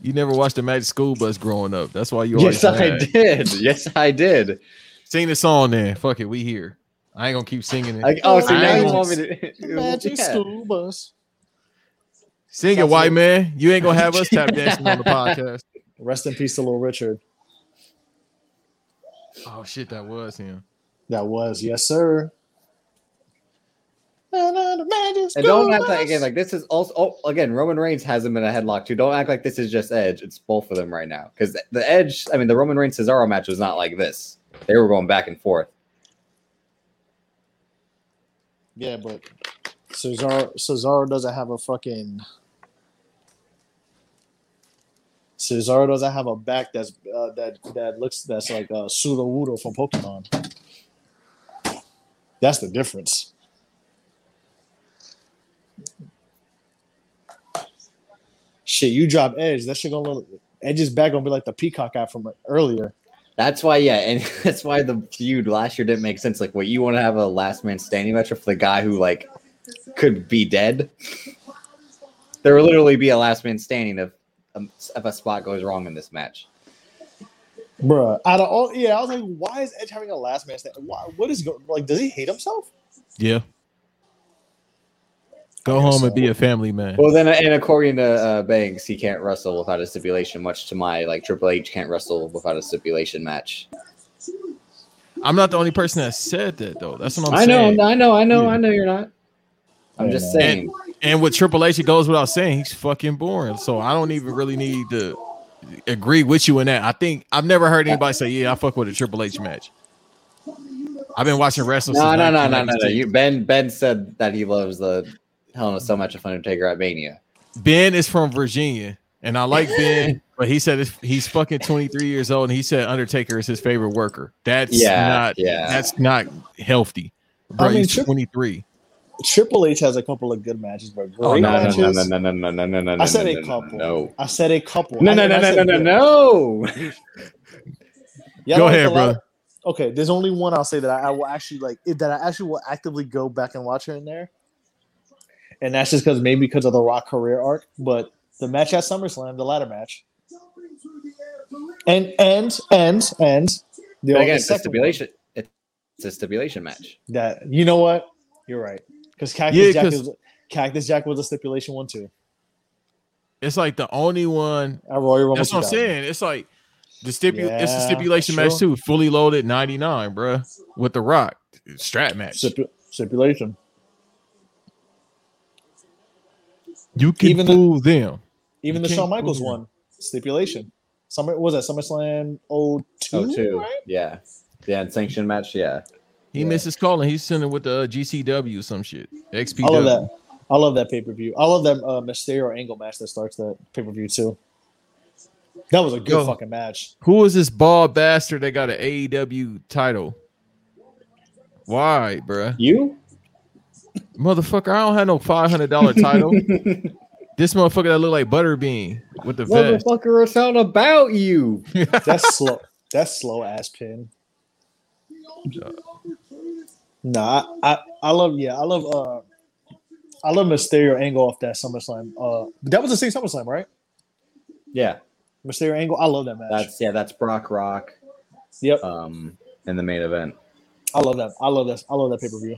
Speaker 2: You never watched the Magic School Bus growing up. That's why you always
Speaker 3: Yes, I
Speaker 2: mad.
Speaker 3: did. Yes, I did.
Speaker 2: sing the song. Then fuck it, we here. I ain't gonna keep singing it.
Speaker 3: I, oh, so
Speaker 2: I
Speaker 3: now you
Speaker 2: ain't-
Speaker 3: want me to
Speaker 1: Magic
Speaker 3: Yeah.
Speaker 1: school bus.
Speaker 2: Sing it, white man. You ain't gonna have us tap dancing on the podcast.
Speaker 1: Rest in peace to Little Richard.
Speaker 2: Oh shit, that was him.
Speaker 1: That was yes, sir.
Speaker 3: And don't act like again like this is also oh, again Roman Reigns hasn't been a headlock too. Don't act like this is just Edge. It's both of them right now because the Edge. I mean, the Roman Reigns Cesaro match was not like this. They were going back and forth.
Speaker 1: Yeah, but Cesaro Cesaro doesn't have a fucking Cesaro doesn't have a back that's uh, that that looks that's like uh, pseudo Wudo from Pokemon. That's the difference. Shit, you drop Edge. That shit gonna look Edge's back gonna be like the peacock guy from earlier.
Speaker 3: That's why, yeah, and that's why the feud last year didn't make sense. Like, what you want to have a last man standing match with the guy who like could be dead? There will literally be a last man standing if um, if a spot goes wrong in this match.
Speaker 1: Bruh, out of all, yeah, I was like, why is Edge having a last man stand? Why, what is going? Like, does he hate himself?
Speaker 2: Yeah. Go
Speaker 1: I guess
Speaker 2: home and
Speaker 1: so.
Speaker 2: be a family man.
Speaker 3: Well, then, and according to uh, Banks, he can't wrestle without a stipulation. Much to my like, Triple H can't wrestle without a stipulation match.
Speaker 2: I'm not the only person that said that though. That's what I'm
Speaker 3: I know,
Speaker 2: saying.
Speaker 3: I know, I know,
Speaker 2: Yeah.
Speaker 3: I know. You're not. I'm
Speaker 1: Yeah.
Speaker 3: just saying.
Speaker 2: And with Triple H, it goes without saying he's fucking boring. So I don't even really need to agree with you in that. I think I've never heard anybody say, "Yeah, I fuck with a Triple H match." I've been watching wrestling.
Speaker 3: No,
Speaker 2: since
Speaker 3: no, no, no, no, no.
Speaker 2: 1992.
Speaker 3: You, ben, Ben said that he loves the Hell in a Cell match of Undertaker at Mania.
Speaker 2: Ben is from Virginia, and I like Ben, but he said if- he's fucking 23 years old, and he said Undertaker is his favorite worker. That's
Speaker 3: Yeah,
Speaker 2: not
Speaker 3: yeah.
Speaker 2: that's not healthy. Bro,
Speaker 1: I mean,
Speaker 2: he's
Speaker 1: Tri-
Speaker 2: 23.
Speaker 1: Triple H has a couple of good matches, but great
Speaker 2: Oh,
Speaker 3: No, no,
Speaker 1: matches.
Speaker 3: no, no, no, no, no, no, no, no.
Speaker 1: I said
Speaker 3: no,
Speaker 1: a
Speaker 3: no,
Speaker 1: couple.
Speaker 3: No.
Speaker 1: I said a couple.
Speaker 3: No,
Speaker 1: I
Speaker 3: no,
Speaker 1: didn't-
Speaker 3: no,
Speaker 1: I
Speaker 3: no, no,
Speaker 1: said
Speaker 3: no,
Speaker 1: good.
Speaker 3: no.
Speaker 1: Y'all
Speaker 2: Go
Speaker 1: like
Speaker 2: ahead,
Speaker 1: a lot
Speaker 2: brother.
Speaker 1: of- okay, there's only one I'll say that I, I will actually like if- that I actually will actively go back and watch her in there, and that's just because maybe because of the Rock career arc, but the match at SummerSlam, the ladder match, and and and and the
Speaker 3: But
Speaker 1: only
Speaker 3: again, it's a
Speaker 1: second one
Speaker 3: stipulation. It's a stipulation match.
Speaker 1: that you know what you're right because Cactus
Speaker 2: Yeah,
Speaker 1: Jack
Speaker 2: 'cause-
Speaker 1: is, Cactus Jack was a stipulation one too.
Speaker 2: It's like the only one.
Speaker 1: At Royal Rumble
Speaker 2: That's what I'm
Speaker 1: 2000.
Speaker 2: saying. It's like the stipu- It's a
Speaker 1: Yeah,
Speaker 2: stipulation match
Speaker 1: sure.
Speaker 2: too. Fully loaded 99, bruh, with the Rock strap match.
Speaker 1: Stipu- stipulation.
Speaker 2: You can
Speaker 1: Even the-
Speaker 2: fool them.
Speaker 1: Even
Speaker 2: You
Speaker 1: the Shawn
Speaker 2: can't
Speaker 1: Michaels
Speaker 2: fool them.
Speaker 1: one stipulation. Summer what was that SummerSlam 02?
Speaker 3: Oh, two.
Speaker 1: right?
Speaker 3: Yeah. Yeah, and sanctioned match. Yeah.
Speaker 2: He
Speaker 1: Yeah.
Speaker 2: misses calling. He's sending with the uh, GCW some shit. XPW.
Speaker 1: I love that. I love that pay per view. I love that uh, Mysterio angle match that starts that pay per view too. That was a good
Speaker 2: Yo.
Speaker 1: fucking match.
Speaker 2: Who is this bald bastard that got an AEW title? Why, bruh?
Speaker 3: You?
Speaker 2: Motherfucker, I don't have no five hundred dollar title. this motherfucker that look like Butterbean with the vest.
Speaker 3: Motherfucker, it's all about you.
Speaker 1: That's slow. That's slow ass pin. Nah, I, I I love yeah I love uh I love Mysterio angle off that SummerSlam. Uh, that was the same SummerSlam, right?
Speaker 3: Yeah.
Speaker 1: Mysterio angle. I love that match.
Speaker 3: That's yeah, that's Brock Rock.
Speaker 1: Yep.
Speaker 3: Um in the main event.
Speaker 1: I love that. I love that. I love that pay per view.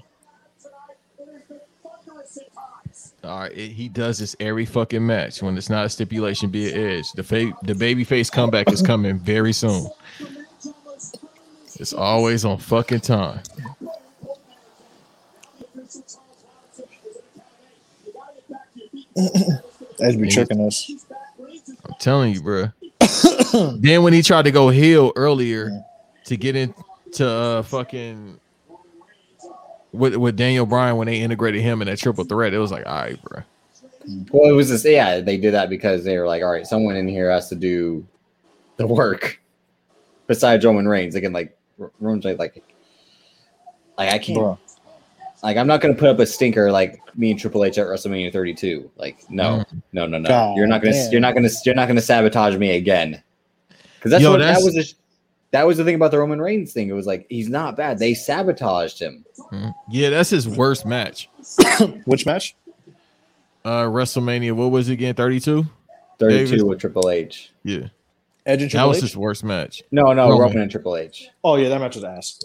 Speaker 2: All right, it- he does this every fucking match when it's not a stipulation. Be an edge. The fa- the baby face comeback is coming very soon. It's always on fucking time.
Speaker 1: Edge be
Speaker 2: Yeah.
Speaker 1: tricking us.
Speaker 2: I'm telling you, bruh. then when he tried to go heel earlier to get into uh, fucking with with Daniel Bryan when they integrated him in that triple threat, it was like, all right, bruh.
Speaker 3: Well, it was just yeah, they did that because they were like, all right, someone in here has to do the work besides Roman Reigns. Again, like R- Roman's like, like, like I can't.
Speaker 1: Bro.
Speaker 3: Like I'm not gonna put up a stinker like me and Triple H at WrestleMania 32. Like no, no, no,
Speaker 1: Mm.
Speaker 3: no.
Speaker 1: God
Speaker 3: you're not gonna
Speaker 1: damn.
Speaker 3: you're not gonna you're not gonna sabotage me again. Because that's
Speaker 2: Yo,
Speaker 3: what
Speaker 2: that's-
Speaker 3: that was. A, that was the thing about the Roman Reigns thing. It was like he's not bad. They sabotaged him.
Speaker 2: Mhm. Yeah, that's his worst match.
Speaker 1: Which match?
Speaker 2: Uh, WrestleMania, what was it again? 32?
Speaker 3: 32
Speaker 2: Davis-
Speaker 3: with Triple H.
Speaker 2: Yeah,
Speaker 1: Edge and
Speaker 2: that
Speaker 1: Triple
Speaker 2: was
Speaker 1: H.
Speaker 2: his worst match.
Speaker 3: No, no,
Speaker 2: Roman.
Speaker 3: Roman and Triple H.
Speaker 1: oh yeah, that match was ass.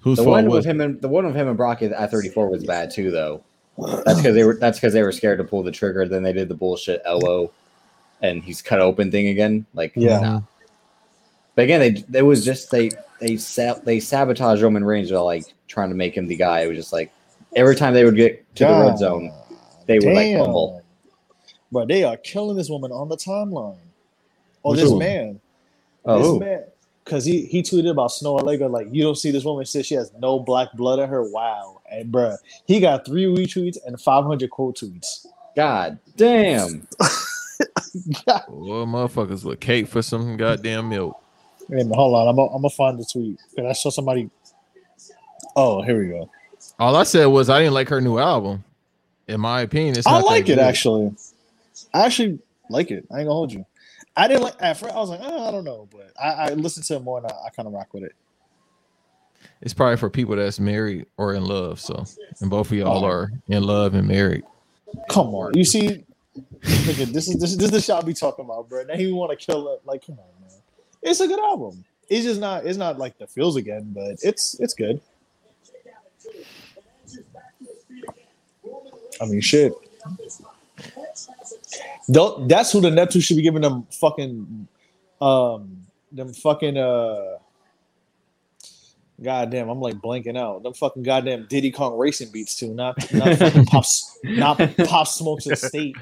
Speaker 2: Whose
Speaker 3: The
Speaker 2: fault
Speaker 3: one
Speaker 2: was
Speaker 3: with him and the one with him and Brock at 34 was bad too, though. That's because they were that's because they were scared to pull the trigger. Then they did the bullshit LO, and he's cut open thing again. Like
Speaker 1: Yeah.
Speaker 3: nah. But again, they they was just they they sa- they sabotaged Roman Reigns by like trying to make him the guy. It was just like every time they would get to the red
Speaker 1: God
Speaker 3: zone, they would like fumble.
Speaker 1: But they are killing this woman on the timeline. Or
Speaker 2: Which
Speaker 1: this
Speaker 2: woman?
Speaker 1: man.
Speaker 3: Oh,
Speaker 1: This man. Because he, he tweeted about Snow Allegra, like, you don't see this woman since she has no black blood in her. Wow. And, bruh, he got three retweets and 500 quote tweets.
Speaker 3: god damn!
Speaker 2: Well, motherfuckers with cake for some goddamn milk.
Speaker 1: Wait a minute, hold on. I'm going to find the tweet. Because I saw somebody. Oh, here we go.
Speaker 2: All I said was I didn't like her new album. In my opinion, it's
Speaker 1: I
Speaker 2: not that
Speaker 1: like it
Speaker 2: good.
Speaker 1: actually. I actually like it. I ain't gonna hold you. I didn't like at first. I was like, oh, I don't know, but I, I listened to it more and I, I kind of rock with it.
Speaker 2: It's probably for people that's married or in love. So, and both of y'all
Speaker 1: Oh.
Speaker 2: are in love and married.
Speaker 1: Come on, you see, look at this is this, is- this is the shit I be talking about, bro. Now you want to kill it? Like, come on, man. It's a good album. It's just not. It's not like the feels again, but it's it's good. I mean, shit. Don't, that's who the Neptune should be giving them fucking, um, them fucking uh. Goddamn, I'm like blanking out. Them fucking goddamn Diddy Kong racing beats too, not not fucking pops, not pop smokes and state.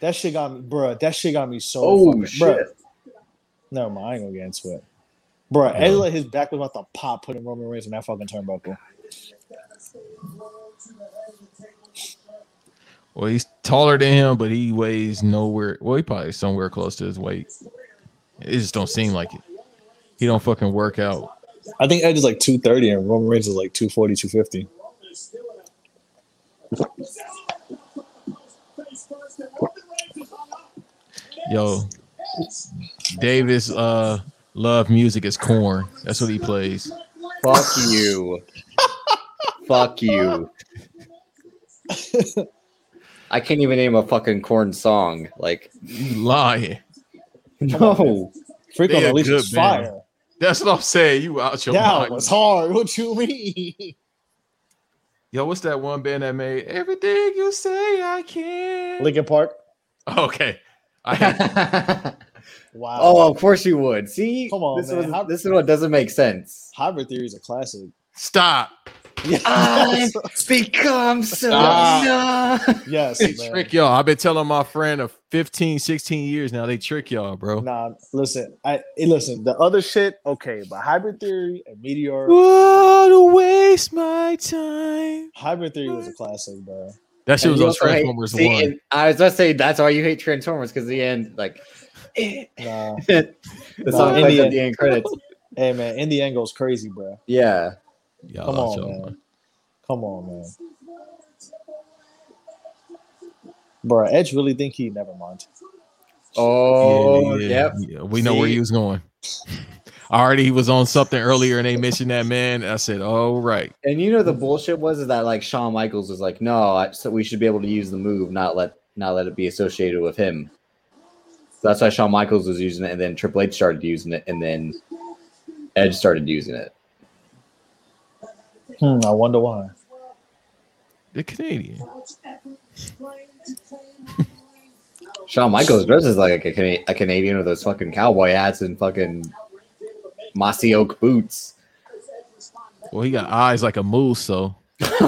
Speaker 1: That shit got me, bruh. That shit got me so.
Speaker 3: Oh,
Speaker 1: fucking-
Speaker 3: shit.
Speaker 1: bruh. Never mind, I ain't gonna get into it, bruh. Ed let his back was about to pop, putting Roman Reigns in that fucking turnbuckle.
Speaker 2: Well, he's taller than him, but he weighs nowhere. Well, he probably somewhere close to his weight. It just don't seem like it. He don't fucking work out.
Speaker 1: I think Edge is like 230 and Roman Reigns is like 240, 250.
Speaker 2: Yo, Davis uh love music is corn. That's what he plays.
Speaker 3: Fuck you! Fuck you! I can't even name a fucking corn song. Like
Speaker 2: You lying.
Speaker 3: no.
Speaker 1: Freak
Speaker 2: They
Speaker 1: on
Speaker 2: a
Speaker 1: the leash
Speaker 2: good
Speaker 1: was fire.
Speaker 2: That's what I'm saying. You out your
Speaker 1: That
Speaker 2: mind.
Speaker 1: was hard. What you mean?
Speaker 2: Yo, what's that one band that made everything you say I can?
Speaker 1: Lincoln Park.
Speaker 2: okay. I had
Speaker 3: oh,
Speaker 1: Wow.
Speaker 3: of course you would. See,
Speaker 1: Uh, Come on,
Speaker 3: this,
Speaker 1: man.
Speaker 3: was-
Speaker 1: How-
Speaker 3: this is what doesn't make sense.
Speaker 1: Hybrid Theory is a classic.
Speaker 2: stop.
Speaker 3: I've become so
Speaker 2: Ah.
Speaker 1: Yes,
Speaker 2: They
Speaker 1: man.
Speaker 2: trick y'all. I've been telling my friend of 15, 16 years now. They trick y'all, bro.
Speaker 1: Nah, listen. I eh, listen. The other shit, okay, but Hybrid Theory and Meteor.
Speaker 2: What a waste my time.
Speaker 1: Hybrid Theory was a classic, bro.
Speaker 2: That shit
Speaker 3: And
Speaker 2: was
Speaker 3: you
Speaker 2: on
Speaker 3: also hate-
Speaker 2: Transformers
Speaker 3: see,
Speaker 2: 1.
Speaker 3: and I was about to say that's why you hate Transformers because the end, like the
Speaker 1: Nah,
Speaker 3: song
Speaker 1: in
Speaker 3: plays
Speaker 1: the
Speaker 3: at the end credits.
Speaker 1: hey man, in the end goes crazy, bro.
Speaker 3: Yeah,
Speaker 2: Y'all
Speaker 1: Come
Speaker 2: out
Speaker 1: on,
Speaker 2: your
Speaker 1: man.
Speaker 2: mind.
Speaker 1: Come on, man. Bro, Edge really think he. Never mind.
Speaker 3: Oh, yep.
Speaker 2: yeah. We know where
Speaker 3: See?
Speaker 2: he was going. I already was on something earlier and they mentioned that man. I said, all right.
Speaker 3: And you know the bullshit was is that like Shawn Michaels was like, no, I, so we should be able to use the move, not let not let it be associated with him. So that's why Shawn Michaels was using it, and then Triple H started using it, and then Edge started using it.
Speaker 1: Hmm, I wonder why.
Speaker 2: The Canadian.
Speaker 3: Shawn Michaels dresses like a, Cana- a Canadian with those fucking cowboy hats and fucking mossy oak boots.
Speaker 2: Well, he got eyes like a moose, so
Speaker 3: Yo,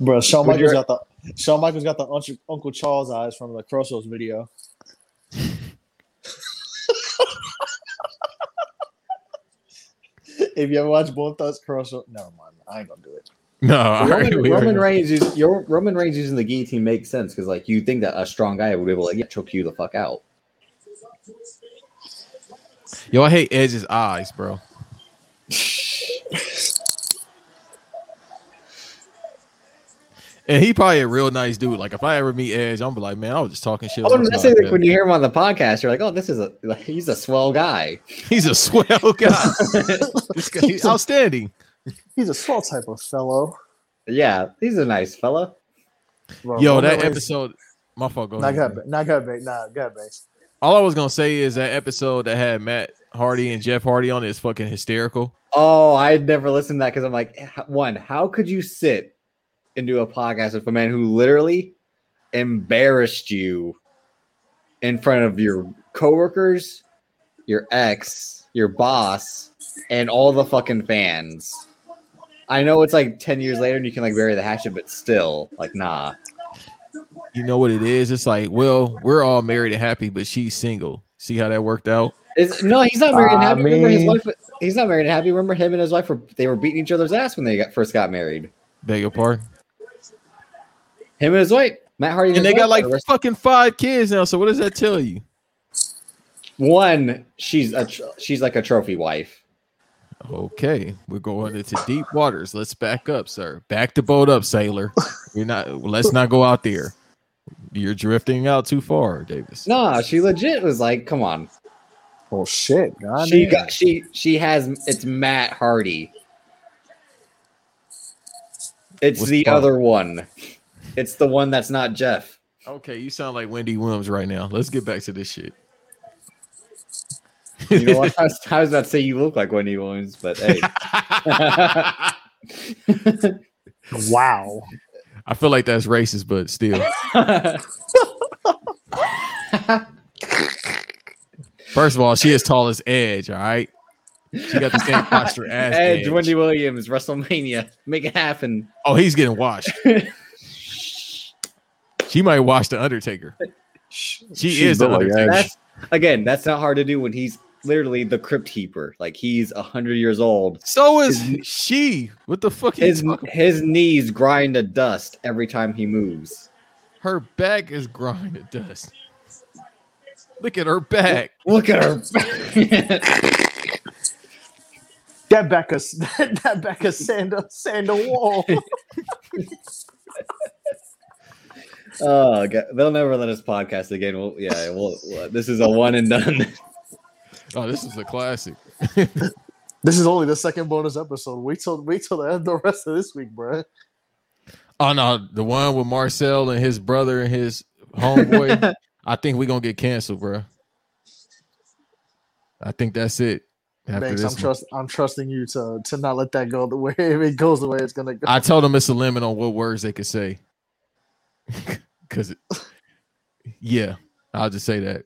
Speaker 1: Bro, Shawn
Speaker 3: Would
Speaker 1: Michaels
Speaker 3: you-
Speaker 1: got the Shawn Michaels got the Uncle, Uncle Charles eyes from the Crossroads video. if you ever watch both those Crossroads, never mind. I ain't gonna do it.
Speaker 2: no. I already-
Speaker 3: Roman,
Speaker 2: we
Speaker 3: Roman
Speaker 2: already-
Speaker 3: Reigns, use, your Roman Reigns using the guillotine makes sense because like you think that a strong guy would be able to yeah, choke you the fuck out.
Speaker 2: Yo, I hate Edge's eyes, bro. And he probably a real nice dude. Like if I ever meet Edge, I'm be like, man, I was just talking shit.
Speaker 3: I
Speaker 2: on
Speaker 3: wouldn't
Speaker 2: the
Speaker 3: say like
Speaker 2: podcast."
Speaker 3: when you hear him on the podcast, you're like, oh, this is a like, he's a swell guy.
Speaker 2: He's a swell guy. This guy- he's outstanding.
Speaker 1: He's a swell type of fellow.
Speaker 3: yeah, he's a nice fella.
Speaker 1: Bro,
Speaker 2: Yo,
Speaker 1: Roman
Speaker 2: that
Speaker 1: Reigns-
Speaker 2: episode. My fault. Go
Speaker 1: Nah,
Speaker 2: ahead.
Speaker 1: go
Speaker 2: man.
Speaker 1: ahead, nah, go ahead, babe. Nah, go ahead, babe.
Speaker 2: All I was gonna say is that episode that had Matt Hardy and Jeff Hardy on it is fucking hysterical.
Speaker 3: Oh, I had never listened to that because I'm like, "H- one, how could you sit and do a podcast with a man who literally embarrassed you in front of your coworkers, your ex, your boss, and all the fucking fans? I know it's like 10 years later and you can like bury the hatchet, but still, like, nah.
Speaker 2: You know what it is? It's like, well, we're all married and happy, but she's single. See how that worked out?
Speaker 3: It's, no, he's not married and
Speaker 1: I
Speaker 3: happy. Remember his
Speaker 1: mean-
Speaker 3: wife, he's not married and happy. Remember him and his wife were they were beating each other's ass when they got, first got married.
Speaker 2: Beg your pardon.
Speaker 3: Him and his wife, Matt Hardy,
Speaker 2: And
Speaker 3: his
Speaker 2: they got
Speaker 3: wife,
Speaker 2: like
Speaker 3: the rest-
Speaker 2: fucking five kids now. So what does that tell you?
Speaker 3: one she's a tr- she's like a trophy wife
Speaker 2: Okay, we're going into deep waters. Let's back up, sir. Back the boat up, sailor. You're not. Let's not go out there. You're drifting out too far, Davis.
Speaker 3: nah she legit was like come on
Speaker 1: Oh shit, God
Speaker 3: she
Speaker 1: damn.
Speaker 3: got she she has it's matt hardy it's
Speaker 2: What's
Speaker 3: the
Speaker 2: wrong?
Speaker 3: other one it's the one that's not jeff
Speaker 2: Okay, you sound like Wendy Williams right now. Let's get back to this shit.
Speaker 3: you know what I was, I was about to say you look like wendy williams but hey
Speaker 1: wow.
Speaker 2: I feel like that's racist, but still. First of all, she is tall as Edge. All right, she got the same posture as Edge.
Speaker 3: edge wendy williams wrestlemania make it happen
Speaker 2: Oh, he's getting washed. she might wash the Undertaker. She
Speaker 1: She's
Speaker 2: is the
Speaker 1: built like
Speaker 2: Undertaker.
Speaker 3: that's again that's not hard to do when he's literally the crypt keeper like he's 100 years old
Speaker 2: So is she. What the fuck?
Speaker 3: his
Speaker 2: Is
Speaker 3: his knees grind to dust every time he moves.
Speaker 2: her back is grind to dust. Look at her back.
Speaker 3: Look at her.
Speaker 1: That back of that back of sand sand a wall.
Speaker 3: oh, God. they'll never let us podcast again. Well, yeah, well, well, this is a one and done.
Speaker 2: Oh, this is a classic.
Speaker 1: this is only the second bonus episode. Wait till wait till the, the rest of this week, bro.
Speaker 2: Oh no, the one with Marcel and his brother and his homeboy. I think we're gonna get canceled, bro. I think that's it. After
Speaker 1: Banks,
Speaker 2: this
Speaker 1: I'm
Speaker 2: one.
Speaker 1: trust I'm trusting you to to not let that go the way if it goes the way it's gonna go.
Speaker 2: I told them it's a limit on what words they could say. Cause it, yeah, I'll just say that.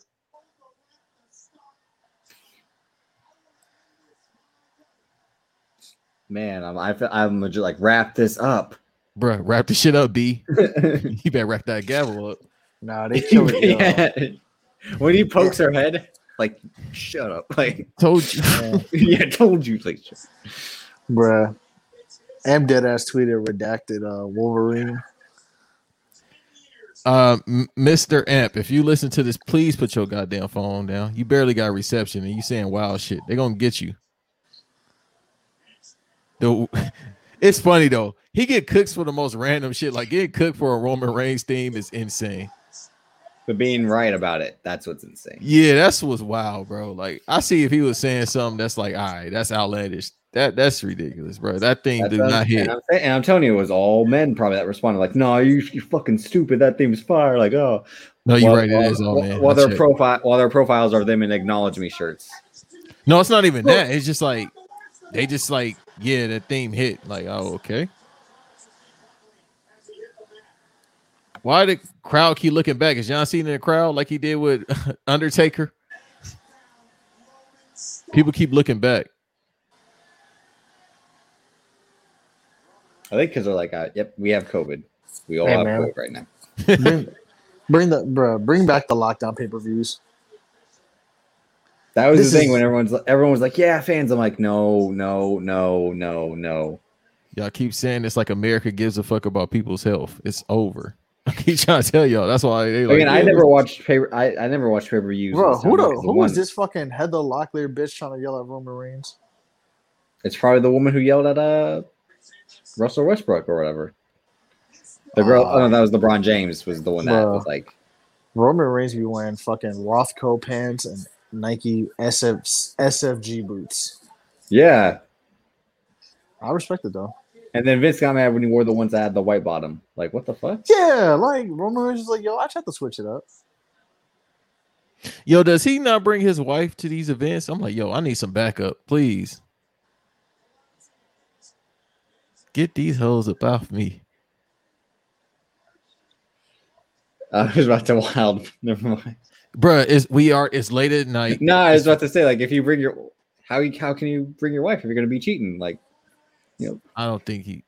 Speaker 3: Man, I'm I feel, I'm legit like wrap this up.
Speaker 2: Bruh, wrap the shit up, B.
Speaker 3: yeah.
Speaker 2: You better wrap that gavel up.
Speaker 1: Nah, they kill it. yo.
Speaker 3: When he pokes her head, like shut up. Like
Speaker 2: Told you.
Speaker 3: yeah, I told you. Like shut-
Speaker 1: Bruh. Am dead ass tweeted redacted uh Wolverine.
Speaker 2: Uh, M- Mr. Amp, if you listen to this, please put your goddamn phone down. You barely got reception and you saying wild shit. They're gonna get you. The, it's funny though. He get cooks for the most random shit. Like getting cooked for a Roman Reigns theme is insane.
Speaker 3: But being right about it, that's what's insane.
Speaker 2: Yeah, that's what's wild, bro. Like I see if he was saying something that's like, all right, that's outlandish. That that's ridiculous, bro. That thing
Speaker 3: That's
Speaker 2: did
Speaker 3: what I'm
Speaker 2: not
Speaker 3: saying.
Speaker 2: hit.
Speaker 3: I'm saying- and I'm telling you, it was all men probably that responded, like, "No, you you fucking stupid. That thing's fire." Like, oh,
Speaker 2: No, you're
Speaker 3: while-
Speaker 2: right. It
Speaker 3: while-
Speaker 2: is all
Speaker 3: while-
Speaker 2: man.
Speaker 3: While
Speaker 2: I
Speaker 3: their
Speaker 2: checked.
Speaker 3: profile, while their profiles are them in acknowledge me shirts.
Speaker 2: no, it's not even that. It's just like they just like, yeah, that theme hit. Like, oh, okay. Why the crowd keep looking back? Is John Cena in the crowd like he did with Undertaker? People keep looking back.
Speaker 3: I think because they're like, uh, "Yep, we have COVID. We all
Speaker 1: Hey,
Speaker 3: have
Speaker 1: man.
Speaker 3: COVID right now."
Speaker 1: Bring, bring the bruh, bring back the lockdown pay-per-views.
Speaker 3: That was
Speaker 1: This
Speaker 3: the thing
Speaker 1: is-
Speaker 3: when everyone's everyone was like, "Yeah, fans." I'm like, "No, no, no, no, no."
Speaker 2: Y'all keep saying it's like America gives a fuck about people's health. It's over. I keep trying to tell y'all. That's why they like.
Speaker 3: Again, I
Speaker 2: yeah,
Speaker 3: never watched pay. I, I never watched pay per views.
Speaker 1: Bro, who the, who was this fucking Heather Locklear bitch trying to yell at Roman Reigns?
Speaker 3: It's probably the woman who yelled at uh Russell Westbrook or whatever. The girl, oh no, that was LeBron James was the one that
Speaker 1: Bruh.
Speaker 3: was like,
Speaker 1: Roman Reigns be wearing fucking Rothko pants and Nike SF, SFG boots.
Speaker 3: yeah.
Speaker 1: I respect it though.
Speaker 3: And then Vince got mad when he wore the ones that had the white bottom. Like, what the fuck?
Speaker 1: Yeah, like Roman Reigns is like, yo, I tried to switch it up.
Speaker 2: Yo, does he not bring his wife to these events? I'm like, yo, I need some backup, please. Get these hoes up off me.
Speaker 3: I was about to wild. Never mind.
Speaker 2: Bruh, it's we are it's late at night.
Speaker 3: No, I was about to say like, if you bring your, how you, how can you bring your wife if you're gonna be cheating? Like,
Speaker 2: I don't think he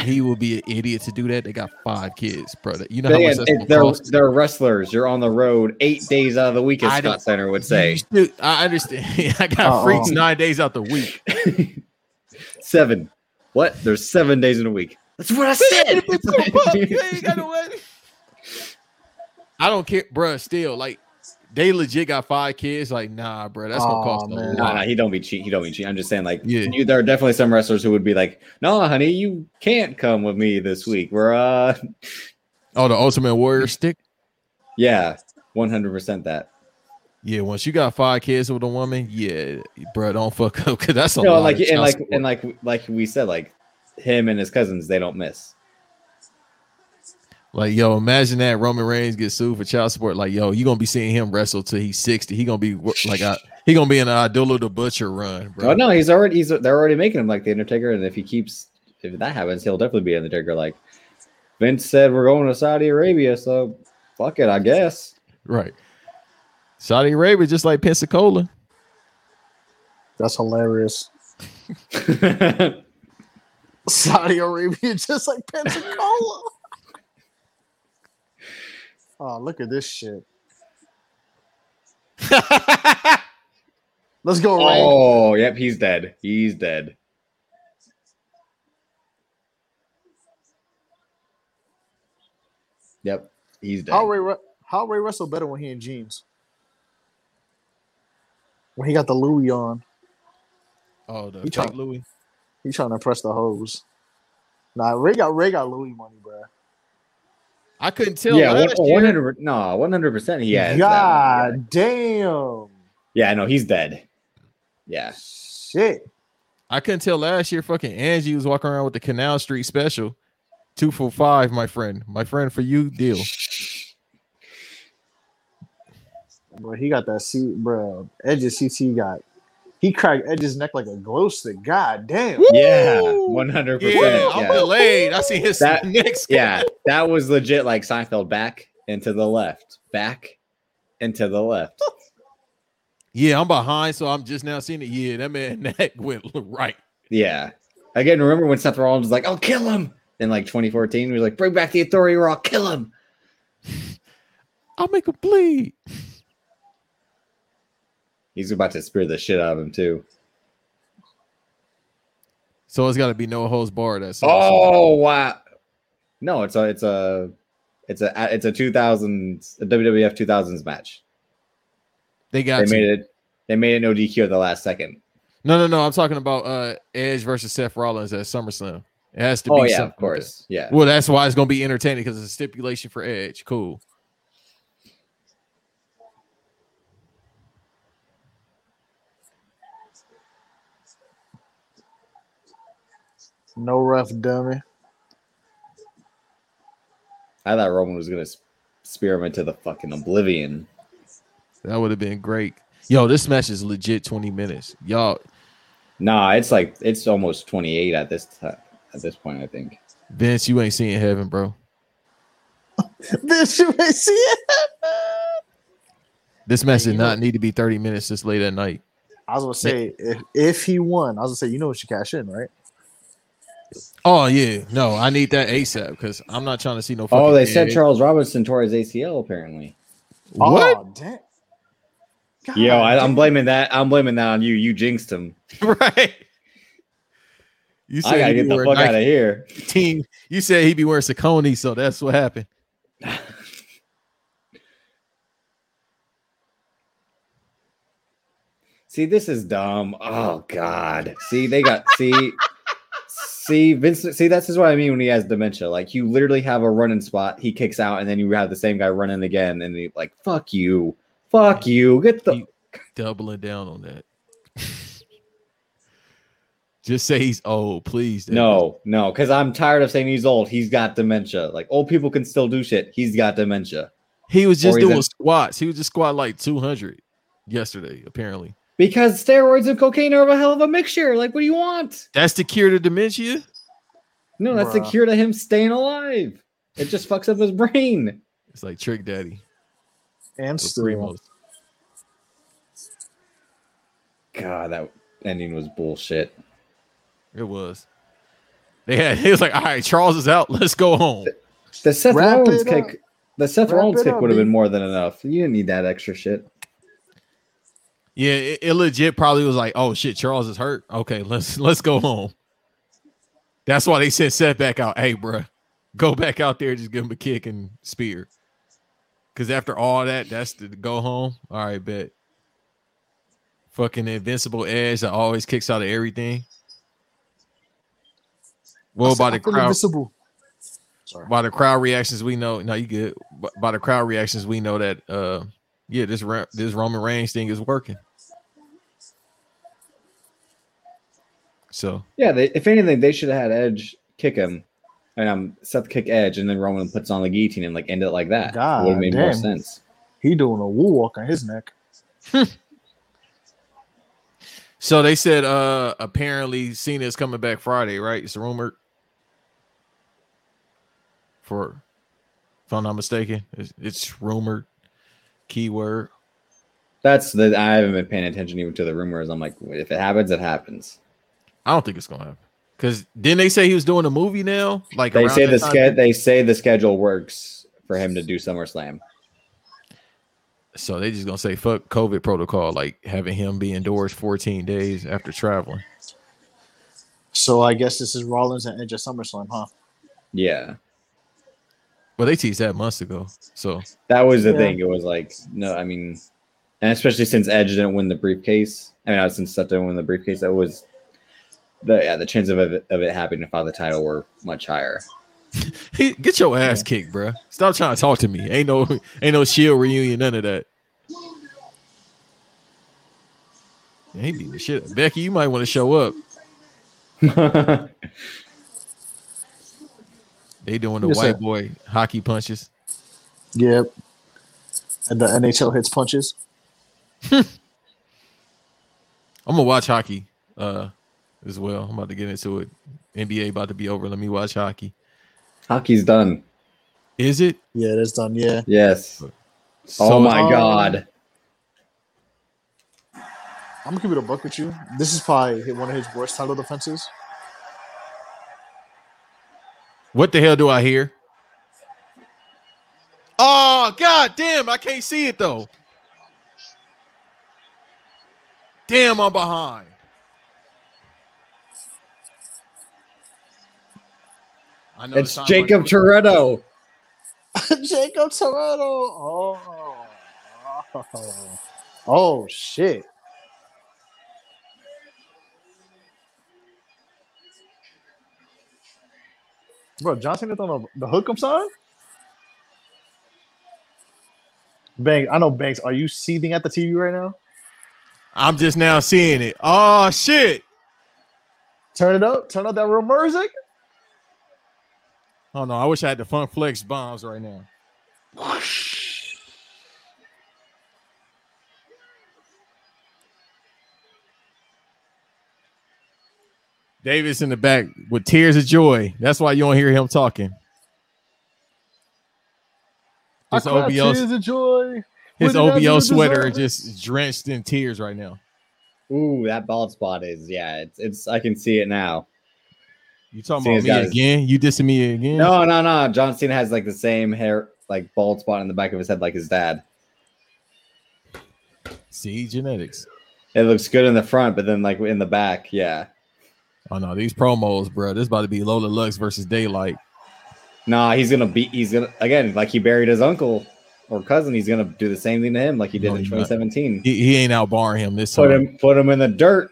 Speaker 2: he will be an idiot to do that. They got five kids, brother. You know how
Speaker 3: they,
Speaker 2: much that's
Speaker 3: if
Speaker 2: gonna
Speaker 3: they're
Speaker 2: cost?
Speaker 3: they're wrestlers. You're on the road eight days out of the week, as
Speaker 2: I
Speaker 3: Scott
Speaker 2: don't-
Speaker 3: Steiner would say.
Speaker 2: Dude, I understand. I got
Speaker 1: Uh-uh.
Speaker 2: freaks nine days out the week.
Speaker 3: seven. What? There's seven days in a week. That's what I said.
Speaker 2: I don't care, bruh. Still, like they legit got five kids. Like, nah, bruh, that's
Speaker 1: Aw,
Speaker 2: gonna cost
Speaker 1: man.
Speaker 2: a
Speaker 3: No,
Speaker 2: lot.
Speaker 3: no, he don't be cheat. He don't be cheat. I'm just saying, like,
Speaker 2: Yeah.
Speaker 3: you, there are definitely some wrestlers who would be like, "No, honey, you can't come with me this week. We're uh,
Speaker 2: Oh, the Ultimate Warrior stick.
Speaker 3: yeah, 100 percent that.
Speaker 2: Yeah, once you got five kids with a woman, yeah, bruh, don't fuck up because that's a
Speaker 3: no,
Speaker 2: lot.
Speaker 3: like,
Speaker 2: of
Speaker 3: and
Speaker 2: child
Speaker 3: like,
Speaker 2: support.
Speaker 3: and like, like we said, like him and his cousins, they don't miss.
Speaker 2: Like, yo, imagine that Roman Reigns gets sued for child support. Like, yo, you gonna be seeing him wrestle till he's 60. He gonna be wo- like I, he gonna be in an Idolo the Butcher run, bro.
Speaker 3: Oh no, he's already he's they're already making him like the Undertaker, and if he keeps if that happens, he'll definitely be Undertaker. Like Vince said, we're going to Saudi Arabia, so fuck it, I guess.
Speaker 2: Right. Saudi Arabia, just like Pensacola.
Speaker 1: That's hilarious. Saudi Arabia, just like Pensacola. oh, look at this shit. Let's go, Ray.
Speaker 3: oh, yep, he's dead. He's dead. Yep, he's dead.
Speaker 1: How Ray, Ru- how Ray Russell better when he in jeans? When he got the Louis on,
Speaker 2: Oh, the
Speaker 1: You
Speaker 2: fake
Speaker 1: talk-
Speaker 2: Louis.
Speaker 1: he trying to impress the hoes. Nah, Ray got Ray got Louis money, bro.
Speaker 2: I couldn't tell.
Speaker 3: yeah,
Speaker 2: last
Speaker 3: one
Speaker 2: year.
Speaker 3: hundred. No, one hundred percent. He has. that one.
Speaker 1: God damn.
Speaker 3: Yeah, no, he's dead. Yeah.
Speaker 1: Shit.
Speaker 2: I couldn't tell last year. Fucking Angie was walking around with the Canal Street special, two for five, my friend. My friend for you deal.
Speaker 1: Bro, he got that C, bro. Edge's CT got. He cracked Edge's neck like a glow stick. God damn.
Speaker 3: Yeah, one hundred
Speaker 2: Yeah,
Speaker 3: percent.
Speaker 2: I'm delayed. I see his
Speaker 3: That-
Speaker 2: next.
Speaker 3: yeah, that was legit like Seinfeld back and to the left, back and to the left.
Speaker 2: Yeah, I'm behind, so I'm just now seeing it. Yeah, that man neck went right.
Speaker 3: Yeah. Again, remember when Seth Rollins was like, I'll kill him in like 2014? He was like, bring back the authority or I'll kill him.
Speaker 2: I'll make a bleed.
Speaker 3: He's about to spear the shit out of him, too.
Speaker 2: So it's got to be no host bar. That's
Speaker 3: Oh, wow. No, it's a, it's a, it's a, it's a 2000s, a WWF 2000s match.
Speaker 2: they got
Speaker 3: They
Speaker 2: to.
Speaker 3: made it, they made it no DQ at the last second.
Speaker 2: No, no, no. I'm talking about uh Edge versus Seth Rollins at SummerSlam. It has to
Speaker 3: Oh,
Speaker 2: be
Speaker 3: yeah,
Speaker 2: something
Speaker 3: of course. Yeah.
Speaker 2: like that. Well, that's why it's gonna be entertaining because it's a stipulation for Edge. Cool.
Speaker 1: No rough dummy.
Speaker 3: I thought Roman was going to spear him into the fucking oblivion.
Speaker 2: That would have been great. Yo, this match is legit 20 minutes. Y'all,
Speaker 3: Nah, it's like, it's almost 28 at this time. At this point, I think.
Speaker 2: Vince, you ain't seeing heaven, bro.
Speaker 1: This you may see it.
Speaker 2: This match did
Speaker 1: you know-
Speaker 2: not need to be 30 minutes this late at night.
Speaker 1: I was gonna say if, if he won, I was gonna say you know what you cash in, right?
Speaker 2: Oh yeah, no, I need that ASAP because I'm not trying to see no. Fucking
Speaker 3: Oh, they said
Speaker 2: Edge.
Speaker 3: Charles Robinson tore his ACL apparently.
Speaker 2: What?
Speaker 1: Oh, damn.
Speaker 3: Yo, I, I'm
Speaker 1: damn.
Speaker 3: blaming that. I'm blaming that on you. You jinxed him.
Speaker 2: right. You said
Speaker 3: I gotta
Speaker 2: he be
Speaker 3: get the
Speaker 2: wearing
Speaker 3: fuck out of
Speaker 2: Nike
Speaker 3: here.
Speaker 2: team. You said he'd be wearing Saucony, so that's what happened.
Speaker 3: See, this is dumb. Oh God. See, they got see. See, Vince, see, that's just what I mean when he has dementia. Like, you literally have a running spot, he kicks out, and then you have the same guy running again, and he like, fuck you, fuck you, get the.
Speaker 2: You- Doubling down on that. Just say he's old, please. Davis.
Speaker 3: No, no, because I'm tired of saying he's old. He's got dementia. Like, old people can still do shit. He's got dementia.
Speaker 2: he was just
Speaker 3: Or he's
Speaker 2: doing
Speaker 3: in-
Speaker 2: squats. He was just squat like two hundred yesterday. Apparently,
Speaker 3: Because steroids and cocaine are a hell of a mixture. Like, what do you want?
Speaker 2: that's the cure to dementia.
Speaker 3: No, that's the
Speaker 5: Bruh.
Speaker 3: cure to him staying alive. It just fucks up his brain.
Speaker 2: It's like Trick Daddy.
Speaker 1: And
Speaker 2: Los
Speaker 1: Streamer.
Speaker 2: Primos.
Speaker 3: God, that ending was bullshit.
Speaker 2: It was. They had. He was like, "All right, Charles is out. Let's go home."
Speaker 3: The Seth
Speaker 5: Wrap
Speaker 3: Rollins
Speaker 5: it up.
Speaker 3: kick. The Seth
Speaker 5: Wrap
Speaker 3: Rollins
Speaker 5: it
Speaker 3: kick
Speaker 5: up,
Speaker 3: would have
Speaker 5: B.
Speaker 3: been more than enough. You didn't need that extra shit.
Speaker 2: Yeah, it, it legit probably was like, "Oh shit, Charles is hurt. Okay, let's let's go home." That's why they sent Seth back out. Hey, bruh, go back out there, just give him a kick and spear. Because after all that, that's the go home. All right, bet. Fucking invincible edge that always kicks out of everything. Well, by the crowd,
Speaker 1: Invisible.
Speaker 2: by the crowd reactions we know no you good B- by the crowd reactions we know that uh yeah this Ra- this roman reigns thing is working so
Speaker 3: Yeah, they, if anything, they should have had Edge kick him, and um, Seth kick Edge, and then Roman puts on the guillotine and like end it like that.
Speaker 1: God
Speaker 3: would have made more
Speaker 1: damn.
Speaker 3: sense.
Speaker 1: He doing a woo walk on his neck.
Speaker 2: so they said uh apparently cena is coming back friday right it's rumored for if i'm not mistaken it's, it's rumored keyword
Speaker 3: That's the I haven't been paying attention even to the rumors. I'm like, if it happens, it happens.
Speaker 2: i don't think it's gonna happen because didn't they say he was doing a movie now like
Speaker 3: They
Speaker 2: around
Speaker 3: say
Speaker 2: that
Speaker 3: the
Speaker 2: time?
Speaker 3: ske- they say the schedule works for him to do SummerSlam.
Speaker 2: So they just gonna say fuck COVID protocol, like having him be indoors 14 days after traveling.
Speaker 1: So I guess this is Rollins and Edge at SummerSlam, huh?
Speaker 3: Yeah,
Speaker 2: Well, they teased that months ago. So
Speaker 3: that was the
Speaker 1: Yeah.
Speaker 3: thing. It was like, no, I mean, and especially since Edge didn't win the briefcase. I mean, since Seth didn't win the briefcase, that was the yeah the chance of it, of it happening to the title were much higher.
Speaker 2: he, get your ass kicked, bruh. Stop trying to talk to me. Ain't no ain't no shield reunion, none of that. Yeah, He beat the shit. out- Becky, you might want to show up. They doing the
Speaker 1: Yes,
Speaker 2: white
Speaker 1: sir.
Speaker 2: boy hockey punches.
Speaker 1: Yep. And the NHL hits punches.
Speaker 2: I'm gonna watch hockey uh as well. I'm about to get into it. NBA about to be over. Let me watch hockey.
Speaker 3: Hockey's done.
Speaker 2: Is it?
Speaker 1: Yeah, that's done. Yeah.
Speaker 3: Yes.
Speaker 2: So-
Speaker 3: oh my
Speaker 1: um,
Speaker 3: god.
Speaker 1: I'm gonna keep it a buck with you. This is probably one of his worst title defenses.
Speaker 2: What the hell do I hear? Oh god damn, I can't see it though. Damn, I'm behind. I know
Speaker 3: It's
Speaker 2: not
Speaker 3: Jacob
Speaker 2: much-
Speaker 3: Toretto.
Speaker 1: Jacob Toretto. Oh. oh, oh shit! Bro, Johnson is on the, the hookup side. Banks, I know Banks. Are you seething at the TV right now?
Speaker 2: I'm just now seeing it. Oh shit.
Speaker 1: Turn it up. Turn up that real music.
Speaker 2: Oh no, I wish I had the funk flex bombs right now. Davis in the back with tears of joy. That's why you don't hear him talking. His
Speaker 1: I cried
Speaker 2: OBO,
Speaker 1: tears of joy.
Speaker 2: his
Speaker 1: What did I do
Speaker 2: OBO
Speaker 1: to
Speaker 2: sweater
Speaker 1: deserve
Speaker 2: just drenched in tears right now.
Speaker 3: Ooh, that bald spot is yeah. It's it's I can see it now.
Speaker 2: You talking
Speaker 3: See,
Speaker 2: about
Speaker 3: he's
Speaker 2: me
Speaker 3: got his-
Speaker 2: again? You dissing me again?
Speaker 3: No, no, no. John Cena has like the same hair, like bald spot in the back of his head, like his dad.
Speaker 2: See genetics.
Speaker 3: It looks good in the front, but then like in the back, yeah.
Speaker 2: Oh no, these promos, bro. This about to be Lola Lux versus Daylight.
Speaker 3: Nah, he's gonna beat. He's gonna again, like he buried his uncle or cousin. He's gonna do the same thing to him, like he did
Speaker 2: No,
Speaker 3: in
Speaker 2: he's not.
Speaker 3: 2017.
Speaker 2: He, he ain't outbarring him this
Speaker 3: Put
Speaker 2: time.
Speaker 3: him, put him in the dirt,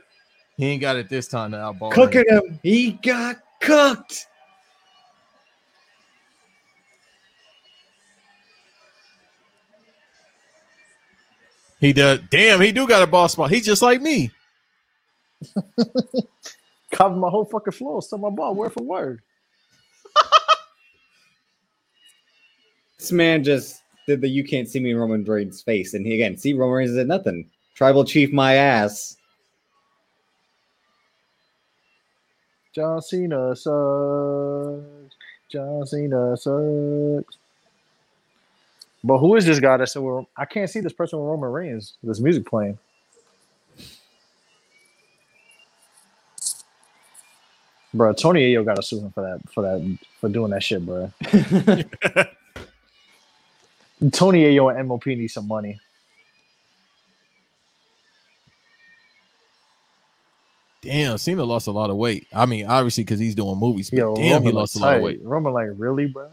Speaker 2: He ain't got it this time to outbar. him.
Speaker 3: cooking him. He got cooked.
Speaker 2: He does. Damn, he do got a ball spot. He's just like me.
Speaker 1: Cover my whole fucking floor, stole my ball word for word.
Speaker 3: This man just did the "You can't see me" Roman Reigns face, and he again see Roman Reigns did nothing. Tribal chief, my ass.
Speaker 1: John Cena sucks. John Cena sucks. But who is this guy that said, well, I can't see this person with Roman Reigns, this music playing? Bro, Tony Ayo got to sue him for that, for that, for doing that shit, bro. Tony Ayo and MOP need some money.
Speaker 2: Damn, Cena lost a lot of weight. I mean, obviously because he's doing movies. But
Speaker 1: Yo,
Speaker 2: damn,
Speaker 1: Roman
Speaker 2: he
Speaker 1: like,
Speaker 2: lost a lot of
Speaker 1: tight.
Speaker 2: weight.
Speaker 1: Roman like, really, bro?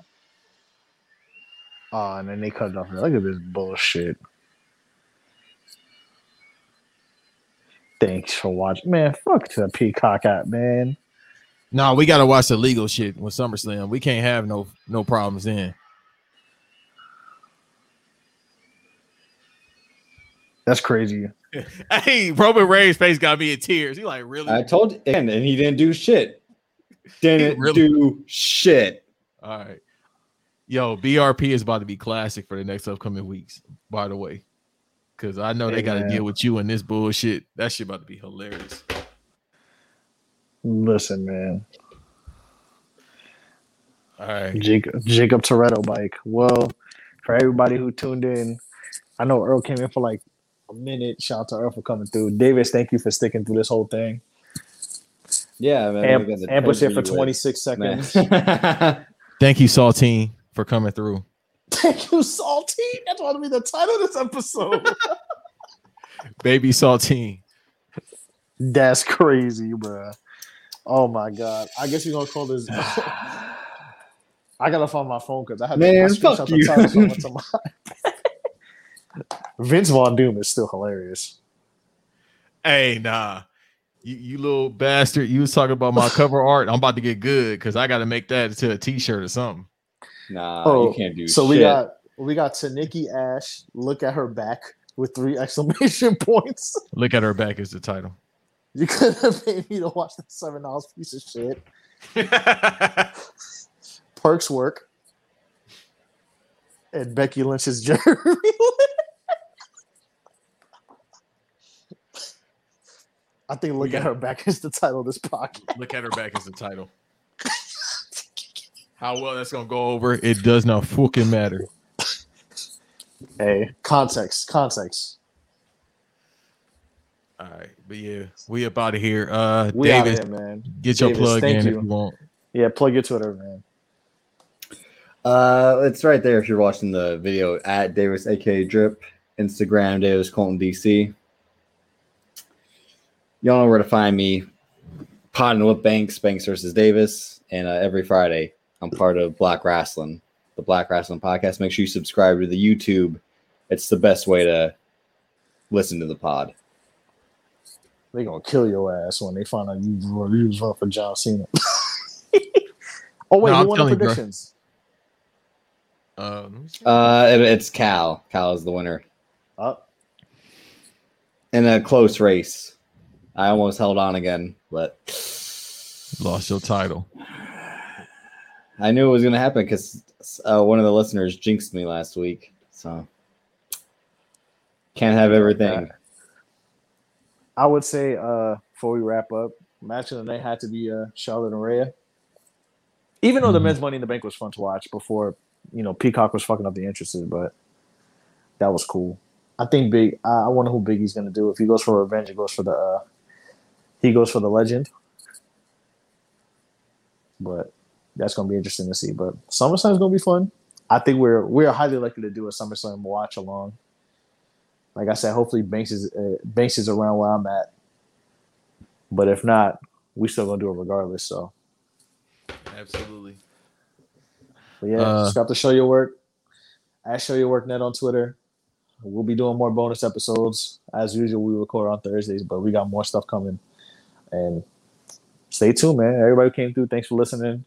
Speaker 1: Oh, and then they cut it off. Look at this bullshit. Thanks for watching, man. Fuck the Peacock app, man.
Speaker 2: Nah, we gotta watch the legal shit with SummerSlam. We can't have no no problems in.
Speaker 1: That's crazy.
Speaker 2: Hey, Roman Reigns' face got me in tears. He like really.
Speaker 3: I told you, and, and he didn't do shit. Didn't
Speaker 2: Really?
Speaker 3: do shit.
Speaker 2: All right. Yo, BRP is about to be classic for the next upcoming weeks, by the way. Cause I know they
Speaker 1: Hey,
Speaker 2: gotta
Speaker 1: man.
Speaker 2: deal with you and this bullshit. That shit about to be hilarious.
Speaker 1: Listen, man.
Speaker 2: All right.
Speaker 1: Jacob, Jacob Toretto bike. Well, for everybody who tuned in, I know Earl came in for like a minute. Shout out to Earl for coming through. Davis, thank you for sticking through this whole thing.
Speaker 3: Yeah, man.
Speaker 1: Amp,
Speaker 3: we got the
Speaker 1: Amp was here for
Speaker 3: WWE
Speaker 1: 26
Speaker 3: way.
Speaker 1: seconds.
Speaker 3: Man.
Speaker 2: Thank you, Saltine, for coming through.
Speaker 1: Thank you, Salty. That's going to be the title of this episode.
Speaker 2: Baby Saltine.
Speaker 1: That's crazy, bro. Oh my god. I guess we're gonna call this. I gotta find my phone because I had
Speaker 3: Man,
Speaker 1: I screenshot
Speaker 3: fuck
Speaker 1: the
Speaker 3: you.
Speaker 1: title, so I went to my- Vince Von Doom is still hilarious.
Speaker 2: Hey, nah. You, you little bastard. You was talking about my cover art. I'm about to get good because I gotta make that into a t-shirt or something.
Speaker 3: nah,
Speaker 1: Oh,
Speaker 3: you can't do
Speaker 1: So
Speaker 3: shit.
Speaker 1: we got we got Tanicki Ash. Look at her back with three exclamation points.
Speaker 2: Look at her back is the title.
Speaker 1: You could have paid me to watch that seven dollars piece of shit. Perks work. And Becky Lynch's Jeremy. Lin- I think look at her back is the title of this podcast.
Speaker 2: Look at her back is the title. How well that's gonna go over, it does not fucking matter.
Speaker 1: Hey, context, context.
Speaker 2: All right, but yeah, we up out of here. Uh,
Speaker 1: We out
Speaker 2: David,
Speaker 1: here, man.
Speaker 2: get your
Speaker 1: Davis,
Speaker 2: plug
Speaker 1: thank
Speaker 2: in
Speaker 1: you.
Speaker 2: if you want.
Speaker 1: Yeah, plug your Twitter, man.
Speaker 3: Uh, it's right there if you're watching the video at Davis aka Drip, Instagram Davis Colton DC. Y'all know where to find me. Pod and Whip Banks, Banks versus Davis, and uh, every Friday I'm part of Black Wrestling, the Black Wrestling podcast. Make sure you subscribe to the YouTube. It's the best way to listen to the pod.
Speaker 1: They gonna kill your ass when they find out you you was up for John Cena. oh wait,
Speaker 2: No, I'm
Speaker 1: who won the
Speaker 2: telling you, bro.
Speaker 1: predictions?
Speaker 2: Uh, let me see.
Speaker 3: Uh, it- it's Cal. Cal is the winner
Speaker 1: Oh,
Speaker 3: in a close race. I almost held on again, but
Speaker 2: lost your title.
Speaker 3: I knew it was going to happen because uh, one of the listeners jinxed me last week. So can't have everything.
Speaker 1: I would say uh before we wrap up, match of the night had to be uh Charlotte and Rhea. Even though the
Speaker 2: Mhm.
Speaker 1: men's money in the bank was fun to watch before, you know, Peacock was fucking up the entrances, but that was cool. I think Big I, I wonder who Biggie's gonna do. If he goes for revenge, he goes for the uh he goes for the legend. But that's gonna be interesting to see. But SummerSlam's gonna be fun. I think we're we're highly likely to do a SummerSlam watch along. Like I said, hopefully Banks is uh, Banks is around where I'm at. But if not, we still gonna do it regardless. So,
Speaker 2: Absolutely.
Speaker 1: but yeah,
Speaker 2: Uh,
Speaker 1: subscribe to Show Your Work at Show Your Work Net on Twitter. We'll be doing more bonus episodes as usual. We record on Thursdays, but we got more stuff coming, and stay tuned, man. Everybody who came through, thanks for listening.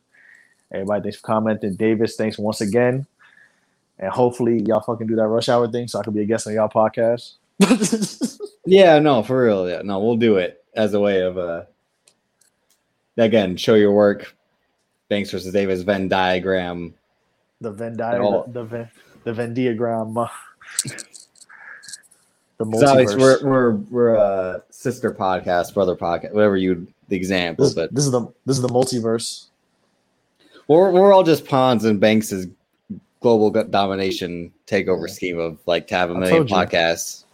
Speaker 1: Everybody, thanks for commenting. Davis, thanks once again. And hopefully y'all fucking do that rush hour thing so I can be a guest on y'all podcast.
Speaker 3: Yeah, no, for real. Yeah, no, we'll do it as a way of uh again, show your work. Banks versus Davis Venn diagram.
Speaker 1: the Venn
Speaker 3: all.
Speaker 1: diagram, the Venn, the Venn diagram, uh, the
Speaker 3: 'Cause obviously
Speaker 1: multiverse.
Speaker 3: we're we're we're a sister podcast, brother podcast, whatever you the example,
Speaker 1: This,
Speaker 3: but
Speaker 1: this is the this is the multiverse.
Speaker 3: we're we're all just pawns in Banks's global go- domination takeover scheme of like to have a
Speaker 1: I
Speaker 3: million
Speaker 1: told you.
Speaker 3: podcasts.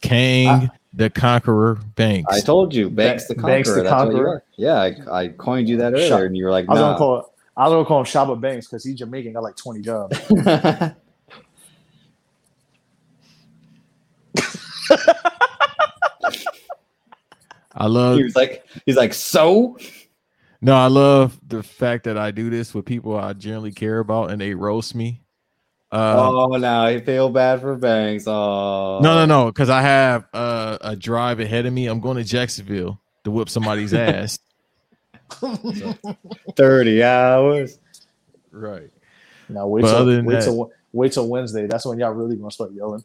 Speaker 2: Kang the Conqueror Banks.
Speaker 3: I told you, Banks the
Speaker 1: Ba-
Speaker 3: Conqueror.
Speaker 1: Banks the
Speaker 3: that's what you
Speaker 1: Conqueror.
Speaker 3: are. Yeah, I, I coined you that earlier,
Speaker 1: Shut-
Speaker 3: and you were like,
Speaker 1: I was
Speaker 3: nah.
Speaker 1: gonna call it. I was gonna call him Shaba Banks because he's Jamaican. Got like twenty jobs.
Speaker 2: I love
Speaker 3: he was like, he's like, so
Speaker 2: No, I love the fact that I do this with people I generally care about and they roast me. Uh,
Speaker 3: oh no, I feel bad for Banks. Oh
Speaker 2: no, no, no, because I have uh, a drive ahead of me. I'm going to Jacksonville to whoop somebody's ass.
Speaker 3: thirty hours.
Speaker 2: Right.
Speaker 1: Now wait
Speaker 2: But
Speaker 1: till
Speaker 2: other than
Speaker 1: wait
Speaker 2: that-
Speaker 1: till wait till Wednesday. That's when y'all really gonna start yelling.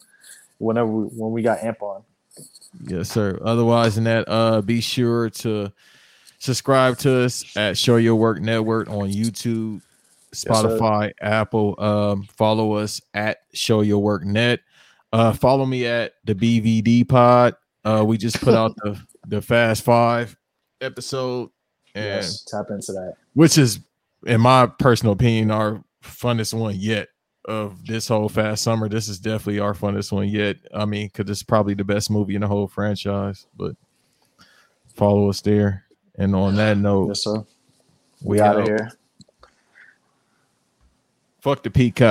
Speaker 1: Whenever we, when we got amp on.
Speaker 2: Yes, sir. Otherwise than that, uh, be sure to subscribe to us at Show Your Work Network on YouTube,
Speaker 1: sir.
Speaker 2: Spotify, Apple. Um, follow us at Show Your Work Net. Uh, follow me at the BVD Pod. Uh, we just put out the the Fast Five episode, and
Speaker 1: Yes, tap into that.
Speaker 2: which is, in my personal opinion, our funnest one yet of this whole Fast Summer. This is definitely our funnest one yet. I mean, because it's probably the best movie in the whole franchise. But follow us there. And on that note,
Speaker 1: Yes, sir. We out of
Speaker 2: out.
Speaker 1: here.
Speaker 2: fuck the peacock.